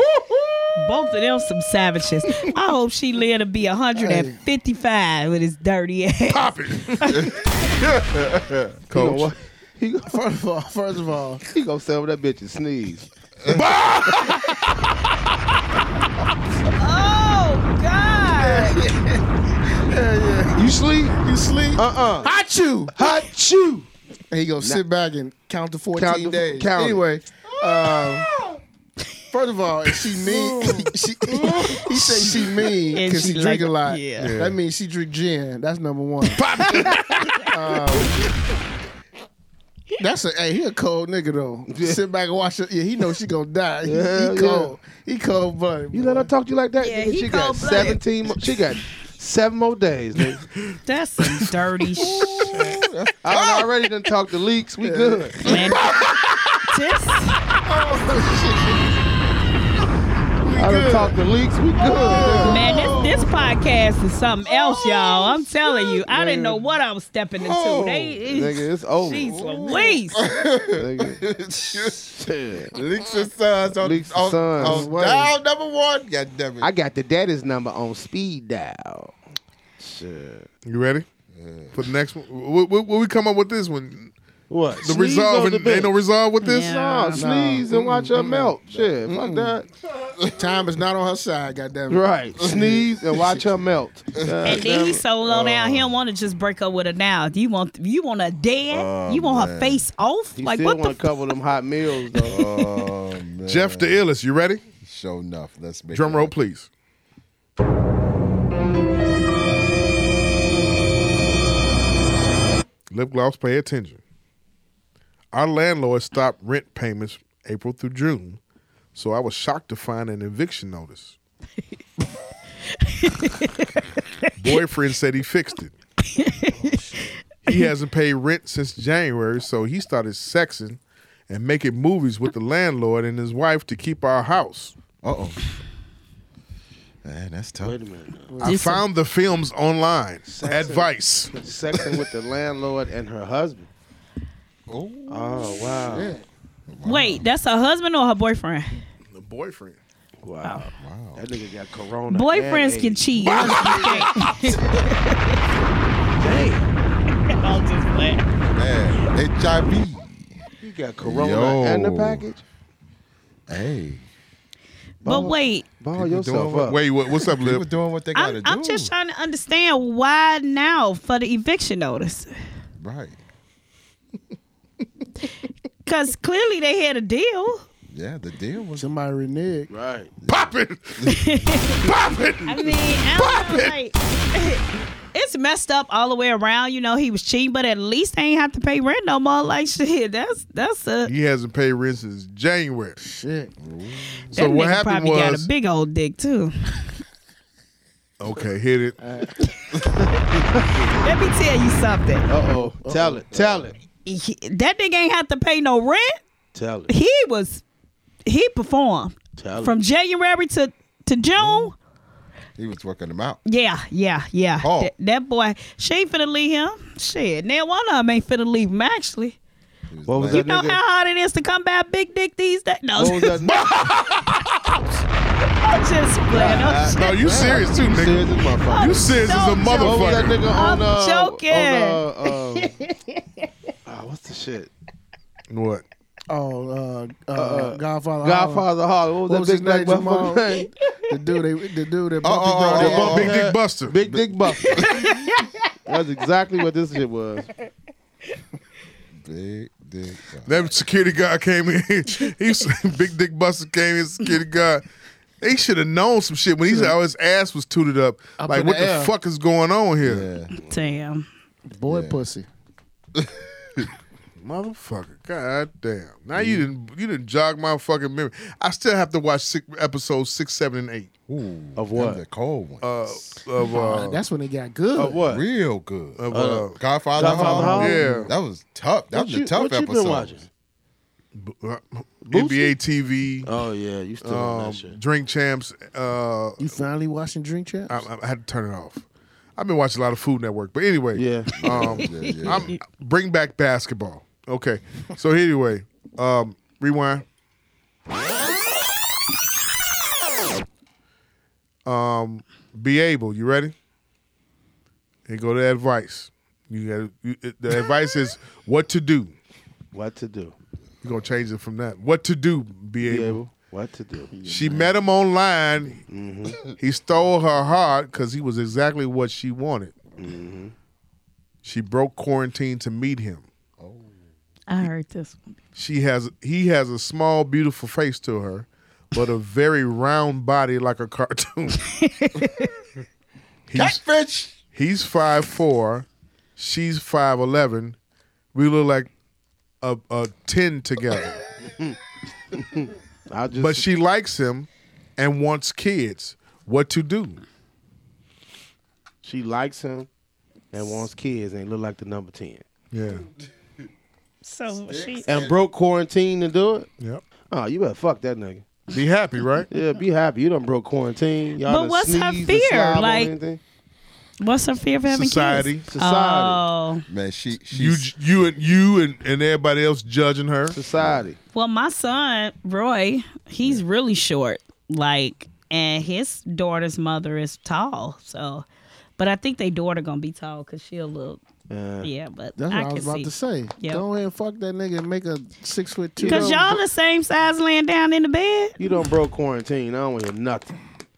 Speaker 8: Both of them some savages. I hope she live to be 155 with his dirty ass.
Speaker 5: Pop it. Coach.
Speaker 10: He gonna,
Speaker 6: First of all, first of all,
Speaker 10: he gonna sell that bitch and sneeze.
Speaker 8: Oh God!
Speaker 9: [laughs]
Speaker 10: You sleep?
Speaker 6: you sleep.
Speaker 10: Uh-uh.
Speaker 6: Hot you.
Speaker 10: Hot chew.
Speaker 6: And he gonna sit back and count to 14
Speaker 10: Count to-
Speaker 6: days.
Speaker 10: count it.
Speaker 9: [laughs]
Speaker 6: Anyway, um, First of all, if she mean, [laughs] she, he
Speaker 9: [laughs]
Speaker 6: say she mean
Speaker 9: And
Speaker 6: because she,
Speaker 9: she
Speaker 6: drink
Speaker 9: like-
Speaker 6: a lot.
Speaker 9: yeah.
Speaker 6: That means she drink gin. That's number [laughs] one. Um, that's a hey. He a cold nigga though. Sit back and watch it. Yeah, he knows she gonna die. He, he
Speaker 9: Yeah, yeah.
Speaker 6: cold. He cold blooded. You let her
Speaker 9: talk to you like that?
Speaker 6: Yeah,
Speaker 9: Nigga, she got seventeen. Mo- she got seven more days. Nigga.
Speaker 8: That's some dirty shit.
Speaker 9: I
Speaker 8: Ah!
Speaker 9: done already done talked to leaks. We good. I done talked to leaks. We good.
Speaker 8: Man, this this podcast is something else, y'all. I'm telling you, I didn't know what I was stepping into. they,
Speaker 9: Nigga, it's over.
Speaker 8: Jeez [laughs] Louise.
Speaker 7: Leaks and Sons on,
Speaker 9: Leaks and
Speaker 7: on,
Speaker 9: Sons.
Speaker 7: on
Speaker 9: Wait.
Speaker 7: dial number one. God damn it.
Speaker 9: I got the daddy's number on speed dial. Shit.
Speaker 5: You ready for the next one? What, what, what we come up with this one?
Speaker 9: What
Speaker 5: the
Speaker 9: Sneeze
Speaker 5: resolve?
Speaker 9: on the
Speaker 5: and- ain't no
Speaker 9: bitch.
Speaker 5: resolve with this.
Speaker 9: Nah, sneeze and watch her melt. Shit, fuck that.
Speaker 6: Time is not on her side. Goddamn.
Speaker 9: Right. [laughs] Sneeze and watch her [laughs] melt.
Speaker 8: And then he's so low down,
Speaker 9: Oh.
Speaker 8: he don't want to just break up with her now. Do you want you want her dead?
Speaker 9: Oh,
Speaker 8: you want
Speaker 9: man.
Speaker 8: her face off?
Speaker 9: He
Speaker 8: like
Speaker 9: still
Speaker 8: what
Speaker 9: want
Speaker 8: the
Speaker 9: to cover them hot meals [laughs] though.
Speaker 5: Jeff the illest. You ready?
Speaker 7: Show enough. Let's make
Speaker 5: Drum roll, please. Lip gloss. Pay attention. Our landlord stopped rent payments April through June, so I was shocked to find an eviction notice. Boyfriend said he fixed it. He hasn't paid rent since January, so he started sexing and making movies with the landlord and his wife to keep our house.
Speaker 7: Uh oh. Man, that's tough. Wait a minute.
Speaker 5: I found the films online. Advice.
Speaker 9: Sexing with the landlord and her husband. Oh, wow.
Speaker 8: Wait, that's her husband or her boyfriend?
Speaker 5: The boyfriend.
Speaker 9: Wow. Wow. That nigga got corona.
Speaker 8: Boyfriends
Speaker 9: and
Speaker 8: can
Speaker 9: AIDS.
Speaker 8: cheat. Y'all just can't. I'll just laugh.
Speaker 7: Man, HIV.
Speaker 9: You got corona
Speaker 7: Yo.
Speaker 9: and the package.
Speaker 7: Hey.
Speaker 8: But wait,
Speaker 9: Ball
Speaker 7: People
Speaker 9: yourself
Speaker 7: doing-
Speaker 9: up.
Speaker 5: Wait, what, what's up,
Speaker 7: [laughs] People
Speaker 5: Lip?
Speaker 7: doing what they got to
Speaker 8: I'm,
Speaker 7: do.
Speaker 8: I'm just trying to understand why now for the eviction notice.
Speaker 7: Right.
Speaker 8: Because clearly they had a deal.
Speaker 7: Yeah, the deal was
Speaker 6: somebody reneged.
Speaker 9: Right.
Speaker 5: Pop it. Pop it.
Speaker 8: I mean, I don't know, like, [laughs] it's messed up all the way around. You know, he was cheating, but at least they ain't have to pay rent no more. [laughs] Like shit, that's that's a
Speaker 5: He hasn't paid rent since January.
Speaker 6: Shit.
Speaker 5: So
Speaker 8: that
Speaker 5: what
Speaker 8: nigga
Speaker 5: happened
Speaker 8: probably got
Speaker 5: was
Speaker 8: a big old dick too.
Speaker 5: okay, hit it.
Speaker 8: Let me tell you something.
Speaker 9: Uh oh. Tell it. Tell it.
Speaker 8: He- that nigga ain't have to pay no rent.
Speaker 9: Tell it.
Speaker 8: He was he performed
Speaker 9: Tell it.
Speaker 8: from January to to June.
Speaker 7: He was working them out.
Speaker 8: Yeah, yeah, yeah.
Speaker 7: Oh.
Speaker 8: That, that boy, she ain't finna leave him. Shit, now one of them ain't finna leave him actually.
Speaker 9: What was
Speaker 8: You
Speaker 9: that
Speaker 8: know
Speaker 9: nigga?
Speaker 8: how hard it is to come by a big dick these days. No,
Speaker 5: Oh,
Speaker 9: What was
Speaker 8: [laughs]
Speaker 9: that nigga?
Speaker 8: I'm just playing. I'm
Speaker 5: No, you serious too,
Speaker 9: You serious
Speaker 5: nigga.
Speaker 9: as a motherfucker.
Speaker 5: You serious as a
Speaker 8: I'm
Speaker 9: What was that
Speaker 5: motherfucker.
Speaker 9: nigga on
Speaker 8: I'm
Speaker 9: uh, on,
Speaker 8: joking.
Speaker 9: uh, uh, [laughs] ah, what's the shit?
Speaker 5: What?
Speaker 6: Oh, uh, uh,
Speaker 9: Uh,
Speaker 6: Godfather. Hollow.
Speaker 9: Godfather Hall. What was
Speaker 6: What
Speaker 9: that
Speaker 6: was his
Speaker 9: big
Speaker 6: name?
Speaker 9: black
Speaker 6: Jamal?
Speaker 9: motherfucker
Speaker 6: the
Speaker 9: name?
Speaker 6: dude, they, the dude that Bumpy
Speaker 7: oh,
Speaker 6: brought
Speaker 7: oh,
Speaker 6: in.
Speaker 7: oh, oh.
Speaker 5: Big Dick Buster.
Speaker 9: Big Dick Buff. That's exactly what this shit was.
Speaker 7: Big dick.
Speaker 5: That security guard came in. [laughs] He said, Big Dick Buster came in. Security guard. They should have known some shit when he said, "Oh, his ass was tooted up."
Speaker 6: Up
Speaker 5: like,
Speaker 6: in
Speaker 5: what
Speaker 6: the
Speaker 5: the
Speaker 6: air.
Speaker 5: fuck is going on here,
Speaker 7: Yeah.
Speaker 8: Oh, Damn.
Speaker 6: Boy, pussy.
Speaker 5: motherfucker? God damn! Now you didn't you didn't jog my fucking memory. I still have to watch six, episodes six, seven, and eight
Speaker 7: Ooh,
Speaker 9: Of what?
Speaker 7: The cold one.
Speaker 5: uh, of uh,
Speaker 6: That's when it got good.
Speaker 9: Of what?
Speaker 7: Real good.
Speaker 5: of
Speaker 7: Uh,
Speaker 5: uh,
Speaker 7: Godfather,
Speaker 9: Godfather
Speaker 7: Hall.
Speaker 9: Hall?
Speaker 5: Yeah.
Speaker 7: That was tough. That
Speaker 9: What
Speaker 7: was
Speaker 9: you-
Speaker 7: a tough
Speaker 9: what you
Speaker 7: episode.
Speaker 9: been watching?
Speaker 5: b- uh, NBA TV,
Speaker 9: Oh yeah, you still on
Speaker 5: um,
Speaker 9: that shit.
Speaker 5: Drink Champs. Uh,
Speaker 6: You finally watching Drink Champs?
Speaker 5: I, I- I had to turn it off. I've been watching a lot of Food Network, but anyway,
Speaker 9: Yeah.
Speaker 5: Um,
Speaker 7: yeah.
Speaker 5: I'm, bring back basketball. Okay. So anyway, um, rewind. Um, be able. You ready? And go to advice. You got you, it- the advice is what to do.
Speaker 9: [laughs] What to do?
Speaker 5: You're gonna change it from that. What to do? Be,
Speaker 9: Be
Speaker 5: able.
Speaker 9: able. What to do?
Speaker 5: She met him online. He stole her heart because he was exactly what she wanted. She broke quarantine to meet him.
Speaker 8: I heard this one.
Speaker 5: She has he has a small, beautiful face to her, but a very round body like a cartoon. he's,
Speaker 7: Catfish.
Speaker 5: He's five four, she's five eleven. We look like a, a ten together. but she likes him and wants kids. What to do?
Speaker 9: She likes him and wants kids and look like the number ten.
Speaker 5: Yeah.
Speaker 8: So she
Speaker 9: And broke quarantine to do it.
Speaker 5: Yep.
Speaker 9: Oh, you better fuck that nigga.
Speaker 5: Be happy, right?
Speaker 9: yeah, be happy. You done broke quarantine. Y'all
Speaker 8: But
Speaker 9: done
Speaker 8: what's her
Speaker 9: sneezed and
Speaker 8: fear?
Speaker 9: slobbed on
Speaker 8: Like-
Speaker 9: anything?
Speaker 8: What's her fear of having
Speaker 5: Society.
Speaker 8: kids?
Speaker 9: Society.
Speaker 8: Oh.
Speaker 7: Man, she
Speaker 5: you you and you and, and everybody else judging her.
Speaker 8: oh.
Speaker 9: Society.
Speaker 8: Well, my son Roy, he's really short, like, and his daughter's mother is tall. So, but I think their daughter gonna be tall because she'll look.
Speaker 9: Yeah.
Speaker 8: Yeah, but
Speaker 6: That's
Speaker 8: I
Speaker 6: what I,
Speaker 8: can
Speaker 6: was about
Speaker 8: see.
Speaker 6: to say.
Speaker 8: Yep.
Speaker 6: Go ahead and fuck that nigga and make a six foot two.
Speaker 8: Because
Speaker 6: year
Speaker 8: y'all
Speaker 6: old
Speaker 8: the same size laying down in the bed.
Speaker 9: You done broke quarantine. I don't want to hear nothing.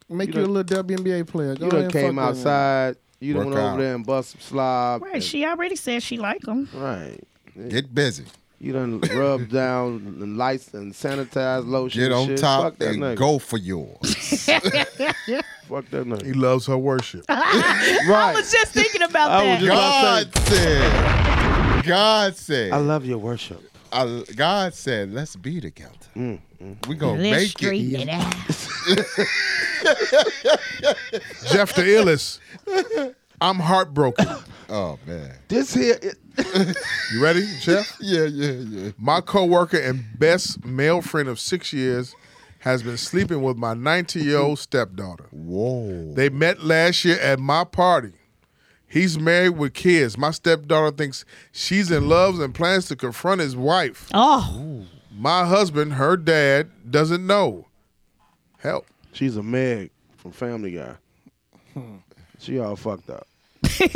Speaker 6: Make
Speaker 9: you
Speaker 6: you, a
Speaker 9: done-
Speaker 6: little WNBA player. Go
Speaker 9: You
Speaker 6: ahead
Speaker 9: done
Speaker 6: and
Speaker 9: came
Speaker 6: fuck that nigga.
Speaker 9: outside. You done
Speaker 7: Work
Speaker 9: went
Speaker 7: out.
Speaker 9: over there and bust some slob.
Speaker 8: Right. She already said she like him.
Speaker 9: Right.
Speaker 7: Get busy.
Speaker 9: You done rubbed down the lights and sanitized lotion.
Speaker 7: Get
Speaker 9: and
Speaker 7: on
Speaker 9: shit.
Speaker 7: top
Speaker 9: Fuck that
Speaker 7: and
Speaker 9: nigga.
Speaker 7: go for yours.
Speaker 9: Fuck that nigga.
Speaker 5: He loves her worship.
Speaker 8: I
Speaker 9: Right.
Speaker 8: was just thinking about
Speaker 9: I was
Speaker 8: that.
Speaker 9: just about to
Speaker 7: God said. God said.
Speaker 9: say, I love your worship.
Speaker 7: I- God said, let's be together. We gonna
Speaker 8: Let's
Speaker 7: make it.
Speaker 8: straighten it out.
Speaker 5: Jeff the illest. I'm heartbroken.
Speaker 7: Oh man.
Speaker 9: This here, it,
Speaker 5: You ready, Jeff?
Speaker 7: Yeah, yeah, yeah.
Speaker 5: My coworker and best male friend of six years has been sleeping with my 90 year old stepdaughter.
Speaker 7: Whoa.
Speaker 5: They met last year at my party. He's married with kids. My stepdaughter thinks she's in love and plans to confront his wife.
Speaker 8: Oh,
Speaker 5: My husband, her dad, doesn't know. Help.
Speaker 9: she's a Meg from Family Guy. She all
Speaker 8: [laughs]
Speaker 9: fucked up. She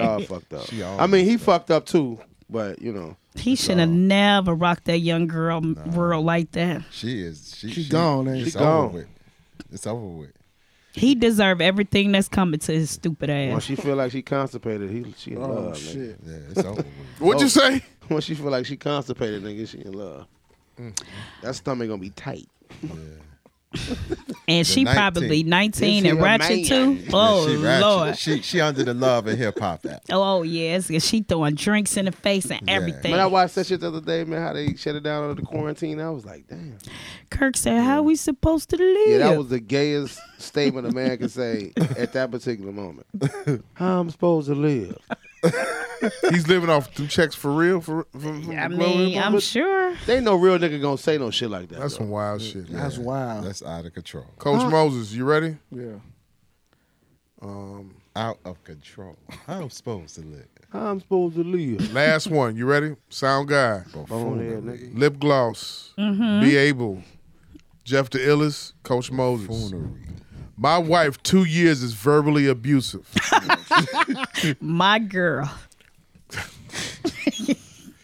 Speaker 9: all fucked up.
Speaker 7: She all
Speaker 9: I mean, he fucked up too, but you know,
Speaker 8: he should have never rocked that young girl world like that.
Speaker 7: She is. She,
Speaker 6: She gone, ain't
Speaker 7: It's
Speaker 6: she?
Speaker 9: Gone.
Speaker 7: over with. It's over with.
Speaker 8: He deserve everything that's coming to his stupid
Speaker 9: when
Speaker 8: ass.
Speaker 9: she feel like she constipated, he she in
Speaker 6: Oh
Speaker 9: love. nigga. [laughs]
Speaker 6: shit.
Speaker 7: Yeah, it's over with.
Speaker 5: What'd you say?
Speaker 9: When she feel like she constipated, nigga, she in love. That stomach gonna be tight.
Speaker 8: And she
Speaker 7: 19.
Speaker 8: probably 19
Speaker 9: This
Speaker 8: and
Speaker 9: here
Speaker 8: ratchet
Speaker 9: man.
Speaker 8: too. [laughs] Oh,
Speaker 7: she ratchet.
Speaker 8: Lord.
Speaker 7: She she under the love and hip hop act.
Speaker 8: [laughs] Oh yes, yeah, she throwing drinks in the face and everything.
Speaker 9: When I watched that shit the other day, man, how they shut it down under the quarantine, I was like, damn.
Speaker 8: Kirk said, "How we supposed to live?"
Speaker 9: Yeah, that was the gayest statement a man could say at that particular moment. How I'm supposed to live?
Speaker 5: He's living off two checks for real. For, for, for
Speaker 8: I mean, I'm sure.
Speaker 9: They ain't no real nigga gonna say no shit like that.
Speaker 5: that's
Speaker 9: though.
Speaker 5: some wild shit. man.
Speaker 6: That's wild.
Speaker 7: That's out of control.
Speaker 5: Coach Moses, you ready?
Speaker 6: yeah.
Speaker 7: Out of control. How I'm supposed to live.
Speaker 9: How I'm supposed to live?
Speaker 5: Last one. You ready? Sound guy.
Speaker 9: Bone head nigga.
Speaker 5: Lip gloss.
Speaker 8: Mm-hmm.
Speaker 5: Be able. Jeff the illest. Coach Moses. My wife, two years, is verbally
Speaker 8: [laughs]
Speaker 5: abusive.
Speaker 8: My girl.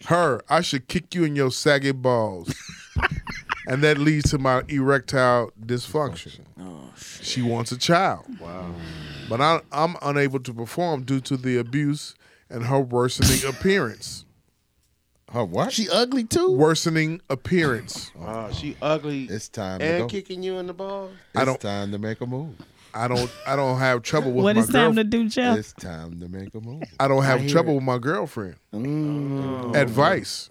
Speaker 5: Her, I should kick you in your saggy balls. and that leads to my erectile dysfunction. she wants a child. Wow. But I, I'm unable to perform due to the abuse and her worsening appearance.
Speaker 7: Her what?
Speaker 6: She ugly too.
Speaker 5: Worsening appearance.
Speaker 9: Ah, she ugly
Speaker 7: it's time to go.
Speaker 9: and kicking you in the balls.
Speaker 7: it's
Speaker 5: don't-
Speaker 7: time to make a move.
Speaker 5: I don't. I don't have trouble with
Speaker 8: What
Speaker 5: my
Speaker 8: it's time
Speaker 5: girlfriend.
Speaker 8: to do, Jeff?
Speaker 7: It's time to make a move.
Speaker 5: I don't have trouble with my girlfriend.
Speaker 6: Mm.
Speaker 5: Advice.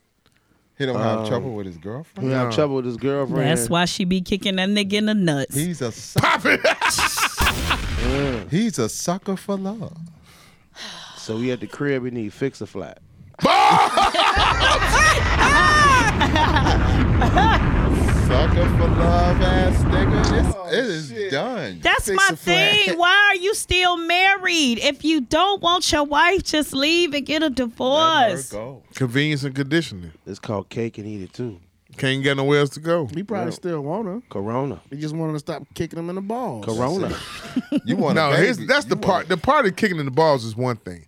Speaker 7: He don't have trouble with his girlfriend.
Speaker 9: You have trouble with his girlfriend.
Speaker 8: That's why she be kicking that nigga in the nuts.
Speaker 7: He's a sucker. [laughs] He's a sucker for love.
Speaker 9: So we at the crib, we need fix a flat.
Speaker 7: Sucker for love ass nigga. It's, it is done.
Speaker 8: That's
Speaker 7: Fix
Speaker 8: my
Speaker 7: the flag.
Speaker 8: thing. Why are you still married? If you don't want your wife, just leave and get a
Speaker 7: Let her
Speaker 8: divorce.
Speaker 7: go.
Speaker 5: Convenience and conditioning.
Speaker 9: It's called cake and eat it too.
Speaker 5: Can't get nowhere else to go.
Speaker 6: He probably still want her.
Speaker 9: Corona.
Speaker 6: He just wanted to stop kicking him in the balls.
Speaker 9: Corona.
Speaker 7: You want
Speaker 5: No,
Speaker 7: a baby.
Speaker 5: his, that's the part. The part of kicking in the balls is one thing.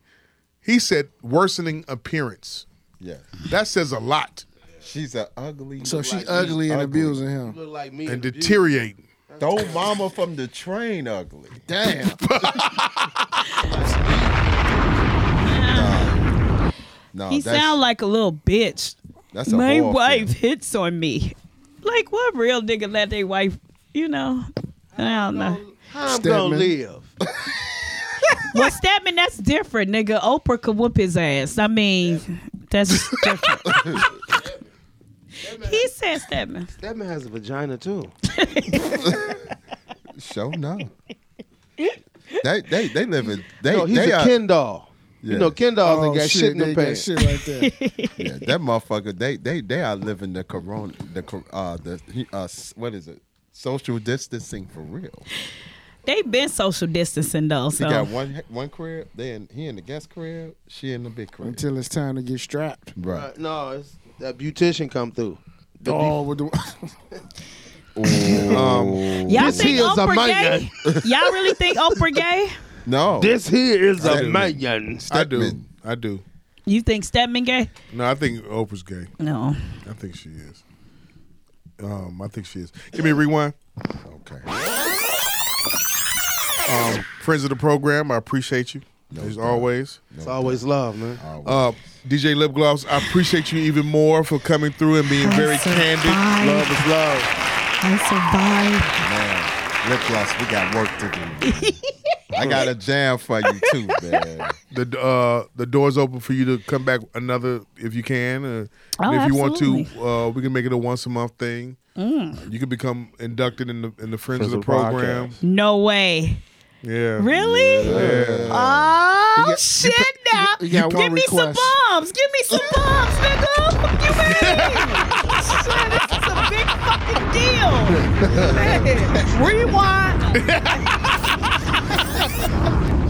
Speaker 5: He said worsening appearance.
Speaker 7: Yeah.
Speaker 5: That says a lot.
Speaker 7: She's an ugly.
Speaker 6: So she ugly and abusing him.
Speaker 9: Look like me.
Speaker 5: And
Speaker 9: and you.
Speaker 5: deteriorating.
Speaker 7: Throw mama from the train ugly. [laughs] Damn. no, no
Speaker 8: he
Speaker 7: that's,
Speaker 8: sound like a little bitch.
Speaker 7: Oh, that's a
Speaker 8: My
Speaker 7: horror
Speaker 8: wife
Speaker 7: film.
Speaker 8: hits on me. Like what real nigga let their wife, you know? I don't know.
Speaker 9: I'm gonna live.
Speaker 8: Well, Stedman, that's different, nigga. Oprah could whoop his ass. I mean, that's different. he said Stedman.
Speaker 9: That man has a vagina too.
Speaker 7: Show no. They they they live in they
Speaker 9: No, he's
Speaker 7: they
Speaker 9: a
Speaker 7: are,
Speaker 9: Ken doll. You know, Ken dolls ain't
Speaker 7: Oh,
Speaker 9: got shit, in
Speaker 7: they
Speaker 9: the
Speaker 7: got
Speaker 9: pants.
Speaker 7: shit right yeah, that motherfucker. They they they are living the corona the cor- uh the he- uh s- what is it social distancing for real.
Speaker 8: They've been social distancing though,
Speaker 7: He
Speaker 8: so
Speaker 7: got one one crib, then he in the guest crib, she in the big crib.
Speaker 6: Until it's time to
Speaker 9: [laughs]
Speaker 6: get strapped.
Speaker 7: Right.
Speaker 9: Uh, no, it's that beautician come through. The
Speaker 6: Oh, with the
Speaker 7: Um,
Speaker 8: y'all think Oprah gay?
Speaker 7: [laughs]
Speaker 8: y'all really think Oprah gay?
Speaker 7: No.
Speaker 9: This here is a
Speaker 7: Stedman.
Speaker 9: man.
Speaker 5: I do. I do.
Speaker 8: You think Stedman gay?
Speaker 5: No, I think Oprah's gay.
Speaker 8: No.
Speaker 5: I think she is. Um, I think she is. Give me a rewind.
Speaker 7: Okay.
Speaker 5: Um, friends of the program, I appreciate you. as always.
Speaker 9: It's always love, man.
Speaker 5: Uh, DJ Lip Gloss, I appreciate you even more for coming through and being very candid.
Speaker 7: Love is love.
Speaker 8: I survived.
Speaker 7: Man, lip gloss, we got work to do. I got a jam for you too, man.
Speaker 5: The uh, the door's open for you to come back another if you can. Uh,
Speaker 8: Oh,
Speaker 5: and if you want to, uh, we can make it a once a month thing.
Speaker 8: Mm.
Speaker 5: You can become inducted in the in the friends, of the program.
Speaker 8: No way.
Speaker 5: Yeah.
Speaker 8: Really?
Speaker 5: Yeah.
Speaker 8: Oh shit! now,
Speaker 5: you got
Speaker 8: give
Speaker 5: one
Speaker 8: me
Speaker 5: request.
Speaker 8: some bombs. Give me some bombs, nigga. Fuck you, man. shit, this is a big fucking deal. Man, Rewind.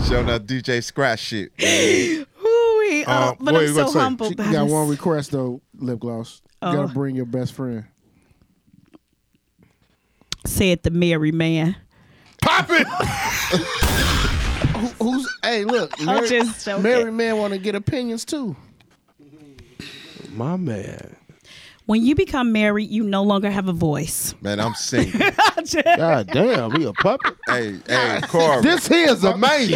Speaker 7: Showing up DJ Scratch shit. man.
Speaker 8: Hooey. Oh,
Speaker 7: Uh,
Speaker 8: but
Speaker 7: what
Speaker 8: I'm
Speaker 7: you
Speaker 8: so
Speaker 7: gonna say?
Speaker 8: humble.
Speaker 7: She
Speaker 8: by
Speaker 6: got
Speaker 8: this.
Speaker 6: one request though, lip gloss. You
Speaker 8: Oh.
Speaker 6: gotta bring your best friend.
Speaker 8: Said the merry man.
Speaker 5: Pop it.
Speaker 6: Who, who's hey
Speaker 8: [laughs]
Speaker 6: look,
Speaker 8: I'm
Speaker 6: Mary,
Speaker 8: just joking.
Speaker 6: Mary man wanna get opinions too.
Speaker 9: My man.
Speaker 8: When you become married, you no longer have a voice.
Speaker 7: Man, I'm single.
Speaker 9: God damn, we a puppet.
Speaker 7: Hey, hey, Corey.
Speaker 9: This here is a man.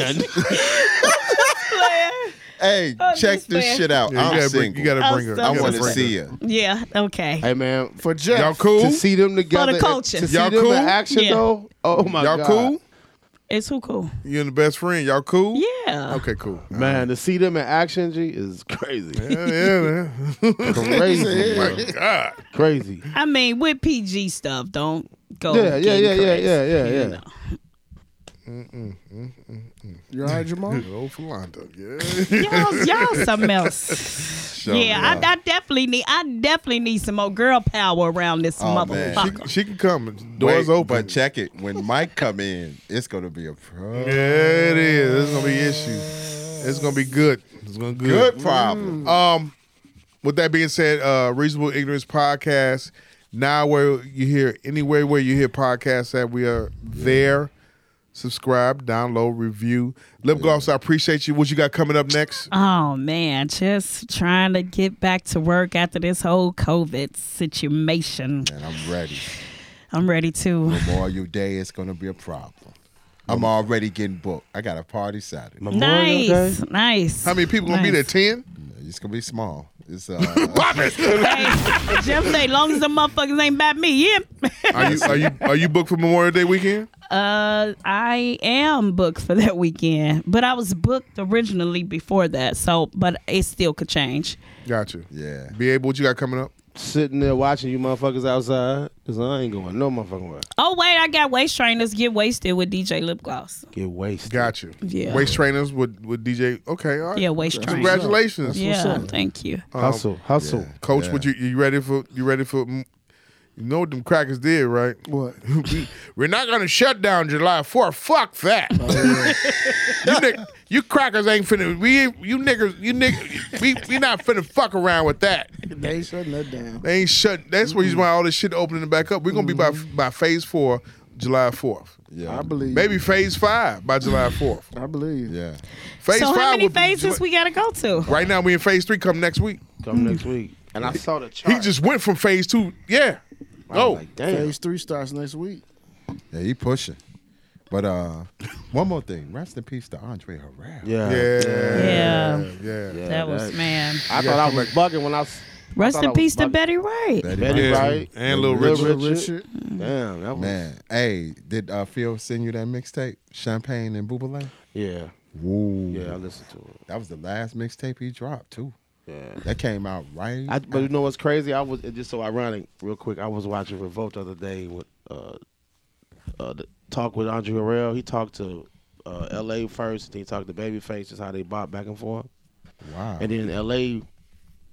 Speaker 7: Hey,
Speaker 8: Oh,
Speaker 7: check
Speaker 8: this
Speaker 7: this
Speaker 8: man.
Speaker 7: shit out.
Speaker 5: Yeah, you
Speaker 7: I'm
Speaker 5: gotta bring-
Speaker 7: single.
Speaker 5: you gotta
Speaker 8: I'm bring her- so
Speaker 7: I
Speaker 8: you
Speaker 7: want
Speaker 8: gotta
Speaker 7: to
Speaker 8: bring
Speaker 7: see her.
Speaker 8: Yeah. Okay.
Speaker 9: [laughs] Hey man,
Speaker 6: for Jeff.
Speaker 7: Y'all cool?
Speaker 9: To see them together,
Speaker 8: culture.
Speaker 9: To see
Speaker 5: Y'all
Speaker 9: them
Speaker 5: cool?
Speaker 9: in action
Speaker 8: Yeah.
Speaker 9: though. Oh my
Speaker 5: Y'all
Speaker 9: god,
Speaker 5: cool?
Speaker 8: It's who cool.
Speaker 5: You and the best friend, y'all cool?
Speaker 8: Yeah.
Speaker 5: Okay, cool.
Speaker 9: man. To see them in action, G is crazy,
Speaker 5: Yeah, yeah, man.
Speaker 9: crazy,
Speaker 5: My
Speaker 9: bro.
Speaker 5: God.
Speaker 9: crazy.
Speaker 8: I mean, with PG stuff, don't go.
Speaker 9: Yeah, yeah,
Speaker 8: getting
Speaker 9: yeah, yeah,
Speaker 8: crazy,
Speaker 9: yeah, yeah,
Speaker 8: you
Speaker 9: yeah.
Speaker 8: know.
Speaker 6: You all right, Jamal?
Speaker 5: Oh, Philando. Yeah.
Speaker 8: Y'all, y'all something else. yeah, I, I definitely need. I definitely need some more girl power around this
Speaker 7: Oh, man.
Speaker 8: motherfucker.
Speaker 5: She can come.
Speaker 7: Doors
Speaker 5: Doors
Speaker 7: Wait,
Speaker 5: open.
Speaker 7: But check it. When Mike come in, it's gonna be a pro.
Speaker 5: Yeah, it is. It's gonna be issue. It's gonna be good. It's gonna be good.
Speaker 7: Good problem.
Speaker 5: Um, with that being said, uh, Reasonable Ignorance podcast. Now where you hear anywhere where you hear podcasts at, we are there. Subscribe, download, review. Lip gloss, I appreciate you. What you got coming up next?
Speaker 8: Oh man, just trying to get back to work after this whole COVID situation.
Speaker 7: And I'm ready.
Speaker 8: I'm ready to.
Speaker 7: Memorial Day is gonna be a problem. I'm already getting booked. I got a party Saturday.
Speaker 5: Mm.
Speaker 8: Nice, nice.
Speaker 5: How many people gonna be there?
Speaker 8: nice.
Speaker 5: Ten?
Speaker 7: It's gonna be small. It's uh, [laughs]
Speaker 8: Hey, Jeff say, long as the motherfuckers ain't about me, yeah.
Speaker 5: Are you are you are you booked for Memorial Day weekend?
Speaker 8: Uh, I am booked for that weekend, but I was booked originally before that. So, but it still could change.
Speaker 5: Gotcha.
Speaker 7: yeah.
Speaker 5: Be able what you got coming up?
Speaker 9: Sitting there watching you motherfuckers outside, cause I ain't going no motherfucking way.
Speaker 8: Oh wait, I got waist trainers. Get wasted with DJ Lip Gloss.
Speaker 9: Get wasted.
Speaker 5: Gotcha.
Speaker 8: Yeah.
Speaker 5: Waist trainers with with DJ. Okay. All right.
Speaker 8: Yeah, waist trainers.
Speaker 5: Congratulations.
Speaker 8: Yeah, thank you.
Speaker 9: Hustle, hustle.
Speaker 5: Coach, would you you ready for you ready for? mm, You know what them crackers did, right?
Speaker 6: What?
Speaker 5: [laughs] We- We're not gonna shut down July 4th. Fuck that.
Speaker 6: Oh,
Speaker 5: [laughs] you, nick, you crackers ain't finna. We ain't- you niggas you niggas we we not finna fuck around with that.
Speaker 6: They ain't shutting that down.
Speaker 5: They ain't shut. That's where you why all this shit opening back up. We're gonna be by
Speaker 6: Mm-hmm.
Speaker 5: by phase four, July 4th.
Speaker 6: I
Speaker 7: Yeah.
Speaker 6: believe.
Speaker 5: Maybe phase five by July 4th.
Speaker 6: I believe.
Speaker 7: Yeah.
Speaker 5: Phase
Speaker 8: so,
Speaker 5: five.
Speaker 8: how many
Speaker 5: would be
Speaker 8: phases
Speaker 5: July-
Speaker 8: we gotta go to?
Speaker 5: Right now we in phase three. Come next week.
Speaker 9: Come next week. And I saw the chart.
Speaker 5: He just went from phase two. Yeah.
Speaker 9: I'm
Speaker 5: Oh.
Speaker 9: like, damn.
Speaker 6: Phase three starts next week.
Speaker 7: Yeah, he pushing. But uh one more thing. Rest in peace to Andre Harrell.
Speaker 9: Yeah.
Speaker 5: Yeah.
Speaker 8: Yeah,
Speaker 5: Yeah.
Speaker 8: that was man.
Speaker 9: I thought I was bugging when I s-
Speaker 8: Rest
Speaker 9: I
Speaker 8: in
Speaker 9: was
Speaker 8: peace to
Speaker 9: about
Speaker 8: Betty Wright.
Speaker 9: Betty
Speaker 7: Yeah.
Speaker 9: Wright
Speaker 7: And Lil Richard. Mm-hmm.
Speaker 9: Damn, that was
Speaker 7: Man, hey, did uh, Phil send you that mixtape, Champagne and Boobalay?
Speaker 9: yeah,
Speaker 7: Woo.
Speaker 9: yeah. I listened to it.
Speaker 7: That was the last mixtape he dropped too.
Speaker 9: Yeah.
Speaker 7: That came out right.
Speaker 9: I, but you know what's crazy? I was it's just so ironic. Real quick, I was watching Revolt the other day with uh, uh, the talk with Andre Harrell. He talked to uh, L.A. first, then he talked to Babyface, just how they bought back and forth.
Speaker 7: Wow.
Speaker 9: And then L.A.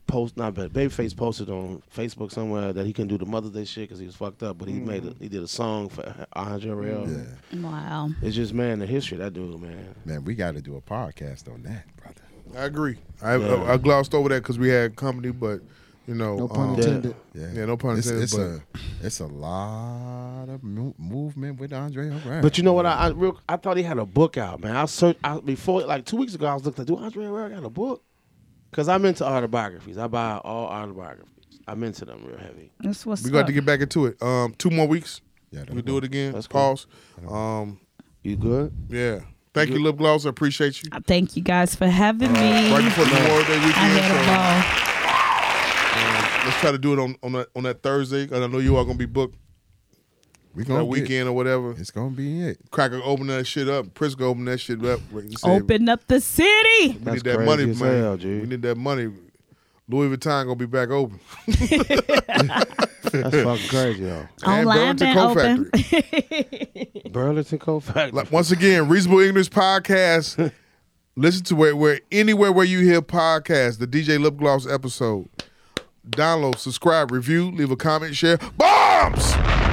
Speaker 9: post not bad. Babyface posted on Facebook somewhere that he couldn't do the Mother's Day shit because he was fucked up. But he made
Speaker 7: Mm-hmm.
Speaker 9: a, he did a song for Andre Harrell.
Speaker 8: Wow.
Speaker 9: It's just man, the history of that dude, man.
Speaker 7: Man, we got to do a podcast on that, brother.
Speaker 5: I agree. I, I, I glossed over that because we had company, but you know,
Speaker 6: No pun
Speaker 5: um,
Speaker 6: intended.
Speaker 5: Yeah, no pun
Speaker 7: it's,
Speaker 5: intended.
Speaker 7: it's
Speaker 5: but
Speaker 7: a it's a lot of mo- movement with Andre Harrell.
Speaker 9: But you know what? I I, real, I thought he had a book out, man. I searched I, before like two weeks ago. I was looking like, do Andre Herrera got a book? Because I'm into autobiographies. I buy all autobiographies. I'm into them real heavy.
Speaker 8: That's what's
Speaker 5: we got
Speaker 8: up.
Speaker 5: to get back into it. Um, two more weeks.
Speaker 7: Yeah,
Speaker 5: we will do it again.
Speaker 9: That's cool.
Speaker 5: Pause. Um,
Speaker 9: You good?
Speaker 5: yeah. Thank you, Lip Gloss. I appreciate you.
Speaker 8: I Thank you guys for having me.
Speaker 5: Right before the Memorial Day
Speaker 8: I
Speaker 5: weekend. so,
Speaker 8: had
Speaker 5: um, let's try to do it on on that, on that Thursday. 'cause I know you all gonna be booked
Speaker 7: we gonna
Speaker 5: that
Speaker 7: get-
Speaker 5: weekend or whatever.
Speaker 7: It's gonna be it.
Speaker 5: Cracker open that shit up. Prisco open that shit up. Like you
Speaker 8: a ball.
Speaker 5: said,
Speaker 8: Open up the city.
Speaker 5: We
Speaker 9: That's
Speaker 5: need that
Speaker 9: crazy
Speaker 5: money,
Speaker 9: as
Speaker 5: man.
Speaker 9: hell, G.
Speaker 5: we need that money. Louis Vuitton gonna be back open.
Speaker 9: That's fucking crazy, yo.
Speaker 5: Burlington
Speaker 8: Online been
Speaker 5: Coat
Speaker 8: open. [laughs]
Speaker 9: Burlington Co. Factory.
Speaker 5: Like, once again, Reasonable Ignorance Podcast. Listen to where, where anywhere where you hear podcasts, the DJ Lip Gloss episode. Download, subscribe, review, leave a comment, share. Bombs!